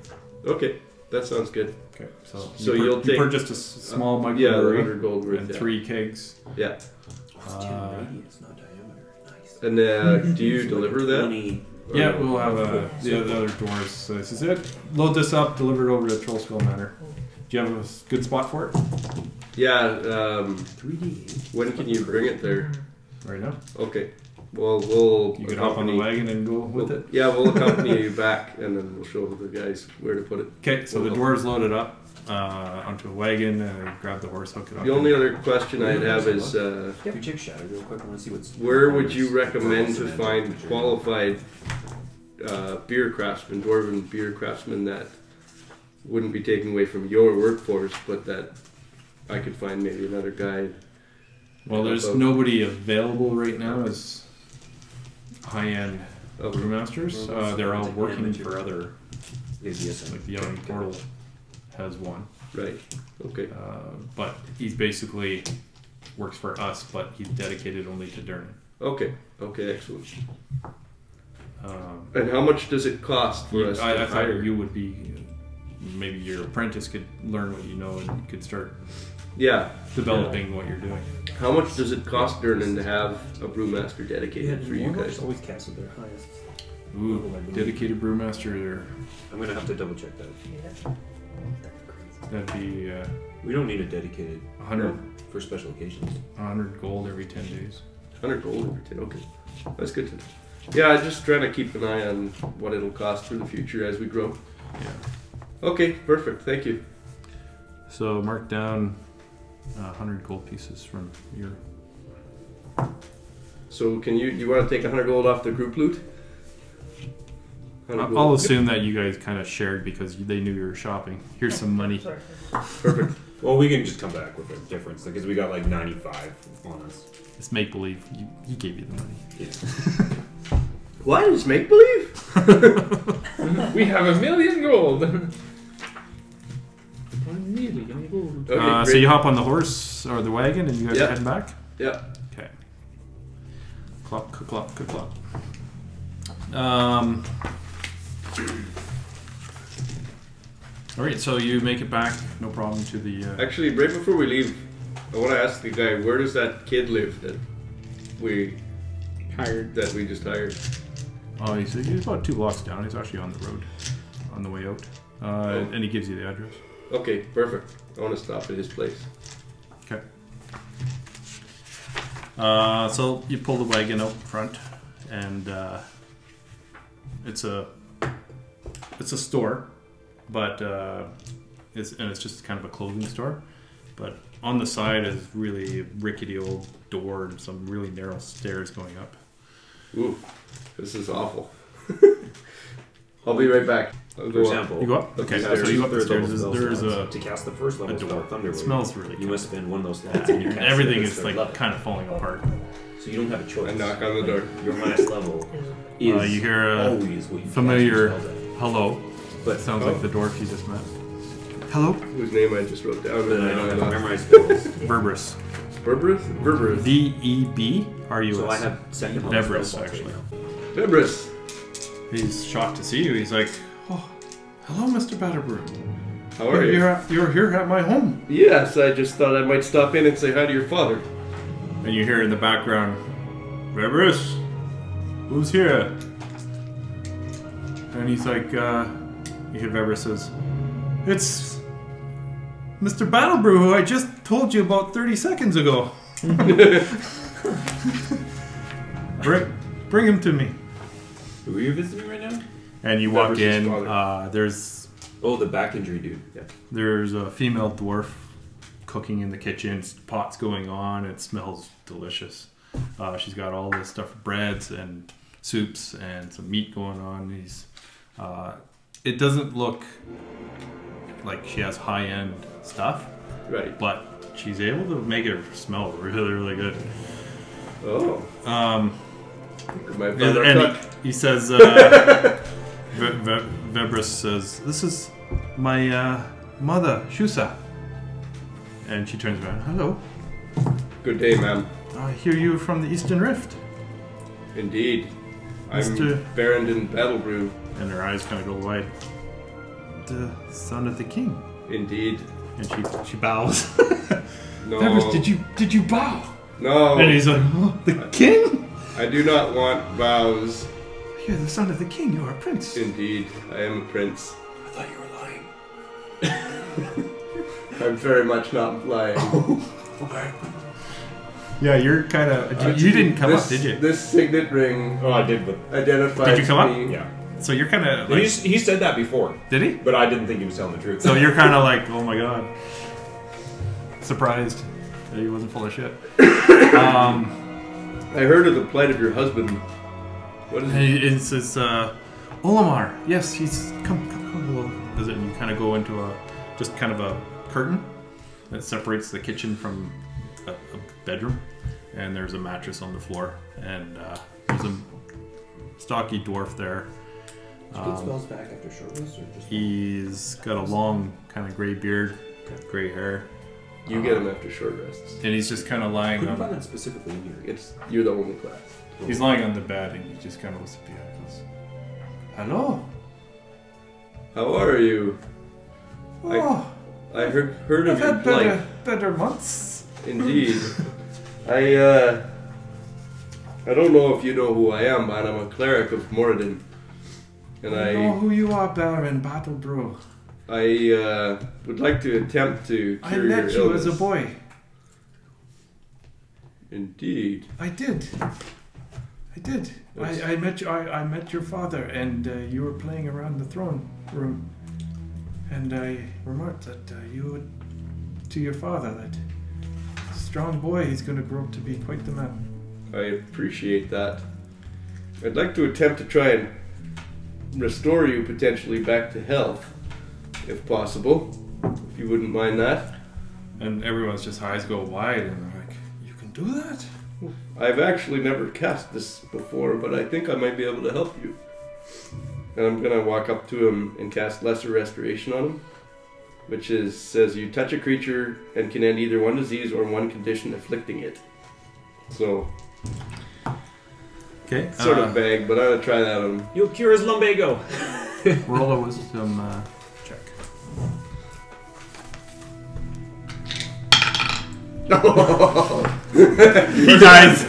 Speaker 3: okay. That sounds good.
Speaker 4: Okay, so,
Speaker 3: So
Speaker 4: you, pur-
Speaker 3: you'll
Speaker 4: you
Speaker 3: take- uh,
Speaker 4: purchased a s- small
Speaker 3: Yeah, the
Speaker 4: microbrewery
Speaker 3: hundred gold worth.
Speaker 4: and
Speaker 3: yeah.
Speaker 4: three kegs.
Speaker 3: Yeah,
Speaker 4: Uh,
Speaker 13: radius, not diameter. Nice.
Speaker 3: and uh, do you deliver that? Or-
Speaker 4: yeah, we'll have uh, the, the other doors. So this is it. Load this up, deliver it over to Troll Skull Manor. Do you have a s- good spot for it
Speaker 3: Yeah. Um,
Speaker 13: 3D.
Speaker 3: when can you bring it there?
Speaker 4: right now?
Speaker 3: Okay. Well, we'll.
Speaker 4: You could hop on the
Speaker 3: accompany-
Speaker 4: wagon and go with it.
Speaker 3: Yeah, we'll accompany you back, and then we'll show the guys where to put it.
Speaker 4: Okay, so the dwarves loaded up uh, onto a wagon and grabbed the horse, hook it up.
Speaker 3: The only other question I'd have is, uh,
Speaker 13: Yeah, we check Shadow real quick. I want to see what's.
Speaker 3: where would you recommend to find qualified uh, beer craftsmen, dwarven beer craftsmen that wouldn't be taken away from your workforce, but that I could find maybe another guy?
Speaker 4: well, there's nobody available right now as high end
Speaker 3: Of,
Speaker 4: brewmasters. Uh, they're all working for other,
Speaker 13: Yes,
Speaker 4: like the Yelling Portal has one.
Speaker 3: right. Okay.
Speaker 4: Uh, but he's basically works for us, but he's dedicated only to Durnan.
Speaker 3: Okay. Okay. Excellent.
Speaker 4: Um,
Speaker 3: And how much does it cost for us
Speaker 4: I,
Speaker 3: to
Speaker 4: I thought
Speaker 3: hire?
Speaker 4: you would be maybe your apprentice could learn what you know and you could start
Speaker 3: Yeah.
Speaker 4: developing what you're doing.
Speaker 3: How much does it cost Dernan to have a brewmaster dedicated for you guys?
Speaker 13: Always cast at their highest.
Speaker 4: Ooh, dedicated brewmaster,
Speaker 2: I'm gonna have to double check that.
Speaker 4: that'd be uh,
Speaker 2: We don't need a dedicated
Speaker 4: 100,
Speaker 2: for special occasions.
Speaker 4: 100 gold every 10 days.
Speaker 3: 100 gold every 10. Okay. That's good to know. Yeah, I'm just trying to keep an eye on what it'll cost for the future as we grow. Okay, perfect. Thank you.
Speaker 4: So mark down uh, 100 gold pieces from your.
Speaker 3: So, can you you want to take 100 gold off the group loot? 100
Speaker 4: I'll
Speaker 3: gold.
Speaker 4: I'll assume that you guys kind of shared because they knew you were shopping. Here's some money.
Speaker 6: Sorry.
Speaker 3: Perfect.
Speaker 2: Well, we can just come back with a difference because we got like 95 on us.
Speaker 4: It's make believe. You, he gave you the money.
Speaker 2: Yeah.
Speaker 3: What is make believe?
Speaker 5: we have a million gold. a million gold.
Speaker 3: Okay,
Speaker 4: uh, so
Speaker 3: great.
Speaker 4: you hop on the horse or the wagon and you guys
Speaker 3: Yeah.
Speaker 4: are heading back?
Speaker 3: Yeah.
Speaker 4: Okay. Clop, clop, clop, clop, clop. Um, all right, so you make it back, no problem, to the. Uh,
Speaker 3: Actually, right before we leave, I want to ask the guy where does that kid live that we
Speaker 5: Hired.
Speaker 3: that we just hired?
Speaker 4: Oh, he's, he's about two blocks down. He's actually on the road, on the way out. Uh,
Speaker 3: Oh.
Speaker 4: And he gives you the address.
Speaker 3: Okay, perfect. I want to stop at his place.
Speaker 4: Okay. Uh, so you pull the wagon out front, and uh, it's a it's a store, but uh, it's and it's just kind of a clothing store. But on the side is really a rickety old door and some really narrow stairs going up.
Speaker 3: Ooh, this is awful. I'll be right back. I'll
Speaker 2: For
Speaker 3: go up.
Speaker 2: example,
Speaker 4: You go up.
Speaker 3: Up the
Speaker 4: Okay, so
Speaker 3: stairs,
Speaker 4: you go up the
Speaker 2: third
Speaker 4: stairs.
Speaker 2: level spell
Speaker 4: There is a
Speaker 2: slots. to cast the first level
Speaker 4: a
Speaker 2: spell
Speaker 4: door.
Speaker 2: Thunder
Speaker 4: It
Speaker 2: Wave,
Speaker 4: smells really
Speaker 2: You
Speaker 4: good.
Speaker 2: must spend one of those slots.
Speaker 4: and
Speaker 2: to cast
Speaker 4: everything
Speaker 2: the
Speaker 4: is
Speaker 2: third
Speaker 4: like
Speaker 2: level.
Speaker 4: kind of falling apart.
Speaker 2: so you don't have a choice.
Speaker 3: I knock on the door.
Speaker 2: Your last level is
Speaker 4: Uh, you hear a
Speaker 2: always what you
Speaker 4: familiar
Speaker 2: cast your spells
Speaker 4: hello.
Speaker 2: But-
Speaker 4: That sounds like the dwarf you just met.
Speaker 3: Oh, Whose name I just wrote down.
Speaker 2: at. But
Speaker 3: and
Speaker 2: I don't have
Speaker 3: lost.
Speaker 2: memorized spells,
Speaker 4: Berberus.
Speaker 3: Berberus? Berberus.
Speaker 4: V E B R U S.
Speaker 2: so I have second level
Speaker 4: Everest,
Speaker 2: spells
Speaker 4: actually.
Speaker 3: Berberus.
Speaker 4: He's shocked to see you. He's like, "Oh, hello, Mr. Batterbrew.
Speaker 3: How are you?
Speaker 4: You're at, you're here at my home."
Speaker 3: Yes, I just thought I might stop in and say hi to your father.
Speaker 4: And you hear in the background, "Berberus, who's here?" And he's like, uh, "You hear Berberus says, it's Mr. Battlebrew, who I just told you about 30 seconds ago. bring, bring him to me.
Speaker 2: Who are you visiting right now?
Speaker 4: And you
Speaker 3: That
Speaker 4: walk
Speaker 3: was his
Speaker 4: in.
Speaker 3: father.
Speaker 4: Uh, there's
Speaker 2: Oh, the back injury dude. Yeah.
Speaker 4: there's a female dwarf cooking in the kitchen. s- Pots going on. It smells delicious. Uh, she's got all this stuff, breads and soups and some meat going on. These, uh, it doesn't look like she has high end stuff,
Speaker 3: Right.
Speaker 4: but she's able to make it smell really, really good.
Speaker 3: Oh.
Speaker 4: Um,
Speaker 3: My
Speaker 4: and,
Speaker 3: brother
Speaker 4: and
Speaker 3: cook.
Speaker 4: he, he says, uh, Ve- Ve- Vebrus says, "This is my uh, mother, Shusa." And she turns around. Hello,
Speaker 3: Good day, ma'am.
Speaker 4: I hear you from the Eastern Rift.
Speaker 3: Indeed. I'm
Speaker 4: Mr.
Speaker 3: Barrendon Battlebrew.
Speaker 4: And her eyes kind of go wide. The son of the king.
Speaker 3: Indeed.
Speaker 4: And she she bows.
Speaker 3: No.
Speaker 4: Vebrus, did you did you bow?
Speaker 3: No.
Speaker 4: And he's like, "Huh? the king.
Speaker 3: I do not want vows.
Speaker 4: You're the son of the king. You are a prince.
Speaker 3: Indeed, I am a prince.
Speaker 14: I thought you were lying.
Speaker 3: I'm very much not lying.
Speaker 4: Oh, Yeah, you're kind of. You didn't come
Speaker 3: this,
Speaker 4: up, did you?
Speaker 3: This signet ring
Speaker 2: Oh, I did, but
Speaker 3: identifies
Speaker 4: Did you come
Speaker 3: me.
Speaker 2: yeah.
Speaker 4: so you're kind of.
Speaker 2: he,
Speaker 4: Like,
Speaker 2: s- he said that before,
Speaker 4: did he?
Speaker 2: but I didn't think he was telling the truth.
Speaker 4: So you're kind of like, oh my god, surprised that he wasn't full of shit. Um,
Speaker 3: I heard of the plight of your husband. What is
Speaker 4: and he- it says, uh, Olimar, yes, he's come, come, come. We'll visit. And you kind of go into a just kind of a curtain that separates the kitchen from a, a bedroom, and there's a mattress on the floor, and uh, there's a stocky dwarf there.
Speaker 2: um,
Speaker 4: Um,
Speaker 14: Good spells back after short rest, or just
Speaker 4: He's got a long kind of gray beard, gray hair,
Speaker 3: You get him after short rests.
Speaker 4: and he's just kind of lying
Speaker 2: couldn't
Speaker 4: on.
Speaker 2: find that specifically in here.
Speaker 3: It's you're the only class.
Speaker 4: He's lying on the bed and he just kind of looks at me and goes, Hello?
Speaker 3: How are you? I-
Speaker 4: Oh,
Speaker 3: I heard heard
Speaker 4: I've
Speaker 3: of your
Speaker 4: had
Speaker 3: plight.
Speaker 4: better, better months.
Speaker 3: Indeed. I uh I don't know if you know who I am, but I'm a cleric of Moradin. And
Speaker 4: I know
Speaker 3: I
Speaker 4: who you are, Baron Battlebrew.
Speaker 3: I uh, would like to attempt to
Speaker 4: I
Speaker 3: cure
Speaker 4: met
Speaker 3: your
Speaker 4: you
Speaker 3: illness.
Speaker 4: as a boy.
Speaker 3: Indeed.
Speaker 4: I did. I did.
Speaker 3: Yes.
Speaker 4: I, I met you, I, I met your father, and uh, you were playing around the throne room. And I remarked that uh, you would, to your father, that strong boy, he's going to grow up to be quite the man.
Speaker 3: I appreciate that. I'd like to attempt to try and restore you potentially back to health, if possible. If you wouldn't mind that.
Speaker 4: And everyone's just eyes go wide, and they're like, "You can do that."
Speaker 3: I've actually never cast this before, but I think I might be able to help you. And I'm gonna walk up to him and cast Lesser Restoration on him, which is says you touch a creature and can end either one disease or one condition afflicting it. So
Speaker 4: Okay. uh,
Speaker 3: sort of vague, but I'm gonna try that on him.
Speaker 2: You'll cure his lumbago.
Speaker 4: roll a wisdom uh, check. he dies.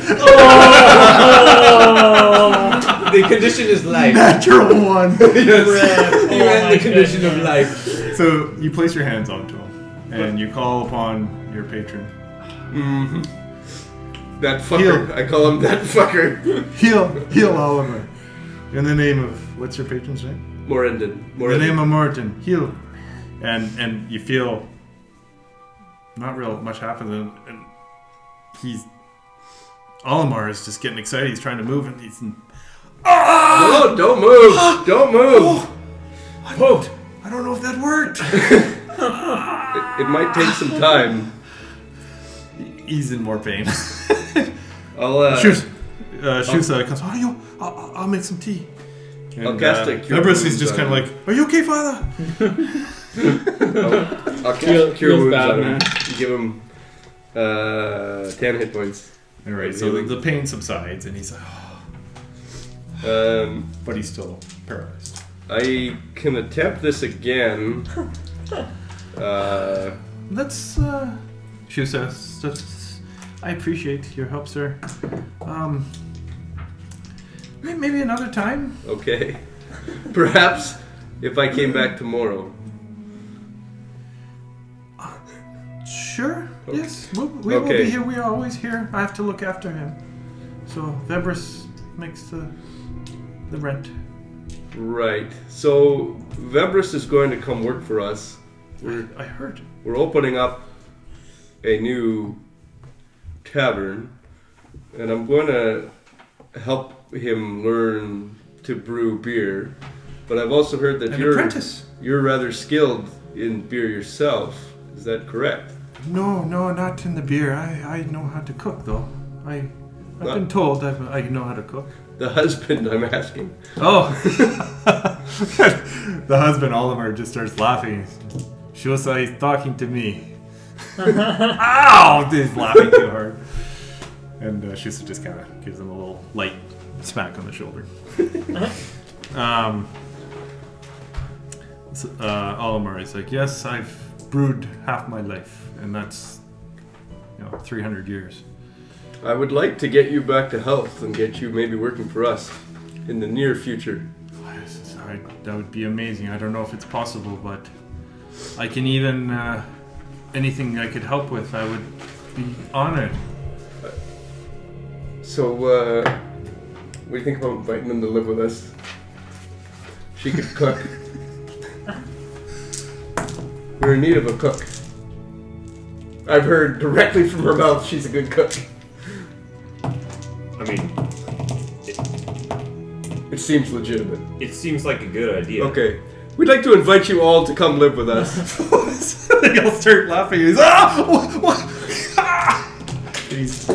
Speaker 2: the condition is life.
Speaker 4: Natural one.
Speaker 2: You ran the condition of life.
Speaker 4: So you place your hands onto him, and you call upon your patron.
Speaker 3: That fucker. I call him that fucker.
Speaker 4: Heal, heal Oliver. In the name of what's your patron's name?
Speaker 3: Morendon.
Speaker 4: In the name
Speaker 3: Morendon.
Speaker 4: of Martin, heal. And and you feel not real much happens, and, and he's Olimar is just getting excited. He's trying to move, and he's
Speaker 3: Oh, don't move! Don't move!
Speaker 4: Oh, I don't know if that worked.
Speaker 3: It, it might take some time.
Speaker 4: he's in more pain.
Speaker 3: I'll uh,
Speaker 4: Shoots, uh, shoots. Uh, comes. Are you? I'll- I'll, I'll make some tea. And,
Speaker 3: I'll cast a cure
Speaker 4: Lebrus is
Speaker 3: wounds
Speaker 4: just
Speaker 3: on
Speaker 4: kind of
Speaker 3: him.
Speaker 4: like, "Are you okay, Father?"
Speaker 3: I'll cast
Speaker 5: Feels-
Speaker 3: cure
Speaker 5: feels
Speaker 3: wounds
Speaker 5: bad,
Speaker 3: on him.
Speaker 5: man.
Speaker 3: Give him uh, ten hit points.
Speaker 4: All right. So the, the pain subsides, and he's like,
Speaker 3: Um,
Speaker 4: but he's still paralyzed.
Speaker 3: I can attempt this again. Uh,
Speaker 4: Let's, uh. Shusa, s- s- I appreciate your help, sir. Um. may- Maybe another time?
Speaker 3: okay. Perhaps if I came back tomorrow.
Speaker 4: Sure. Yes. We'll, we will
Speaker 3: Okay.
Speaker 4: be here. We are always here. I have to look after him. So Vebris makes the the rent.
Speaker 3: Right. So Vebris is going to come work for us. We're
Speaker 4: I heard.
Speaker 3: we're opening up a new tavern, and I'm going to help him learn to brew beer. But I've also heard that
Speaker 4: An
Speaker 3: you're
Speaker 4: apprentice.
Speaker 3: you're rather skilled in beer yourself. Is that correct?
Speaker 4: No, no, not in the beer. I, I know how to cook though. I I've
Speaker 3: Uh.
Speaker 4: been told I've, I know how to cook.
Speaker 3: The husband I'm asking.
Speaker 4: Oh. the husband Oliver just starts laughing. Shosai is talking to me. Ow! He's laughing too hard. And uh, Shusa just kind of gives him a little light smack on the shoulder. um, so, uh, Olimar is like, yes, I've brewed half my life, and that's you know 300 years.
Speaker 3: I would like to get you back to health and get you maybe working for us in the near future.
Speaker 4: This is- I, that would be amazing. I don't know if it's possible, but I can even uh, anything I could help with, I would be honored.
Speaker 3: So, uh, what do you think about inviting them to live with us? She could cook. We're in need of a cook. I've heard directly from her mouth she's a good cook.
Speaker 2: I mean,
Speaker 3: It seems legitimate.
Speaker 2: it seems like a good idea.
Speaker 3: Okay. We'd like to invite you all to come live with us.
Speaker 4: they all start laughing. He's ah, what, what? Ah!" And he's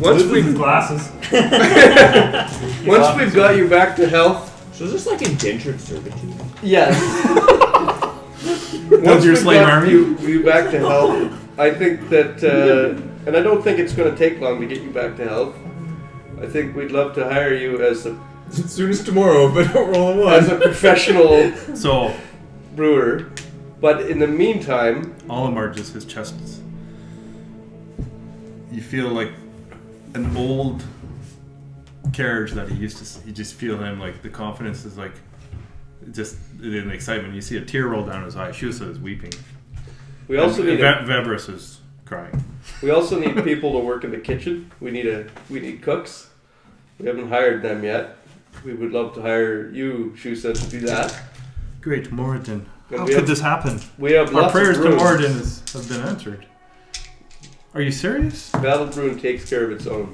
Speaker 3: Once we've,
Speaker 15: glasses.
Speaker 3: once we've got you back to health,
Speaker 16: So is this like indentured servitude?
Speaker 3: yes.
Speaker 4: Build
Speaker 3: Once
Speaker 4: your
Speaker 3: we've
Speaker 4: slave
Speaker 3: got
Speaker 4: army.
Speaker 3: You, you back to health. I think that, uh, and I don't think it's going to take long to get you back to health. I think we'd love to hire you as a
Speaker 15: As soon as tomorrow, but don't roll a
Speaker 3: as
Speaker 15: one.
Speaker 3: a professional
Speaker 4: so
Speaker 3: brewer. But in the meantime,
Speaker 4: Olimar just his chest. You feel like an old carriage that he used to. s- You just feel him like the confidence is like just in the excitement. You see a tear roll down his eye. Shusa is weeping.
Speaker 3: we also
Speaker 4: And
Speaker 3: need
Speaker 4: Ve-
Speaker 3: a,
Speaker 4: Vebris is crying.
Speaker 3: we also need people to work in the kitchen. We need a we need cooks. We haven't hired them yet. We would love to hire you, Shusa, to do that.
Speaker 4: Great, Moradin.
Speaker 3: And
Speaker 4: How
Speaker 3: we
Speaker 4: could
Speaker 3: have-
Speaker 4: this happen?
Speaker 3: We have
Speaker 4: Our
Speaker 3: lots
Speaker 4: prayers
Speaker 3: of
Speaker 4: to
Speaker 3: room.
Speaker 4: Moradin is, have been answered. Are you serious?
Speaker 3: Battle Bruin takes care of its own.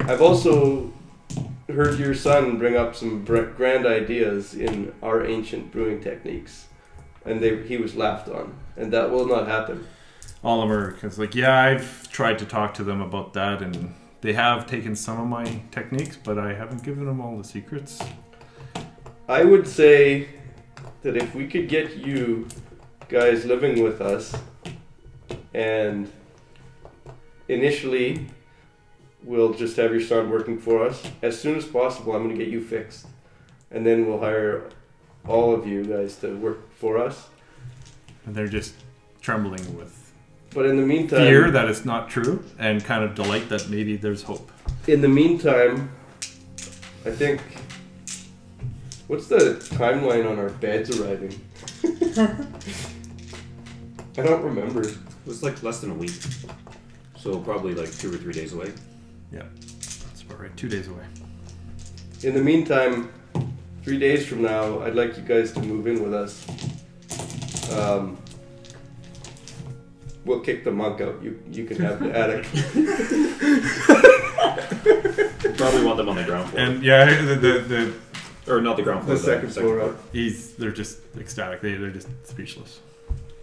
Speaker 3: I've also heard your son bring up some br- grand ideas in our ancient brewing techniques, and they, he was laughed on, and that will not happen.
Speaker 4: Oliver is like, yeah, I've tried to talk to them about that, and they have taken some of my techniques, but I haven't given them all the secrets.
Speaker 3: I would say that if we could get you guys living with us, and initially we'll just have your son working for us, as soon as possible, I'm going to get you fixed. And then we'll hire all of you guys to work for us.
Speaker 4: And they're just trembling with
Speaker 3: But in the meantime,
Speaker 4: fear that it's not true, and kind of delight that maybe there's hope.
Speaker 3: in the meantime, I think. What's the timeline on our beds arriving? I don't remember.
Speaker 2: It was like less than a week. So probably like two or three days away.
Speaker 4: That's about right, two days away.
Speaker 3: In the meantime, three days from now, I'd like you guys to move in with us. Um, we'll kick the monk out. You you can have the attic.
Speaker 2: Probably want them on the ground floor.
Speaker 4: And yeah, the, the, the
Speaker 2: or not the ground floor.
Speaker 3: The second floor up.
Speaker 4: he's they're just ecstatic. They they're just speechless.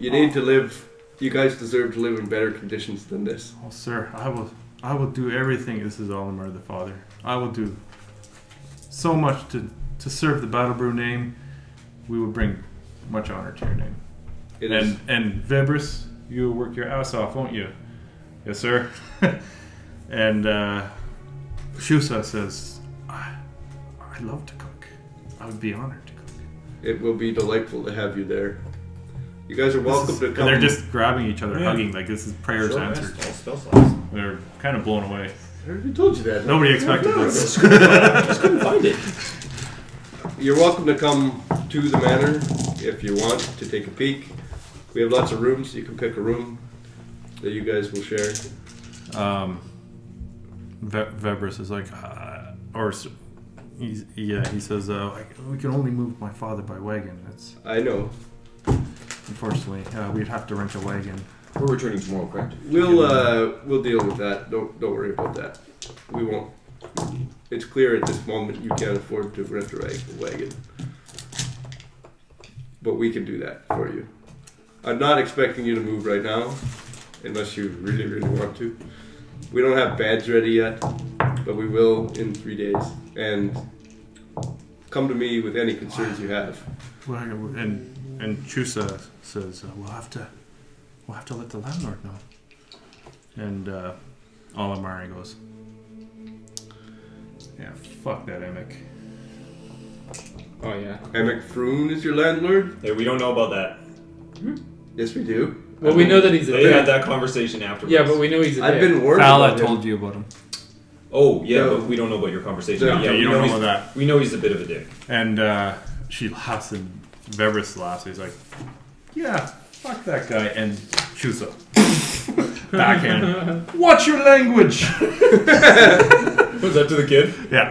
Speaker 3: You need to live. You guys deserve to live in better conditions than this.
Speaker 4: Oh, sir, I will, I will do everything. This is Olimar the Father. I will do so much to, to serve the Battle Brew name. We will bring much honor to your name.
Speaker 3: It
Speaker 4: and
Speaker 3: is.
Speaker 4: and Vebris, you will work your ass off, won't you? Yes, sir. and uh, Shusa says, I, I love to cook. I would be honored to cook.
Speaker 3: It will be delightful to have you there. You guys are welcome
Speaker 4: This is-
Speaker 3: to
Speaker 4: and
Speaker 3: come.
Speaker 4: they're just grabbing each other,
Speaker 3: Yeah.
Speaker 4: hugging like this is prayers answered.
Speaker 2: Spell slots.
Speaker 4: They're kind of blown away.
Speaker 3: I already told you that.
Speaker 4: Nobody expected this.
Speaker 3: You're welcome to come to the manor if you want to take a peek. We have lots of rooms. You can pick a room. that you guys will share?
Speaker 4: um, Ve- Vebris is like, uh, or s- he's, yeah, he says, uh, "I- we can only move my father by wagon. That's
Speaker 3: I know.
Speaker 4: unfortunately, uh, we'd have to rent a wagon.
Speaker 2: We're returning tomorrow, correct?
Speaker 3: We'll uh, we'll deal with that. Don't don't worry about that. We won't. It's clear at this moment you can't afford to rent a wag- wagon, but we can do that for you. I'm not expecting you to move right now, unless you really really want to. We don't have bags ready yet, but we will in three days. And come to me with any concerns you have.
Speaker 4: Well, And and Chusa says, uh, we'll have to, we'll have to let the landlord know. And uh, Olimari goes, yeah, fuck that Emic.
Speaker 5: Oh yeah.
Speaker 3: Emic Froon is your landlord.
Speaker 2: Hey, we don't know about that.
Speaker 3: Yes, we do.
Speaker 5: Well, we know that he's a
Speaker 2: They had
Speaker 5: dick.
Speaker 2: that conversation afterwards.
Speaker 5: Yeah, but we know he's a
Speaker 3: I've
Speaker 5: dick.
Speaker 3: been worried
Speaker 4: Fala
Speaker 3: about him.
Speaker 4: told you about him.
Speaker 2: Oh, yeah,
Speaker 3: No.
Speaker 2: but we don't know about your conversation.
Speaker 3: No.
Speaker 2: yeah,
Speaker 4: Okay,
Speaker 2: we
Speaker 4: you don't know
Speaker 2: he's-
Speaker 4: about
Speaker 2: We know he's a bit of a dick.
Speaker 4: And uh, she laughs, and Vebris laughs. He's like, "Yeah, fuck that guy." And shoots up. Backhand. Watch your language.
Speaker 2: Was that to the kid?
Speaker 4: Yeah.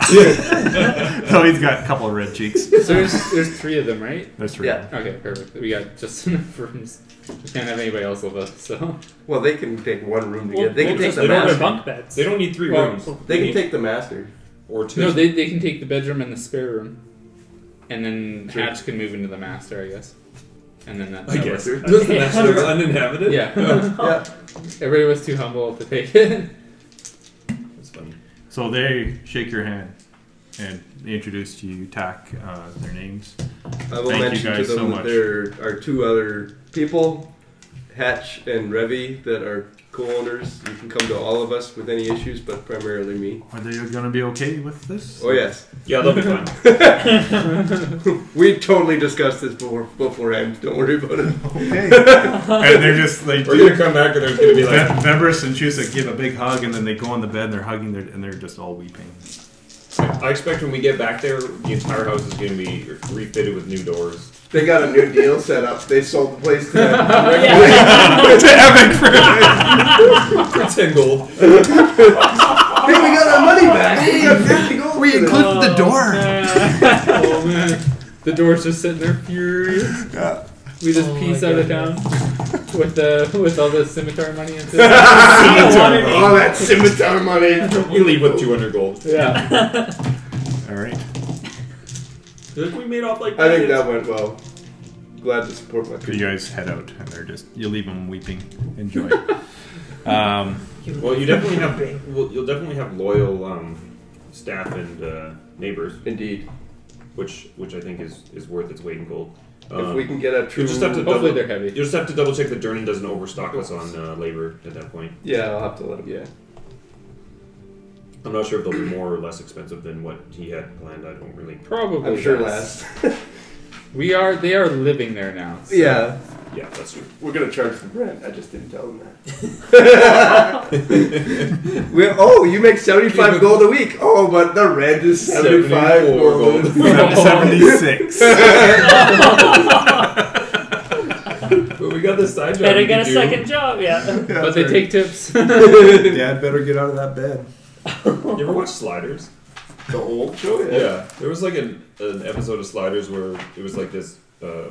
Speaker 4: so he's got a couple of red cheeks.
Speaker 5: So there's, there's three of them, right?
Speaker 4: That's right.
Speaker 3: Yeah.
Speaker 5: Okay, perfect. We got just enough rooms. We can't have anybody else with us, so.
Speaker 3: Well, they can take one room
Speaker 6: Well,
Speaker 3: together. They can
Speaker 6: well,
Speaker 3: take
Speaker 6: just-
Speaker 3: the
Speaker 6: don't have
Speaker 3: master.
Speaker 6: bunk beds.
Speaker 2: They don't need three
Speaker 5: Well,
Speaker 2: rooms.
Speaker 3: They
Speaker 2: need-
Speaker 3: can take the master.
Speaker 2: or two.
Speaker 5: No, they, they can take the bedroom and the spare room. And then Hatch can move into the master, I guess. And then that.
Speaker 2: I
Speaker 5: that
Speaker 2: guess.
Speaker 5: works.
Speaker 2: Does the master uninhabited?
Speaker 5: Yeah.
Speaker 3: Yeah.
Speaker 5: Everybody was too humble to take it.
Speaker 2: That's funny.
Speaker 4: So they shake your hand, and they introduce to you Tack uh, their names.
Speaker 3: I will
Speaker 4: Thank you
Speaker 3: mention to
Speaker 4: guys
Speaker 3: them
Speaker 4: so
Speaker 3: that
Speaker 4: much.
Speaker 3: there are two other people, Hatch and Revy, that are co-owners. You can come to all of us with any issues, but primarily me.
Speaker 4: Are they going to be okay with this?
Speaker 3: Oh yes,
Speaker 2: Yeah, they'll be fine.
Speaker 3: we totally discussed this before beforehand. Don't worry about it.
Speaker 4: Okay. and they're just like.
Speaker 2: We're gonna come back and there's gonna be like,
Speaker 4: Ve- Vebris and Chusa give a big hug, and then they go on the bed, and they're hugging, their, and they're just all weeping.
Speaker 2: I expect when we get back there, the entire house is gonna be refitted with new doors.
Speaker 17: They got a new deal set up. They sold the place to
Speaker 6: Oh,
Speaker 2: For ten gold.
Speaker 17: Hey, we got our money back. We got 50 gold. We included
Speaker 4: the door.
Speaker 5: oh man. The door's just sitting there furious. We just
Speaker 6: Oh,
Speaker 5: piece
Speaker 6: my
Speaker 5: out of town
Speaker 6: goodness.
Speaker 5: with the with all the scimitar money and stuff.
Speaker 17: all that scimitar money.
Speaker 2: You leave with two hundred gold.
Speaker 5: yeah.
Speaker 4: All right.
Speaker 2: Look, we made off like
Speaker 3: I think that went well. Glad to support my
Speaker 4: You
Speaker 3: people.
Speaker 4: guys head out, and they're just you leave them weeping. Enjoy. um,
Speaker 2: Well, you definitely have well, you'll definitely have loyal um, staff and uh, neighbors,
Speaker 3: Indeed,
Speaker 2: which which I think is, is worth its weight in gold.
Speaker 3: if
Speaker 2: Um,
Speaker 3: we can get a true,
Speaker 2: you'll just have to
Speaker 5: Hopefully
Speaker 2: double,
Speaker 5: they're heavy.
Speaker 2: You'll just have to double check that Durnan doesn't overstock us on uh, labor at that point.
Speaker 3: yeah, I'll have to let him. Yeah,
Speaker 2: I'm not sure if they'll be more or less expensive than what he had planned. I don't really.
Speaker 5: Probably.
Speaker 3: I'm sure
Speaker 5: Oh, yes.
Speaker 3: last.
Speaker 5: We are they are living there now. so-
Speaker 3: yeah,
Speaker 2: Yeah, that's true.
Speaker 17: We're gonna charge the rent. I just didn't tell them that.
Speaker 3: we oh, you make seventy-five gold a week.
Speaker 17: Oh, but the rent is 75
Speaker 2: 74
Speaker 17: gold.
Speaker 2: gold.
Speaker 4: Seventy-six.
Speaker 2: But we got this side job.
Speaker 6: Better
Speaker 2: we
Speaker 6: get a
Speaker 2: could do.
Speaker 6: second job, yeah.
Speaker 5: but they take tips.
Speaker 18: Dad better get out of that bed.
Speaker 2: You ever watch Sliders?
Speaker 17: The old show?
Speaker 2: Yeah, there was like an, an episode of Sliders where it was like this uh,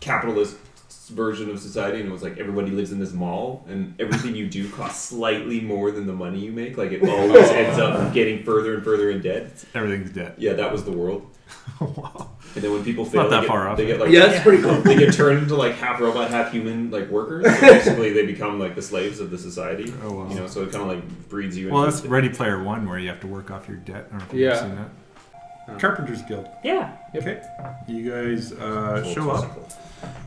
Speaker 2: capitalist version of society, and it was like everybody lives in this mall, and everything you do costs slightly more than the money you make. Like it always ends up getting further and further in debt.
Speaker 4: Everything's dead.
Speaker 2: Yeah, that was the world.
Speaker 4: wow.
Speaker 2: And then when people fail,
Speaker 4: not that
Speaker 2: they,
Speaker 4: far
Speaker 2: get,
Speaker 4: off.
Speaker 2: they get like
Speaker 3: Yeah, that's pretty cool.
Speaker 2: they get turned into like half robot, half human like workers. So basically, they become like the slaves of the society.
Speaker 4: Oh, wow.
Speaker 2: You know, so it kind of like breeds you.
Speaker 4: Well,
Speaker 2: into
Speaker 4: that's Ready Player One, where you have to work off your debt. I don't know if you've
Speaker 5: Yeah.
Speaker 4: seen that.
Speaker 5: Uh.
Speaker 4: Carpenter's Guild.
Speaker 6: Yeah.
Speaker 4: Okay. You guys uh,
Speaker 2: Well,
Speaker 4: show up,
Speaker 2: it's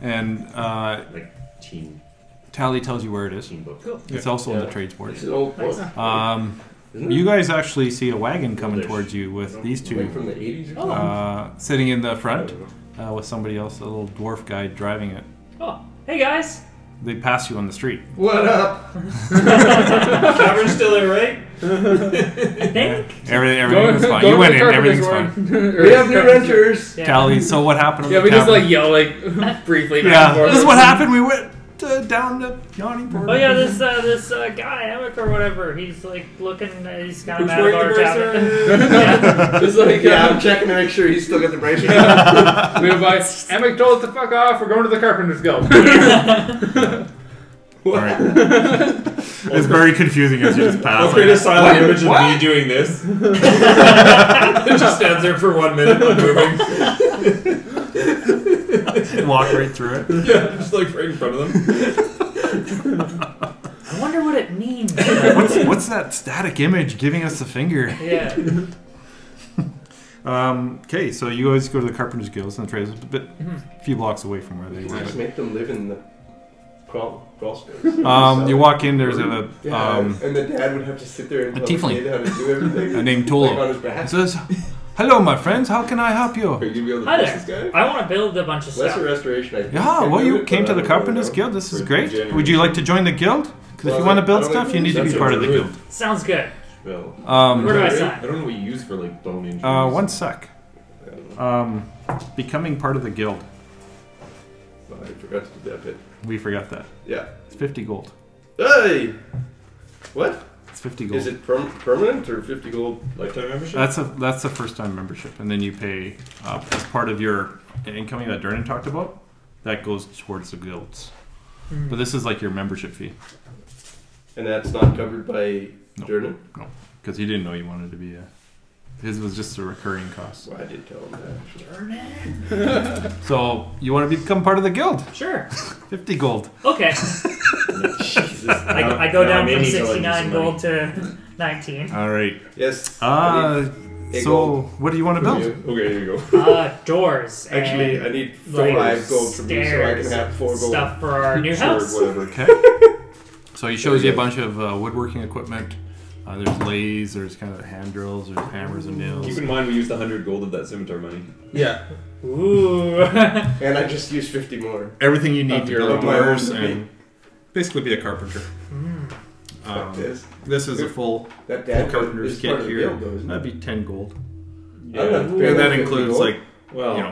Speaker 4: and uh,
Speaker 2: like teen
Speaker 4: Tally tells you where it is.
Speaker 2: teen book.
Speaker 4: It's also in the trades board.
Speaker 17: It's an old book.
Speaker 4: Um,
Speaker 17: Isn't
Speaker 4: you guys actually see a wagon coming
Speaker 2: Well,
Speaker 4: towards you with these
Speaker 17: Like
Speaker 4: two
Speaker 17: from the 80s or something?
Speaker 6: Oh.
Speaker 4: uh, sitting in the front uh, with somebody else, a little dwarf guy driving it.
Speaker 6: Oh, hey guys.
Speaker 4: They pass you on the street.
Speaker 17: What up?
Speaker 2: Cavern's still in, right?
Speaker 6: I think.
Speaker 4: Everything, everything was fine. You went in. Everything's fine.
Speaker 5: we
Speaker 17: We have new renters.
Speaker 6: Yeah.
Speaker 4: Tally, so what happened? at
Speaker 5: Yeah,
Speaker 4: the
Speaker 5: we just
Speaker 4: tavern?
Speaker 5: like yell like briefly. Back
Speaker 4: Yeah,
Speaker 5: and forth.
Speaker 4: this is what happened. We went to uh, down the yawning portal.
Speaker 6: Oh yeah, this uh, this uh, guy Emic or whatever. He's like looking. uh, He's kind of
Speaker 8: Who's
Speaker 6: out
Speaker 8: wearing
Speaker 6: of
Speaker 8: the
Speaker 6: our
Speaker 8: bracelet?
Speaker 6: yeah.
Speaker 5: It's like,
Speaker 8: Yeah,
Speaker 5: um,
Speaker 8: I'm checking to make sure he's still got the bracelet.
Speaker 5: we were like, Emic told us to fuck off. We're going to the Carpenter's Guild.
Speaker 4: It's very confusing as you just pass.
Speaker 19: Let's create a
Speaker 4: Like,
Speaker 19: silent image of me doing this. it just stands there for one minute, unmoving.
Speaker 4: walk right through it.
Speaker 19: Yeah, just like right in front of them.
Speaker 6: I wonder what it means.
Speaker 4: What's, what's that static image giving us the finger?
Speaker 6: yeah.
Speaker 4: Um, okay, so you guys go to the Carpenter's Guild and trades, but a few blocks away from where they were.
Speaker 3: Just
Speaker 4: but-
Speaker 3: make them live in the crawl, crawl space.
Speaker 4: Um, you walk in, there's a
Speaker 3: Yeah,
Speaker 4: um,
Speaker 3: and the dad would have to sit there and
Speaker 4: a
Speaker 3: tell his
Speaker 4: tiefling.
Speaker 3: kid how to do everything.
Speaker 4: a name
Speaker 3: like on
Speaker 4: Tolo.
Speaker 3: his
Speaker 4: He
Speaker 3: back.
Speaker 4: says, "Hello, my friends. How can I help
Speaker 3: Are
Speaker 4: you?"
Speaker 3: you gonna be able to
Speaker 6: Hi
Speaker 3: fix
Speaker 6: there.
Speaker 3: this guy?
Speaker 6: I want to build a bunch of
Speaker 3: Lesser
Speaker 6: stuff.
Speaker 3: restoration. I think.
Speaker 4: Yeah,
Speaker 3: I
Speaker 4: well,
Speaker 3: do
Speaker 4: you
Speaker 3: it,
Speaker 4: came
Speaker 3: but
Speaker 4: to
Speaker 3: I
Speaker 4: the
Speaker 3: don't really
Speaker 4: Carpenter's
Speaker 3: know.
Speaker 4: Guild. This is
Speaker 19: For
Speaker 4: great.
Speaker 19: January.
Speaker 4: Would you like to join the guild? Because if
Speaker 3: Well,
Speaker 4: you want to
Speaker 3: I
Speaker 4: build
Speaker 3: don't like
Speaker 4: stuff, you need to
Speaker 3: doing
Speaker 4: be
Speaker 3: that
Speaker 4: part of the
Speaker 19: sort of
Speaker 4: guild.
Speaker 6: Sounds good.
Speaker 19: Bill.
Speaker 4: Um,
Speaker 6: Where do I
Speaker 19: Right?
Speaker 6: sign?
Speaker 19: I don't know what you use for like bone injuries.
Speaker 4: uh, one sec. Um, becoming part of the guild.
Speaker 3: Well, I forgot to do that bit.
Speaker 4: We forgot that.
Speaker 3: Yeah.
Speaker 4: It's fifty gold.
Speaker 3: Hey! What?
Speaker 4: It's fifty gold. Uh,
Speaker 3: Is it perm- permanent or 50 gold?
Speaker 19: lifetime membership.
Speaker 4: That's a that's the first time membership, and then you pay uh, as part of your incoming that Durnan talked about. That goes towards the guilds, but this is like your membership fee
Speaker 3: And that's not covered by
Speaker 4: No.
Speaker 3: Durnan?
Speaker 4: because you didn't know you wanted to be a. His was just a recurring cost.
Speaker 3: Well, I did tell him that. actually.
Speaker 4: So you want to become part of the guild?
Speaker 6: Sure.
Speaker 4: Fifty gold.
Speaker 6: Okay.
Speaker 19: Jesus.
Speaker 6: I, I go
Speaker 19: Now
Speaker 6: down
Speaker 19: may
Speaker 6: from
Speaker 19: need to, like, use
Speaker 6: 69
Speaker 19: some
Speaker 6: gold to 19.
Speaker 4: All right.
Speaker 3: Yes. I
Speaker 4: Uh,
Speaker 3: Hey,
Speaker 4: so
Speaker 3: gold.
Speaker 4: what do you want to
Speaker 3: need-
Speaker 4: build?
Speaker 19: Okay, here you go.
Speaker 6: Uh, doors. and,
Speaker 3: Actually, I need
Speaker 6: like,
Speaker 3: five gold from you so I
Speaker 6: stairs
Speaker 3: can have
Speaker 6: and
Speaker 3: four gold.
Speaker 6: Stuff for our new
Speaker 19: Sure,
Speaker 6: house.
Speaker 19: whatever.
Speaker 4: Okay. So he shows you a bunch of uh, woodworking equipment. Uh, there's lathes, there's kind of hand drills, there's hammers and
Speaker 19: Keep
Speaker 4: nails.
Speaker 19: in mind we used the hundred gold of that scimitar money.
Speaker 5: yeah.
Speaker 6: Ooh.
Speaker 3: And I just used 50 more.
Speaker 4: Everything you need
Speaker 3: Of
Speaker 4: to
Speaker 3: your own
Speaker 4: build doors
Speaker 3: money.
Speaker 4: and basically be a carpenter. Um,
Speaker 3: Fuck this.
Speaker 4: This is a full
Speaker 3: That
Speaker 4: full
Speaker 3: dad
Speaker 4: carpenter's
Speaker 3: is part
Speaker 4: kit
Speaker 3: of the
Speaker 4: here.
Speaker 3: guild, though, isn't
Speaker 4: That'd
Speaker 3: it?
Speaker 4: be ten gold,
Speaker 3: I'm not
Speaker 19: Yeah.
Speaker 3: paying
Speaker 4: and that
Speaker 3: 50
Speaker 4: includes
Speaker 3: gold.
Speaker 4: like
Speaker 19: Well,
Speaker 4: you know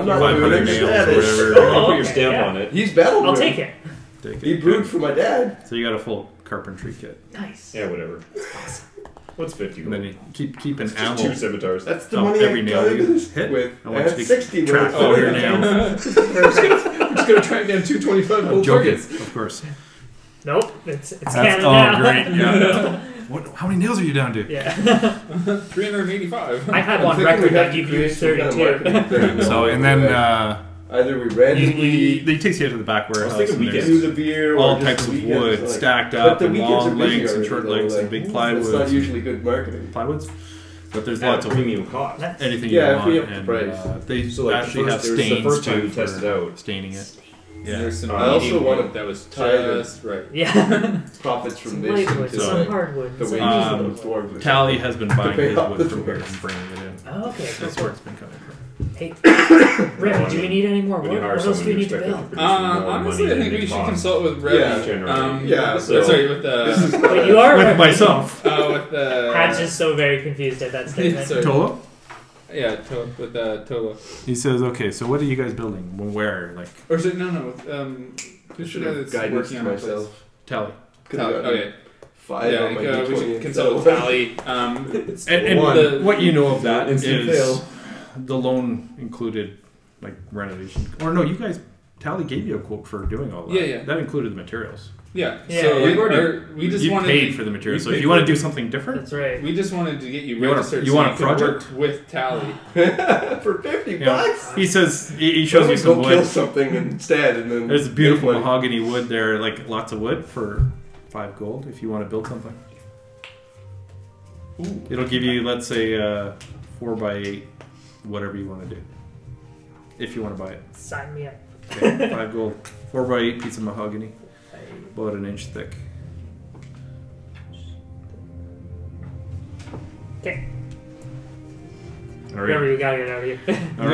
Speaker 3: I'm not
Speaker 4: five
Speaker 3: doing
Speaker 4: hundred
Speaker 3: it.
Speaker 4: nails
Speaker 3: That is-
Speaker 4: or
Speaker 6: Oh,
Speaker 4: whatever.
Speaker 19: put your
Speaker 6: okay,
Speaker 19: stamp
Speaker 6: yeah.
Speaker 19: on it.
Speaker 3: He's battle
Speaker 6: I'll take it.
Speaker 4: Take
Speaker 3: He
Speaker 4: it.
Speaker 3: brewed for my dad.
Speaker 4: So you got a full carpentry kit,
Speaker 6: Nice.
Speaker 19: Yeah, whatever. What's fifty
Speaker 4: and
Speaker 19: gold?
Speaker 4: then you keep keep an
Speaker 19: Just
Speaker 4: ammo.
Speaker 19: two scimitars.
Speaker 3: That's the
Speaker 4: Oh,
Speaker 3: money
Speaker 4: every
Speaker 3: I
Speaker 4: nail
Speaker 3: got
Speaker 4: you
Speaker 3: into this
Speaker 4: hit,
Speaker 3: with.
Speaker 4: I
Speaker 3: I,
Speaker 4: want you
Speaker 3: had
Speaker 4: to
Speaker 3: 60 more.
Speaker 4: track all your nails.
Speaker 19: I'm just gonna track down two twenty-five gold
Speaker 4: Joking, of course.
Speaker 6: Nope. It's it's
Speaker 4: That's
Speaker 6: Canada
Speaker 4: all
Speaker 6: now.
Speaker 4: great. Yeah. What? How many nails are you down to?
Speaker 6: yeah.
Speaker 5: 385.
Speaker 6: I had
Speaker 3: I'm
Speaker 6: one
Speaker 3: thinking
Speaker 6: record
Speaker 3: we have
Speaker 6: that
Speaker 3: to
Speaker 6: you
Speaker 3: create
Speaker 6: used
Speaker 3: some kind of
Speaker 6: 32.
Speaker 3: marketing thing.
Speaker 4: So and then uh,
Speaker 3: either we randomly
Speaker 4: he takes you to the back warehouse.
Speaker 19: thinking
Speaker 4: and
Speaker 19: we
Speaker 4: there's-
Speaker 19: could
Speaker 3: do the beer, or
Speaker 4: all
Speaker 3: just
Speaker 4: types
Speaker 3: the
Speaker 4: of
Speaker 3: weekends,
Speaker 4: wood
Speaker 3: like-
Speaker 4: stacked
Speaker 3: But
Speaker 4: up
Speaker 3: the
Speaker 4: and
Speaker 3: weekends are
Speaker 4: long
Speaker 3: busy
Speaker 4: lengths and
Speaker 3: already,
Speaker 4: short
Speaker 3: though,
Speaker 4: lengths
Speaker 3: like,
Speaker 4: and big
Speaker 3: That's not
Speaker 4: plywoods,
Speaker 3: usually good marketing.
Speaker 4: plywoods. But there's
Speaker 19: At
Speaker 4: lots
Speaker 19: a
Speaker 4: of
Speaker 19: premium cost.
Speaker 6: That's
Speaker 4: anything
Speaker 3: Yeah,
Speaker 4: you
Speaker 3: if
Speaker 4: want.
Speaker 3: we have the
Speaker 4: and,
Speaker 3: price.
Speaker 4: uh, they
Speaker 19: So, like, the
Speaker 4: actually
Speaker 19: first-
Speaker 4: have
Speaker 19: there was the
Speaker 4: stains
Speaker 19: first time
Speaker 4: too
Speaker 19: we tested
Speaker 4: for
Speaker 19: out.
Speaker 4: staining it. Yeah.
Speaker 5: There's some
Speaker 19: I also
Speaker 5: medium
Speaker 3: wanna
Speaker 5: wood that was
Speaker 3: tie the-
Speaker 5: just right.
Speaker 6: yeah.
Speaker 3: Profits from
Speaker 6: some
Speaker 3: this
Speaker 6: lightwood,
Speaker 3: into
Speaker 6: some
Speaker 3: like,
Speaker 6: hardwood,
Speaker 3: the
Speaker 6: some
Speaker 3: wages
Speaker 4: Um,
Speaker 3: of the dwarves.
Speaker 4: Tally has been buying
Speaker 3: pay
Speaker 4: his
Speaker 3: off the
Speaker 4: wood from here
Speaker 3: dwarves.
Speaker 4: and bringing it in.
Speaker 6: Oh, okay, go
Speaker 4: That's
Speaker 6: for
Speaker 4: where
Speaker 6: it.
Speaker 4: it's been coming from.
Speaker 6: Hey, Rick, do we need any more
Speaker 19: When you
Speaker 6: wood?
Speaker 19: hire
Speaker 6: What
Speaker 19: someone,
Speaker 6: else do we
Speaker 19: you
Speaker 6: need to
Speaker 19: expect them to
Speaker 6: build?
Speaker 19: produce
Speaker 5: Uh,
Speaker 19: more money
Speaker 5: honestly, I
Speaker 19: than
Speaker 5: think
Speaker 19: they
Speaker 5: we should
Speaker 19: cost.
Speaker 5: consult with Rev.
Speaker 3: Yeah,
Speaker 19: generally.
Speaker 5: um,
Speaker 3: Yeah,
Speaker 5: with-
Speaker 3: so-
Speaker 5: sorry, with uh,
Speaker 3: This is
Speaker 6: Wait, you are
Speaker 4: With myself.
Speaker 5: uh, with uh,
Speaker 6: Pat's just so very confused at that statement.
Speaker 5: sorry.
Speaker 4: Tolo?
Speaker 5: Yeah, to- with uh, Tola.
Speaker 4: He says, okay, so what are you guys building? Where? Like,
Speaker 5: Or is it no, no? with, Um,
Speaker 3: I
Speaker 5: who's the
Speaker 3: should
Speaker 5: guy
Speaker 3: have
Speaker 5: that's
Speaker 3: guidance
Speaker 5: working
Speaker 3: to
Speaker 5: on our place?
Speaker 3: myself.
Speaker 4: Tally.
Speaker 3: Could
Speaker 5: Tally,
Speaker 3: have
Speaker 4: oh,
Speaker 3: gotten
Speaker 5: okay.
Speaker 3: Five
Speaker 5: yeah,
Speaker 3: on my
Speaker 5: uh, we
Speaker 3: D20
Speaker 5: should
Speaker 3: and
Speaker 5: consult with
Speaker 3: failed.
Speaker 5: Tally. Um,
Speaker 4: And, and
Speaker 3: One.
Speaker 4: the- what you know of that is
Speaker 3: Instant fail.
Speaker 4: the loan included like renovation, or no? You guys, Tally gave you a quote for doing all that.
Speaker 5: Yeah, yeah.
Speaker 4: That included the materials.
Speaker 5: yeah.
Speaker 6: Yeah,
Speaker 5: so
Speaker 6: yeah.
Speaker 5: like, our- we just
Speaker 4: you
Speaker 5: wanted
Speaker 4: paid
Speaker 5: to-
Speaker 4: for the materials, so
Speaker 5: we
Speaker 4: if
Speaker 5: paid
Speaker 4: you want to
Speaker 5: for-
Speaker 4: do something different,
Speaker 6: That's right.
Speaker 5: We just wanted to get you
Speaker 4: You want a-
Speaker 5: registered.
Speaker 4: you
Speaker 5: so
Speaker 4: want a
Speaker 5: could work
Speaker 4: project?
Speaker 5: with Tally?
Speaker 3: for 50
Speaker 4: you know,
Speaker 3: bucks.
Speaker 4: he says he, he shows
Speaker 3: Why don't we
Speaker 4: you some
Speaker 3: go kill
Speaker 4: wood.
Speaker 3: something instead, and then
Speaker 4: There's beautiful
Speaker 3: make money?
Speaker 4: mahogany wood there, like lots of wood for five gold. If you want to build something, it'll give you let's say uh, four by eight, whatever you want to do. If you want to buy it.
Speaker 6: Sign me up.
Speaker 4: Okay, five gold, four by eight piece of mahogany, about an inch thick.
Speaker 6: Okay,
Speaker 4: All
Speaker 6: whatever
Speaker 4: right.
Speaker 6: you gotta get out of here.
Speaker 4: All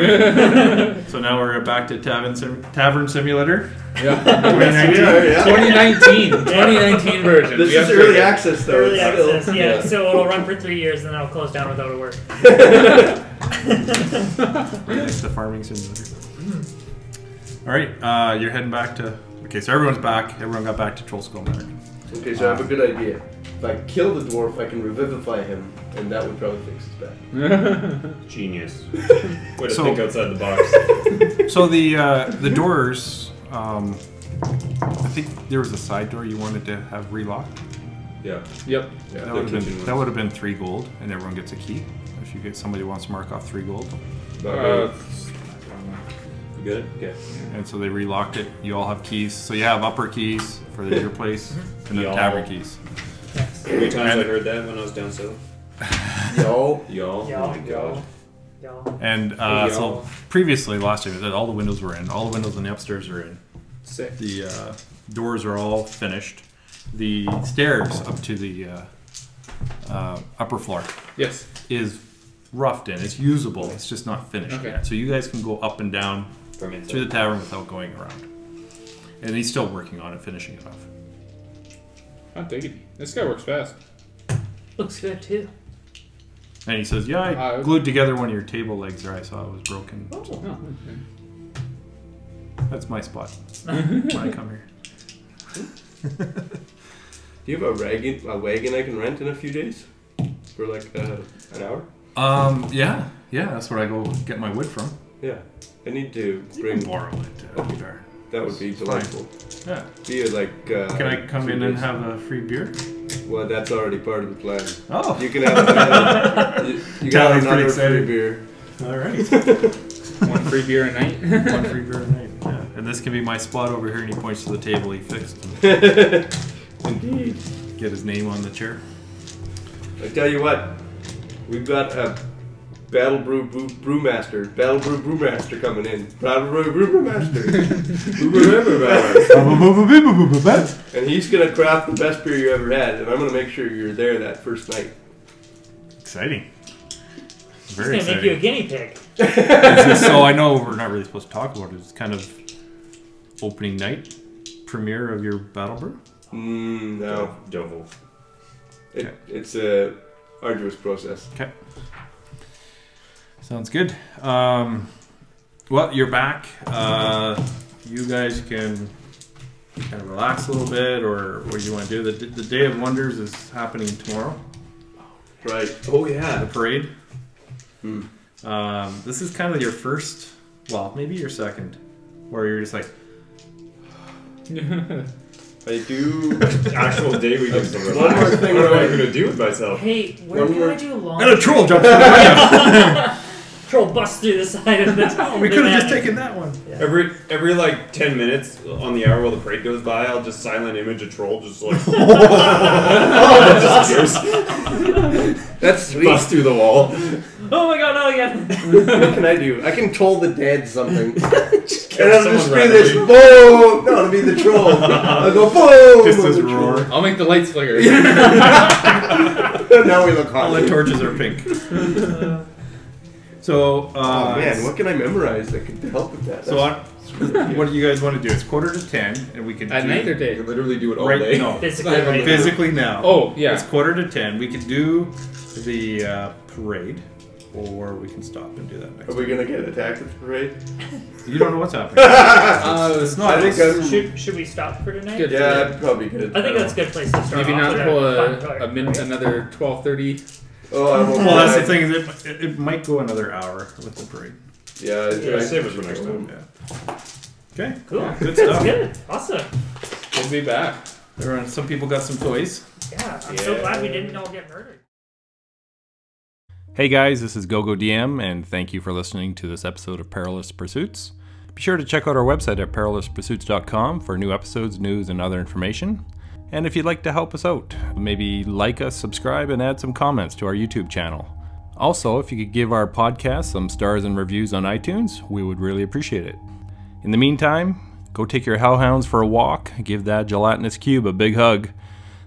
Speaker 4: right. so now we're back to tavern sim- tavern simulator.
Speaker 5: Yeah.
Speaker 3: Yeah, yeah.
Speaker 5: 2019, 2019 version.
Speaker 3: This
Speaker 5: We
Speaker 3: is
Speaker 5: upgraded.
Speaker 3: early access, though.
Speaker 6: Early
Speaker 3: it's still-
Speaker 6: access, yeah. So it'll run for three years, and then I'll close down without a word.
Speaker 2: Mm-hmm.
Speaker 4: It's the farming simulator. All right, uh, you're heading back to Okay, so everyone's back. Everyone got back to Troll Skull Manor.
Speaker 20: Okay, so I have a good idea. If I kill the dwarf, I can revivify him, and that would probably fix his back.
Speaker 2: Genius. Way to
Speaker 4: So-
Speaker 2: think outside the box.
Speaker 4: So the uh, the doors, um, I think there was a side door you wanted to have relocked.
Speaker 2: Yeah.
Speaker 21: Yep.
Speaker 4: That
Speaker 2: Yeah. the
Speaker 4: would have
Speaker 2: kitchen
Speaker 4: been
Speaker 2: one.
Speaker 4: that would have been three gold, and everyone gets a key. If you get somebody wants to mark off three gold,
Speaker 5: Uh,
Speaker 2: You good? Okay.
Speaker 4: and so they relocked it. You all have keys, so you have upper keys for the, your place, and then
Speaker 2: Y'all.
Speaker 4: tavern keys.
Speaker 2: Three times I heard that when I was down south.
Speaker 20: Yo.
Speaker 2: Y'all.
Speaker 6: Y'all.
Speaker 2: Oh my god.
Speaker 6: Y'all.
Speaker 4: And uh, so
Speaker 5: Y'all.
Speaker 4: previously, last time, all the windows were in. All the windows in the upstairs are in.
Speaker 5: Six.
Speaker 4: The uh, doors are all finished. The stairs up to the uh, uh, upper floor
Speaker 5: Yes.
Speaker 4: is roughed in. It's usable. It's just not finished
Speaker 5: Okay.
Speaker 4: yet. So you guys can go up and down through the tavern without going around. And he's still working on it, finishing it off.
Speaker 5: Hot diggity. Oh, This guy works fast.
Speaker 6: Looks good too.
Speaker 4: And he says, "Yeah, I
Speaker 5: Uh,
Speaker 4: glued together one of your table legs there. I saw it was broken.
Speaker 5: Oh, okay.
Speaker 4: That's my spot when I come here."
Speaker 3: Do you have a wagon, a wagon I can rent in a few days? For like uh, an hour?
Speaker 4: Um, yeah, yeah, that's where I go get my wood from.
Speaker 3: Yeah. I need to
Speaker 4: can
Speaker 3: bring.
Speaker 4: borrow it. Uh, Peter.
Speaker 3: That would be delightful.
Speaker 4: Yeah.
Speaker 3: Be like. Uh,
Speaker 4: Can I come
Speaker 3: two
Speaker 4: in and
Speaker 3: days.
Speaker 4: have a free beer?
Speaker 3: Well, that's already part of the plan.
Speaker 4: Oh,
Speaker 3: You can have. Uh, you you
Speaker 4: Tally's
Speaker 3: got
Speaker 4: pretty
Speaker 3: another free
Speaker 4: excited.
Speaker 3: beer.
Speaker 4: all right.
Speaker 5: One free beer a night.
Speaker 4: One free beer a night. Yeah. And this can be my spot over here. And he points to the table he fixed.
Speaker 3: Indeed.
Speaker 4: Get his name on the chair.
Speaker 3: I tell you what, we've got a Battle Brew, brew Brewmaster, Battle Brew Brewmaster coming in. Battle Brew Brew- Brewmaster. Brew- Brew- Brew- Brewmaster. and he's going to craft the best beer you ever had, and I'm going to make sure you're there that first night.
Speaker 4: Exciting.
Speaker 6: He's
Speaker 4: Very
Speaker 6: gonna make you a
Speaker 4: exciting.
Speaker 6: guinea pig.
Speaker 4: so I know we're not really supposed to talk about it. It's kind of opening night premiere of your battle brew.
Speaker 3: Mm, no,
Speaker 2: Devil.
Speaker 3: it,
Speaker 4: Okay.
Speaker 3: it's a arduous process.
Speaker 4: Sounds good. Um, well, you're back. Uh, you guys can kind of relax a little bit, or what you want to do. The, the Day of Wonders is happening tomorrow.
Speaker 3: Right.
Speaker 2: Oh
Speaker 4: The
Speaker 2: yeah.
Speaker 4: parade. Um, this is kind of your first, well, maybe your second, where you're just like,
Speaker 3: I do.
Speaker 2: Actual day we get to relax.
Speaker 3: One more thing,
Speaker 2: what am I
Speaker 3: right?
Speaker 2: gonna do with myself?
Speaker 6: Hey, where
Speaker 3: One
Speaker 6: can
Speaker 3: more-
Speaker 6: I do a long
Speaker 4: and a troll jumps. out of the way."
Speaker 6: troll bust through the side of the town?
Speaker 4: we could have just taken that one.
Speaker 2: Every every like ten minutes on the hour while the parade goes by, I'll just silent image a troll just like just scares-
Speaker 20: That's sweet.
Speaker 2: bust through the wall.
Speaker 6: Oh my god, not again.
Speaker 20: what can I do? I can troll the dead something. and
Speaker 2: kill
Speaker 20: I'll just
Speaker 2: someone
Speaker 20: do this.
Speaker 2: randomly.
Speaker 20: Boom! No, it'll be the troll. I'll go boom!
Speaker 4: Just
Speaker 20: with
Speaker 4: this
Speaker 20: the troll.
Speaker 4: roar.
Speaker 5: I'll make the lights flicker.
Speaker 20: now we look
Speaker 4: All
Speaker 20: hot.
Speaker 4: the torches are pink. so, uh,
Speaker 3: Oh man, what can I memorize that could help with that?
Speaker 4: so on, what do you guys want to do? It's quarter to ten, and we could
Speaker 5: At
Speaker 4: do
Speaker 5: night or
Speaker 2: You
Speaker 5: day?
Speaker 2: can literally do it all
Speaker 4: right
Speaker 2: day.
Speaker 4: now.
Speaker 6: Physically,
Speaker 5: It's not
Speaker 6: right?
Speaker 5: even-
Speaker 4: physically now.
Speaker 5: Oh, yeah.
Speaker 4: It's quarter to ten. We could do the uh, parade, or we can stop and do that next.
Speaker 3: Are we gonna get attacked at the parade?
Speaker 4: You don't know what's happening.
Speaker 5: Uh,
Speaker 4: it's not.
Speaker 3: I think
Speaker 4: it's-
Speaker 3: I'm-
Speaker 6: Should, should we stop for tonight?
Speaker 5: Good.
Speaker 3: Yeah, that'd probably good.
Speaker 6: I think that's a good place to start.
Speaker 5: Maybe not
Speaker 6: off with
Speaker 5: pull
Speaker 6: fun color,
Speaker 5: a, a min-
Speaker 6: right?
Speaker 5: another twelve thirty.
Speaker 3: Oh, I won't
Speaker 4: well, that's the
Speaker 3: die.
Speaker 4: thing. Is it, it, it might go another hour with the parade.
Speaker 3: Yeah, I-
Speaker 2: Yeah,
Speaker 3: I-
Speaker 2: save it for
Speaker 4: Oh.
Speaker 2: next time.
Speaker 4: Okay.
Speaker 6: Cool.
Speaker 4: Good
Speaker 6: That's
Speaker 4: stuff.
Speaker 6: Oh, good. Awesome.
Speaker 5: We'll be back.
Speaker 4: Everyone, some people got some toys.
Speaker 6: Yeah, I'm so glad we didn't all get murdered.
Speaker 7: Hey guys, this is GoGo DM, and thank you for listening to this episode of Perilous Pursuits. Be sure to check out our website at perilouspursuits.com for new episodes, news, and other information. And if you'd like to help us out, maybe like us, subscribe, and add some comments to our YouTube channel. Also, if you could give our podcast some stars and reviews on iTunes, we would really appreciate it. In the meantime, go take your hellhounds for a walk, give that gelatinous cube a big hug,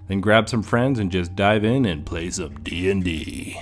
Speaker 7: then grab some friends and just dive in and play some D&D.